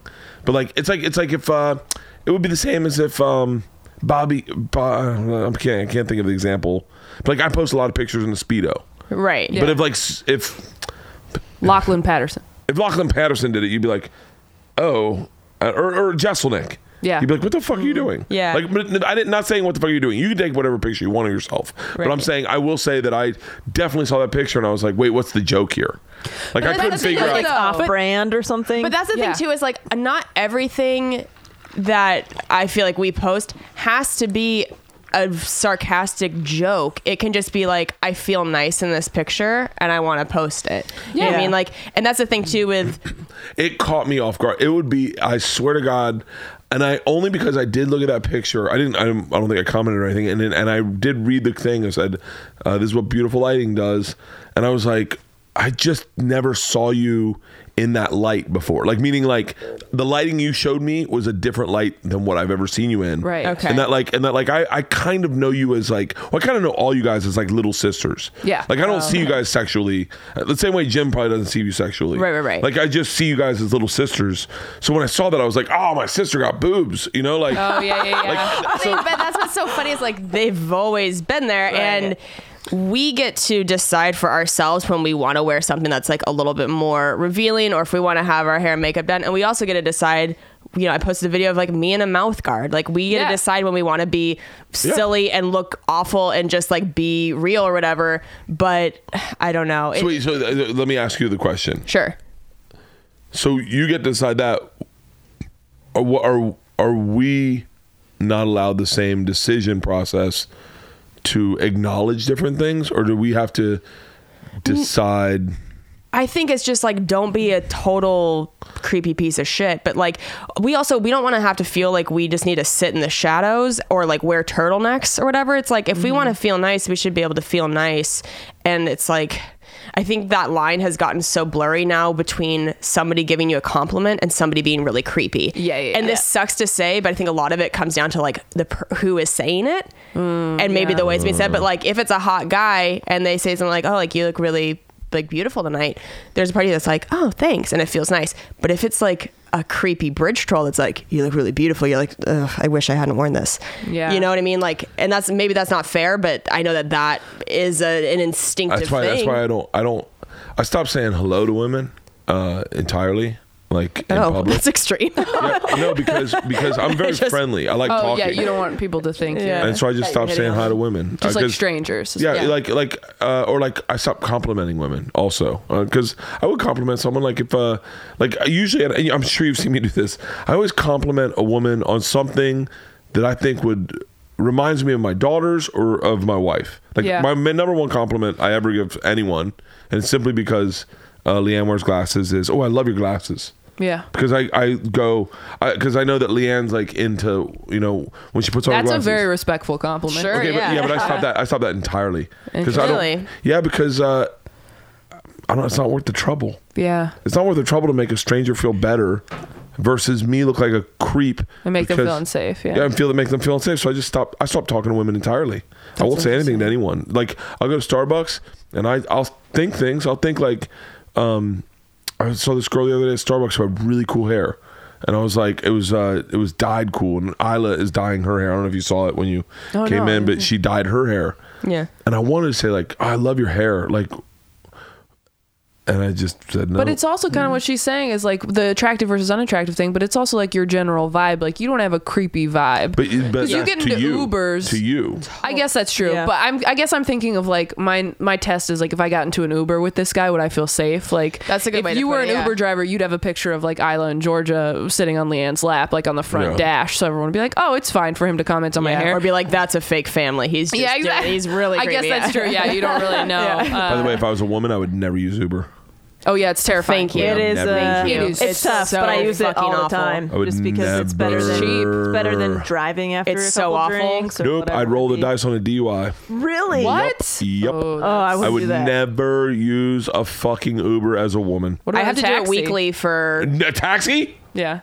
[SPEAKER 1] But like it's like it's like if uh it would be the same as if um Bobby Bo- I can't I can't think of the example. But like I post a lot of pictures in a speedo.
[SPEAKER 5] Right.
[SPEAKER 1] But if like s- if
[SPEAKER 4] Lachlan Patterson.
[SPEAKER 1] If Lachlan Patterson did it, you'd be like, oh, uh, or, or Jesselnick.
[SPEAKER 4] Yeah.
[SPEAKER 1] You'd be like, what the fuck are you doing?
[SPEAKER 5] Mm-hmm. Yeah.
[SPEAKER 1] Like, but I did not saying what the fuck are you doing. You can take whatever picture you want of yourself. But I'm
[SPEAKER 5] Right.
[SPEAKER 1] saying I will say that I definitely saw that picture and I was like, wait, what's the joke here? Like I
[SPEAKER 5] that's
[SPEAKER 1] couldn't
[SPEAKER 5] the thing,
[SPEAKER 1] figure out.
[SPEAKER 5] like,
[SPEAKER 4] though.
[SPEAKER 6] off
[SPEAKER 4] But-
[SPEAKER 6] brand or something.
[SPEAKER 5] But that's the
[SPEAKER 4] Yeah.
[SPEAKER 5] thing too is like not everything that I feel like we post has to be a sarcastic joke. It can just be like I feel nice in this picture and I want to post it. You know what
[SPEAKER 4] Yeah.
[SPEAKER 5] I mean like and that's the thing too with
[SPEAKER 1] it caught me off guard. It would be, I swear to God, and I only because I did look at that picture. I didn't. I don't, I don't think I commented or anything. And then, and I did read the thing. and said, uh, "This is what beautiful lighting does." And I was like, I just never saw you in that light before. Like meaning, like the lighting you showed me was a different light than what I've ever seen you in.
[SPEAKER 4] Right.
[SPEAKER 5] Okay.
[SPEAKER 1] And that like and that like I, I kind of know you as like well, I kind of know all you guys as like little sisters.
[SPEAKER 4] Yeah.
[SPEAKER 1] Like I
[SPEAKER 5] Oh,
[SPEAKER 1] don't see you guys sexually uh, the same way Jim probably doesn't see you sexually.
[SPEAKER 5] Right, right, right.
[SPEAKER 1] Like I just see you guys as little sisters. So when I saw that, I was like, oh, my sister got boobs. You know, like
[SPEAKER 4] Oh yeah, yeah, yeah.
[SPEAKER 5] I think but that's what's so funny is like they've always been there and we get to decide for ourselves when we want to wear something that's like a little bit more revealing or if we want to have our hair and makeup done and we also get to decide you know, I posted a video of like me in a mouth guard. Like we get
[SPEAKER 4] Yeah.
[SPEAKER 5] to decide when we want to be
[SPEAKER 1] Yeah.
[SPEAKER 5] silly and look awful and just like be real or whatever. But I don't know. It-
[SPEAKER 1] so, wait, so th- th- let me ask you the question.
[SPEAKER 5] sure.
[SPEAKER 1] So you get to decide that are wh- are are we not allowed the same decision process to acknowledge different things, or do we have to decide?
[SPEAKER 5] I think it's just like don't be a total creepy piece of shit. But like we also we don't want to have to feel like we just need to sit in the shadows or like wear turtlenecks or whatever. It's like if we
[SPEAKER 4] Mm-hmm.
[SPEAKER 5] want to feel nice, we should be able to feel nice. And it's like I think that line has gotten so blurry now between somebody giving you a compliment and somebody being really creepy.
[SPEAKER 4] Yeah, yeah,
[SPEAKER 5] And
[SPEAKER 4] yeah.
[SPEAKER 5] this sucks to say, but I think a lot of it comes down to like the per- who is saying it
[SPEAKER 4] Mm,
[SPEAKER 5] and maybe the way it's being said. But like, if it's a hot guy and they say something like, "Oh, like you look really like beautiful tonight," there's a party that's like, "Oh, thanks," and it feels nice. But if it's like a creepy bridge troll that's like, "You look really beautiful," you're like, Ugh, "I wish I hadn't worn this."
[SPEAKER 4] Yeah.
[SPEAKER 5] you know what I mean? Like, and that's maybe that's not fair, but I know that that is a, an instinctive
[SPEAKER 1] That's why.
[SPEAKER 5] thing.
[SPEAKER 1] That's why I don't. I don't. I stopped saying hello to women uh, entirely, like in
[SPEAKER 5] oh,
[SPEAKER 1] public.
[SPEAKER 5] that's extreme.
[SPEAKER 1] Yeah, no, because because I'm very
[SPEAKER 5] Just-
[SPEAKER 1] friendly. I like
[SPEAKER 4] Oh
[SPEAKER 1] talking.
[SPEAKER 4] yeah, you don't want people to think. Yeah.
[SPEAKER 1] and so I just
[SPEAKER 5] That you're
[SPEAKER 1] stopped saying
[SPEAKER 5] hitting
[SPEAKER 1] hi
[SPEAKER 5] on
[SPEAKER 1] to women.
[SPEAKER 4] Just
[SPEAKER 1] Uh,
[SPEAKER 4] like
[SPEAKER 1] 'cause-
[SPEAKER 4] strangers.
[SPEAKER 1] Yeah,
[SPEAKER 4] Yeah.
[SPEAKER 1] like like uh, or like I stopped complimenting women also because I would compliment someone like if uh like I usually and I'm sure you've seen me do this. I always compliment a woman on something that I think would reminds me of my daughters or of my wife. Like
[SPEAKER 4] Yeah.
[SPEAKER 1] my ma- number one compliment I ever give anyone, and it's simply because uh, Leanne wears glasses is oh I love your glasses
[SPEAKER 4] Yeah.
[SPEAKER 1] because I, I go because I, know that Leanne's like into you know when she puts on her
[SPEAKER 4] That's a
[SPEAKER 1] glasses.
[SPEAKER 4] very respectful compliment.
[SPEAKER 5] Sure.
[SPEAKER 1] okay, but,
[SPEAKER 5] yeah.
[SPEAKER 1] yeah, but I stopped that. I stopped that entirely because I
[SPEAKER 5] Really?
[SPEAKER 1] don't. Yeah, because uh, I don't. It's not worth the trouble.
[SPEAKER 4] Yeah.
[SPEAKER 1] It's not worth the trouble to make a stranger feel better versus me look like a creep
[SPEAKER 4] And make them feel
[SPEAKER 1] because-
[SPEAKER 4] unsafe, yeah.
[SPEAKER 1] yeah, and feel that make them feel unsafe. So I just stopped. I stopped talking to women entirely. I won't say anything to anyone. Like I'll go to Starbucks and I I'll think things. I'll think like, um, I saw this girl the other day at Starbucks who had really cool hair, and I was like, it was uh, it was dyed cool. And Isla is dyeing her hair. I don't know if you saw it when you
[SPEAKER 4] Oh,
[SPEAKER 1] came
[SPEAKER 4] no, I
[SPEAKER 1] in, but she dyed her hair.
[SPEAKER 5] Yeah.
[SPEAKER 1] And I wanted to say like, "Oh, I love your hair, like, and I just said no.
[SPEAKER 4] But it's also kind of what she's saying is like the attractive versus unattractive thing, but it's also like your general vibe. Like you don't have a creepy vibe.
[SPEAKER 1] but, but
[SPEAKER 4] 'Cause you
[SPEAKER 1] that's
[SPEAKER 4] get
[SPEAKER 1] to
[SPEAKER 4] into
[SPEAKER 1] you,
[SPEAKER 4] Ubers.
[SPEAKER 1] to you.
[SPEAKER 4] I guess that's true.
[SPEAKER 6] Yeah.
[SPEAKER 4] But I'm I guess I'm thinking of like my my test is like if I got into an Uber with this guy, would I feel safe? Like
[SPEAKER 5] That's a good
[SPEAKER 4] if
[SPEAKER 5] way to
[SPEAKER 4] you
[SPEAKER 5] put
[SPEAKER 4] were an
[SPEAKER 5] it, yeah.
[SPEAKER 4] Uber driver, you'd have a picture of like Isla and Georgia sitting on Leanne's lap, like on the front
[SPEAKER 1] Yeah.
[SPEAKER 4] dash, so everyone would be like, Oh, it's fine for him to comment on my hair.
[SPEAKER 5] Or be like, that's a fake family. He's just
[SPEAKER 4] yeah,
[SPEAKER 5] doing-
[SPEAKER 4] exactly.
[SPEAKER 5] he's really.
[SPEAKER 4] I guess
[SPEAKER 5] creepy.
[SPEAKER 4] that's true. Yeah, you don't really know.
[SPEAKER 1] By the
[SPEAKER 4] Uh,
[SPEAKER 1] way, if I was a woman, I would never use Uber.
[SPEAKER 4] oh yeah, it's terrifying.
[SPEAKER 5] Thank you.
[SPEAKER 1] Yeah,
[SPEAKER 6] it is.
[SPEAKER 1] never
[SPEAKER 6] Uh,
[SPEAKER 1] Thank
[SPEAKER 5] you.
[SPEAKER 6] It's,
[SPEAKER 5] It's
[SPEAKER 6] tough,
[SPEAKER 5] so
[SPEAKER 6] but I use it all
[SPEAKER 5] fucking
[SPEAKER 6] the
[SPEAKER 5] awful.
[SPEAKER 6] time
[SPEAKER 1] I would
[SPEAKER 6] just because it's better than
[SPEAKER 1] never-
[SPEAKER 6] It's better than driving after.
[SPEAKER 5] It's
[SPEAKER 6] a
[SPEAKER 5] so
[SPEAKER 6] couple
[SPEAKER 5] awful.
[SPEAKER 6] Drinks or
[SPEAKER 1] Nope,
[SPEAKER 6] whatever
[SPEAKER 1] I'd
[SPEAKER 6] it
[SPEAKER 1] roll the
[SPEAKER 6] be.
[SPEAKER 1] dice on a DUI.
[SPEAKER 6] Really?
[SPEAKER 4] What?
[SPEAKER 1] Yep.
[SPEAKER 4] Oh,
[SPEAKER 6] Oh, I would,
[SPEAKER 1] I would
[SPEAKER 6] do that.
[SPEAKER 1] never use a fucking Uber as a woman.
[SPEAKER 4] What
[SPEAKER 5] I
[SPEAKER 4] about
[SPEAKER 5] have
[SPEAKER 4] a
[SPEAKER 5] to do it
[SPEAKER 4] taxi?
[SPEAKER 5] weekly for
[SPEAKER 1] A taxi?
[SPEAKER 4] Yeah.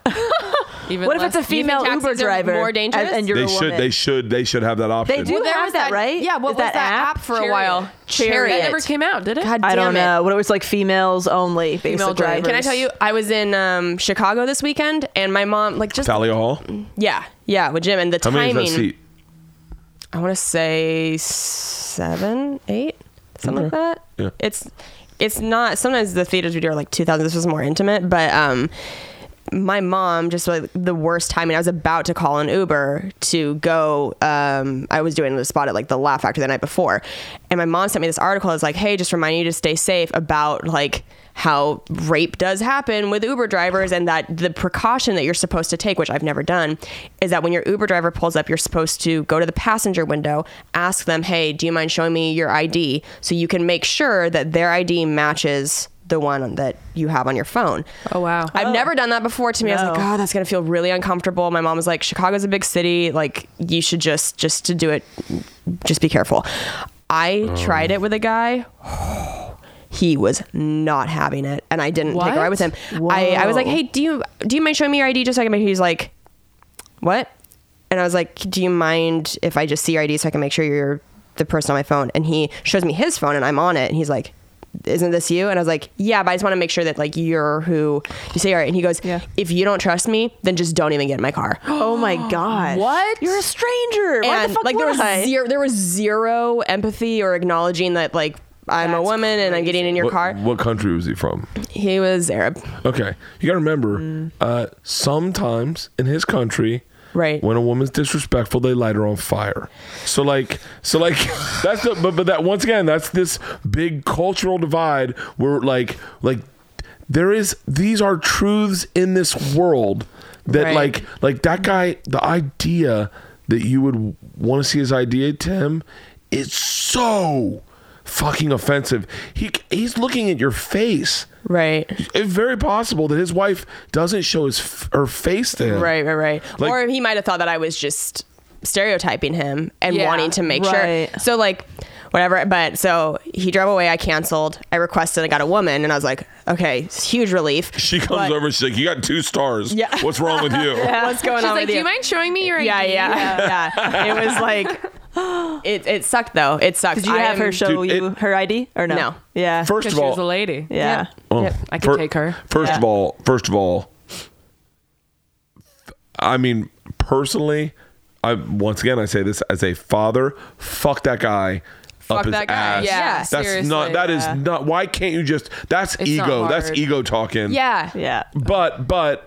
[SPEAKER 4] Even
[SPEAKER 6] What if
[SPEAKER 4] less-
[SPEAKER 6] it's a female
[SPEAKER 5] taxis
[SPEAKER 6] Uber
[SPEAKER 5] are
[SPEAKER 6] driver?
[SPEAKER 5] more dangerous?
[SPEAKER 6] And, and you're
[SPEAKER 1] they
[SPEAKER 6] a
[SPEAKER 1] should.
[SPEAKER 6] woman.
[SPEAKER 1] They should. They should have that option.
[SPEAKER 6] They do
[SPEAKER 5] Well, there
[SPEAKER 6] have
[SPEAKER 5] was
[SPEAKER 6] that,
[SPEAKER 5] that-
[SPEAKER 6] right?
[SPEAKER 5] yeah, what
[SPEAKER 6] Is
[SPEAKER 5] was that app for a while?
[SPEAKER 6] Chariot.
[SPEAKER 4] That never came out, did it?
[SPEAKER 5] God
[SPEAKER 6] I don't
[SPEAKER 5] damn it.
[SPEAKER 6] know. What it was like females only, basically.
[SPEAKER 4] drivers.
[SPEAKER 5] Can I tell you? I was in um, Chicago this weekend, and my mom, like, just
[SPEAKER 1] Talia Hall.
[SPEAKER 5] yeah, yeah, with Jim, and the
[SPEAKER 1] How many
[SPEAKER 5] timing.
[SPEAKER 1] is that seat?
[SPEAKER 5] I want to say seven, eight, something like that.
[SPEAKER 1] Yeah.
[SPEAKER 5] It's it's not sometimes the theaters we do are like 2000 this was more intimate but um my mom just like the worst timing. I was about to call an Uber to go. Um, I was doing the spot at like the Laugh Factory the night before, and my mom sent me this article. I was like, "Hey, just remind you to stay safe about like how rape does happen with Uber drivers, and that the precaution that you're supposed to take, which I've never done, is that when your Uber driver pulls up, you're supposed to go to the passenger window, ask them, "Hey, do you mind showing me your ID?" So you can make sure that their ID matches the one that you have on your phone.
[SPEAKER 4] Oh, wow.
[SPEAKER 5] I've
[SPEAKER 4] Oh.
[SPEAKER 5] never done that before. To me, I was like, oh, that's gonna feel really uncomfortable. My mom was like, Chicago's a big city. Like, you should just just to do it, just be careful. I tried it with a guy. He was not having it, and I didn't take a
[SPEAKER 4] What?
[SPEAKER 5] ride with him. I, I was like, "Hey, do you do you mind showing me your ID just so I can make?" He's like, "What?" And I was like, "Do you mind if I just see your ID so I can make sure you're the person on my phone?" And he shows me his phone, and I'm on it, and he's like, "Isn't this you?" And I was like, "Yeah, but I just want to make sure that like you're who you say you are." And he goes,
[SPEAKER 4] Yeah.
[SPEAKER 5] "If you don't trust me, then just don't even get in my car."
[SPEAKER 6] Oh my god!
[SPEAKER 4] What?
[SPEAKER 6] You're a stranger. Why
[SPEAKER 5] and
[SPEAKER 6] the fuck
[SPEAKER 5] like there
[SPEAKER 6] would
[SPEAKER 5] was
[SPEAKER 6] I?
[SPEAKER 5] zero, there was zero empathy or acknowledging that like I'm a
[SPEAKER 4] That's
[SPEAKER 5] woman and I'm getting in your
[SPEAKER 1] What,
[SPEAKER 5] car.
[SPEAKER 1] what country was he from?
[SPEAKER 5] He was Arab.
[SPEAKER 1] Okay, you got to remember,
[SPEAKER 5] Mm.
[SPEAKER 1] uh, sometimes in his country,
[SPEAKER 5] Right.
[SPEAKER 1] when a woman's disrespectful, they light her on fire. So like, so like, that's the but, but that once again, that's this big cultural divide where like like there is these are truths in this world that
[SPEAKER 5] Right.
[SPEAKER 1] like like that guy the idea that you would want to see his idea to him is so fucking offensive. He he's looking at your face
[SPEAKER 5] Right.
[SPEAKER 1] it's very possible that his wife doesn't show his f- her face to him.
[SPEAKER 5] Right, right, right.
[SPEAKER 1] Like-
[SPEAKER 5] or he might have thought that I was just stereotyping him and
[SPEAKER 4] Yeah,
[SPEAKER 5] wanting to make
[SPEAKER 6] right.
[SPEAKER 5] sure. So like whatever, but so he drove away, I canceled. I requested, I got a woman and I was like, okay, it's huge relief.
[SPEAKER 1] She comes
[SPEAKER 5] But-
[SPEAKER 1] over and she's like, "You got two stars.
[SPEAKER 5] Yeah.
[SPEAKER 1] What's wrong with you?"
[SPEAKER 5] What's going
[SPEAKER 4] She's
[SPEAKER 5] on
[SPEAKER 4] like,
[SPEAKER 5] with
[SPEAKER 4] do you mind showing me your ID?
[SPEAKER 5] Yeah, yeah, yeah. It was like it it sucked though. It sucked.
[SPEAKER 6] Did you
[SPEAKER 5] I
[SPEAKER 6] have her
[SPEAKER 5] am-
[SPEAKER 6] show
[SPEAKER 1] Dude,
[SPEAKER 6] you
[SPEAKER 1] it-
[SPEAKER 6] her ID or no?
[SPEAKER 5] No.
[SPEAKER 6] Yeah.
[SPEAKER 1] First
[SPEAKER 4] Because
[SPEAKER 1] of
[SPEAKER 4] she was a
[SPEAKER 1] all,
[SPEAKER 4] lady.
[SPEAKER 6] yeah.
[SPEAKER 1] oh,
[SPEAKER 4] Yep, I could take her.
[SPEAKER 1] First of
[SPEAKER 6] Yeah.
[SPEAKER 1] all, first of all, f- I mean personally, I once again I say this as a father. Fuck that guy. up
[SPEAKER 4] Fuck
[SPEAKER 1] his
[SPEAKER 4] that guy.
[SPEAKER 1] ass.
[SPEAKER 4] Yeah,
[SPEAKER 1] that's
[SPEAKER 4] seriously,
[SPEAKER 1] not. That is
[SPEAKER 4] yeah.
[SPEAKER 1] not. Why can't you just? That's
[SPEAKER 4] It's not
[SPEAKER 1] ego. That's
[SPEAKER 4] hard.
[SPEAKER 1] ego talking.
[SPEAKER 5] Yeah.
[SPEAKER 6] Yeah.
[SPEAKER 1] But but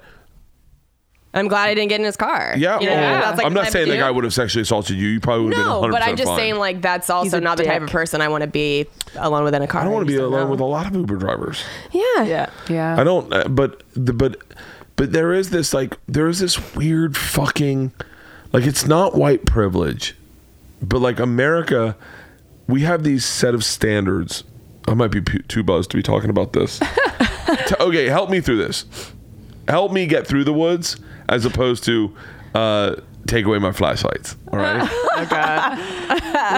[SPEAKER 5] I'm glad I didn't get in his car.
[SPEAKER 1] yeah.
[SPEAKER 5] You know,
[SPEAKER 1] or-
[SPEAKER 5] that's, like,
[SPEAKER 1] I'm
[SPEAKER 5] the
[SPEAKER 1] not
[SPEAKER 5] type
[SPEAKER 1] saying
[SPEAKER 5] of
[SPEAKER 1] that guy
[SPEAKER 5] dude-
[SPEAKER 1] would have sexually assaulted you. You probably would have
[SPEAKER 5] No,
[SPEAKER 1] been 100
[SPEAKER 5] but I'm just
[SPEAKER 1] fine.
[SPEAKER 5] saying like that's
[SPEAKER 6] a
[SPEAKER 5] also not the type
[SPEAKER 6] dick.
[SPEAKER 5] of person I want to be alone with in a car.
[SPEAKER 1] I don't want to be
[SPEAKER 5] just
[SPEAKER 1] alone
[SPEAKER 5] know.
[SPEAKER 1] with a lot of Uber drivers.
[SPEAKER 5] Yeah.
[SPEAKER 6] Yeah.
[SPEAKER 4] Yeah.
[SPEAKER 1] I don't, uh, but the but but there is this like there is this weird fucking like it's not white privilege, but like America, we have these set of standards. I might be pu- too buzzed to be talking about this. T- okay, help me through this. Help me get through the woods as opposed to uh, take away my flashlights. All right.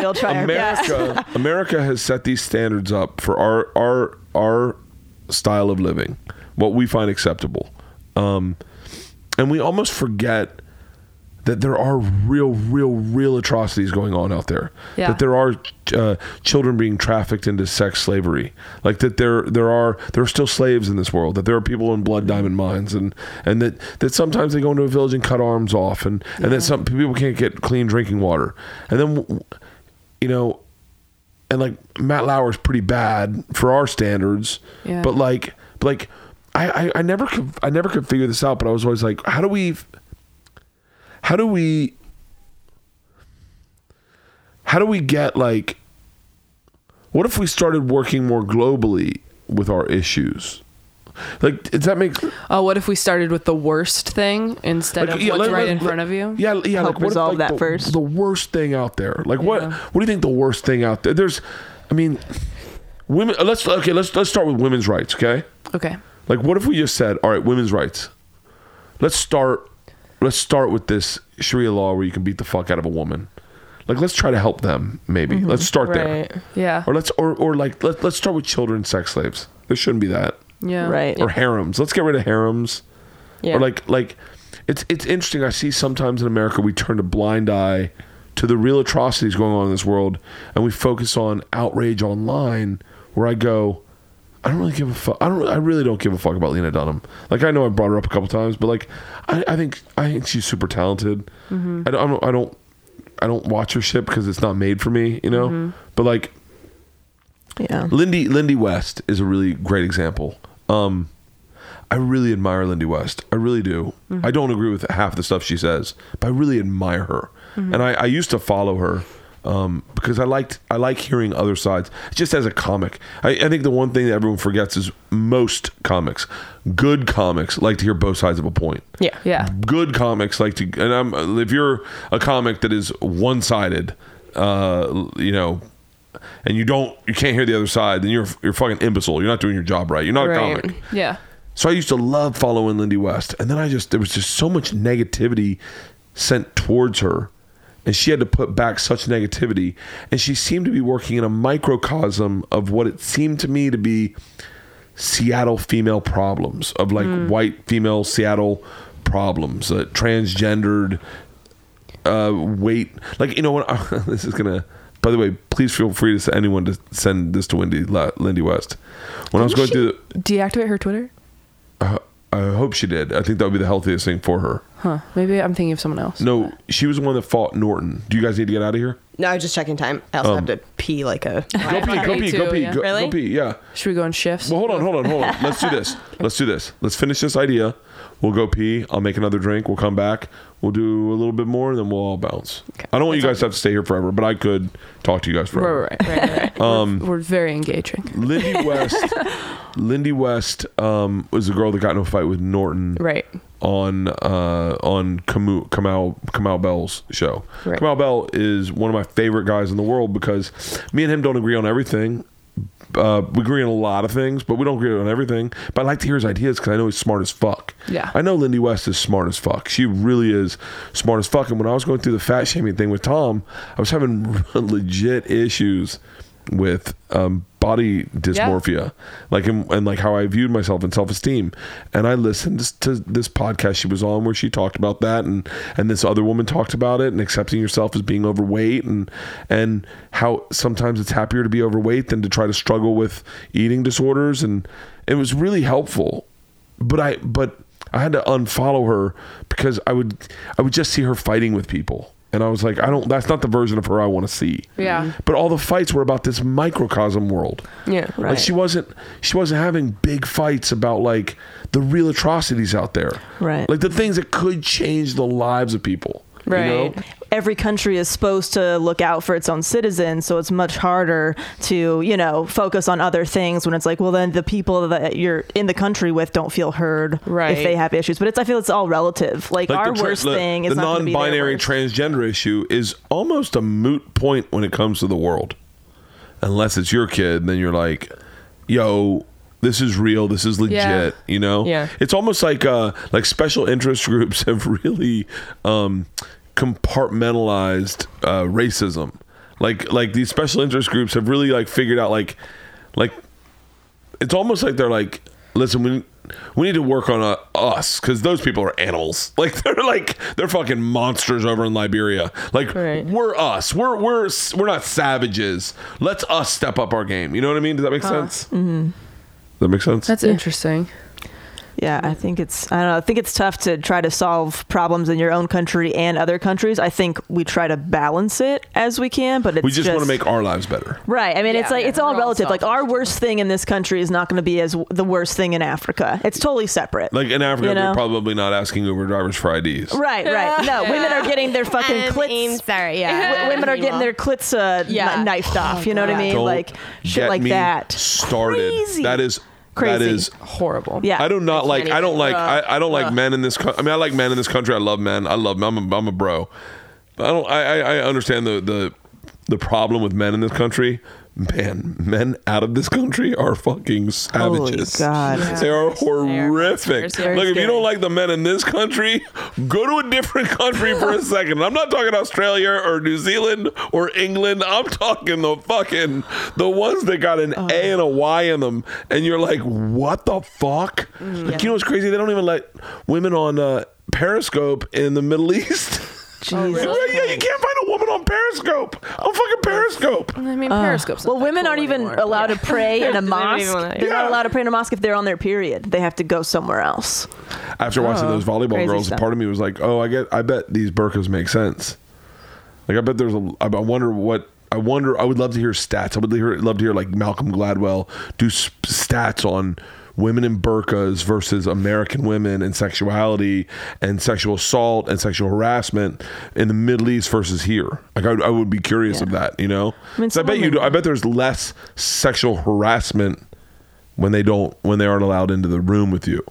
[SPEAKER 6] We'll try our best.
[SPEAKER 1] America, America has set these standards up for our our our style of living, what we find acceptable, um, and we almost forget that there are real, real, real atrocities going on out there.
[SPEAKER 4] Yeah.
[SPEAKER 1] That there are uh, children being trafficked into sex slavery. Like that there there are there are still slaves in this world. That there are people in blood diamond mines, and and that that sometimes they go into a village and cut arms off, and and that some people can't get clean drinking water, and then. w- you know, and like Matt Lauer's pretty bad for our standards.
[SPEAKER 4] Yeah.
[SPEAKER 1] But like, but like, I, I, I never could, I never could figure this out. But I was always like, how do we, how do we, how do we get like, what if we started working more globally with our issues? Like, does that make
[SPEAKER 4] Oh, what if we started with the worst thing instead
[SPEAKER 1] Like,
[SPEAKER 4] of
[SPEAKER 1] yeah,
[SPEAKER 4] what's
[SPEAKER 1] let-
[SPEAKER 4] right
[SPEAKER 1] let-
[SPEAKER 4] in front of you?
[SPEAKER 1] Yeah, yeah. like,
[SPEAKER 6] Help
[SPEAKER 1] what if,
[SPEAKER 6] resolve
[SPEAKER 1] like,
[SPEAKER 6] that
[SPEAKER 1] the,
[SPEAKER 6] first.
[SPEAKER 1] The worst thing out there. Like what?
[SPEAKER 4] Yeah.
[SPEAKER 1] What do you think the worst thing out there? There's, I mean, women. uh, Let's okay. Let's let's start with women's rights. Okay.
[SPEAKER 4] Okay.
[SPEAKER 1] Like what if we just said, all right, women's rights. Let's start. Let's start with this Sharia law where you can beat the fuck out of a woman. Like let's try to help them. Maybe
[SPEAKER 4] Mm-hmm.
[SPEAKER 1] let's start
[SPEAKER 5] Right.
[SPEAKER 1] there.
[SPEAKER 4] Yeah.
[SPEAKER 1] Or let's or or like let let's start with children sex slaves. There shouldn't be that
[SPEAKER 4] yeah.
[SPEAKER 6] Right.
[SPEAKER 1] or harems. Let's get rid of harems.
[SPEAKER 5] Yeah.
[SPEAKER 1] Or like like it's it's interesting. I see sometimes in America we turn a blind eye to the real atrocities going on in this world, and we focus on outrage online. Where I go, I don't really give a fuck. I don't. I really don't give a fuck about Lena Dunham. Like I know I brought her up a couple times, but like I, I think I think she's super talented. I don't. I don't. I don't I don't watch her shit because it's not made for me, you know. But like,
[SPEAKER 6] Yeah.
[SPEAKER 1] Lindy Lindy West is a really great example. Um, I really admire Lindy West. I really do. I don't agree with half the stuff she says, but I really admire her. And I, I used to follow her um, because I liked I like hearing other sides. Just as a comic, I, I think the one thing that everyone forgets is most comics, good comics, like to hear both sides of a point
[SPEAKER 5] Yeah.
[SPEAKER 4] Yeah.
[SPEAKER 1] good comics like to and I'm if you're a comic that is one sided, uh, you know, and you don't you can't hear the other side, then you're you're fucking imbecile. You're not doing your job right. You're not a
[SPEAKER 5] Right.
[SPEAKER 1] comic.
[SPEAKER 4] Yeah.
[SPEAKER 1] So I used to love following Lindy West, and then I just there was just so much negativity sent towards her, and she had to put back such negativity, and she seemed to be working in a microcosm of what it seemed to me to be Seattle female problems of like white female Seattle problems, uh, transgendered uh, wait, like you know what? this is gonna. By the way, please feel free to send anyone to send this to Wendy La- Lindy West. When I was going through. The,
[SPEAKER 4] Deactivate her Twitter?
[SPEAKER 1] I hope she did. I think that would be the healthiest thing for her.
[SPEAKER 4] Huh. Maybe I'm thinking of someone else.
[SPEAKER 1] No, she was the one that fought Norton. Do you guys need to get out of here?
[SPEAKER 5] No, I was just checking time. I also have
[SPEAKER 1] Um.
[SPEAKER 5] to pee like a.
[SPEAKER 1] Go pee, go
[SPEAKER 4] Me
[SPEAKER 1] pee,
[SPEAKER 4] too,
[SPEAKER 1] go pee,
[SPEAKER 4] yeah.
[SPEAKER 1] go,
[SPEAKER 5] Really?
[SPEAKER 1] go pee. Yeah.
[SPEAKER 4] Should we go in shifts?
[SPEAKER 1] Well, hold on, hold on, hold on. Let's do this. Let's do this. Let's finish this idea. We'll go pee. I'll make another drink. We'll come back. We'll do a little bit more, and then we'll all bounce. I don't want you guys to have to stay here forever, but I could talk to you guys forever.
[SPEAKER 4] right, right, right, right. Um, we're, we're very engaging.
[SPEAKER 1] Lindy West. Lindy West um, was the girl that got in a fight with Norton.
[SPEAKER 5] Right.
[SPEAKER 1] on uh, on Camus, Kamau Kamau Bell's show.
[SPEAKER 5] Right.
[SPEAKER 1] Kamau Bell is one of my favorite guys in the world because me and him don't agree on everything. Uh, we agree on a lot of things, but we don't agree on everything. But I like to hear his ideas because I know he's smart as fuck.
[SPEAKER 4] Yeah.
[SPEAKER 1] I know Lindy West is smart as fuck. She really is smart as fuck. And when I was going through the fat shaming thing with Tom, I was having legit issues with um, body dysmorphia dysmorphia, like and, and like how I viewed myself and self esteem. And I listened to this podcast she was on where she talked about that, and and this other woman talked about it, and accepting yourself as being overweight, and and how sometimes it's happier to be overweight than to try to struggle with eating disorders, and it was really helpful. But I but I had to unfollow her because I would I would just see her fighting with people. And I was like, I don't. That's not the version of her I want to see.
[SPEAKER 4] Yeah.
[SPEAKER 1] But all the fights were about this microcosm world.
[SPEAKER 5] Yeah.
[SPEAKER 1] Like
[SPEAKER 6] Right.
[SPEAKER 1] she wasn't she wasn't having big fights about like the real atrocities out there.
[SPEAKER 6] Right.
[SPEAKER 1] Like the things that could change the lives of people. Right.
[SPEAKER 6] every country is supposed to look out for its own citizens so it's much harder to you know focus on other things when it's like well then the people that you're in the country with don't feel heard
[SPEAKER 5] Right.
[SPEAKER 6] if they have issues but it's i feel it's all relative like,
[SPEAKER 1] Like
[SPEAKER 6] our
[SPEAKER 1] the tra-
[SPEAKER 6] worst
[SPEAKER 1] the-
[SPEAKER 6] thing is
[SPEAKER 1] the
[SPEAKER 6] not gonna be their
[SPEAKER 1] non-binary
[SPEAKER 6] worst.
[SPEAKER 1] transgender issue is almost a moot point when it comes to the world. Unless it's your kid, then you're like, yo, this is real, this is legit,
[SPEAKER 4] Yeah.
[SPEAKER 1] you know?
[SPEAKER 5] Yeah.
[SPEAKER 1] It's almost like uh like special interest groups have really um compartmentalized uh racism. Like like these special interest groups have really like figured out like like it's almost like they're like, listen, we we need to work on uh, us because those people are animals. Like they're like they're fucking monsters over in Liberia. Like
[SPEAKER 5] Right.
[SPEAKER 1] we're us. We're we're s- we're not savages. Let's us step up our game. You know what I mean? Does that make sense? Mm-hmm. That makes sense.
[SPEAKER 4] That's interesting.
[SPEAKER 6] Yeah, I think it's I don't know. I think it's tough to try to solve problems in your own country and other countries. I think we try to balance it as we can, but it's
[SPEAKER 1] we just, want to make our lives better.
[SPEAKER 6] right. I mean, it's
[SPEAKER 4] Yeah,
[SPEAKER 6] like
[SPEAKER 4] yeah,
[SPEAKER 6] it's all
[SPEAKER 4] we're all
[SPEAKER 6] relative. Like our
[SPEAKER 4] selfish.
[SPEAKER 6] worst thing in this country is not going to be as w- the worst thing in Africa. It's totally separate.
[SPEAKER 1] Like in Africa,
[SPEAKER 6] You know?
[SPEAKER 1] they're probably not asking Uber drivers for IDs.
[SPEAKER 6] right, right. No, women are getting their fucking clits.
[SPEAKER 5] sorry.
[SPEAKER 6] w- women are getting their clits uh, kn-
[SPEAKER 5] Yeah.
[SPEAKER 6] knifed off. You know what I mean?
[SPEAKER 1] Don't
[SPEAKER 6] like shit
[SPEAKER 1] get
[SPEAKER 6] like
[SPEAKER 1] me
[SPEAKER 6] that.
[SPEAKER 1] Started.
[SPEAKER 6] Crazy.
[SPEAKER 1] That is that
[SPEAKER 6] Crazy.
[SPEAKER 1] is
[SPEAKER 4] Horrible.
[SPEAKER 6] yeah.
[SPEAKER 1] I do not like. I don't
[SPEAKER 5] even-
[SPEAKER 1] like. I, I don't like men in this. Co- I mean, I like men in this country. I love men. I love. I'm a, I'm a bro. I don't. I, I I understand the the the problem with men in this country. Man, men out of this country are fucking savages.
[SPEAKER 6] God.
[SPEAKER 1] They are horrific.
[SPEAKER 5] They are
[SPEAKER 1] Look, if you
[SPEAKER 5] scary.
[SPEAKER 1] don't like the men in this country, go to a different country for a second. I'm not talking Australia or New Zealand or England. I'm talking the fucking the ones that got an A and a Y in them, and you're like, what the fuck? Like, you know what's crazy? They don't even let women on uh, Periscope in the Middle East. Oh,
[SPEAKER 6] Jesus.
[SPEAKER 1] yeah, you can't find a woman on Periscope. On fucking Periscope.
[SPEAKER 4] I mean, Periscope's.
[SPEAKER 6] Uh, Well, women aren't even allowed to pray in a mosque.
[SPEAKER 5] wanna-
[SPEAKER 6] They're
[SPEAKER 1] Yeah.
[SPEAKER 6] not allowed to pray in a mosque if they're on their period. They have to go somewhere else.
[SPEAKER 1] after watching those volleyball
[SPEAKER 6] Oh, crazy
[SPEAKER 1] girls,
[SPEAKER 6] stuff.
[SPEAKER 1] part of me was like, "Oh, I get. I bet these burkas make sense. Like, I bet there's a. I I wonder what. I wonder. I would love to hear stats. I would hear, love to hear like Malcolm Gladwell do s- stats on women in burqas versus American women and sexuality and sexual assault and sexual harassment in the Middle East versus here. Like I, I would be curious of that. You know,
[SPEAKER 6] I mean,
[SPEAKER 1] So I bet
[SPEAKER 6] someone-
[SPEAKER 1] you. I bet there's less sexual harassment when they don't when they aren't allowed into the room with you.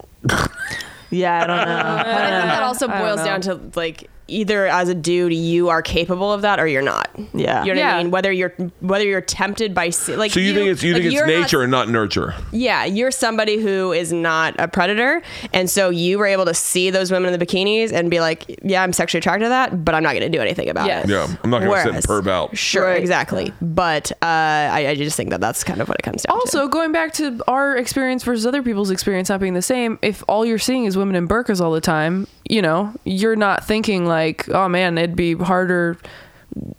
[SPEAKER 6] Yeah, I don't know.
[SPEAKER 5] But I think that also
[SPEAKER 4] I don't
[SPEAKER 5] boils
[SPEAKER 4] know.
[SPEAKER 5] down to like either as a dude you are capable of that or you're not.
[SPEAKER 6] Yeah.
[SPEAKER 5] You know what
[SPEAKER 4] Yeah.
[SPEAKER 5] I mean? Whether you're whether you're tempted by se- like
[SPEAKER 1] So you, think it's you
[SPEAKER 5] like,
[SPEAKER 1] think it's
[SPEAKER 5] you're not-
[SPEAKER 1] nature and not nurture.
[SPEAKER 5] yeah, you're somebody who is not a predator, and so you were able to see those women in the bikinis and be like, "Yeah, I'm sexually attracted to that, but I'm not going to do anything about
[SPEAKER 4] Yes.
[SPEAKER 5] it."
[SPEAKER 1] Yeah, I'm not gonna sit and
[SPEAKER 5] Whereas-
[SPEAKER 1] perv out.
[SPEAKER 5] Sure,
[SPEAKER 6] Right.
[SPEAKER 5] exactly. But uh, I, I just think that that's kind of what it comes down to.
[SPEAKER 4] Also, going back to our experience versus other people's experience not being the same, if all you're seeing is women in burqas all the time, you know, you're not thinking like, oh man, it'd be harder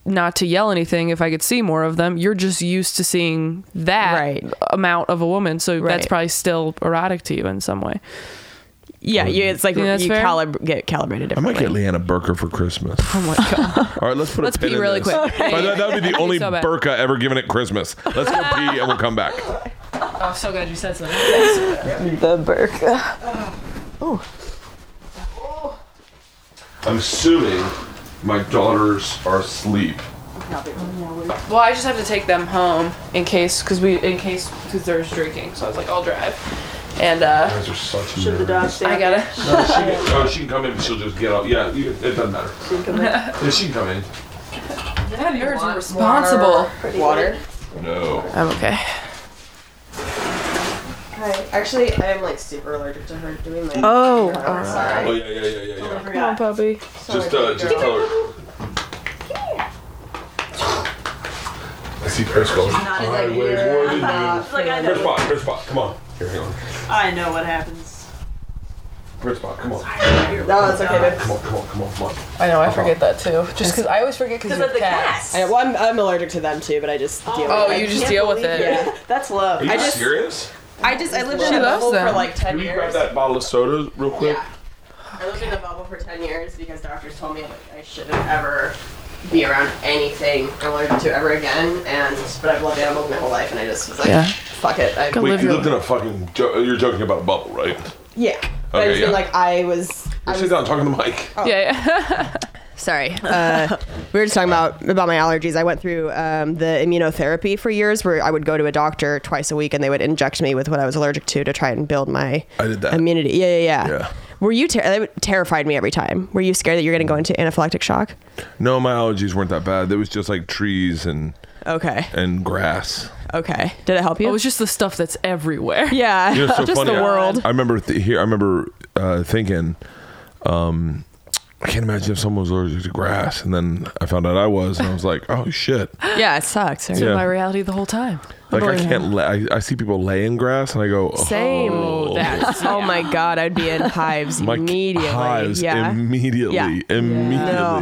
[SPEAKER 4] not to yell anything if I could see more of them. You're just used to seeing that
[SPEAKER 5] Right.
[SPEAKER 4] amount of a woman. So that's
[SPEAKER 5] Right.
[SPEAKER 4] probably still erotic to you in some way.
[SPEAKER 5] yeah, you, it's like
[SPEAKER 4] Yeah, that's
[SPEAKER 5] you
[SPEAKER 4] fair.
[SPEAKER 5] calib- get calibrated
[SPEAKER 1] I
[SPEAKER 5] differently.
[SPEAKER 1] might get Leanna Burker for Christmas.
[SPEAKER 4] Oh my God.
[SPEAKER 1] All right, let's put
[SPEAKER 4] Let's
[SPEAKER 1] a pin
[SPEAKER 4] pee
[SPEAKER 1] in
[SPEAKER 4] really
[SPEAKER 1] this.
[SPEAKER 4] quick.
[SPEAKER 1] By the way, that would be the only
[SPEAKER 4] so bad.
[SPEAKER 1] burqa ever given at Christmas. Let's go pee and we'll come back.
[SPEAKER 4] Oh, I'm so glad you said something.
[SPEAKER 6] the burqa.
[SPEAKER 1] I'm assuming my daughters are asleep.
[SPEAKER 4] Well, I just have to take them home in case, because we, in case, because there's drinking. So I was like, I'll drive. And, uh,
[SPEAKER 1] Guys are such
[SPEAKER 4] I gotta.
[SPEAKER 1] Oh, she can come in and she'll just get up. Yeah, you, it doesn't matter. She can come in. Yeah, she can come in.
[SPEAKER 4] Yeah, yours are responsible.
[SPEAKER 1] No.
[SPEAKER 4] I'm okay.
[SPEAKER 5] Actually, I am like super allergic to her doing that.
[SPEAKER 6] Oh,
[SPEAKER 1] Oh, yeah, yeah, yeah, yeah, yeah.
[SPEAKER 4] Come on, puppy.
[SPEAKER 1] Just, uh, just tell her. I see Chris going. I was more than you.
[SPEAKER 6] like I
[SPEAKER 1] Chris Bot, Chris Bot, come on. Here, hang on.
[SPEAKER 6] I know what happens.
[SPEAKER 1] Chris Bot, come on.
[SPEAKER 5] No, it's okay.
[SPEAKER 1] Come on, come on, come on, come on.
[SPEAKER 4] I know, I forget that too. Just because I always forget because of the cats.
[SPEAKER 5] I, well, I'm, I'm allergic to them too, but I just deal
[SPEAKER 4] Oh,
[SPEAKER 5] with it.
[SPEAKER 4] you just deal with it.
[SPEAKER 6] That's love.
[SPEAKER 1] Are you
[SPEAKER 5] I just-
[SPEAKER 1] serious?
[SPEAKER 5] I just I lived
[SPEAKER 4] She
[SPEAKER 5] in a
[SPEAKER 4] loves
[SPEAKER 5] bubble for
[SPEAKER 4] them.
[SPEAKER 5] like ten
[SPEAKER 1] Can you grab
[SPEAKER 5] years.
[SPEAKER 1] that bottle of soda real quick?
[SPEAKER 5] Yeah. I lived in a bubble for ten years because doctors told me like I shouldn't ever be around anything I'm allergic to ever again. And but I've loved animals my whole life, and I just was like,
[SPEAKER 4] Yeah.
[SPEAKER 5] fuck it. I,
[SPEAKER 1] Wait,
[SPEAKER 4] live
[SPEAKER 1] you
[SPEAKER 4] your
[SPEAKER 1] lived in a fucking. Jo- you're joking about a bubble, right?
[SPEAKER 5] yeah. But I
[SPEAKER 1] Okay,
[SPEAKER 5] just feel
[SPEAKER 1] yeah.
[SPEAKER 5] like I was. I
[SPEAKER 1] Sit
[SPEAKER 5] was
[SPEAKER 1] down, talk to the mic.
[SPEAKER 4] Yeah, yeah.
[SPEAKER 5] sorry. Uh, we were just talking about about my allergies. I went through um, the immunotherapy for years, where I would go to a doctor twice a week, and they would inject me with what I was allergic to to try and build my
[SPEAKER 1] I did that.
[SPEAKER 5] immunity. Yeah, yeah, yeah.
[SPEAKER 1] Yeah.
[SPEAKER 5] Were you ter- that terrified me every time? Were you scared that you're
[SPEAKER 1] Mm.
[SPEAKER 5] going to go into anaphylactic shock?
[SPEAKER 1] No, my allergies weren't that bad. It was just like trees and
[SPEAKER 5] Okay.
[SPEAKER 1] and grass.
[SPEAKER 5] Okay. Did it help you?
[SPEAKER 4] It was just the stuff that's everywhere.
[SPEAKER 5] Oh, yeah.
[SPEAKER 1] You know, it's so
[SPEAKER 5] just
[SPEAKER 1] funny.
[SPEAKER 5] the
[SPEAKER 1] I-
[SPEAKER 5] world.
[SPEAKER 1] I, remember th- here. I remember uh, thinking, um, I can't imagine if someone was allergic to grass. And then I found out I was, and I was like, oh shit.
[SPEAKER 5] yeah, it sucks. right?
[SPEAKER 1] Yeah.
[SPEAKER 4] My reality the whole time.
[SPEAKER 1] Like I can't. Lay, I, I see people lay in grass, and I go, oh,
[SPEAKER 5] Same.
[SPEAKER 4] That's,
[SPEAKER 5] Oh my god, I'd be in hives
[SPEAKER 1] my
[SPEAKER 5] immediately.
[SPEAKER 1] hives
[SPEAKER 5] yeah.
[SPEAKER 1] immediately,
[SPEAKER 5] Yeah.
[SPEAKER 1] immediately.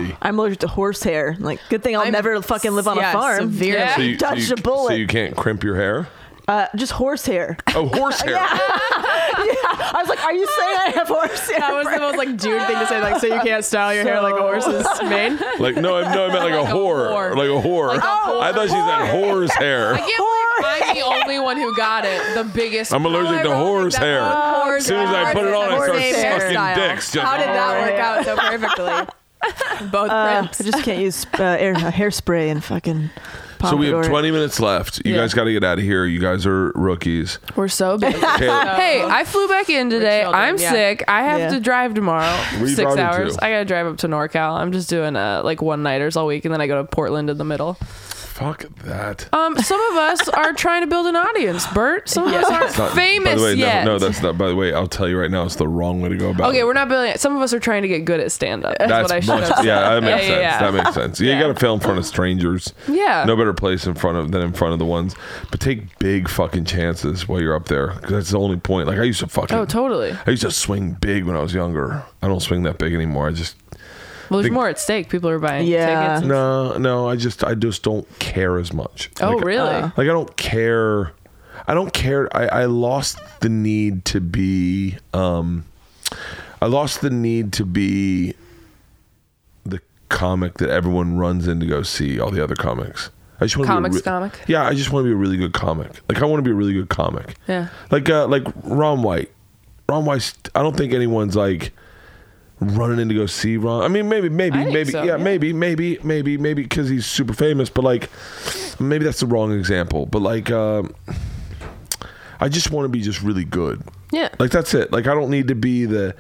[SPEAKER 5] No.
[SPEAKER 6] I'm allergic to horsehair. Like, good thing I'll
[SPEAKER 5] I'm-
[SPEAKER 6] never fucking live on
[SPEAKER 5] yeah,
[SPEAKER 6] a farm.
[SPEAKER 5] severely.
[SPEAKER 4] Yeah.
[SPEAKER 1] So you, so
[SPEAKER 6] Dodged
[SPEAKER 1] you-
[SPEAKER 6] a bullet.
[SPEAKER 1] So you can't crimp your hair.
[SPEAKER 6] Uh, just horsehair.
[SPEAKER 1] Oh, horsehair.
[SPEAKER 6] I was like, are you saying I have horsehair?
[SPEAKER 5] That was the most like dude thing to say. Like, so you can't style your hair like a horse's mane.
[SPEAKER 1] Like no, I, no, I meant like, a,
[SPEAKER 4] Like a
[SPEAKER 1] whore,
[SPEAKER 4] whore.
[SPEAKER 1] like a whore.
[SPEAKER 4] Oh,
[SPEAKER 1] I thought she said whore's hair.
[SPEAKER 4] I can't believe I'm the only one who got it. The biggest.
[SPEAKER 1] I'm allergic to horse hair. As soon as I put it on, I start
[SPEAKER 5] Horse hair
[SPEAKER 1] sucking
[SPEAKER 5] style.
[SPEAKER 1] dicks. Just
[SPEAKER 5] How did that work out so perfectly? Both
[SPEAKER 6] Uh,
[SPEAKER 5] crimps.
[SPEAKER 6] I just can't use uh, air, hairspray and fucking.
[SPEAKER 1] so we have
[SPEAKER 6] pompadour.
[SPEAKER 1] 20 minutes left. You
[SPEAKER 4] Yeah.
[SPEAKER 1] guys got to get out of here. You guys are rookies.
[SPEAKER 4] We're so big.
[SPEAKER 1] Taylor,
[SPEAKER 4] Hey, I flew back in today.
[SPEAKER 5] children,
[SPEAKER 4] I'm
[SPEAKER 5] yeah.
[SPEAKER 4] sick. I have
[SPEAKER 6] Yeah.
[SPEAKER 4] to drive tomorrow.
[SPEAKER 1] Where you
[SPEAKER 4] Six
[SPEAKER 1] driving
[SPEAKER 4] hours.
[SPEAKER 1] to?
[SPEAKER 4] I gotta drive up to NorCal. I'm just doing uh, like one nighters all week, and then I go to Portland in the middle.
[SPEAKER 1] fuck that.
[SPEAKER 4] Um, some of us are trying to build an audience, Bert. Some of us aren't
[SPEAKER 1] It's not-
[SPEAKER 4] famous
[SPEAKER 1] by the way,
[SPEAKER 4] yet.
[SPEAKER 1] No, no, that's not. By the way, I'll tell you right now, it's the wrong way to go about it.
[SPEAKER 4] okay, we're not building it. Some of us are trying to get good at stand up. That's,
[SPEAKER 1] That's
[SPEAKER 4] what I should
[SPEAKER 1] much-
[SPEAKER 4] have said.
[SPEAKER 1] Yeah, that makes
[SPEAKER 4] Yeah,
[SPEAKER 1] sense.
[SPEAKER 4] yeah, yeah.
[SPEAKER 1] That makes sense. You got to fail in front of strangers.
[SPEAKER 4] Yeah.
[SPEAKER 1] No better place in front of than in front of the ones. But take big fucking chances while you're up there. 'cause that's the only point. Like I used to fucking.
[SPEAKER 4] Oh, totally.
[SPEAKER 1] I used to swing big when I was younger. I don't swing that big anymore. I just
[SPEAKER 4] Well, there's
[SPEAKER 1] Big-
[SPEAKER 4] more at stake. People are buying
[SPEAKER 6] Yeah.
[SPEAKER 4] tickets. and-
[SPEAKER 1] no, no. I just I just don't care as much.
[SPEAKER 4] Oh,
[SPEAKER 1] Like,
[SPEAKER 4] really?
[SPEAKER 1] Like I don't care. I don't care. I, I lost the need to be. Um, I lost the need to be the comic that everyone runs in to go see all the other comics. I just want to
[SPEAKER 4] Comics
[SPEAKER 1] be a re-
[SPEAKER 4] comic?
[SPEAKER 1] Yeah, I just want to be a really good comic. Like I want to be a really good comic.
[SPEAKER 4] Yeah.
[SPEAKER 1] Like uh, like Ron White. Ron White's I don't think anyone's like running in to go see Ron. I mean maybe maybe
[SPEAKER 4] I think
[SPEAKER 1] maybe
[SPEAKER 4] so,
[SPEAKER 1] yeah,
[SPEAKER 4] yeah.
[SPEAKER 1] maybe maybe maybe maybe cuz he's super famous, but like maybe that's the wrong example, but like uh, I just want to be just really good.
[SPEAKER 4] Yeah.
[SPEAKER 1] Like that's it. Like I don't need to be the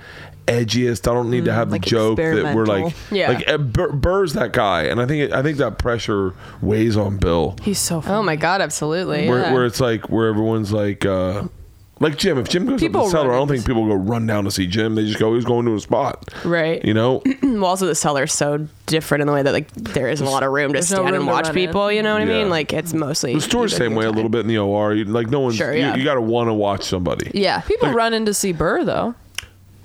[SPEAKER 1] edgiest. I don't need to have
[SPEAKER 6] like
[SPEAKER 1] the joke that we're like
[SPEAKER 6] experimental.
[SPEAKER 4] Mm, Yeah.
[SPEAKER 1] like uh, Bur- Burr's that guy, and I think it, I think that pressure weighs on Bill.
[SPEAKER 4] He's so funny.
[SPEAKER 5] Oh my god, absolutely.
[SPEAKER 1] Where,
[SPEAKER 5] yeah.
[SPEAKER 1] where it's like where everyone's like uh like Jim. If Jim goes
[SPEAKER 4] People
[SPEAKER 1] up to the cellar, I don't
[SPEAKER 4] run
[SPEAKER 1] think people go run down to see Jim. They just go. He's going to a spot,
[SPEAKER 5] Right.
[SPEAKER 1] You know.
[SPEAKER 5] well, also the cellar is so different in the way that like there isn't a lot of room to
[SPEAKER 4] no
[SPEAKER 5] stand
[SPEAKER 4] room
[SPEAKER 5] and
[SPEAKER 4] to
[SPEAKER 5] watch
[SPEAKER 4] run in.
[SPEAKER 5] people. You know what
[SPEAKER 1] Yeah.
[SPEAKER 5] I mean? Like it's mostly
[SPEAKER 1] The store's
[SPEAKER 5] you
[SPEAKER 1] same
[SPEAKER 5] go
[SPEAKER 1] way a
[SPEAKER 5] to-
[SPEAKER 1] little bit in the OR. You- Like no one's.
[SPEAKER 5] Sure,
[SPEAKER 1] you-
[SPEAKER 5] yeah.
[SPEAKER 1] You, got to want to watch somebody.
[SPEAKER 4] Yeah, people run in to see Burr though.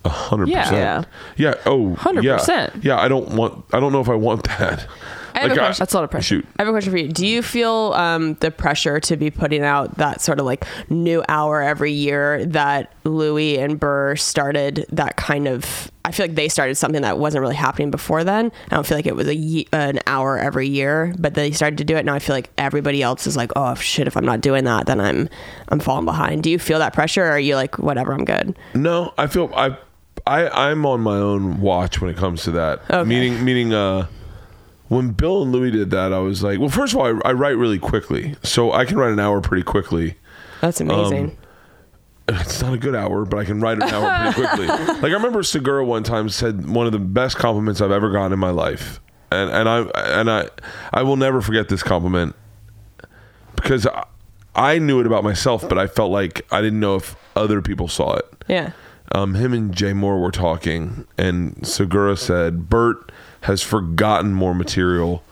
[SPEAKER 1] A hundred
[SPEAKER 4] Yeah.
[SPEAKER 1] percent. Yeah. Oh.
[SPEAKER 4] 100%.
[SPEAKER 1] Yeah. Yeah. I don't want. I don't know if I want that.
[SPEAKER 5] I have a question.
[SPEAKER 4] That's a lot of pressure.
[SPEAKER 1] Shoot.
[SPEAKER 5] I have a question for you. Do you feel um, the pressure to be putting out that sort of like new hour every year that Louis and Burr started? That kind of I feel like they started something that wasn't really happening before then. I don't feel like it was a ye- an hour every year, but they started to do it. Now I feel like everybody else is like, oh shit, if I'm not doing that, then I'm I'm falling behind. Do you feel that pressure, or are you like, whatever, I'm good?
[SPEAKER 1] No, I feel I, I I'm on my own watch when it comes to that.
[SPEAKER 5] Okay.
[SPEAKER 1] Meaning, meaning, uh, when Bill and Louis did that, I was like, well, first of all, I, I write really quickly, so I can write an hour pretty quickly.
[SPEAKER 5] That's amazing.
[SPEAKER 1] It's not a good hour, but I can write an hour pretty quickly. Like I remember Segura one time said one of the best compliments I've ever gotten in my life, and and I and I I will never forget this compliment because I, I knew it about myself, but I felt like I didn't know if other people saw it
[SPEAKER 5] yeah.
[SPEAKER 1] um, him and Jay Moore were talking, and Segura said, Bert has forgotten more material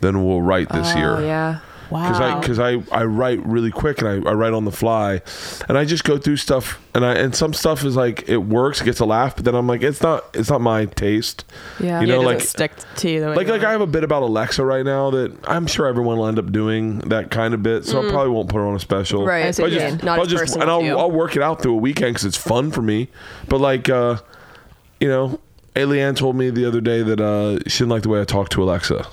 [SPEAKER 1] than we'll write this year.
[SPEAKER 4] Oh, yeah.
[SPEAKER 1] Because I, cause I, I write really quick and I, I write on the fly and I just go through stuff and I and some stuff is like it works it gets a laugh but then I'm like it's not it's not my taste
[SPEAKER 4] Yeah.
[SPEAKER 1] you
[SPEAKER 5] Yeah,
[SPEAKER 1] know
[SPEAKER 5] it doesn't
[SPEAKER 1] like
[SPEAKER 5] stick to you. The way
[SPEAKER 1] like
[SPEAKER 5] you
[SPEAKER 1] like
[SPEAKER 5] want.
[SPEAKER 1] I have a bit about Alexa right now that I'm sure everyone will end up doing that kind of bit, so I probably won't put her on a special.
[SPEAKER 4] Mm. Right. I
[SPEAKER 1] But
[SPEAKER 4] see
[SPEAKER 1] I'll
[SPEAKER 4] what you
[SPEAKER 1] just,
[SPEAKER 4] mean. Not
[SPEAKER 1] I'll
[SPEAKER 4] as
[SPEAKER 1] just-
[SPEAKER 4] personal
[SPEAKER 1] and
[SPEAKER 4] to you.
[SPEAKER 1] I'll, I'll work it out through a weekend because it's fun for me. But like, uh, you know, Alian told me the other day that uh, she didn't like the way I talked to Alexa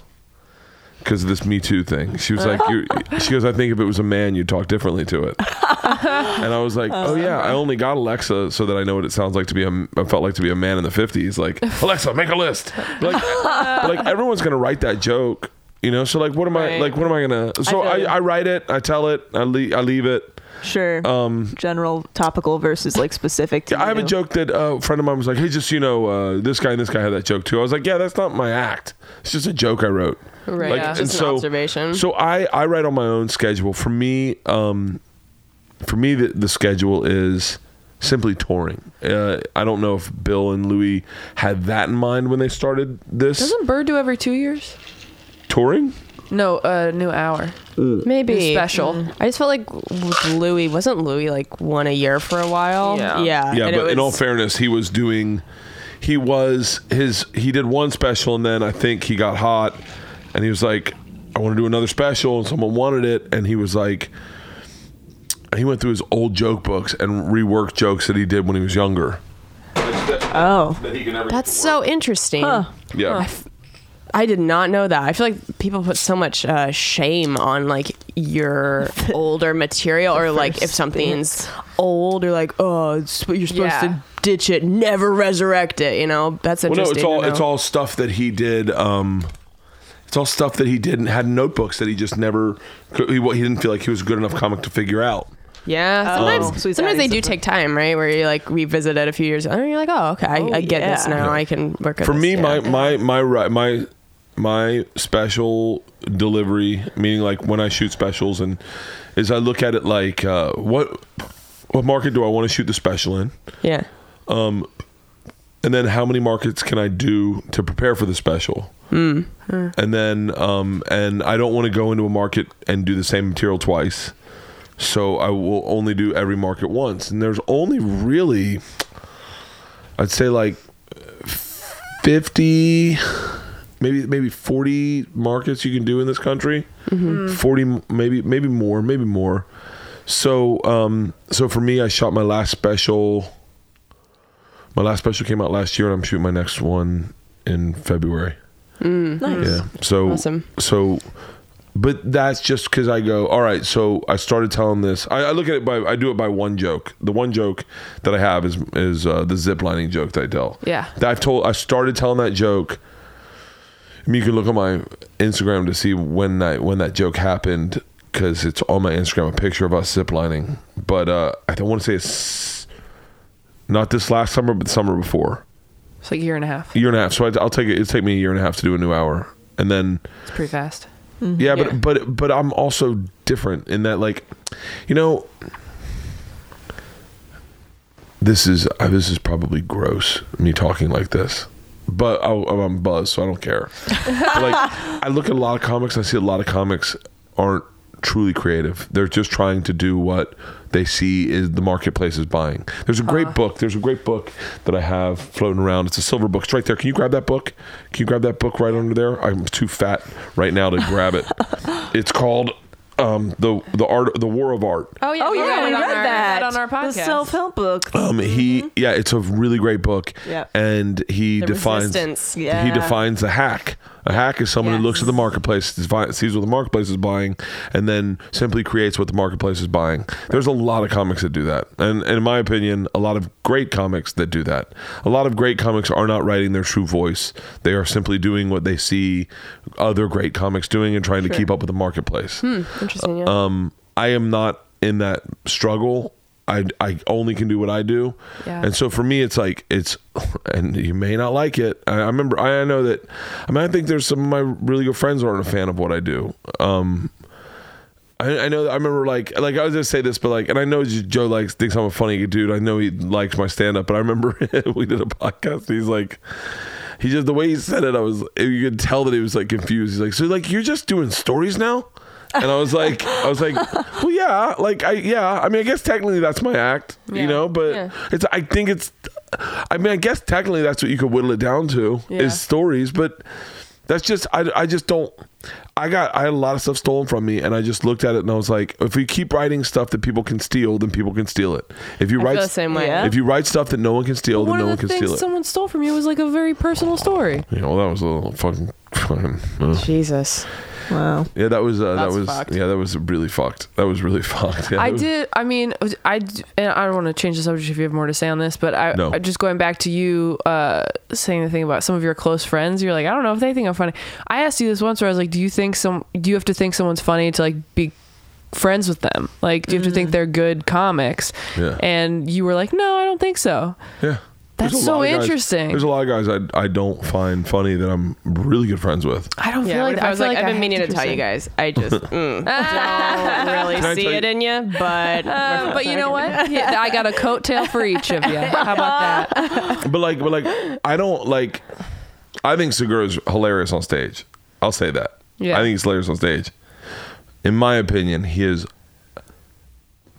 [SPEAKER 1] because of this Me Too thing. She was like, you she goes, I think if it was a man, you'd talk differently to it. and I was like, oh yeah, I only got Alexa so that I know what it sounds like to be a, I felt like to be a man in the 50s. Like, Alexa, make a list. But like, but like everyone's going to write that joke, you know? So like, what am I,
[SPEAKER 5] Right.
[SPEAKER 1] like, what am I going to, so
[SPEAKER 6] I feel you.
[SPEAKER 1] I, I write it, I tell it, I, le- I leave it.
[SPEAKER 6] Sure. Um, General topical versus like specific. To
[SPEAKER 1] I have a
[SPEAKER 6] you.
[SPEAKER 1] joke that uh, a friend of mine was like, "Hey, just so you know, uh, this guy and this guy had that joke too." I was like, "Yeah, that's not my act. It's just a joke I wrote."
[SPEAKER 5] Right.
[SPEAKER 1] Like,
[SPEAKER 5] Yeah.
[SPEAKER 1] and
[SPEAKER 5] Just an
[SPEAKER 1] so-
[SPEAKER 5] observation.
[SPEAKER 1] So I I write on my own schedule. For me, um, for me, the, the schedule is simply touring. Uh, I don't know if Bill and Louis had that in mind when they started this
[SPEAKER 4] Doesn't Burr do every two years?
[SPEAKER 1] touring.
[SPEAKER 4] No, a uh, new hour.
[SPEAKER 5] maybe Mm.
[SPEAKER 4] New special.
[SPEAKER 5] I just felt like with Louis wasn't Louis like one a year for a while.
[SPEAKER 4] Yeah.
[SPEAKER 5] yeah.
[SPEAKER 1] yeah
[SPEAKER 5] Uh, and
[SPEAKER 1] but
[SPEAKER 5] it
[SPEAKER 1] in all
[SPEAKER 5] was-
[SPEAKER 1] fairness he was doing he was his he did one special and then i think he got hot and he was like i want to do another special and someone wanted it and he was like he went through his old joke books and reworked jokes that he did when he was younger
[SPEAKER 6] Oh,
[SPEAKER 5] that's so interesting.
[SPEAKER 1] yeah
[SPEAKER 5] I did not know that. I feel like people put so much uh, shame on like your older material, or like if
[SPEAKER 6] first
[SPEAKER 5] something's old, or like oh, it's, you're supposed
[SPEAKER 4] Yeah.
[SPEAKER 5] to ditch it, never resurrect it. You know, that's
[SPEAKER 1] well no
[SPEAKER 5] interesting.
[SPEAKER 1] it's all
[SPEAKER 5] to
[SPEAKER 1] it's
[SPEAKER 5] know.
[SPEAKER 1] all stuff that he did um it's all stuff that he didn't had in notebooks that he just never he, he didn't feel like he was a good enough comic to figure out
[SPEAKER 5] Yeah, sometimes
[SPEAKER 6] So he's
[SPEAKER 5] sometimes they
[SPEAKER 6] adding
[SPEAKER 5] do take time, right? Where you like revisit it a few years, and you're like, oh, okay, I, I get this
[SPEAKER 6] yeah.
[SPEAKER 5] now. I can work. on
[SPEAKER 1] for
[SPEAKER 5] this,
[SPEAKER 1] me
[SPEAKER 5] yeah.
[SPEAKER 1] my my my ri- my my special delivery meaning like when i shoot specials and is i look at it like uh, what what market do i want to shoot the special in
[SPEAKER 5] yeah,
[SPEAKER 1] and then how many markets can i do to prepare for the special and then um, and i don't want to go into a market and do the same material twice so i will only do every market once and there's only really i'd say like 50 maybe maybe 40 markets you can do in this country 40 m- maybe maybe more maybe more so um so for me i shot my last special my last special came out last year and i'm shooting my next one in february
[SPEAKER 6] nice.
[SPEAKER 1] yeah so
[SPEAKER 5] Awesome.
[SPEAKER 1] so But that's just because I go, all right. So I started telling this. I, I look at it by, I do it by one joke. The one joke that I have is is uh, the zip lining joke that I tell.
[SPEAKER 4] Yeah.
[SPEAKER 1] that I've told. I started telling that joke. I mean, you can look on my Instagram to see when that when that joke happened because it's on my Instagram a picture of us zip lining. But uh, I don't want to say it's not this last summer, but the summer before
[SPEAKER 4] It's like a year and a half.
[SPEAKER 1] year and a half. So I, I'll take it. It'll take me a year and a half to do a new hour, and then
[SPEAKER 4] It's pretty fast.
[SPEAKER 1] yeah,
[SPEAKER 4] Yeah.
[SPEAKER 1] but but but I'm also different in that like, you know, this is uh, this is probably gross me talking like this, but I, I'm buzzed, so I don't care. But, like I look at a lot of comics, I see a lot of comics aren't truly creative. They're just trying to do what they see is the marketplace is buying. There's a great book. There's a great book that I have floating around. It's a silver book. It's right there. Can you grab that book? Can you grab that book right under there? I'm too fat right now to grab it. it's called um, the the art the war of art.
[SPEAKER 4] Oh yeah,
[SPEAKER 6] Oh
[SPEAKER 4] we
[SPEAKER 6] yeah,
[SPEAKER 4] read
[SPEAKER 6] we
[SPEAKER 4] it on
[SPEAKER 6] read
[SPEAKER 4] our-
[SPEAKER 6] that.
[SPEAKER 4] on our podcast.
[SPEAKER 6] The self help book.
[SPEAKER 1] Um, he yeah, it's a really great book.
[SPEAKER 6] Yeah.
[SPEAKER 1] and he
[SPEAKER 5] Mm-hmm. The
[SPEAKER 1] defines
[SPEAKER 5] resistance.
[SPEAKER 1] he
[SPEAKER 6] Yeah.
[SPEAKER 1] defines a hack. A hack is someone who looks at the marketplace, defi- sees what the marketplace is buying, and then simply creates what the marketplace is buying. There's a lot of comics that do that, and, and in my opinion, a lot of great comics that do that. A lot of great comics are not writing their true voice; they are simply doing what they see other great comics doing and trying to keep up with the marketplace.
[SPEAKER 5] Hmm. Interesting. Yeah.
[SPEAKER 1] Um, I am not in that struggle. I, I only can do what I do.
[SPEAKER 4] Yeah.
[SPEAKER 1] And so for me, it's like, it's, and you may not like it. I, I remember, I, I know that, I mean, I think there's some of my really good friends who aren't a fan of what I do. Um, I, I know. I remember, like, like I was gonna say this, but like, and I know Joe likes thinks I'm a funny dude. I know he likes my stand up, but I remember we did a podcast. And he's like, he just the way he said it, I was you could tell that he was like confused. He's like, so like you're just doing stories now. And I was like, I was like, well, yeah, like I, yeah. I mean, I guess technically that's my act, you
[SPEAKER 4] Yeah.
[SPEAKER 1] know. But
[SPEAKER 4] Yeah.
[SPEAKER 1] it's, I think it's, I mean, I guess technically that's what you could whittle it down to
[SPEAKER 4] Yeah.
[SPEAKER 1] is stories. But that's just, I, I just don't. I got, I had a lot of stuff stolen from me, and I just looked at it and I was like, if we keep writing stuff that people can steal, then people can steal it. If you
[SPEAKER 5] I
[SPEAKER 1] write,
[SPEAKER 5] feel the same way.
[SPEAKER 6] Yeah.
[SPEAKER 1] if you write stuff that no one can steal, then
[SPEAKER 4] One
[SPEAKER 1] no one
[SPEAKER 4] of the
[SPEAKER 1] can steal
[SPEAKER 4] things
[SPEAKER 1] it.
[SPEAKER 4] someone stole from you was like a very personal story.
[SPEAKER 1] yeah, well, that was a little fucking. fucking uh.
[SPEAKER 5] Jesus.
[SPEAKER 6] Wow.
[SPEAKER 1] Yeah, that was uh, that
[SPEAKER 5] That's
[SPEAKER 1] was
[SPEAKER 5] fucked.
[SPEAKER 1] yeah, that was really fucked. That was really fucked. Yeah,
[SPEAKER 4] I
[SPEAKER 1] that was-
[SPEAKER 4] did. I mean, I d- and I don't want to change the subject if you have more to say on this, but I,
[SPEAKER 1] No.
[SPEAKER 4] I- just going back to you uh, saying the thing about some of your close friends. You're like, I don't know if they think I'm funny. I asked you this once, where I was like, Do you think some? Do you have to think someone's funny to like be friends with them? Like, do you have to think they're good comics?
[SPEAKER 1] Yeah.
[SPEAKER 4] And you were like, No, I don't think so.
[SPEAKER 1] Yeah.
[SPEAKER 4] That's
[SPEAKER 1] There's a
[SPEAKER 4] so
[SPEAKER 1] lot of guys-
[SPEAKER 4] interesting.
[SPEAKER 1] There's a lot of guys I, I don't find funny that I'm really good friends with.
[SPEAKER 4] I don't
[SPEAKER 5] Yeah.
[SPEAKER 4] feel
[SPEAKER 5] what
[SPEAKER 4] like
[SPEAKER 5] if I, was
[SPEAKER 4] feel
[SPEAKER 5] like, I've been
[SPEAKER 4] have
[SPEAKER 5] meaning to tell you
[SPEAKER 4] 50%.
[SPEAKER 5] guys. I just mm, don't
[SPEAKER 1] I
[SPEAKER 5] really see
[SPEAKER 1] tell
[SPEAKER 5] it
[SPEAKER 1] you-
[SPEAKER 5] in you, but
[SPEAKER 4] Um, but you know what? Yeah, I got a coattail for each of you. How about that?
[SPEAKER 1] But like, but like, I don't like. I think Segura's hilarious on stage. I'll say that.
[SPEAKER 4] Yeah.
[SPEAKER 1] I think he's hilarious on stage. In my opinion, he is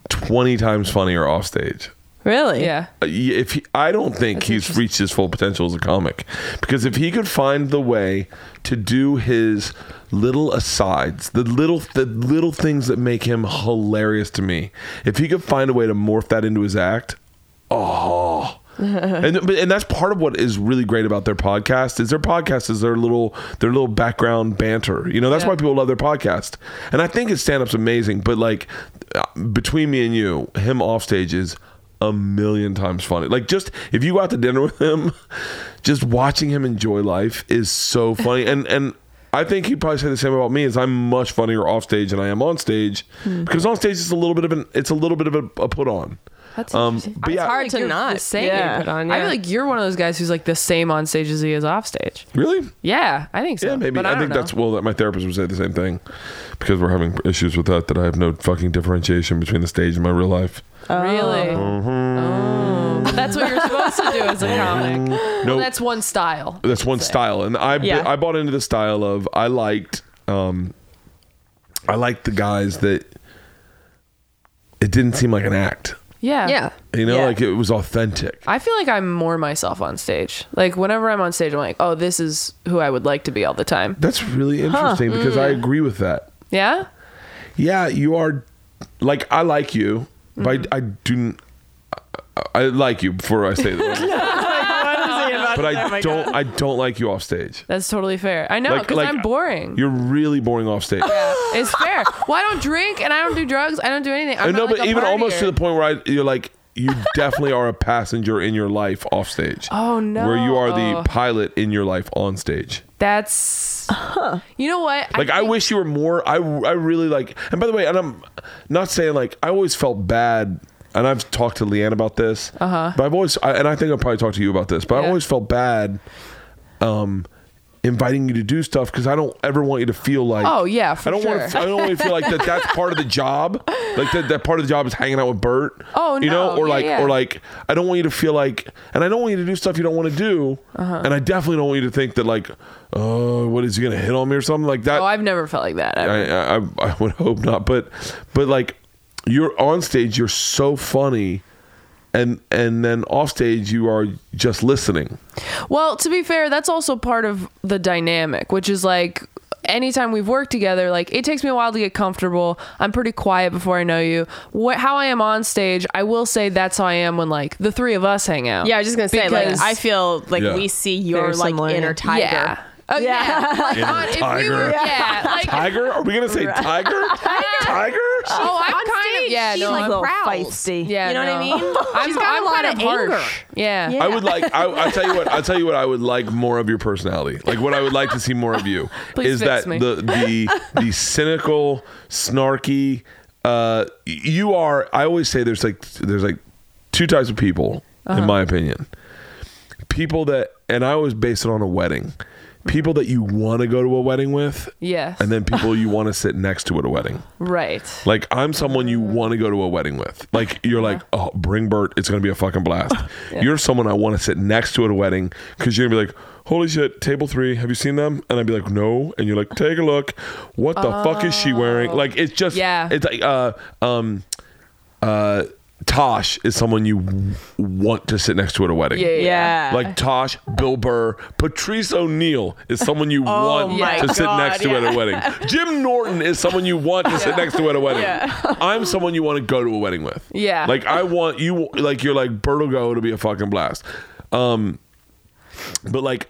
[SPEAKER 1] twenty times funnier off stage.
[SPEAKER 5] really?
[SPEAKER 4] Yeah.
[SPEAKER 1] Uh, y- if he, I don't think he's reached his full potential as a comic, because if he could find the way to do his little asides, the little the little things that make him hilarious to me, if he could find a way to morph that into his act, oh. and but- and that's part of what is really great about their podcast is their podcast is their little their little background banter. You know that's
[SPEAKER 4] Yeah.
[SPEAKER 1] why people love their podcast, and I think his stand up's amazing. But like uh, between me and you, him off stage is a million times funny. Like just if you go out to dinner with him, just watching him enjoy life is so funny. and and I think he'd probably say the same about me is I'm much funnier off stage than I am on stage
[SPEAKER 4] Hmm.
[SPEAKER 1] because on stage it's a little bit of an it's a little bit of a, a put on.
[SPEAKER 4] That's
[SPEAKER 1] Um, but yeah,
[SPEAKER 5] hard to
[SPEAKER 4] you're
[SPEAKER 5] not.
[SPEAKER 4] the same.
[SPEAKER 5] Yeah.
[SPEAKER 4] Put on,
[SPEAKER 5] Yeah.
[SPEAKER 4] I feel like you're one of those guys who's like the same on stage as he is off stage.
[SPEAKER 1] really.
[SPEAKER 4] Yeah, I think so.
[SPEAKER 1] Yeah, maybe.
[SPEAKER 4] But
[SPEAKER 1] I,
[SPEAKER 4] don't
[SPEAKER 1] think
[SPEAKER 4] know.
[SPEAKER 1] that's well. That my therapist would say the same thing because we're having issues with that. That I have no fucking differentiation between the stage and my real life.
[SPEAKER 4] really. Oh. That's what you're supposed to do as a comic.
[SPEAKER 1] No,
[SPEAKER 4] That's one style.
[SPEAKER 1] that's one style, and I
[SPEAKER 5] Yeah.
[SPEAKER 1] I bought into the style of I liked um, I liked the guys that it didn't seem like an act.
[SPEAKER 4] Yeah.
[SPEAKER 5] Yeah.
[SPEAKER 1] You know,
[SPEAKER 6] Yeah.
[SPEAKER 1] like it was authentic.
[SPEAKER 4] I feel like I'm more myself on stage. Like whenever I'm on stage, I'm like, oh, this is who I would like to be all the time.
[SPEAKER 1] That's really interesting because
[SPEAKER 4] Mm.
[SPEAKER 1] I agree with that.
[SPEAKER 4] Yeah.
[SPEAKER 1] yeah, you are like I like you,
[SPEAKER 4] Mm-hmm.
[SPEAKER 1] but I, I do. n- I, I like you before I say that.
[SPEAKER 5] What is he about
[SPEAKER 1] but
[SPEAKER 4] Oh
[SPEAKER 1] I don't. I don't like you off stage.
[SPEAKER 4] That's totally fair. I know
[SPEAKER 1] Like-
[SPEAKER 4] because
[SPEAKER 1] like,
[SPEAKER 4] I'm boring.
[SPEAKER 1] You're really boring off stage.
[SPEAKER 4] It's fair. Well, I don't drink and I don't do drugs. I don't do anything. I'm
[SPEAKER 1] And Uh, no,
[SPEAKER 4] not, like,
[SPEAKER 1] but
[SPEAKER 4] a
[SPEAKER 1] even almost to
[SPEAKER 4] partier.
[SPEAKER 1] the point where I, you're like, you definitely are a passenger in your life off stage.
[SPEAKER 4] Oh, no.
[SPEAKER 1] Where you are the
[SPEAKER 4] Oh.
[SPEAKER 1] pilot in your life on stage.
[SPEAKER 4] That's. You know what?
[SPEAKER 1] Like I
[SPEAKER 4] think-
[SPEAKER 1] wish you were more. I I really like. And by the way, and I'm not saying like I always felt bad. And I've talked to Leanne about this. Uh-huh. But I've always, I, and I think I probably talked to you about this. But I
[SPEAKER 4] Yeah.
[SPEAKER 1] always felt bad, um, inviting you to do stuff because I don't ever want you to feel like.
[SPEAKER 4] Oh, yeah, for
[SPEAKER 1] I don't
[SPEAKER 4] sure.
[SPEAKER 1] want. To, I don't want you to feel like that. That's part of the job. Like that. That part of the job is hanging out with Bert.
[SPEAKER 4] Oh,
[SPEAKER 1] You know,
[SPEAKER 4] no.
[SPEAKER 1] or
[SPEAKER 4] Yeah,
[SPEAKER 1] like,
[SPEAKER 4] yeah.
[SPEAKER 1] or like, I don't want you to feel like, and I don't want you to do stuff you don't want to do. Uh-huh. And I definitely don't want you to think that like, oh, what is he gonna hit on me or something like that.
[SPEAKER 4] Oh, I've never felt like that. ever.
[SPEAKER 1] I, I I would hope not, but but like you're on stage, you're so funny, and and then off stage you are just listening.
[SPEAKER 4] Well, to be fair, that's also part of the dynamic, which is like anytime we've worked together, like it takes me a while to get comfortable. I'm pretty quiet before I know you. What, how I am on stage, I will say that's how I am when like the three of us hang out.
[SPEAKER 5] Yeah, I was just gonna say,
[SPEAKER 4] Because-
[SPEAKER 5] like, I feel like
[SPEAKER 1] Yeah.
[SPEAKER 5] we see your
[SPEAKER 6] Very
[SPEAKER 5] like
[SPEAKER 6] similar, yeah.
[SPEAKER 5] inner tiger.
[SPEAKER 4] Yeah. Oh, yeah.
[SPEAKER 6] Yeah.
[SPEAKER 4] Like,
[SPEAKER 1] Inner
[SPEAKER 4] on, If we
[SPEAKER 1] tiger.
[SPEAKER 4] were, yeah. Like,
[SPEAKER 1] Tiger? Are we gonna say tiger? tiger?
[SPEAKER 4] oh, I'm
[SPEAKER 2] On
[SPEAKER 4] kind
[SPEAKER 2] stage,
[SPEAKER 4] of yeah.
[SPEAKER 2] she,
[SPEAKER 4] no,
[SPEAKER 2] like,
[SPEAKER 4] I'm-
[SPEAKER 6] a little
[SPEAKER 2] growls.
[SPEAKER 6] feisty.
[SPEAKER 4] yeah.
[SPEAKER 5] You know
[SPEAKER 4] no.
[SPEAKER 5] what I mean?
[SPEAKER 4] I'm,
[SPEAKER 2] got
[SPEAKER 4] I'm
[SPEAKER 2] a lot
[SPEAKER 4] kind
[SPEAKER 2] of
[SPEAKER 4] harsh.
[SPEAKER 2] anger.
[SPEAKER 4] Yeah.
[SPEAKER 1] I would like. I, I'll tell you what. I'll tell you what. I would like more of your personality. Like what I would like to see more of you
[SPEAKER 4] Please
[SPEAKER 1] is
[SPEAKER 4] fix
[SPEAKER 1] that
[SPEAKER 4] me.
[SPEAKER 1] the the the cynical, snarky. Uh, you are. I always say there's like there's like two types of people
[SPEAKER 4] Uh-huh.
[SPEAKER 1] in my opinion. People that, and I always base it on a wedding. People that you want to go to a wedding with,
[SPEAKER 4] Yes.
[SPEAKER 1] and then people you want to sit next to at a wedding.
[SPEAKER 4] Right.
[SPEAKER 1] Like I'm someone you want to go to a wedding with. Like you're like, oh, bring Bert. It's gonna be a fucking blast. You're someone I want to sit next to at a wedding because you're gonna be like, holy shit, table three. Have you seen them? And I'd be like, no. And you're like, take a look. What the fuck is she wearing? Like it's just,
[SPEAKER 4] Oh. Yeah.
[SPEAKER 1] It's like, uh, um, uh, Tosh is someone you w- want to sit next to at a wedding.
[SPEAKER 4] Yeah. yeah, yeah.
[SPEAKER 5] Yeah.
[SPEAKER 1] Like Tosh, Bill Burr, Patrice O'Neill is someone you
[SPEAKER 4] Oh
[SPEAKER 1] want
[SPEAKER 5] my
[SPEAKER 1] to sit
[SPEAKER 5] God,
[SPEAKER 1] next to at a wedding. Jim Norton is someone you want to sit next to at a wedding. I'm someone you want to go to a wedding with.
[SPEAKER 4] Yeah.
[SPEAKER 1] Like I want you like you're like Bert will go to be a fucking blast. Um but like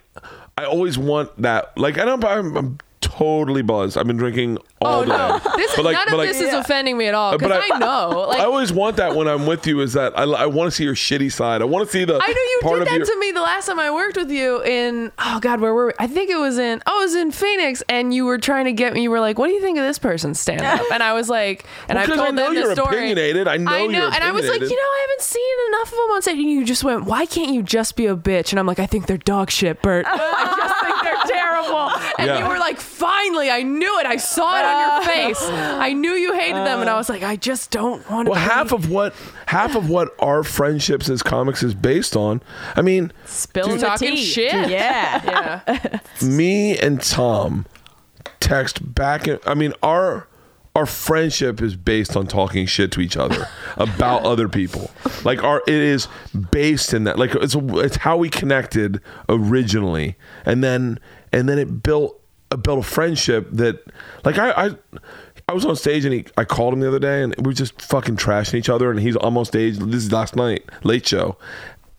[SPEAKER 1] I always want that like I don't I'm, I'm totally buzzed. I've been drinking all
[SPEAKER 4] Oh
[SPEAKER 1] day.
[SPEAKER 4] no! This
[SPEAKER 1] But, like-
[SPEAKER 4] none
[SPEAKER 1] but,
[SPEAKER 4] of
[SPEAKER 1] like-
[SPEAKER 4] this is offending me at all because
[SPEAKER 1] But
[SPEAKER 4] I,
[SPEAKER 1] I-
[SPEAKER 4] know. Like,
[SPEAKER 1] I always want that when I'm with you is that I, I want to see your shitty side. I want to see the
[SPEAKER 4] I know you
[SPEAKER 1] part
[SPEAKER 4] did
[SPEAKER 1] of
[SPEAKER 4] that
[SPEAKER 1] your,
[SPEAKER 4] to me the last time I worked with you in oh god where were we? I think it was in oh it was in Phoenix and you were trying to get me you were like what do you think of this person's stand up and I was like and
[SPEAKER 1] Well,
[SPEAKER 4] I've
[SPEAKER 1] 'cause I
[SPEAKER 4] told
[SPEAKER 1] know
[SPEAKER 4] them the
[SPEAKER 1] you're
[SPEAKER 4] story
[SPEAKER 1] opinionated. I know
[SPEAKER 4] I
[SPEAKER 1] you're
[SPEAKER 4] know and I was like you
[SPEAKER 1] opinionated.
[SPEAKER 4] know I haven't seen enough of them on stage and you just went why can't you just be a bitch and I'm like I think they're dog shit Bert I just think they're terrible and
[SPEAKER 1] Yeah.
[SPEAKER 4] you were like finally I knew it I saw it on your face I knew you hated them and I was like I just don't want to
[SPEAKER 1] Well, half of what half of what our friendships as comics is based on. I mean,
[SPEAKER 5] Spilling the
[SPEAKER 4] talking
[SPEAKER 5] tea.
[SPEAKER 4] shit
[SPEAKER 5] Yeah.
[SPEAKER 4] yeah.
[SPEAKER 1] me and Tom text back. And, I mean, our our friendship is based on talking shit to each other about other people. Like our it is based in that. Like it's it's how we connected originally, and then and then it built uh, built a friendship that like I. I I was on stage and he, I called him the other day and we were just fucking trashing each other and he's I'm on stage. This is last night, late show,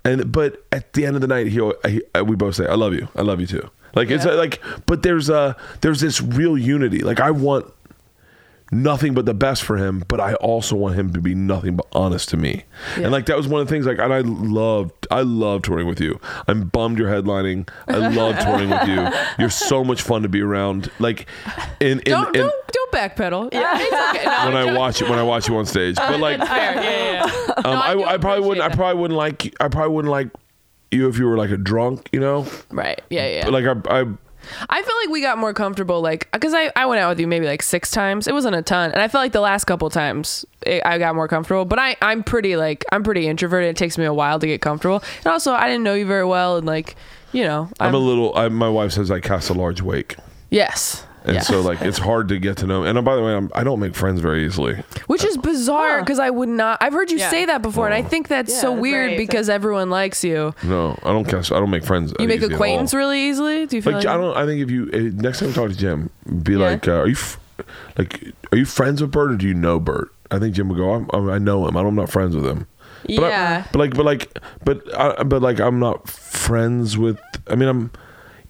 [SPEAKER 1] and but at the end of the night, he, he uh, we both say, "I love you. I love you too." Like it's uh, like, but there's a there's this real unity. Like I want nothing but the best for him, but I also want him to be nothing but honest to me. And like that was one of the things. Like, and I loved I love touring with you. I'm bummed you're headlining. I love touring with you. You're so much fun to be around. Like, in in,
[SPEAKER 4] don't,
[SPEAKER 1] in
[SPEAKER 4] don't don't backpedal. Yeah, it's okay. No,
[SPEAKER 1] when
[SPEAKER 4] I'm
[SPEAKER 1] I
[SPEAKER 4] joking.
[SPEAKER 1] watch it when I watch you on stage, but like.
[SPEAKER 4] It's fair. Yeah, yeah, yeah.
[SPEAKER 1] Um,
[SPEAKER 4] No,
[SPEAKER 1] I,
[SPEAKER 4] do
[SPEAKER 1] I, probably wouldn't. I
[SPEAKER 4] appreciate
[SPEAKER 1] probably wouldn't like. I probably wouldn't like you if you were like a drunk. You know,
[SPEAKER 4] that. right. Yeah, yeah.
[SPEAKER 1] But, like I, I
[SPEAKER 4] I feel like we got more comfortable, like, because I, I went out with you maybe like six times. It wasn't a ton, and I felt like the last couple times it, I got more comfortable. But I I'm pretty like I'm pretty introverted. It takes me a while to get comfortable, and also I didn't know you very well, and like you know
[SPEAKER 1] I'm, a little. I, my wife says I cast a large wake,
[SPEAKER 4] yes.
[SPEAKER 1] and
[SPEAKER 4] yes.
[SPEAKER 1] so like it's hard to get to know. And uh, by the way, I'm, I don't make friends very easily.
[SPEAKER 4] Which is bizarre because I would not. I've heard you
[SPEAKER 5] Yeah.
[SPEAKER 4] say that before, and I think that's so
[SPEAKER 5] that's
[SPEAKER 4] weird
[SPEAKER 5] right.
[SPEAKER 4] because everyone likes you.
[SPEAKER 1] No, I don't cast. I don't make friends.
[SPEAKER 4] You make acquaintance really easily. Do you feel
[SPEAKER 1] Like, I don't. I think if you uh, next time you talk to Jim, be like, uh, are you, f- like, are you friends with Bert or do you know Bert? I think Jim would go. I'm, I'm, I know him. I don't- I'm not friends with him. But I-
[SPEAKER 5] Yeah.
[SPEAKER 1] but like, but like, but I, but like, I'm not friends with. I mean, I'm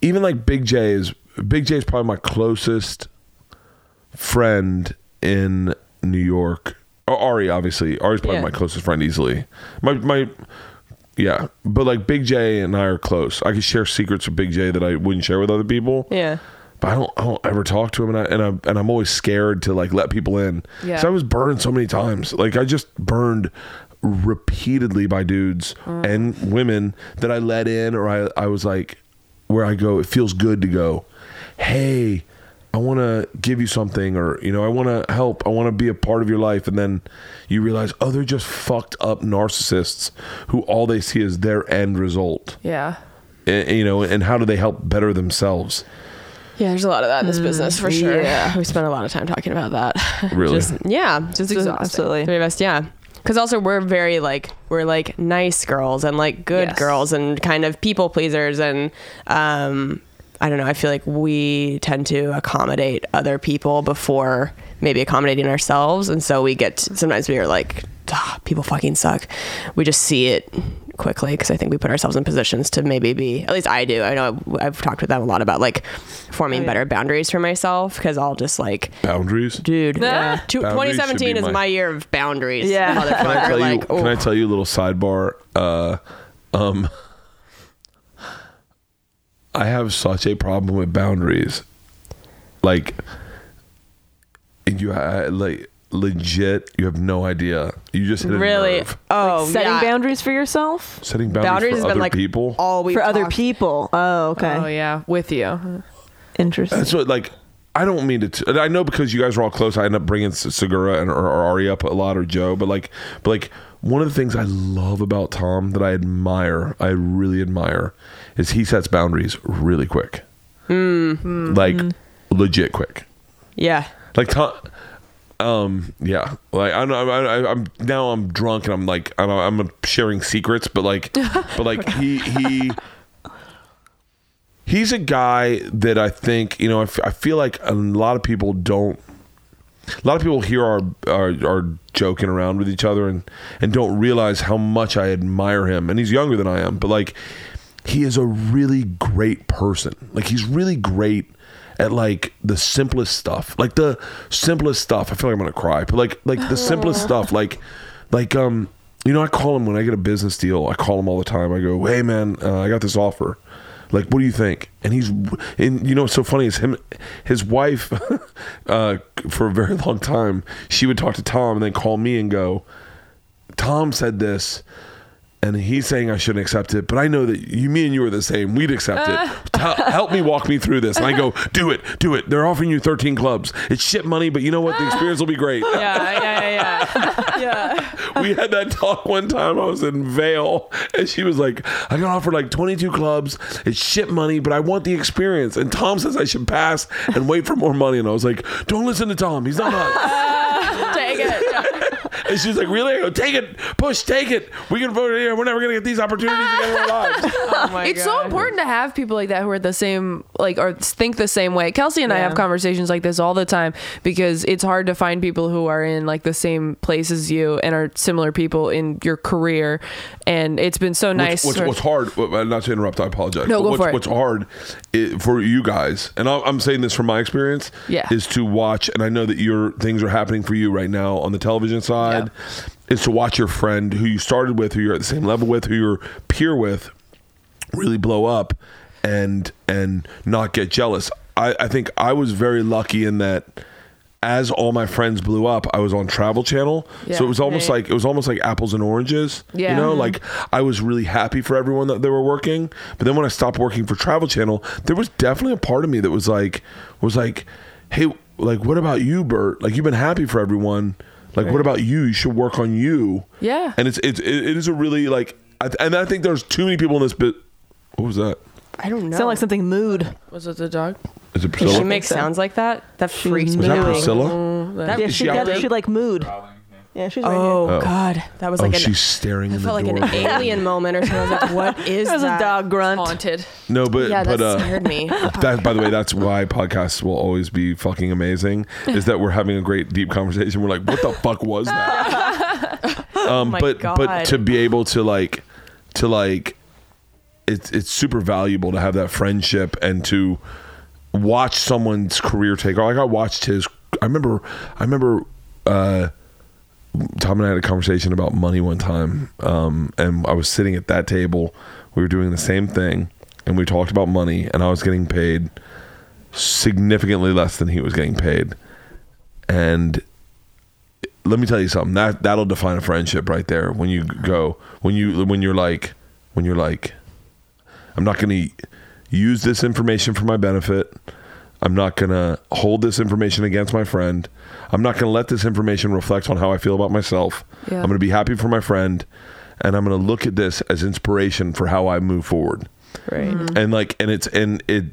[SPEAKER 1] even like Big J is Big J is probably my closest friend in New York. Oh, Ari, obviously, Ari's probably
[SPEAKER 4] Yeah.
[SPEAKER 1] my closest friend easily. My my. Yeah, but like Big J and I are close. I could share secrets with Big J that I wouldn't share with other people
[SPEAKER 5] Yeah.
[SPEAKER 1] but I don't, I don't ever talk to him, and I and I and I'm always scared to like let people in.
[SPEAKER 4] Yeah.
[SPEAKER 1] So I was burned so many times. Like I just burned repeatedly by dudes
[SPEAKER 4] Mm.
[SPEAKER 1] and women that I let in, or I I was like, where I go, it feels good to go. Hey, I want to give you something, or you know, I want to help. I want to be a part of your life, and then you realize, oh, they're just fucked up narcissists who all they see is their end result.
[SPEAKER 4] Yeah.
[SPEAKER 1] And, you know, and how do they help better themselves?
[SPEAKER 5] Yeah, there's a lot of that in this business for sure.
[SPEAKER 4] yeah.
[SPEAKER 5] We spent a lot of time talking about that.
[SPEAKER 1] Really?
[SPEAKER 5] Just- yeah. Just
[SPEAKER 4] exhausting.
[SPEAKER 5] Absolutely. Three of us, yeah. Because also we're very like we're like nice girls and like good
[SPEAKER 4] Yes.
[SPEAKER 5] girls and kind of people pleasers and um I don't know, I feel like we tend to accommodate other people before maybe accommodating ourselves and so we get sometimes we are like "Ah, people fucking suck. We just see it quickly because I think we put ourselves in positions to maybe be at least I do. I know I've, I've talked with them a lot about like forming better boundaries for myself because I'll just like
[SPEAKER 1] Boundaries.
[SPEAKER 5] dude.
[SPEAKER 4] Yeah.
[SPEAKER 5] Two-
[SPEAKER 1] Boundaries should
[SPEAKER 5] 2017
[SPEAKER 1] be
[SPEAKER 5] is
[SPEAKER 1] my-
[SPEAKER 5] my year of boundaries.
[SPEAKER 6] Yeah.
[SPEAKER 5] motherfucker.
[SPEAKER 1] can I tell you?
[SPEAKER 5] like,
[SPEAKER 1] Can I
[SPEAKER 5] ooh.
[SPEAKER 1] tell you a little sidebar? Uh, um, I have such a problem with boundaries. Like, you I, like legit. You have no idea. You just hit a
[SPEAKER 5] really?
[SPEAKER 1] nerve.
[SPEAKER 5] Oh,
[SPEAKER 6] Like setting
[SPEAKER 5] yeah.
[SPEAKER 6] boundaries for yourself
[SPEAKER 1] setting boundaries,
[SPEAKER 5] Boundaries
[SPEAKER 1] for
[SPEAKER 5] has
[SPEAKER 1] other
[SPEAKER 5] been like
[SPEAKER 1] people.
[SPEAKER 5] all we
[SPEAKER 6] for other people. Oh, okay,
[SPEAKER 4] Oh yeah, with you.
[SPEAKER 6] interesting.
[SPEAKER 1] That's what like. I don't mean to. T- and I know because you guys are all close. I end up bringing S- Segura and or, or Ari up a lot or Joe, but like, but like one of the things I love about Tom that I admire, I really admire, is he sets boundaries really quick, like legit quick.
[SPEAKER 5] Yeah.
[SPEAKER 1] Like Tom, um, yeah. Like I know I, I, I'm now I'm drunk and I'm like I'm, I'm sharing secrets, but like, but like he he he's a guy that I think you know I, f- I feel like a lot of people don't. A lot of people here are, are are joking around with each other and and don't realize how much I admire him. And he's younger than I am, but like he is a really great person. Like he's really great at like the simplest stuff. Like the simplest stuff. I feel like I'm gonna cry, but like like the simplest stuff. Like like um you know I call him when I get a business deal. I call him all the time. I go, hey man, uh, I got this offer. Like, what do you think? And he's, and you know, what's so funny is him, his wife, uh, for a very long time, she would talk to Tom and then call me and go, Tom said this, and he's saying I shouldn't accept it, but I know that you, me, and you are the same. We'd accept it. T- help me walk me through this. And I go, do it, do it. They're offering you 13 clubs. It's shit money, but you know what? The experience will be great.
[SPEAKER 5] Yeah, yeah, yeah, yeah. yeah.
[SPEAKER 1] we had that talk one time. I was in Vale, and she was like, I got offered like 22 clubs. It's shit money, but I want the experience. And Tom says I should pass and wait for more money. And I was like, don't listen to Tom. He's not nuts.
[SPEAKER 5] Take it.
[SPEAKER 1] and she's like, really? I go, take it. Push, take it. We can vote here. We're never going to get these opportunities again in our lives.
[SPEAKER 5] Oh my
[SPEAKER 4] it's so
[SPEAKER 5] God.
[SPEAKER 4] important to have people like that who are the same, like, or think the same way. Kelsey and I
[SPEAKER 5] Yeah.
[SPEAKER 4] have conversations like this all the time because it's hard to find people who are in like the same place as you and are similar people in your career. And it's been so nice.
[SPEAKER 1] What's,
[SPEAKER 4] for-
[SPEAKER 1] what's, what's hard, uh, not to interrupt, I apologize.
[SPEAKER 4] No,
[SPEAKER 1] but
[SPEAKER 4] go
[SPEAKER 1] what's,
[SPEAKER 4] for it.
[SPEAKER 1] What's hard i for you guys, and I'm, I'm saying this from my experience,
[SPEAKER 4] Yeah.
[SPEAKER 1] is to watch, and I know that your things are happening for you right now on the television side, is to watch your friend who you started with, who you're at the same level with, who you're peer with, really blow up and and not get jealous. I, I think I was very lucky in that as all my friends blew up, I was on Travel Channel. So
[SPEAKER 4] Yeah.
[SPEAKER 1] it was almost like it was almost like apples and oranges.
[SPEAKER 4] Yeah.
[SPEAKER 1] You know,
[SPEAKER 4] Mhm.
[SPEAKER 1] like I was really happy for everyone that they were working. But then when I stopped working for Travel Channel, there was definitely a part of me that was like was like, Hey, like what about you, Bert? Like you've been happy for everyone. Like what about you? You should work on you.
[SPEAKER 4] Yeah.
[SPEAKER 1] And it's it's it, it is a really like I, and I think there's too many people in this bit what was that?
[SPEAKER 5] I don't know.
[SPEAKER 6] Sound like something mood.
[SPEAKER 4] was it the dog?
[SPEAKER 1] Is it
[SPEAKER 5] she
[SPEAKER 1] Priscilla?
[SPEAKER 5] makes
[SPEAKER 6] so.
[SPEAKER 5] sounds like that. That freaks
[SPEAKER 1] was
[SPEAKER 5] me
[SPEAKER 1] that
[SPEAKER 5] out.
[SPEAKER 1] Priscilla?
[SPEAKER 4] That-
[SPEAKER 6] Yeah,
[SPEAKER 1] Is
[SPEAKER 6] she
[SPEAKER 1] she
[SPEAKER 6] got
[SPEAKER 1] out
[SPEAKER 6] it.
[SPEAKER 1] there?
[SPEAKER 6] She like mood. Yeah, she's right
[SPEAKER 5] Oh,
[SPEAKER 1] Oh.
[SPEAKER 5] God, that was
[SPEAKER 1] Oh,
[SPEAKER 5] like an,
[SPEAKER 1] she's staring in the
[SPEAKER 5] felt like
[SPEAKER 1] door.
[SPEAKER 5] an alien moment or something. I was like, what is
[SPEAKER 6] There's
[SPEAKER 5] that?
[SPEAKER 6] a dog grunt.
[SPEAKER 4] Haunted.
[SPEAKER 1] No, but
[SPEAKER 5] Yeah, that
[SPEAKER 1] but uh
[SPEAKER 5] scared me.
[SPEAKER 1] that, by the way, that's why podcasts will always be fucking amazing. Is that we're having a great deep conversation. We're like, what the fuck was that? um,
[SPEAKER 5] Oh my
[SPEAKER 1] but but
[SPEAKER 5] God.
[SPEAKER 1] to be able to like to like it's it's super valuable to have that friendship and to watch someone's career take off. Like I watched his. I remember. I remember. Uh, Tom and I had a conversation about money one time, um, and I was sitting at that table. We were doing the same thing, and we talked about money, and I was getting paid significantly less than he was getting paid. And let me tell you something that that'll define a friendship right there. When you go, when you when you're like, when you're like, I'm not going to use this information for my benefit. I'm not going to hold this information against my friend. I'm not going to let this information reflect on how I feel about myself.
[SPEAKER 4] Yeah.
[SPEAKER 1] I'm going to be happy for my friend and I'm going to look at this as inspiration for how I move forward.
[SPEAKER 5] Right.
[SPEAKER 1] And like and it's and it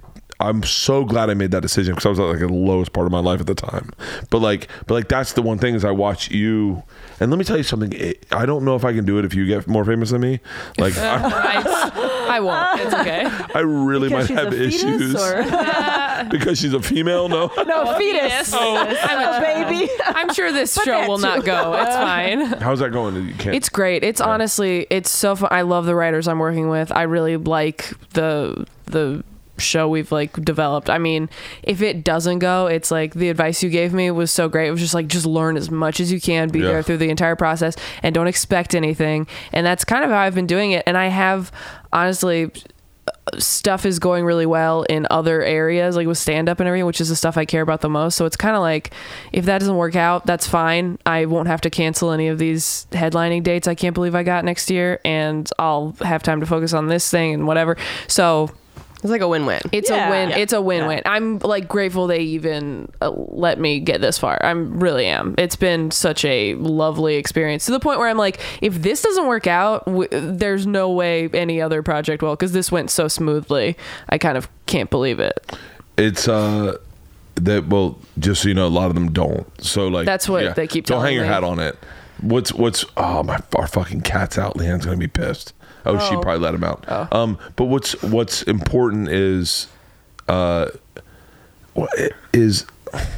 [SPEAKER 1] I'm so glad I made that decision because I was at like the lowest part of my life at the time. But like but like that's the one thing is I watch you and let me tell you something it, I don't know if I can do it if you get more famous than me. Like I,
[SPEAKER 4] I, I won't. It's okay.
[SPEAKER 1] I really
[SPEAKER 6] Because she's
[SPEAKER 1] might
[SPEAKER 6] a
[SPEAKER 1] have
[SPEAKER 6] fetus
[SPEAKER 1] issues
[SPEAKER 6] or
[SPEAKER 1] because she's a female. No,
[SPEAKER 5] Oh,
[SPEAKER 6] no
[SPEAKER 4] Yes.
[SPEAKER 6] fetus,
[SPEAKER 4] I'm,
[SPEAKER 6] baby.
[SPEAKER 4] Oh. I'm sure this show
[SPEAKER 6] that
[SPEAKER 4] will not
[SPEAKER 6] too.
[SPEAKER 4] go. It's fine.
[SPEAKER 1] how's that going? You can't.
[SPEAKER 4] It's great. It's honestly, it's so fun. I love the writers I'm working with. I really like the the show we've like developed. I mean, if it doesn't go, it's like the advice you gave me was so great. It was just like just learn as much as you can, be
[SPEAKER 1] Yeah.
[SPEAKER 4] there through the entire process, and don't expect anything. And that's kind of how I've been doing it. And I have honestly stuff is going really well in other areas, like with stand up and everything, which is the stuff I care about the most. So it's kind of like if that doesn't work out, that's fine. I won't have to cancel any of these headlining dates I can't believe I got next year, and I'll have time to focus on this thing and whatever. So
[SPEAKER 5] It's like a win-win.
[SPEAKER 4] it's a
[SPEAKER 6] Yeah.
[SPEAKER 4] win.
[SPEAKER 6] Yeah.
[SPEAKER 4] It's a win-win. I'm like grateful they even uh, let me get this far. I'm really am. It's been such a lovely experience to the point where I'm like, if this doesn't work out, w- there's no way any other project will because this went so smoothly. I kind of can't believe it.
[SPEAKER 1] It's uh that well, just so you know, a lot of them don't. So like
[SPEAKER 4] That's what they keep
[SPEAKER 1] Don't hang
[SPEAKER 4] telling
[SPEAKER 1] your
[SPEAKER 4] me.
[SPEAKER 1] hat on it. What's what's oh my our fucking cat's out. Leanne's gonna be pissed. Oh, she probably let him out.
[SPEAKER 4] Oh.
[SPEAKER 1] Um, but what's what's important is uh what i- is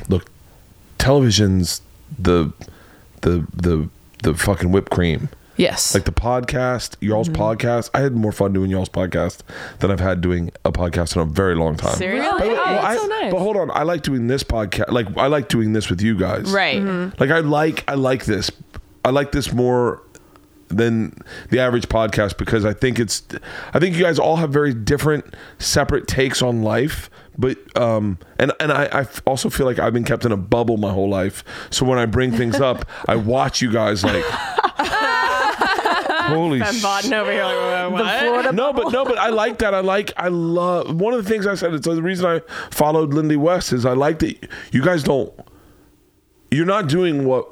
[SPEAKER 1] look television's the the the the fucking whipped cream.
[SPEAKER 4] Yes.
[SPEAKER 1] Like the podcast, y'all's
[SPEAKER 4] Mm-hmm.
[SPEAKER 1] podcast. I had more fun doing y'all's podcast than I've had doing a podcast in a very long time.
[SPEAKER 5] Seriously?
[SPEAKER 1] But,
[SPEAKER 4] Oh,
[SPEAKER 1] well,
[SPEAKER 4] that's
[SPEAKER 1] I-
[SPEAKER 4] so nice.
[SPEAKER 1] but hold on, I like doing this podcast. Like I like doing this with you guys.
[SPEAKER 5] Right.
[SPEAKER 1] Like I like I like this. I like this more than the average podcast because I think it's I think you guys all have very different separate takes on life. But um and and I, I also feel like I've been kept in a bubble my whole life. So when I bring things up, I watch you guys like Holy shit.
[SPEAKER 5] Bodden over here like, "Whoa, what?
[SPEAKER 1] No, but no, but I like that. I like I love one of the things I said. It's the reason I followed Lindy West is I like that you guys don't. You're not doing what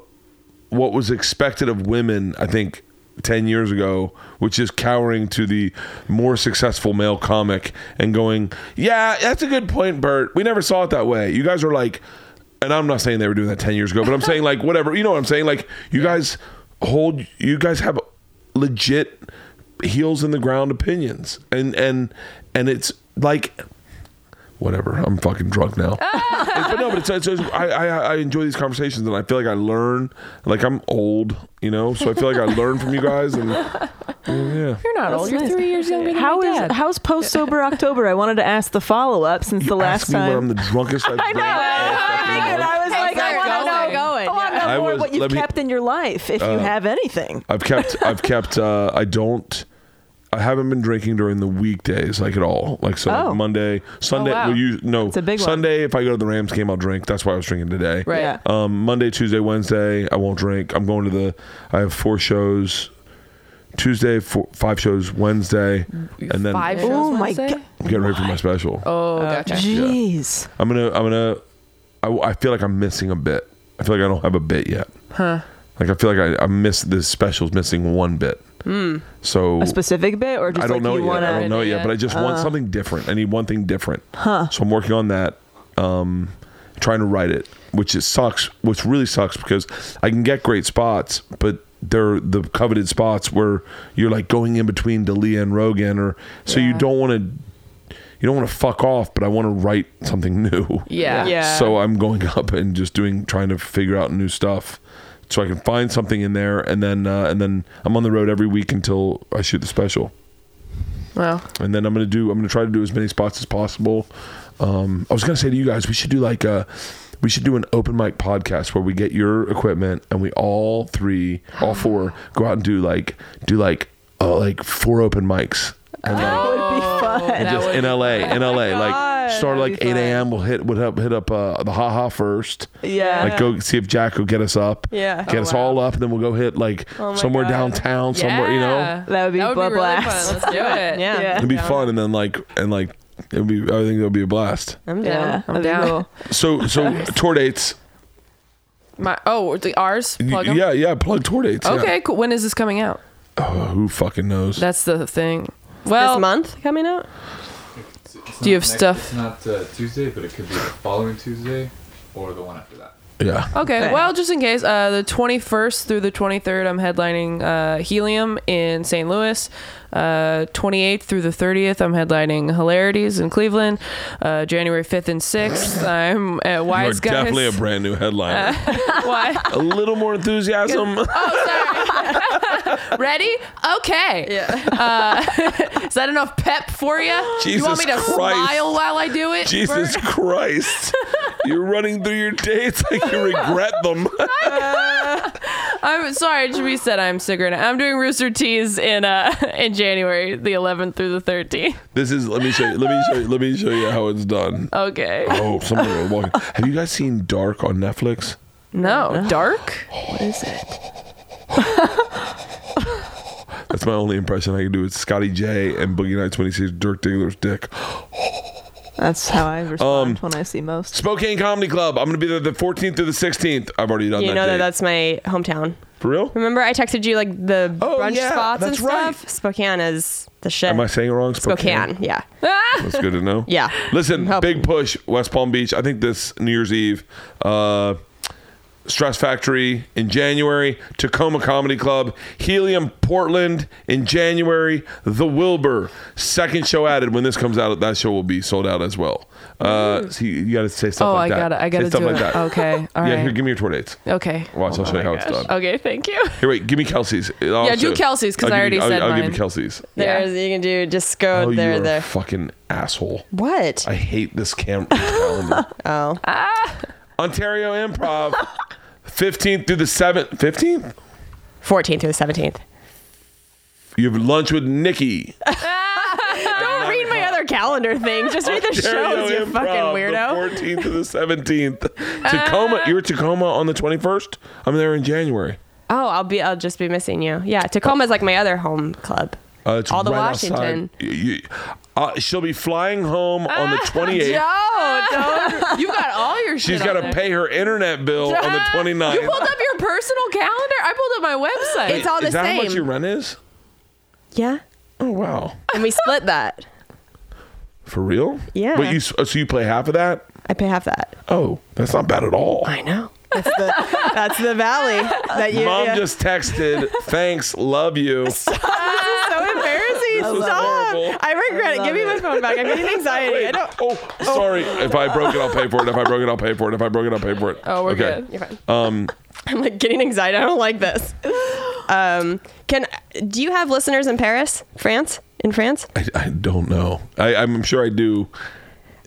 [SPEAKER 1] what was expected of women. I think. 10 years ago, which is cowering to the more successful male comic and going, Yeah, that's a good point, Bert. We never saw it that way. You guys are like, and I'm not saying they were doing that 10 years ago, but I'm saying, like, whatever. You know what I'm saying? Like, you guys hold, you guys have legit heels in the ground opinions and and and it's like whatever i'm fucking drunk now but no but it's, it's, it's- I, I i enjoy these conversations and i feel like i learn like i'm old you know so i feel like i learn from you guys and yeah
[SPEAKER 4] you're not old. You're three years younger than
[SPEAKER 6] How
[SPEAKER 4] my
[SPEAKER 6] is
[SPEAKER 4] dad.
[SPEAKER 6] how's post sober October? I wanted to ask the follow up since the last
[SPEAKER 1] ask me when i'm
[SPEAKER 6] time.
[SPEAKER 1] the drunkest i've been all fucking
[SPEAKER 6] figured.
[SPEAKER 1] month.
[SPEAKER 6] I was like, I
[SPEAKER 4] Zach,
[SPEAKER 6] want
[SPEAKER 4] go
[SPEAKER 6] to know,
[SPEAKER 4] ahead.
[SPEAKER 5] Going,
[SPEAKER 6] I want to
[SPEAKER 1] I
[SPEAKER 6] know more
[SPEAKER 1] was-
[SPEAKER 6] what you've
[SPEAKER 1] let me- Uh,
[SPEAKER 6] kept in your life if you have anything.
[SPEAKER 1] I've kept I've kept uh I don't I haven't been drinking during the weekdays like at all. Like so like,
[SPEAKER 6] Oh.
[SPEAKER 1] Monday, Sunday,
[SPEAKER 4] wow.
[SPEAKER 1] well, you no
[SPEAKER 6] a big one.
[SPEAKER 1] Sunday if I go to the Rams game I'll drink. That's why I was drinking today.
[SPEAKER 4] Right.
[SPEAKER 6] Yeah.
[SPEAKER 1] Um Monday, Tuesday, Wednesday, I won't drink. I'm going to the I have four shows Tuesday, four, five shows Wednesday, and then
[SPEAKER 4] Five shows
[SPEAKER 6] Oh my
[SPEAKER 4] Wednesday?
[SPEAKER 6] God.
[SPEAKER 1] I'm getting ready for my special.
[SPEAKER 4] Oh, gotcha.
[SPEAKER 6] Jeez.
[SPEAKER 1] I'm gonna I'm gonna I, I feel like I'm missing a bit. I feel like I don't have a bit yet.
[SPEAKER 4] Huh.
[SPEAKER 1] Like I feel like I, I miss this special's missing one bit. So
[SPEAKER 6] Hmm. A specific bit, or just
[SPEAKER 1] I don't
[SPEAKER 6] like
[SPEAKER 1] know it
[SPEAKER 6] you Uh.
[SPEAKER 1] yet.
[SPEAKER 6] want
[SPEAKER 1] I don't
[SPEAKER 6] to?
[SPEAKER 1] know it
[SPEAKER 4] Yeah.
[SPEAKER 1] yet, but I just want something different. I need one thing different. So I'm working on that. Um, trying to write it, which it sucks. Which really sucks because I can get great spots, but they're the coveted spots where you're like going in between Dalia and Rogan, or so you don't want to. You don't want to fuck off, but I want to write something new.
[SPEAKER 4] Yeah.
[SPEAKER 5] Yeah.
[SPEAKER 1] So I'm going up and just doing, trying to figure out new stuff so I can find something in there, and then uh, and then I'm on the road every week until I shoot the special,
[SPEAKER 4] Well,
[SPEAKER 1] and then I'm gonna do I'm gonna try to do as many spots as possible. Um, I was gonna say to you guys, we should do like a we should do an open mic podcast where we get your equipment and we all three, all four, go out and do like do like uh, like four open mics. And like,
[SPEAKER 4] Oh.
[SPEAKER 6] That would be fun.
[SPEAKER 1] just in LA, in
[SPEAKER 6] "Oh
[SPEAKER 1] LA, like start
[SPEAKER 6] that'd
[SPEAKER 1] like
[SPEAKER 6] be
[SPEAKER 1] eight
[SPEAKER 6] fun.
[SPEAKER 1] a.m. We'll hit, we'll hit up, hit up uh, the haha first.
[SPEAKER 6] Yeah.
[SPEAKER 1] like go see if Jack will get us up.
[SPEAKER 6] Yeah.
[SPEAKER 1] get
[SPEAKER 6] Oh,
[SPEAKER 1] us all up, and then we'll go hit like somewhere
[SPEAKER 6] God.
[SPEAKER 1] downtown, somewhere you know.
[SPEAKER 6] That would be a
[SPEAKER 4] really
[SPEAKER 6] blast.
[SPEAKER 4] fun. Let's do it.
[SPEAKER 5] Yeah.
[SPEAKER 6] Yeah.
[SPEAKER 1] It'd be fun, and then like and like it'd be. I think it'll be a blast.
[SPEAKER 5] I'm down.
[SPEAKER 6] Yeah, that'd
[SPEAKER 5] I'm
[SPEAKER 6] be
[SPEAKER 5] down.
[SPEAKER 6] cool.
[SPEAKER 1] So so tour dates.
[SPEAKER 4] My oh, the ours
[SPEAKER 1] Y-
[SPEAKER 4] plug 'em?
[SPEAKER 1] Yeah, yeah. Plug tour dates. yeah.
[SPEAKER 4] Okay, cool. When is this coming out?
[SPEAKER 1] Oh, who fucking knows?
[SPEAKER 4] That's the thing. Well,
[SPEAKER 5] this month coming out?
[SPEAKER 7] It's- it's
[SPEAKER 4] Do you
[SPEAKER 7] not
[SPEAKER 4] have
[SPEAKER 7] next-
[SPEAKER 4] stuff?
[SPEAKER 7] It's not uh, Tuesday, but it could be the following Tuesday or the one after that.
[SPEAKER 6] Oh,
[SPEAKER 1] yeah.
[SPEAKER 4] Okay,
[SPEAKER 6] Okay.
[SPEAKER 4] well, just in case, uh, the 21st through the 23rd, I'm headlining uh, Helium in St. Louis. Uh, 28th through the 30th, I'm headlining Hilarities in Cleveland. Uh, January 5th and 6th, I'm at
[SPEAKER 1] You are
[SPEAKER 4] Wise Guys.
[SPEAKER 1] definitely a brand new headliner.
[SPEAKER 4] Why?
[SPEAKER 1] a little more enthusiasm.
[SPEAKER 6] Oh,
[SPEAKER 4] Ready? Okay. Yeah. Uh, is that enough pep for you? you want me to
[SPEAKER 1] Jesus Christ.
[SPEAKER 4] smile while I do it?
[SPEAKER 1] Jesus
[SPEAKER 4] Bert?
[SPEAKER 1] Christ. You're running through your dates like you regret them.
[SPEAKER 4] I'm sorry, Jimmy said I'm sick right now. I'm doing Rooster Teas in uh in January, the 11th through the 13th.
[SPEAKER 1] this is let me show you let me show you let me show you how it's done.
[SPEAKER 4] Okay.
[SPEAKER 1] Oh, somebody will walk. Have you guys seen Dark on Netflix?
[SPEAKER 4] No, dark.
[SPEAKER 1] That's my only impression I can do. It's Scotty J and Boogie Nights when he sees Dirk Diggler's dick.
[SPEAKER 6] That's how I
[SPEAKER 1] Um,
[SPEAKER 6] respond when I see most.
[SPEAKER 1] Spokane Comedy Club. I'm gonna be there the 14th to the 16th. I've already done
[SPEAKER 5] You
[SPEAKER 1] that.
[SPEAKER 5] know
[SPEAKER 1] date.
[SPEAKER 5] that that's my hometown.
[SPEAKER 1] for real.
[SPEAKER 5] Remember I texted you like the
[SPEAKER 1] Oh,
[SPEAKER 5] brunch
[SPEAKER 1] yeah,
[SPEAKER 5] spots and
[SPEAKER 1] that's right.
[SPEAKER 5] stuff? Spokane is the shit.
[SPEAKER 1] Am I saying it wrong?
[SPEAKER 5] Spokane, yeah.
[SPEAKER 1] That's good to know.
[SPEAKER 5] Yeah.
[SPEAKER 1] Listen,
[SPEAKER 5] Help.
[SPEAKER 1] big push, West Palm Beach. I think this New Year's Eve, uh, Stress Factory in January, Tacoma Comedy Club, Helium Portland in January, The Wilbur, second show added. When this comes out, that show will be sold out as well. Uh, so you, you got to say stuff
[SPEAKER 4] Mm. Oh,
[SPEAKER 1] like
[SPEAKER 4] I
[SPEAKER 1] that.
[SPEAKER 4] gotta, I
[SPEAKER 1] Say
[SPEAKER 4] gotta
[SPEAKER 1] stuff
[SPEAKER 4] do
[SPEAKER 1] like
[SPEAKER 4] it.
[SPEAKER 1] that.
[SPEAKER 4] Okay, all
[SPEAKER 1] yeah,
[SPEAKER 4] right.
[SPEAKER 1] here, give me your tour dates.
[SPEAKER 4] okay.
[SPEAKER 1] Watch, I'll show you how it's done.
[SPEAKER 4] Okay, thank you.
[SPEAKER 1] Here, wait, give me Kelsey's. Yeah,
[SPEAKER 4] do Kelsey's, 'cause I already
[SPEAKER 1] I'll,
[SPEAKER 4] said
[SPEAKER 1] I'll give
[SPEAKER 4] mine.
[SPEAKER 1] you Kelsey's.
[SPEAKER 5] There's you can do just go
[SPEAKER 1] Oh,
[SPEAKER 5] there
[SPEAKER 1] you're a
[SPEAKER 5] there.
[SPEAKER 1] fucking asshole.
[SPEAKER 5] What?
[SPEAKER 1] I hate this cam- calendar. Ah.
[SPEAKER 5] oh.
[SPEAKER 1] Ontario Improv, 15th through the 7th. 15th?
[SPEAKER 5] 14th through the 17th.
[SPEAKER 1] You have lunch with Nikki.
[SPEAKER 5] Don't read my other calendar thing. Just read the shows, you fucking weirdo. Ah.
[SPEAKER 1] The 14th to the 17th. Tacoma. You're Tacoma on the 21st? I'm there in January.
[SPEAKER 5] Oh, I'll be I'll just be missing you. Yeah, Tacoma's like my other home club.
[SPEAKER 1] Uh, it's
[SPEAKER 5] All the
[SPEAKER 1] right
[SPEAKER 5] Washington. Ah,
[SPEAKER 1] outside- you- you- uh, she'll be flying home on the 28th.
[SPEAKER 4] Oh, don't. You got all your shit.
[SPEAKER 1] She's got to
[SPEAKER 4] on there.
[SPEAKER 1] pay her internet bill on the
[SPEAKER 4] Ah,
[SPEAKER 1] 29th.
[SPEAKER 4] You pulled up your personal calendar. I pulled up my website.
[SPEAKER 5] It's all the
[SPEAKER 1] is that how much
[SPEAKER 5] same.
[SPEAKER 1] your rent is?
[SPEAKER 5] Yeah.
[SPEAKER 1] Oh, wow.
[SPEAKER 5] And we split that.
[SPEAKER 1] For real?
[SPEAKER 5] Yeah.
[SPEAKER 1] But you, s- uh, so you play half of that?
[SPEAKER 5] I pay half that.
[SPEAKER 1] Oh, that's not bad at all.
[SPEAKER 5] I know. That's the that's the valley that you
[SPEAKER 1] Mom
[SPEAKER 5] yeah.
[SPEAKER 1] just texted, thanks, love you.
[SPEAKER 5] so embarrassing.
[SPEAKER 1] was
[SPEAKER 5] Stop.
[SPEAKER 1] horrible.
[SPEAKER 5] I regret it.
[SPEAKER 6] love
[SPEAKER 5] Give me my
[SPEAKER 6] it.
[SPEAKER 5] phone back. I'm getting anxiety. I don't
[SPEAKER 1] Oh, sorry. If I broke it, I'll pay for it. If I broke it, I'll pay for it. If I broke it, I'll pay for it.
[SPEAKER 4] Oh, we're
[SPEAKER 1] okay.
[SPEAKER 4] good.
[SPEAKER 5] I'm like getting anxiety. I don't like this. Um, can do you have listeners in Paris, France, in France?
[SPEAKER 1] I, I don't know. I, I'm sure I do.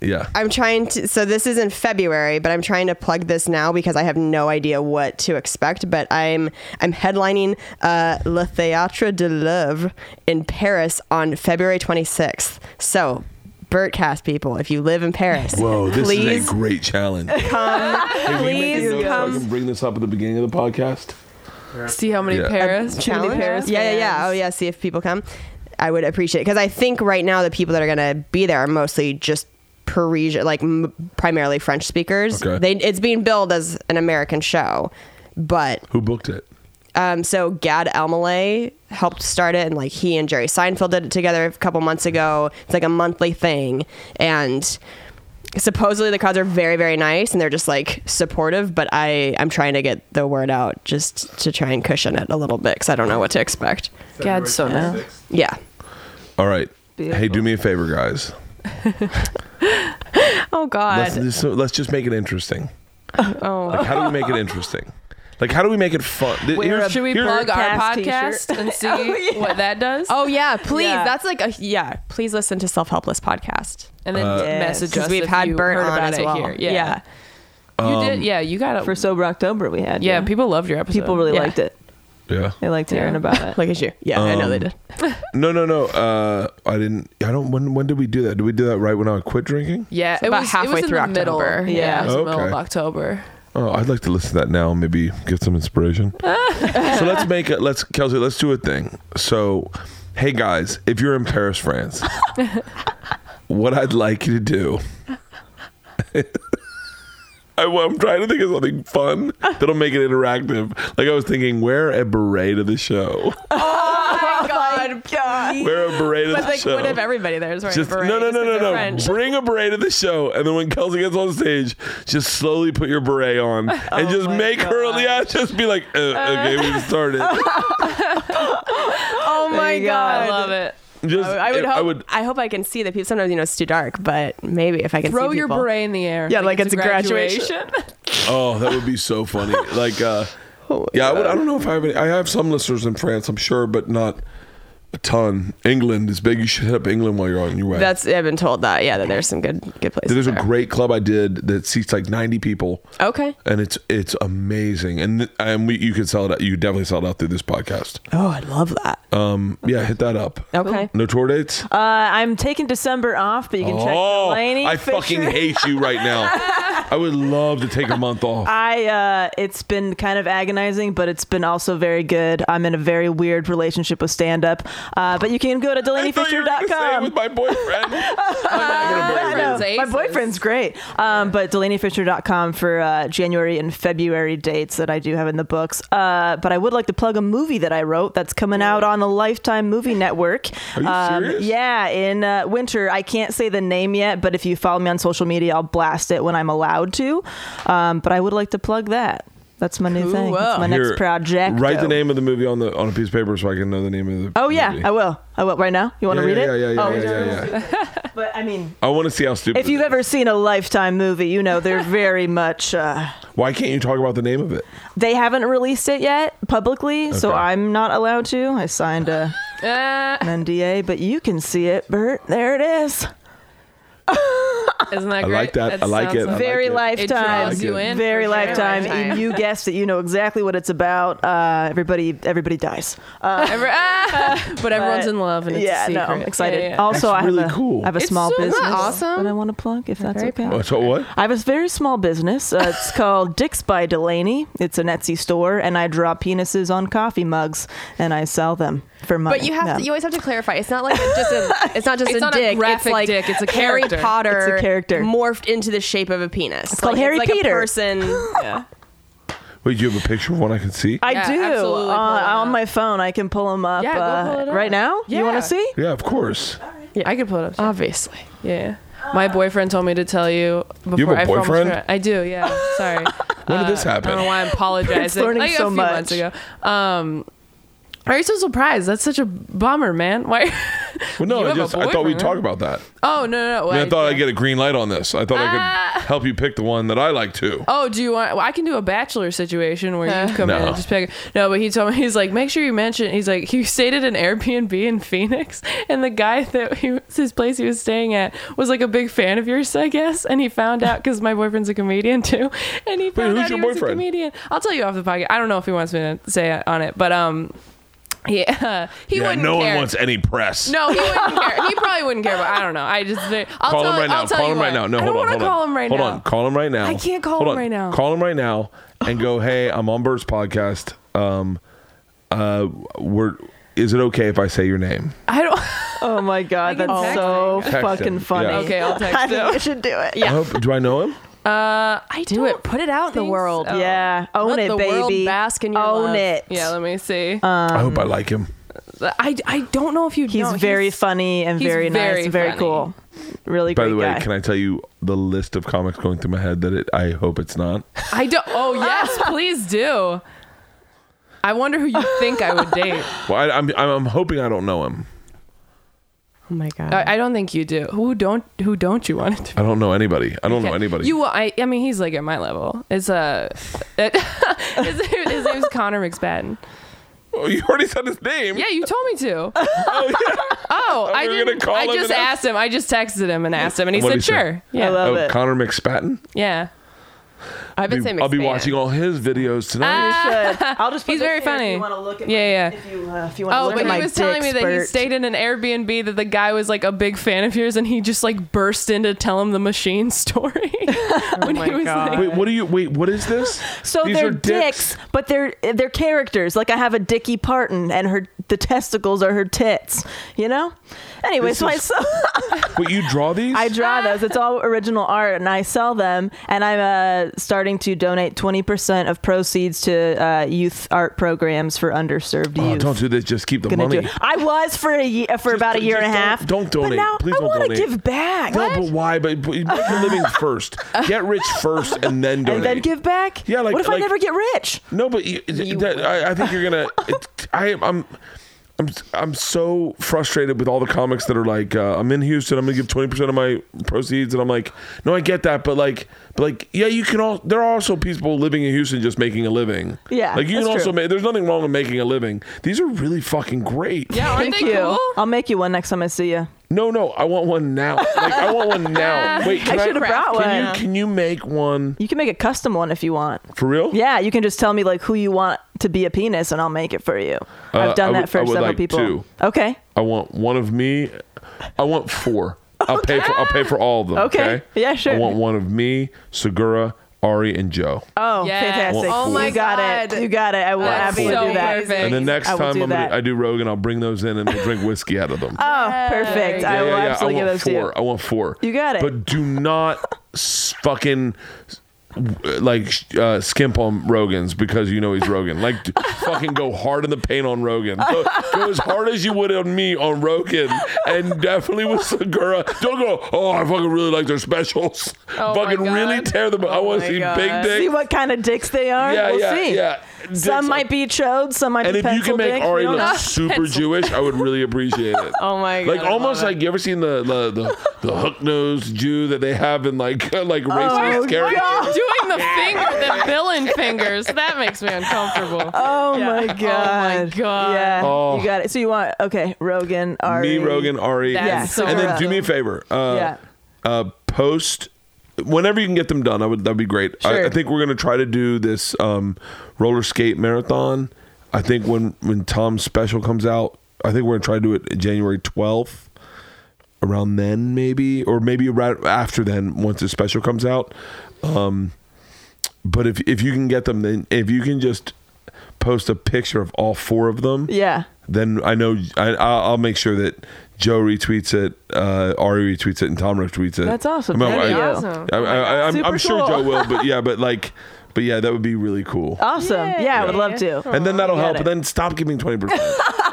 [SPEAKER 1] Yeah.
[SPEAKER 5] I'm trying to. So this is in February, but I'm trying to plug this now because I have no idea what to expect. But I'm I'm headlining uh, Le Théâtre de l'Oeuvre in Paris on February 26th. So. Burtcast people, if you live in Paris,
[SPEAKER 1] Whoa, this
[SPEAKER 5] please
[SPEAKER 1] is a great challenge.
[SPEAKER 5] come,
[SPEAKER 1] You know,
[SPEAKER 5] please
[SPEAKER 1] so I
[SPEAKER 5] come.
[SPEAKER 1] can bring this up at the beginning of the podcast.
[SPEAKER 4] See how many
[SPEAKER 1] Yeah.
[SPEAKER 4] Paris.
[SPEAKER 5] challenge?
[SPEAKER 6] Paris
[SPEAKER 5] yeah, yeah, yeah.
[SPEAKER 6] fans.
[SPEAKER 5] Oh, yeah. See if people come. I would appreciate it because I think right now the people that are going to be there are mostly just Parisian, like m- primarily French speakers.
[SPEAKER 1] Okay.
[SPEAKER 5] They, it's being billed as an American show, but
[SPEAKER 1] Who booked it?
[SPEAKER 5] um, so Gad Elmaleh helped start it, and like he and Jerry Seinfeld did it together a couple months ago. It's like a monthly thing, and supposedly the crowds are very, very nice, and they're just like supportive. But I, I'm trying to get the word out just to try and cushion it a little bit because I don't know what to expect.
[SPEAKER 4] God, so now.
[SPEAKER 5] Yeah.
[SPEAKER 1] All right. Hey,
[SPEAKER 6] Beautiful.
[SPEAKER 1] do me a favor, guys. Let's,
[SPEAKER 5] Oh God.
[SPEAKER 1] this- let's just make it interesting.
[SPEAKER 5] Oh.
[SPEAKER 1] Like, how do we make it interesting? Like, how do we make it fun? Th-
[SPEAKER 4] Oh. Where
[SPEAKER 1] here's-
[SPEAKER 4] should we
[SPEAKER 1] here-
[SPEAKER 4] plug our
[SPEAKER 6] Podcast
[SPEAKER 4] podcast
[SPEAKER 6] t-shirt.
[SPEAKER 4] and see what that does?
[SPEAKER 5] Oh yeah, please.
[SPEAKER 6] Yeah.
[SPEAKER 5] That's like a yeah. Please listen to Self Helpless podcast
[SPEAKER 4] and then
[SPEAKER 6] Yes.
[SPEAKER 4] message us.
[SPEAKER 5] because we've
[SPEAKER 4] if
[SPEAKER 5] had
[SPEAKER 4] you
[SPEAKER 5] Bert
[SPEAKER 4] heard
[SPEAKER 5] on
[SPEAKER 4] about
[SPEAKER 5] as
[SPEAKER 4] it
[SPEAKER 5] well.
[SPEAKER 4] here.
[SPEAKER 5] Yeah.
[SPEAKER 4] Yeah, you
[SPEAKER 1] Um,
[SPEAKER 4] did. Yeah, you got it.
[SPEAKER 6] for sober October we had.
[SPEAKER 4] yeah, people loved your episode.
[SPEAKER 6] people really
[SPEAKER 5] yeah.
[SPEAKER 6] liked it.
[SPEAKER 1] Yeah.
[SPEAKER 6] They liked hearing about it.
[SPEAKER 5] Look at you. Yeah, I know they did.
[SPEAKER 1] No, no, no. Uh, I didn't. I don't. When when did we do that? Did we do that right when I quit drinking?
[SPEAKER 4] Yeah, it
[SPEAKER 5] about
[SPEAKER 4] was, it
[SPEAKER 5] halfway
[SPEAKER 4] was in
[SPEAKER 5] through
[SPEAKER 4] the middle.
[SPEAKER 5] October.
[SPEAKER 4] Yeah,
[SPEAKER 6] Yeah.
[SPEAKER 4] it was in the middle of
[SPEAKER 1] Okay.
[SPEAKER 4] October.
[SPEAKER 1] Oh, I'd like to listen to that now. Maybe get some inspiration. so let's make it. Let's Kelsey. Let's do a thing. So, hey guys, if you're in Paris, France, what I'd like you to do. I, am trying to think of something fun that'll make it interactive. Like I was thinking, wear a beret to the show.
[SPEAKER 5] Oh my god, god.
[SPEAKER 1] Wear a beret to the
[SPEAKER 5] But like,
[SPEAKER 1] show.
[SPEAKER 5] what if everybody there is wearing
[SPEAKER 1] Just
[SPEAKER 5] a beret?
[SPEAKER 1] no, no, no,
[SPEAKER 5] just 'cause
[SPEAKER 1] no,
[SPEAKER 5] they're
[SPEAKER 1] no.
[SPEAKER 5] French?
[SPEAKER 1] Bring a beret to the show, and then when Kelsey gets on stage, just slowly put your beret on and
[SPEAKER 5] Oh
[SPEAKER 1] just
[SPEAKER 6] my
[SPEAKER 1] make her. Yeah, just be like, uh, okay, we started.
[SPEAKER 5] Oh my
[SPEAKER 6] you go. I
[SPEAKER 5] god,
[SPEAKER 4] I love it.
[SPEAKER 1] Just,
[SPEAKER 5] I would hope.
[SPEAKER 1] I
[SPEAKER 5] I,
[SPEAKER 1] would.
[SPEAKER 5] hope I can see the people. Sometimes you know it's too dark, but maybe if I can
[SPEAKER 4] Throw
[SPEAKER 5] see
[SPEAKER 4] your
[SPEAKER 5] people.
[SPEAKER 4] beret in the air.
[SPEAKER 5] Yeah, like it's a graduation.
[SPEAKER 1] Oh, that would be so funny. Like, uh,
[SPEAKER 5] Oh
[SPEAKER 1] yeah, I, would, I don't know if I have. Any, I have some listeners in France, I'm sure, but not a ton. England is big. You should hit up England while you're on your way.
[SPEAKER 5] That's I've been told that. Yeah, that there's some good good places.
[SPEAKER 1] there's a
[SPEAKER 5] there.
[SPEAKER 1] great club I did that seats like 90 people.
[SPEAKER 5] Okay.
[SPEAKER 1] And it's it's amazing, and th- and we, you could sell it. out. You could definitely sell it out through this podcast.
[SPEAKER 5] Oh, I love that.
[SPEAKER 1] Um, yeah, hit that up.
[SPEAKER 5] Okay.
[SPEAKER 1] No tour dates?
[SPEAKER 6] Uh, I'm taking December off, but you can check Delaney
[SPEAKER 1] Oh, I
[SPEAKER 6] Fisher.
[SPEAKER 1] fucking hate you right now. I would love to take a month off.
[SPEAKER 6] I uh, it's been kind of agonizing, but it's been also very good. I'm in a very weird relationship with stand up, uh, but you can go to
[SPEAKER 1] I thought you were gonna say it
[SPEAKER 6] DelaneyFisher.com.
[SPEAKER 1] with my boyfriend.
[SPEAKER 6] I know. My boyfriend's great, um, but DelaneyFisher.com for uh, January and February dates that I do have in the books. Uh, but I would like to plug a movie that I wrote that's coming out on the Lifetime Movie Network.
[SPEAKER 1] Oh.
[SPEAKER 6] Um,
[SPEAKER 1] Are you serious?
[SPEAKER 6] Yeah, in uh, winter. I can't say the name yet, but if you follow me on social media, I'll blast it when I'm allowed to. Um, but I would like to plug that. That's my new thing. That's my
[SPEAKER 1] Here,
[SPEAKER 6] next project.
[SPEAKER 1] Write the name of the movie on the on a piece of paper so I can know the name of the.
[SPEAKER 6] Oh yeah,
[SPEAKER 1] movie.
[SPEAKER 6] I will. I will right now. You want
[SPEAKER 1] yeah,
[SPEAKER 6] to read
[SPEAKER 1] yeah,
[SPEAKER 6] it?
[SPEAKER 1] Yeah, yeah,
[SPEAKER 6] oh,
[SPEAKER 1] yeah, yeah, yeah.
[SPEAKER 6] But I mean,
[SPEAKER 1] I want to see how stupid.
[SPEAKER 6] if you've
[SPEAKER 1] it
[SPEAKER 6] ever
[SPEAKER 1] is.
[SPEAKER 6] seen a Lifetime movie, you know they're very much. Uh,
[SPEAKER 1] why can't you talk about the name of it?
[SPEAKER 6] they haven't released it yet publicly, so
[SPEAKER 1] Okay.
[SPEAKER 6] I'm not allowed to. I signed a, an NDA, but you can see it, Bert. There it is.
[SPEAKER 4] Isn't
[SPEAKER 1] I
[SPEAKER 4] that great?
[SPEAKER 1] like that. I like
[SPEAKER 4] sounds
[SPEAKER 1] it. I like
[SPEAKER 6] Very
[SPEAKER 1] it.
[SPEAKER 6] lifetime.
[SPEAKER 1] draws you
[SPEAKER 4] in,
[SPEAKER 6] Very
[SPEAKER 4] for sure.
[SPEAKER 6] lifetime.
[SPEAKER 5] Lifetime.
[SPEAKER 6] You guessed it. You know exactly what it's about. Uh, everybody, everybody dies. Uh,
[SPEAKER 4] Every- ah! but everyone's in love and it's
[SPEAKER 6] yeah,
[SPEAKER 4] a
[SPEAKER 6] no,
[SPEAKER 4] secret.
[SPEAKER 6] I'm excited.
[SPEAKER 4] Yeah, yeah, yeah.
[SPEAKER 6] Also,
[SPEAKER 1] That's
[SPEAKER 6] I have
[SPEAKER 1] really
[SPEAKER 6] a,
[SPEAKER 1] cool.
[SPEAKER 6] I have a
[SPEAKER 4] It's
[SPEAKER 6] small
[SPEAKER 4] so
[SPEAKER 6] business
[SPEAKER 4] awesome.
[SPEAKER 6] that I want to plug. If that's
[SPEAKER 4] very
[SPEAKER 6] okay.
[SPEAKER 1] What? So what?
[SPEAKER 6] I have a very small business. Uh, it's called Dicks by Delaney. It's an Etsy store, and I draw penises on coffee mugs, and I sell them for money.
[SPEAKER 5] But you have
[SPEAKER 6] Yeah.
[SPEAKER 5] to. You always have to clarify. It's not like a, just a. It's not just
[SPEAKER 4] It's
[SPEAKER 5] a
[SPEAKER 4] not a
[SPEAKER 5] dick.
[SPEAKER 4] graphic
[SPEAKER 5] it's like
[SPEAKER 4] dick, it's a
[SPEAKER 5] Harry
[SPEAKER 4] character.
[SPEAKER 5] Potter.
[SPEAKER 6] It's a character.
[SPEAKER 5] morphed into the shape of a penis. It's
[SPEAKER 6] called Harry
[SPEAKER 5] it's like
[SPEAKER 6] Peter.
[SPEAKER 5] A person.
[SPEAKER 1] Wait, you have a picture of one I can see?
[SPEAKER 6] I
[SPEAKER 4] Yeah,
[SPEAKER 6] do
[SPEAKER 4] absolutely pull
[SPEAKER 6] uh,
[SPEAKER 4] it up.
[SPEAKER 6] on my phone. I can pull them up
[SPEAKER 4] Yeah, go
[SPEAKER 6] uh,
[SPEAKER 4] pull it up.
[SPEAKER 6] right now. You
[SPEAKER 4] Yeah.
[SPEAKER 6] want to see?
[SPEAKER 1] yeah, of course.
[SPEAKER 4] I could pull it up. too.
[SPEAKER 5] Obviously.
[SPEAKER 4] Yeah. My boyfriend told me to tell you before
[SPEAKER 1] You have a
[SPEAKER 4] I filmed
[SPEAKER 1] boyfriend?
[SPEAKER 4] her- I do, yeah. Sorry.
[SPEAKER 1] When
[SPEAKER 6] Uh,
[SPEAKER 1] did this happen?
[SPEAKER 4] I don't know why I'm apologizing.
[SPEAKER 6] learning
[SPEAKER 4] like
[SPEAKER 6] so
[SPEAKER 4] a few
[SPEAKER 6] much.
[SPEAKER 4] months ago. Um are you so surprised? That's such a bummer, man. Why?
[SPEAKER 1] Well, no,
[SPEAKER 4] You
[SPEAKER 1] I
[SPEAKER 4] have a
[SPEAKER 1] just I thought we'd
[SPEAKER 4] boyfriend,
[SPEAKER 1] talk
[SPEAKER 4] right?
[SPEAKER 1] about that.
[SPEAKER 4] Oh no, no. no.
[SPEAKER 1] I, mean, I
[SPEAKER 4] Why-
[SPEAKER 1] thought I'd
[SPEAKER 4] yeah.
[SPEAKER 1] get a green light on this. I thought I
[SPEAKER 6] Uh,
[SPEAKER 4] Ah.
[SPEAKER 1] could help you pick the one that I like too.
[SPEAKER 4] Oh, do you want? Well, I can do a bachelor situation where you come in
[SPEAKER 1] No.
[SPEAKER 4] and just pick. No, but he told me he's like, make sure you mention. He's like, he stayed at an Airbnb in Phoenix, and the guy that he his place he was staying at was like a big fan of yours, I guess. And he found out because my boyfriend's a comedian too, and he found
[SPEAKER 1] who's
[SPEAKER 4] out
[SPEAKER 1] your
[SPEAKER 4] he was a
[SPEAKER 1] boyfriend?
[SPEAKER 4] comedian. I'll tell you off the podcast. I don't know if he wants me to say it on it, but um, yeah, he
[SPEAKER 1] yeah,
[SPEAKER 4] wouldn't.
[SPEAKER 1] no
[SPEAKER 4] care.
[SPEAKER 1] one wants any press.
[SPEAKER 4] No, he wouldn't care. He probably wouldn't care. But I don't know. I just I'll
[SPEAKER 1] call
[SPEAKER 4] tell,
[SPEAKER 1] him right
[SPEAKER 4] I'll
[SPEAKER 1] now.
[SPEAKER 4] tell
[SPEAKER 1] Call
[SPEAKER 4] you
[SPEAKER 1] him right
[SPEAKER 4] what.
[SPEAKER 1] now. No,
[SPEAKER 4] I don't
[SPEAKER 1] hold on.
[SPEAKER 4] wanna
[SPEAKER 1] Hold on.
[SPEAKER 4] call him right
[SPEAKER 1] hold
[SPEAKER 4] now.
[SPEAKER 1] on. Call him right now.
[SPEAKER 4] I can't call
[SPEAKER 1] Hold
[SPEAKER 4] him
[SPEAKER 1] on.
[SPEAKER 4] right now.
[SPEAKER 1] Call him right now and go, "Hey, I'm on Bird's podcast. Um, uh, we're is it okay if I say your name?"
[SPEAKER 4] I don't.
[SPEAKER 6] Oh my god,
[SPEAKER 4] can
[SPEAKER 6] that's
[SPEAKER 4] text
[SPEAKER 6] so
[SPEAKER 1] him.
[SPEAKER 6] fucking
[SPEAKER 1] Text him,
[SPEAKER 6] funny.
[SPEAKER 1] yeah.
[SPEAKER 4] Okay, I'll text
[SPEAKER 6] I think
[SPEAKER 4] him.
[SPEAKER 6] you should do it.
[SPEAKER 1] I hope, do I know him?
[SPEAKER 4] Uh, I
[SPEAKER 5] Do it. Put it out in the
[SPEAKER 4] think
[SPEAKER 5] world.
[SPEAKER 4] so.
[SPEAKER 6] Yeah, own
[SPEAKER 5] Let
[SPEAKER 6] it,
[SPEAKER 5] the
[SPEAKER 6] baby.
[SPEAKER 5] world bask in your
[SPEAKER 6] own
[SPEAKER 5] love.
[SPEAKER 6] it. Um,
[SPEAKER 4] Yeah, let me see.
[SPEAKER 1] I hope
[SPEAKER 4] Um,
[SPEAKER 1] I like him.
[SPEAKER 4] I, I don't know if you.
[SPEAKER 6] He's
[SPEAKER 4] know.
[SPEAKER 6] very funny and
[SPEAKER 4] he's
[SPEAKER 6] very, nice
[SPEAKER 4] very
[SPEAKER 6] and very
[SPEAKER 4] funny.
[SPEAKER 6] cool. Really
[SPEAKER 1] By
[SPEAKER 6] great
[SPEAKER 1] the way,
[SPEAKER 6] guy.
[SPEAKER 1] can I tell you the list of comics going through my head that it, I hope it's not?
[SPEAKER 4] I don't. Oh yes, please do. I wonder who you think I would date.
[SPEAKER 1] Well, I, I'm, I'm I'm hoping I don't know him.
[SPEAKER 5] Oh my god.
[SPEAKER 4] I, I don't think you do. Who don't who don't you want it to?
[SPEAKER 1] I don't know anybody. I don't know anybody.
[SPEAKER 4] You, I, I mean, he's like at my level. It's uh, it, his, name- his name's Connor McSpadden.
[SPEAKER 1] oh, you already said his name.
[SPEAKER 4] Yeah, you told me to. oh, I
[SPEAKER 1] we were gonna
[SPEAKER 4] didn't.
[SPEAKER 1] call
[SPEAKER 4] I
[SPEAKER 1] him and
[SPEAKER 4] just
[SPEAKER 1] ask-
[SPEAKER 4] asked him. I just texted him and asked him, and he
[SPEAKER 1] What'd
[SPEAKER 4] said,
[SPEAKER 1] he say?
[SPEAKER 4] "Sure." Yeah,
[SPEAKER 5] I love
[SPEAKER 1] Oh,
[SPEAKER 5] it.
[SPEAKER 1] Connor McSpadden.
[SPEAKER 4] yeah.
[SPEAKER 5] I've been saying
[SPEAKER 1] I'll be
[SPEAKER 5] McSpadden.
[SPEAKER 1] watching all his videos
[SPEAKER 4] Ah.
[SPEAKER 1] tonight.
[SPEAKER 6] I'll just. Put
[SPEAKER 4] He's
[SPEAKER 6] this
[SPEAKER 4] very
[SPEAKER 6] here if
[SPEAKER 4] funny.
[SPEAKER 6] You want to look at?
[SPEAKER 4] Yeah,
[SPEAKER 6] my,
[SPEAKER 4] yeah.
[SPEAKER 6] If you, uh, if you want to
[SPEAKER 4] Oh,
[SPEAKER 6] look
[SPEAKER 4] but
[SPEAKER 6] at my
[SPEAKER 4] he was telling
[SPEAKER 6] dick
[SPEAKER 4] me that he
[SPEAKER 6] spurt.
[SPEAKER 4] stayed in an Airbnb that the guy was like a big fan of yours, and he just like burst in to tell him the machine story. when he was
[SPEAKER 5] God.
[SPEAKER 4] Like,
[SPEAKER 1] wait, what are you? Wait, what is this?
[SPEAKER 6] So
[SPEAKER 1] These
[SPEAKER 6] they're
[SPEAKER 1] are
[SPEAKER 6] dicks. but they're they're characters. Like I have a Dickie Parton, and her the testicles are her tits. You know. Anyway,
[SPEAKER 1] This
[SPEAKER 6] so I
[SPEAKER 1] is-
[SPEAKER 6] saw
[SPEAKER 1] Wait, you draw these? Oh,
[SPEAKER 6] I draw those. It's all original art, and I sell them. And I'm uh, starting to donate twenty percent of proceeds to uh, youth art programs for underserved
[SPEAKER 1] Oh,
[SPEAKER 6] youth.
[SPEAKER 1] don't do this. Just keep the
[SPEAKER 6] Gonna do
[SPEAKER 1] money.
[SPEAKER 6] it. I was for a ye- for about a
[SPEAKER 1] just
[SPEAKER 6] year and a
[SPEAKER 1] don't-
[SPEAKER 6] half.
[SPEAKER 1] don't donate.
[SPEAKER 6] But now
[SPEAKER 1] Please
[SPEAKER 6] I
[SPEAKER 1] don't
[SPEAKER 6] wanna
[SPEAKER 1] donate.
[SPEAKER 6] give back.
[SPEAKER 1] No, but why? But, but make your living first. Get rich first, and then donate.
[SPEAKER 6] and then give back.
[SPEAKER 1] Yeah, like-
[SPEAKER 6] what if I
[SPEAKER 1] like-
[SPEAKER 6] never get rich?
[SPEAKER 1] No, but you, that, I, I think you're gonna. It, I am. I'm, I'm. I'm so frustrated with all the comics that are like, uh, I'm in Houston. I'm gonna give 20 percent of my proceeds, and I'm like, no, I get that, but like, but like, yeah, you can all. There are also people living in Houston just making a living.
[SPEAKER 6] Yeah,
[SPEAKER 1] like you can
[SPEAKER 6] that's
[SPEAKER 1] also
[SPEAKER 6] true.
[SPEAKER 1] make. There's nothing wrong with making a living. These are really fucking great.
[SPEAKER 4] yeah, aren't
[SPEAKER 6] Thank
[SPEAKER 4] they
[SPEAKER 6] you.
[SPEAKER 4] cool?
[SPEAKER 6] I'll make you one next time I see you.
[SPEAKER 1] No, no, I want one now. Like, I want one now. Wait, can
[SPEAKER 6] I
[SPEAKER 1] I,
[SPEAKER 6] should have brought
[SPEAKER 1] can
[SPEAKER 6] one.
[SPEAKER 1] You, can you make one
[SPEAKER 6] You can make a custom one if you want.
[SPEAKER 1] for real?
[SPEAKER 6] Yeah, you can just tell me like who you want to be a penis, and I'll make it for you. I've done
[SPEAKER 1] Uh, I
[SPEAKER 6] that
[SPEAKER 1] would-
[SPEAKER 6] for
[SPEAKER 1] I would
[SPEAKER 6] several
[SPEAKER 1] like
[SPEAKER 6] people.
[SPEAKER 1] two.
[SPEAKER 6] Okay.
[SPEAKER 1] I want one of me. I want four. I'll pay for I'll pay for all of them.
[SPEAKER 6] Okay.
[SPEAKER 1] Okay.
[SPEAKER 6] Yeah, sure.
[SPEAKER 1] I want one of me, Segura, Ari, and Joe.
[SPEAKER 6] Oh,
[SPEAKER 4] Yes.
[SPEAKER 6] fantastic!
[SPEAKER 1] Oh
[SPEAKER 6] you
[SPEAKER 1] my
[SPEAKER 6] got
[SPEAKER 4] God.
[SPEAKER 6] it. You got it. I will
[SPEAKER 4] That's
[SPEAKER 6] absolutely
[SPEAKER 4] so
[SPEAKER 6] do that.
[SPEAKER 4] perfect.
[SPEAKER 1] and the next
[SPEAKER 6] I will
[SPEAKER 1] time
[SPEAKER 6] do
[SPEAKER 1] I'm gonna,
[SPEAKER 6] that.
[SPEAKER 1] I do Rogan, I'll bring those in and we'll drink whiskey out of them.
[SPEAKER 6] Oh, perfect! I will absolutely
[SPEAKER 1] I
[SPEAKER 6] give
[SPEAKER 1] want
[SPEAKER 6] those to you.
[SPEAKER 1] four. I want four.
[SPEAKER 6] You got it.
[SPEAKER 1] But do not s- fucking uh, like sh- uh, skimp on Rogan's because you know he's Rogan. Like d- fucking go hard in the paint on Rogan. Go, go as hard as you would on me on Rogan, and definitely with Segura. Don't go. Oh, I fucking really like their specials.
[SPEAKER 4] Oh my
[SPEAKER 1] fucking really
[SPEAKER 4] God.
[SPEAKER 1] tear them. I want
[SPEAKER 5] my
[SPEAKER 1] to see
[SPEAKER 5] God.
[SPEAKER 1] big dick.
[SPEAKER 6] Oh See what kind of dicks they are.
[SPEAKER 1] Yeah,
[SPEAKER 6] we'll
[SPEAKER 1] yeah,
[SPEAKER 6] see.
[SPEAKER 1] yeah.
[SPEAKER 6] Some
[SPEAKER 1] Dicks
[SPEAKER 6] might
[SPEAKER 1] are-
[SPEAKER 6] be chode. Some might
[SPEAKER 1] and
[SPEAKER 6] be
[SPEAKER 1] if you can
[SPEAKER 6] pencil
[SPEAKER 1] make
[SPEAKER 6] dicks.
[SPEAKER 1] Ari
[SPEAKER 6] we don't
[SPEAKER 1] look
[SPEAKER 6] know.
[SPEAKER 1] super Jewish, I would really appreciate it.
[SPEAKER 5] Oh my god.
[SPEAKER 1] Like
[SPEAKER 5] I love
[SPEAKER 1] almost
[SPEAKER 5] it.
[SPEAKER 1] like you ever seen the the the, the hook nosed Jew that they have in like like racist characters.
[SPEAKER 4] Doing the finger, the villain fingers. That makes me uncomfortable.
[SPEAKER 6] Oh my god!
[SPEAKER 4] God.
[SPEAKER 6] Yeah,
[SPEAKER 1] Oh.
[SPEAKER 6] you got it. So you want okay, Rogan, Ari,
[SPEAKER 1] Me, Rogan, Ari,
[SPEAKER 4] That's
[SPEAKER 1] and-
[SPEAKER 4] so
[SPEAKER 1] and then
[SPEAKER 6] rough.
[SPEAKER 1] do me a favor. Uh,
[SPEAKER 6] Yeah.
[SPEAKER 1] uh, post whenever you can get them done. I would that'd be great.
[SPEAKER 6] Sure.
[SPEAKER 1] I, I think we're gonna try to do this um, roller skate marathon. I think when when Tom's special comes out, I think we're gonna try to do it January twelfth. Around then, maybe, or maybe right after then, once the special comes out. Um, but if if you can get them, then if you can just post a picture of all four of them,
[SPEAKER 6] Yeah.
[SPEAKER 1] then I know I, I'll I'll make sure that Joe retweets it, uh, Ari retweets it, and Tom retweets it.
[SPEAKER 6] That's awesome.
[SPEAKER 1] I mean,
[SPEAKER 6] That'd
[SPEAKER 1] I,
[SPEAKER 6] be
[SPEAKER 4] awesome.
[SPEAKER 1] I, I, am
[SPEAKER 6] Super
[SPEAKER 1] sure
[SPEAKER 6] cool.
[SPEAKER 1] Joe will, but yeah, but like, but yeah, that would be really cool.
[SPEAKER 6] Awesome. Yeah, I would love to.
[SPEAKER 1] and then that'll
[SPEAKER 6] Get
[SPEAKER 1] help.
[SPEAKER 6] it.
[SPEAKER 1] But then stop giving twenty percent.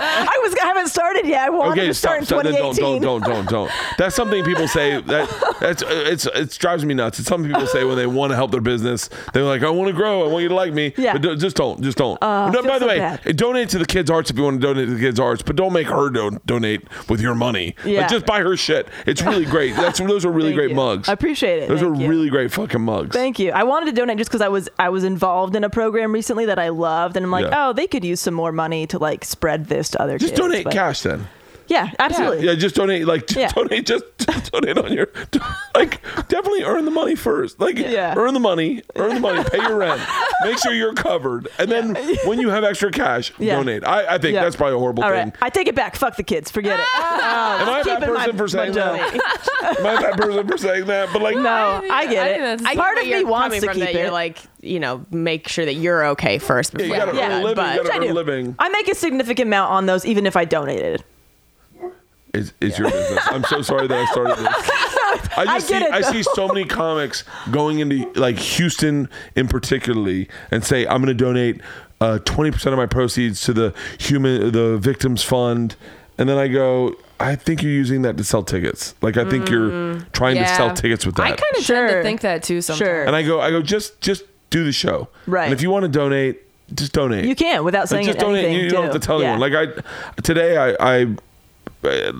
[SPEAKER 6] I was I haven't started yet. I wanted
[SPEAKER 1] okay,
[SPEAKER 6] to
[SPEAKER 1] stop.
[SPEAKER 6] start
[SPEAKER 1] stop.
[SPEAKER 6] in
[SPEAKER 1] Then don't,
[SPEAKER 6] 2018.
[SPEAKER 1] don't, don't, don't, don't. That's something people say. That that's it's it drives me nuts. It's something people say when they want to help their business. They're like, I want to grow. I want you to like me.
[SPEAKER 6] Yeah. Oh,
[SPEAKER 1] But do, just don't. Just don't.
[SPEAKER 6] I
[SPEAKER 1] no.
[SPEAKER 6] feel
[SPEAKER 1] By the
[SPEAKER 6] so
[SPEAKER 1] way,
[SPEAKER 6] bad.
[SPEAKER 1] donate to the kids' arts if you want to donate to the kids' arts, but don't make her do- donate with your money. Like,
[SPEAKER 6] Yeah.
[SPEAKER 1] just buy her shit. It's really great. That's those are really
[SPEAKER 6] Thank
[SPEAKER 1] great
[SPEAKER 6] you.
[SPEAKER 1] mugs.
[SPEAKER 6] I appreciate it.
[SPEAKER 1] Those
[SPEAKER 6] Thank
[SPEAKER 1] are
[SPEAKER 6] you.
[SPEAKER 1] really great fucking mugs.
[SPEAKER 6] Thank you. I wanted to donate just because I was I was involved in a program recently that I loved, and I'm like,
[SPEAKER 1] Yeah.
[SPEAKER 6] oh, they could use some more money to like spread this to other
[SPEAKER 1] Just
[SPEAKER 6] kids.
[SPEAKER 1] donate
[SPEAKER 6] but-
[SPEAKER 1] cash then.
[SPEAKER 6] Yeah, absolutely.
[SPEAKER 1] Yeah, just donate like just
[SPEAKER 6] Yeah.
[SPEAKER 1] donate just donate on your like definitely earn the money first. Like
[SPEAKER 6] Yeah.
[SPEAKER 1] earn the money, earn the money, pay your rent, make sure you're covered, and then when you have extra cash,
[SPEAKER 6] Yeah.
[SPEAKER 1] donate. I, I think
[SPEAKER 6] Yeah.
[SPEAKER 1] that's probably a horrible
[SPEAKER 6] All
[SPEAKER 1] thing.
[SPEAKER 6] right, I take it back. Fuck the kids. Forget it. Oh,
[SPEAKER 1] Am I a bad
[SPEAKER 6] Keeping my-
[SPEAKER 1] person for saying
[SPEAKER 6] my
[SPEAKER 1] that? Am I a bad person for saying that? But like,
[SPEAKER 6] No, I
[SPEAKER 4] I
[SPEAKER 6] get
[SPEAKER 4] think
[SPEAKER 6] it.
[SPEAKER 4] that's-
[SPEAKER 6] Part
[SPEAKER 5] But
[SPEAKER 6] of
[SPEAKER 5] you're
[SPEAKER 6] me wants
[SPEAKER 5] coming
[SPEAKER 6] to
[SPEAKER 5] from
[SPEAKER 6] keep
[SPEAKER 5] that,
[SPEAKER 6] it.
[SPEAKER 5] You're like, you know, make sure that you're okay first
[SPEAKER 1] you
[SPEAKER 5] before
[SPEAKER 1] gotta
[SPEAKER 5] do
[SPEAKER 1] earn a
[SPEAKER 5] that.
[SPEAKER 1] living. You
[SPEAKER 5] But
[SPEAKER 1] gotta
[SPEAKER 6] I
[SPEAKER 1] earn a
[SPEAKER 6] do.
[SPEAKER 1] living.
[SPEAKER 6] I make a significant amount on those, even if I donated.
[SPEAKER 1] It's, it's your business. I'm so sorry that I started this. I
[SPEAKER 6] I
[SPEAKER 1] just
[SPEAKER 6] get
[SPEAKER 1] see,
[SPEAKER 6] it,
[SPEAKER 1] I see so many comics going into like Houston in particularly and say I'm going to donate uh, 20% of my proceeds to the human the victims fund and then I go I think you're using that to sell tickets. Like I think you're
[SPEAKER 6] Mm,
[SPEAKER 1] trying to sell tickets with that.
[SPEAKER 4] I kind of tend
[SPEAKER 6] Sure.
[SPEAKER 4] to think that too sometimes.
[SPEAKER 6] Sure.
[SPEAKER 1] and I go I go just just do the show.
[SPEAKER 6] Right.
[SPEAKER 1] And if you want to donate just donate.
[SPEAKER 6] You can without saying
[SPEAKER 1] Like, just
[SPEAKER 6] anything.
[SPEAKER 1] donate. You, you don't have to
[SPEAKER 6] too.
[SPEAKER 1] tell
[SPEAKER 6] Yeah.
[SPEAKER 1] anyone. Like I today, I, I uh,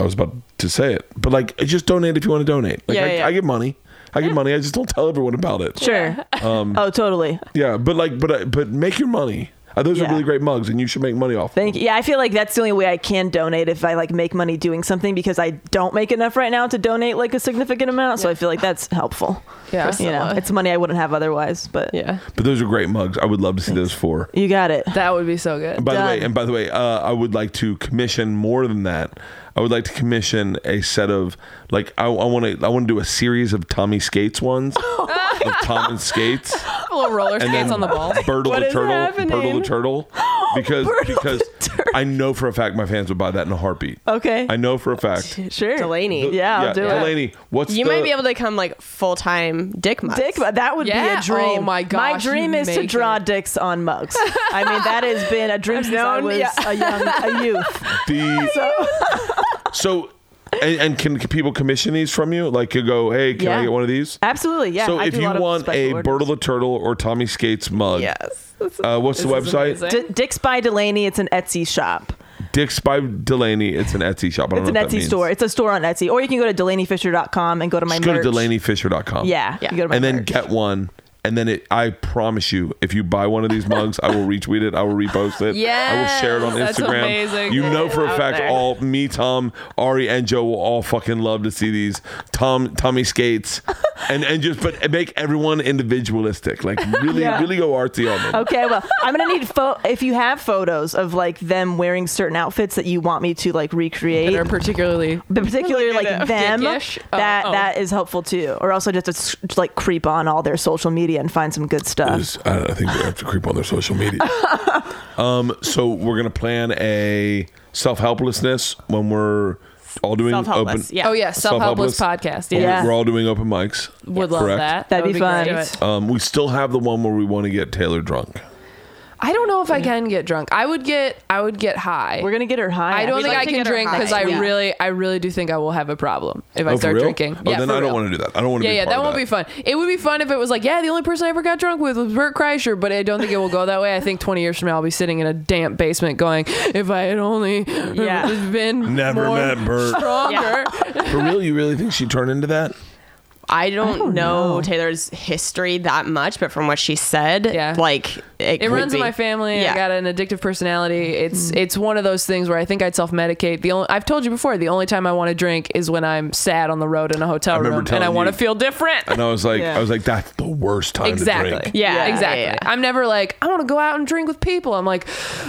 [SPEAKER 1] I was about to say it, but like, just donate if you want to donate. Like,
[SPEAKER 5] Yeah,
[SPEAKER 1] I,
[SPEAKER 5] yeah.
[SPEAKER 1] I give money. I give money. I just don't tell everyone about it.
[SPEAKER 6] Sure.
[SPEAKER 1] um,
[SPEAKER 6] oh, totally.
[SPEAKER 1] Yeah, but like, but uh, but make your money. Uh, those are
[SPEAKER 6] Yeah.
[SPEAKER 1] really great mugs, and you should make money off. them.
[SPEAKER 6] Thank you. Yeah, I feel like that's the only way I can donate if I like make money doing something because I don't make enough right now to donate like a significant amount. So I feel like that's helpful.
[SPEAKER 5] Yeah.
[SPEAKER 6] You know,
[SPEAKER 4] Priscilla.
[SPEAKER 6] it's money I wouldn't have otherwise, but
[SPEAKER 5] Yeah.
[SPEAKER 1] But those are great mugs. I would love to see those four.
[SPEAKER 6] you got it.
[SPEAKER 4] That would be so good.
[SPEAKER 1] By the way,
[SPEAKER 6] Done.
[SPEAKER 1] and by the way, uh, I would like to commission more than that. I would like to commission a set of like I want to I want to do a series of Tommy Skates ones of Tom and Skates
[SPEAKER 4] little roller
[SPEAKER 1] and
[SPEAKER 4] skates
[SPEAKER 1] then
[SPEAKER 4] on the ball.
[SPEAKER 1] Bertle
[SPEAKER 5] What
[SPEAKER 1] the
[SPEAKER 5] is
[SPEAKER 1] Turtle,
[SPEAKER 5] happening?
[SPEAKER 1] Bertle the Turtle, because
[SPEAKER 6] Oh, Bertle the
[SPEAKER 1] because
[SPEAKER 6] Turtle.
[SPEAKER 1] I know for a fact my fans would buy that in a heartbeat.
[SPEAKER 6] Okay.
[SPEAKER 1] I know for a fact.
[SPEAKER 6] Sure.
[SPEAKER 5] Delaney.
[SPEAKER 6] Yeah, I'll do it.
[SPEAKER 1] Delaney, what's
[SPEAKER 5] You
[SPEAKER 1] the,
[SPEAKER 5] might be able to come like full time dick mugs.
[SPEAKER 6] Dick, but that would
[SPEAKER 4] Yeah.
[SPEAKER 6] be a dream.
[SPEAKER 4] Oh my
[SPEAKER 6] My
[SPEAKER 4] gosh,
[SPEAKER 6] dream
[SPEAKER 4] you
[SPEAKER 6] is to
[SPEAKER 4] make
[SPEAKER 6] draw
[SPEAKER 4] it.
[SPEAKER 6] dicks on mugs. I mean, that has been a dream since I
[SPEAKER 5] known-
[SPEAKER 6] was
[SPEAKER 5] yeah.
[SPEAKER 6] a young a youth.
[SPEAKER 1] the so and, and can people commission these from you? Like you go, hey, can I
[SPEAKER 6] Yeah.
[SPEAKER 1] get one of these?
[SPEAKER 6] Absolutely, yeah.
[SPEAKER 1] so
[SPEAKER 6] I
[SPEAKER 1] if
[SPEAKER 6] do a
[SPEAKER 1] you
[SPEAKER 6] lot of
[SPEAKER 1] want
[SPEAKER 6] special
[SPEAKER 1] a
[SPEAKER 6] orders.
[SPEAKER 1] Bertle the Turtle or Tommy Skates mug,
[SPEAKER 5] Yes.
[SPEAKER 1] uh, what's the
[SPEAKER 4] This is
[SPEAKER 1] website?
[SPEAKER 4] amazing.
[SPEAKER 6] D- Dicks by Delaney, it's an Etsy shop.
[SPEAKER 1] Dicks by Delaney. It's an Etsy shop. I don't
[SPEAKER 6] It's an
[SPEAKER 1] know what that
[SPEAKER 6] Etsy
[SPEAKER 1] means.
[SPEAKER 6] store. It's a store on Etsy, or you can go to DelaneyFisher.com and go to my
[SPEAKER 1] Just go
[SPEAKER 6] merch.
[SPEAKER 1] to DelaneyFisher.com.
[SPEAKER 6] Yeah,
[SPEAKER 5] Yeah.
[SPEAKER 6] You go to my
[SPEAKER 1] and then
[SPEAKER 6] merch.
[SPEAKER 1] get one. And then it, I promise you, if you buy one of these mugs, I will retweet it. I will repost it. I will share it on
[SPEAKER 4] Yes, that's
[SPEAKER 1] Instagram.
[SPEAKER 4] amazing.
[SPEAKER 1] You know for a
[SPEAKER 4] Out
[SPEAKER 1] fact,
[SPEAKER 4] there.
[SPEAKER 1] all me, Tom, Ari, and Joe will all fucking love to see these Tom Tommy skates, and and just but make everyone individualistic. Like really,
[SPEAKER 6] Yeah.
[SPEAKER 1] really go artsy on them.
[SPEAKER 6] Okay, well, I'm gonna need pho- if you have photos of like them wearing certain outfits that you want me to like recreate,
[SPEAKER 4] That are particularly
[SPEAKER 6] but particularly
[SPEAKER 4] Really good
[SPEAKER 6] like
[SPEAKER 4] at
[SPEAKER 6] them,
[SPEAKER 4] dickish. Oh,
[SPEAKER 6] that
[SPEAKER 4] oh.
[SPEAKER 6] that is helpful too. Or also just to s- like creep on all their social media and find some good stuff.
[SPEAKER 1] Is- I, I think we have to creep on their social media. um, so we're gonna plan a self helplessness when we're all doing
[SPEAKER 5] Self
[SPEAKER 1] open.
[SPEAKER 5] helpless. Yeah.
[SPEAKER 4] Oh yeah, self helpless
[SPEAKER 1] Self-helpless.
[SPEAKER 4] podcast. Yeah.
[SPEAKER 6] Yeah.
[SPEAKER 1] We're all doing open mics.
[SPEAKER 4] Would love
[SPEAKER 1] Correct.
[SPEAKER 4] that.
[SPEAKER 6] That'd
[SPEAKER 4] would
[SPEAKER 6] be fun.
[SPEAKER 4] great.
[SPEAKER 5] Do
[SPEAKER 1] Um, we still have the one where we want to get Taylor drunk.
[SPEAKER 4] I don't know if I can get drunk. I would get I would get high.
[SPEAKER 6] We're gonna get her high.
[SPEAKER 4] I don't
[SPEAKER 5] We'd
[SPEAKER 4] think
[SPEAKER 5] like
[SPEAKER 4] I
[SPEAKER 5] to
[SPEAKER 4] can
[SPEAKER 5] get her
[SPEAKER 4] drink because
[SPEAKER 5] high.
[SPEAKER 4] I
[SPEAKER 5] Yeah.
[SPEAKER 4] really I really do think I will have a problem if I
[SPEAKER 1] Oh, for
[SPEAKER 4] start
[SPEAKER 1] real?
[SPEAKER 4] drinking.
[SPEAKER 1] Oh, then
[SPEAKER 4] for
[SPEAKER 1] I don't
[SPEAKER 4] real.
[SPEAKER 1] want to do that. I don't want to.
[SPEAKER 4] Yeah,
[SPEAKER 1] be a
[SPEAKER 4] yeah,
[SPEAKER 1] part
[SPEAKER 4] that
[SPEAKER 1] of
[SPEAKER 4] won't be fun. It would be fun if it was like, yeah, the only person I ever got drunk with was Bert Kreischer, but I don't think it will go that way. I think 20 years from now, I'll be sitting in a damp basement going, if I had only
[SPEAKER 6] Yeah.
[SPEAKER 4] been
[SPEAKER 1] Never
[SPEAKER 4] more
[SPEAKER 1] met Bert.
[SPEAKER 4] stronger.
[SPEAKER 1] For real, you really think she turned into that?
[SPEAKER 5] I don't,
[SPEAKER 4] Oh,
[SPEAKER 5] know, Taylor's history that much, but from what she said,
[SPEAKER 4] Yeah.
[SPEAKER 5] like it,
[SPEAKER 4] It
[SPEAKER 5] could
[SPEAKER 4] runs in
[SPEAKER 5] be.
[SPEAKER 4] my family.
[SPEAKER 5] Yeah.
[SPEAKER 4] I got an addictive personality. It's
[SPEAKER 6] Mm-hmm.
[SPEAKER 4] it's one of those things where I think I'd self medicate. The only, I've told you before, the only time I want to drink is when I'm sad on the road in a hotel
[SPEAKER 1] remember
[SPEAKER 4] room and
[SPEAKER 1] telling
[SPEAKER 4] I want
[SPEAKER 1] you-
[SPEAKER 4] to feel different.
[SPEAKER 1] And I was like,
[SPEAKER 6] Yeah.
[SPEAKER 1] I was like, that's the worst time to
[SPEAKER 4] Exactly.
[SPEAKER 1] drink.
[SPEAKER 5] Yeah, yeah,
[SPEAKER 4] exactly.
[SPEAKER 5] yeah.
[SPEAKER 4] I'm never like, I want to go out and drink with people. I'm like,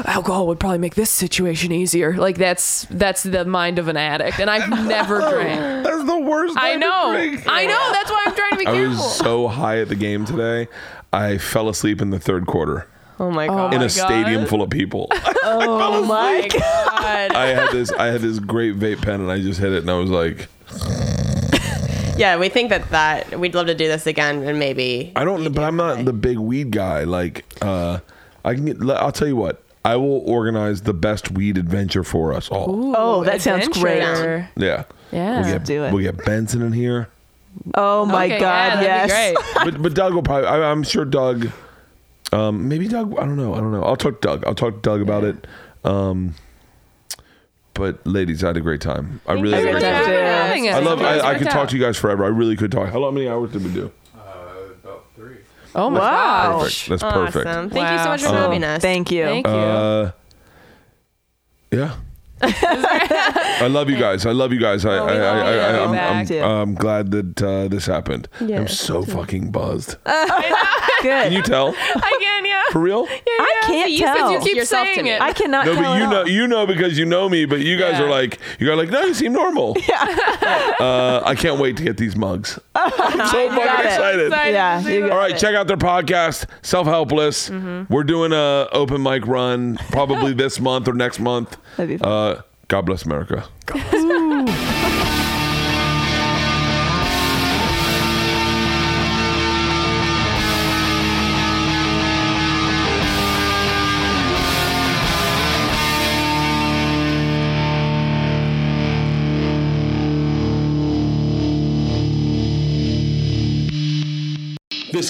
[SPEAKER 4] alcohol would probably make this situation easier. Like that's that's the mind of an addict, and I've never drank.
[SPEAKER 1] That's the worst. Time
[SPEAKER 4] I know,
[SPEAKER 1] To drink.
[SPEAKER 4] I know. That's why I'm trying to be
[SPEAKER 1] I
[SPEAKER 4] careful.
[SPEAKER 1] was so high at the game today, I fell asleep in the third quarter
[SPEAKER 5] Oh my god.
[SPEAKER 1] in a
[SPEAKER 4] my
[SPEAKER 1] stadium
[SPEAKER 4] God.
[SPEAKER 1] full of people.
[SPEAKER 6] Oh my
[SPEAKER 1] I had this, I had this great vape pen, and I just hit it, and I was like,
[SPEAKER 5] yeah, we think that that we'd love to do this again and maybe
[SPEAKER 1] I don't, but I'm not the big weed guy. Like, uh, I can get. le- I'll tell you what. I will organize the best weed adventure for us all.
[SPEAKER 6] Oh, that sounds great.
[SPEAKER 4] Adventure.
[SPEAKER 1] Yeah.
[SPEAKER 4] Yeah.
[SPEAKER 1] We'll get,
[SPEAKER 6] Do it.
[SPEAKER 1] We'll get Benson in here.
[SPEAKER 6] Oh my
[SPEAKER 4] Okay, yeah, that'd
[SPEAKER 6] god,
[SPEAKER 4] be
[SPEAKER 6] yes.
[SPEAKER 4] great.
[SPEAKER 1] But but Doug will probably. I, I'm sure Doug. Um, maybe Doug. I don't know. I don't know. I'll talk to Doug. I'll talk to Doug about it. Um, but ladies, I had a great time. I really
[SPEAKER 6] you
[SPEAKER 1] had a
[SPEAKER 6] so
[SPEAKER 1] great
[SPEAKER 6] much.
[SPEAKER 1] time.
[SPEAKER 6] Yeah.
[SPEAKER 1] I love. I, I could talk to you guys forever. I really could talk. How long? Many hours did we do?
[SPEAKER 7] Uh, about three.
[SPEAKER 4] Oh my
[SPEAKER 6] Wow.
[SPEAKER 4] gosh.
[SPEAKER 1] Perfect. That's perfect. Um,
[SPEAKER 5] awesome. Thank you so
[SPEAKER 4] Wow.
[SPEAKER 5] much for having us.
[SPEAKER 6] Thank you.
[SPEAKER 4] Thank you.
[SPEAKER 1] Uh, yeah. I love you guys. I love you guys. I, I, I, I, I,
[SPEAKER 4] you
[SPEAKER 1] I'm,
[SPEAKER 4] back.
[SPEAKER 1] I'm, I'm glad that uh, this happened. I'm so fucking buzzed. Can
[SPEAKER 6] Good.
[SPEAKER 1] you tell?
[SPEAKER 4] I can, yeah.
[SPEAKER 1] For real?
[SPEAKER 6] I can't
[SPEAKER 4] you
[SPEAKER 6] tell.
[SPEAKER 4] Said you keep
[SPEAKER 5] Yourself to
[SPEAKER 4] saying
[SPEAKER 5] me.
[SPEAKER 4] it.
[SPEAKER 6] I cannot
[SPEAKER 1] No,
[SPEAKER 6] tell
[SPEAKER 1] but
[SPEAKER 6] at
[SPEAKER 1] you
[SPEAKER 6] all.
[SPEAKER 1] know, you know because you know me. But you guys
[SPEAKER 4] Yeah.
[SPEAKER 1] are like, you are like, no, you seem normal. Yeah. Uh, I can't wait to get these mugs. I'm so fucking excited.
[SPEAKER 6] Yeah, you got
[SPEAKER 1] All right, check out their podcast, Self Helpless. We're doing a open mic run probably this month or next month.
[SPEAKER 6] That'd be fun.
[SPEAKER 1] Uh, God bless America.
[SPEAKER 8] This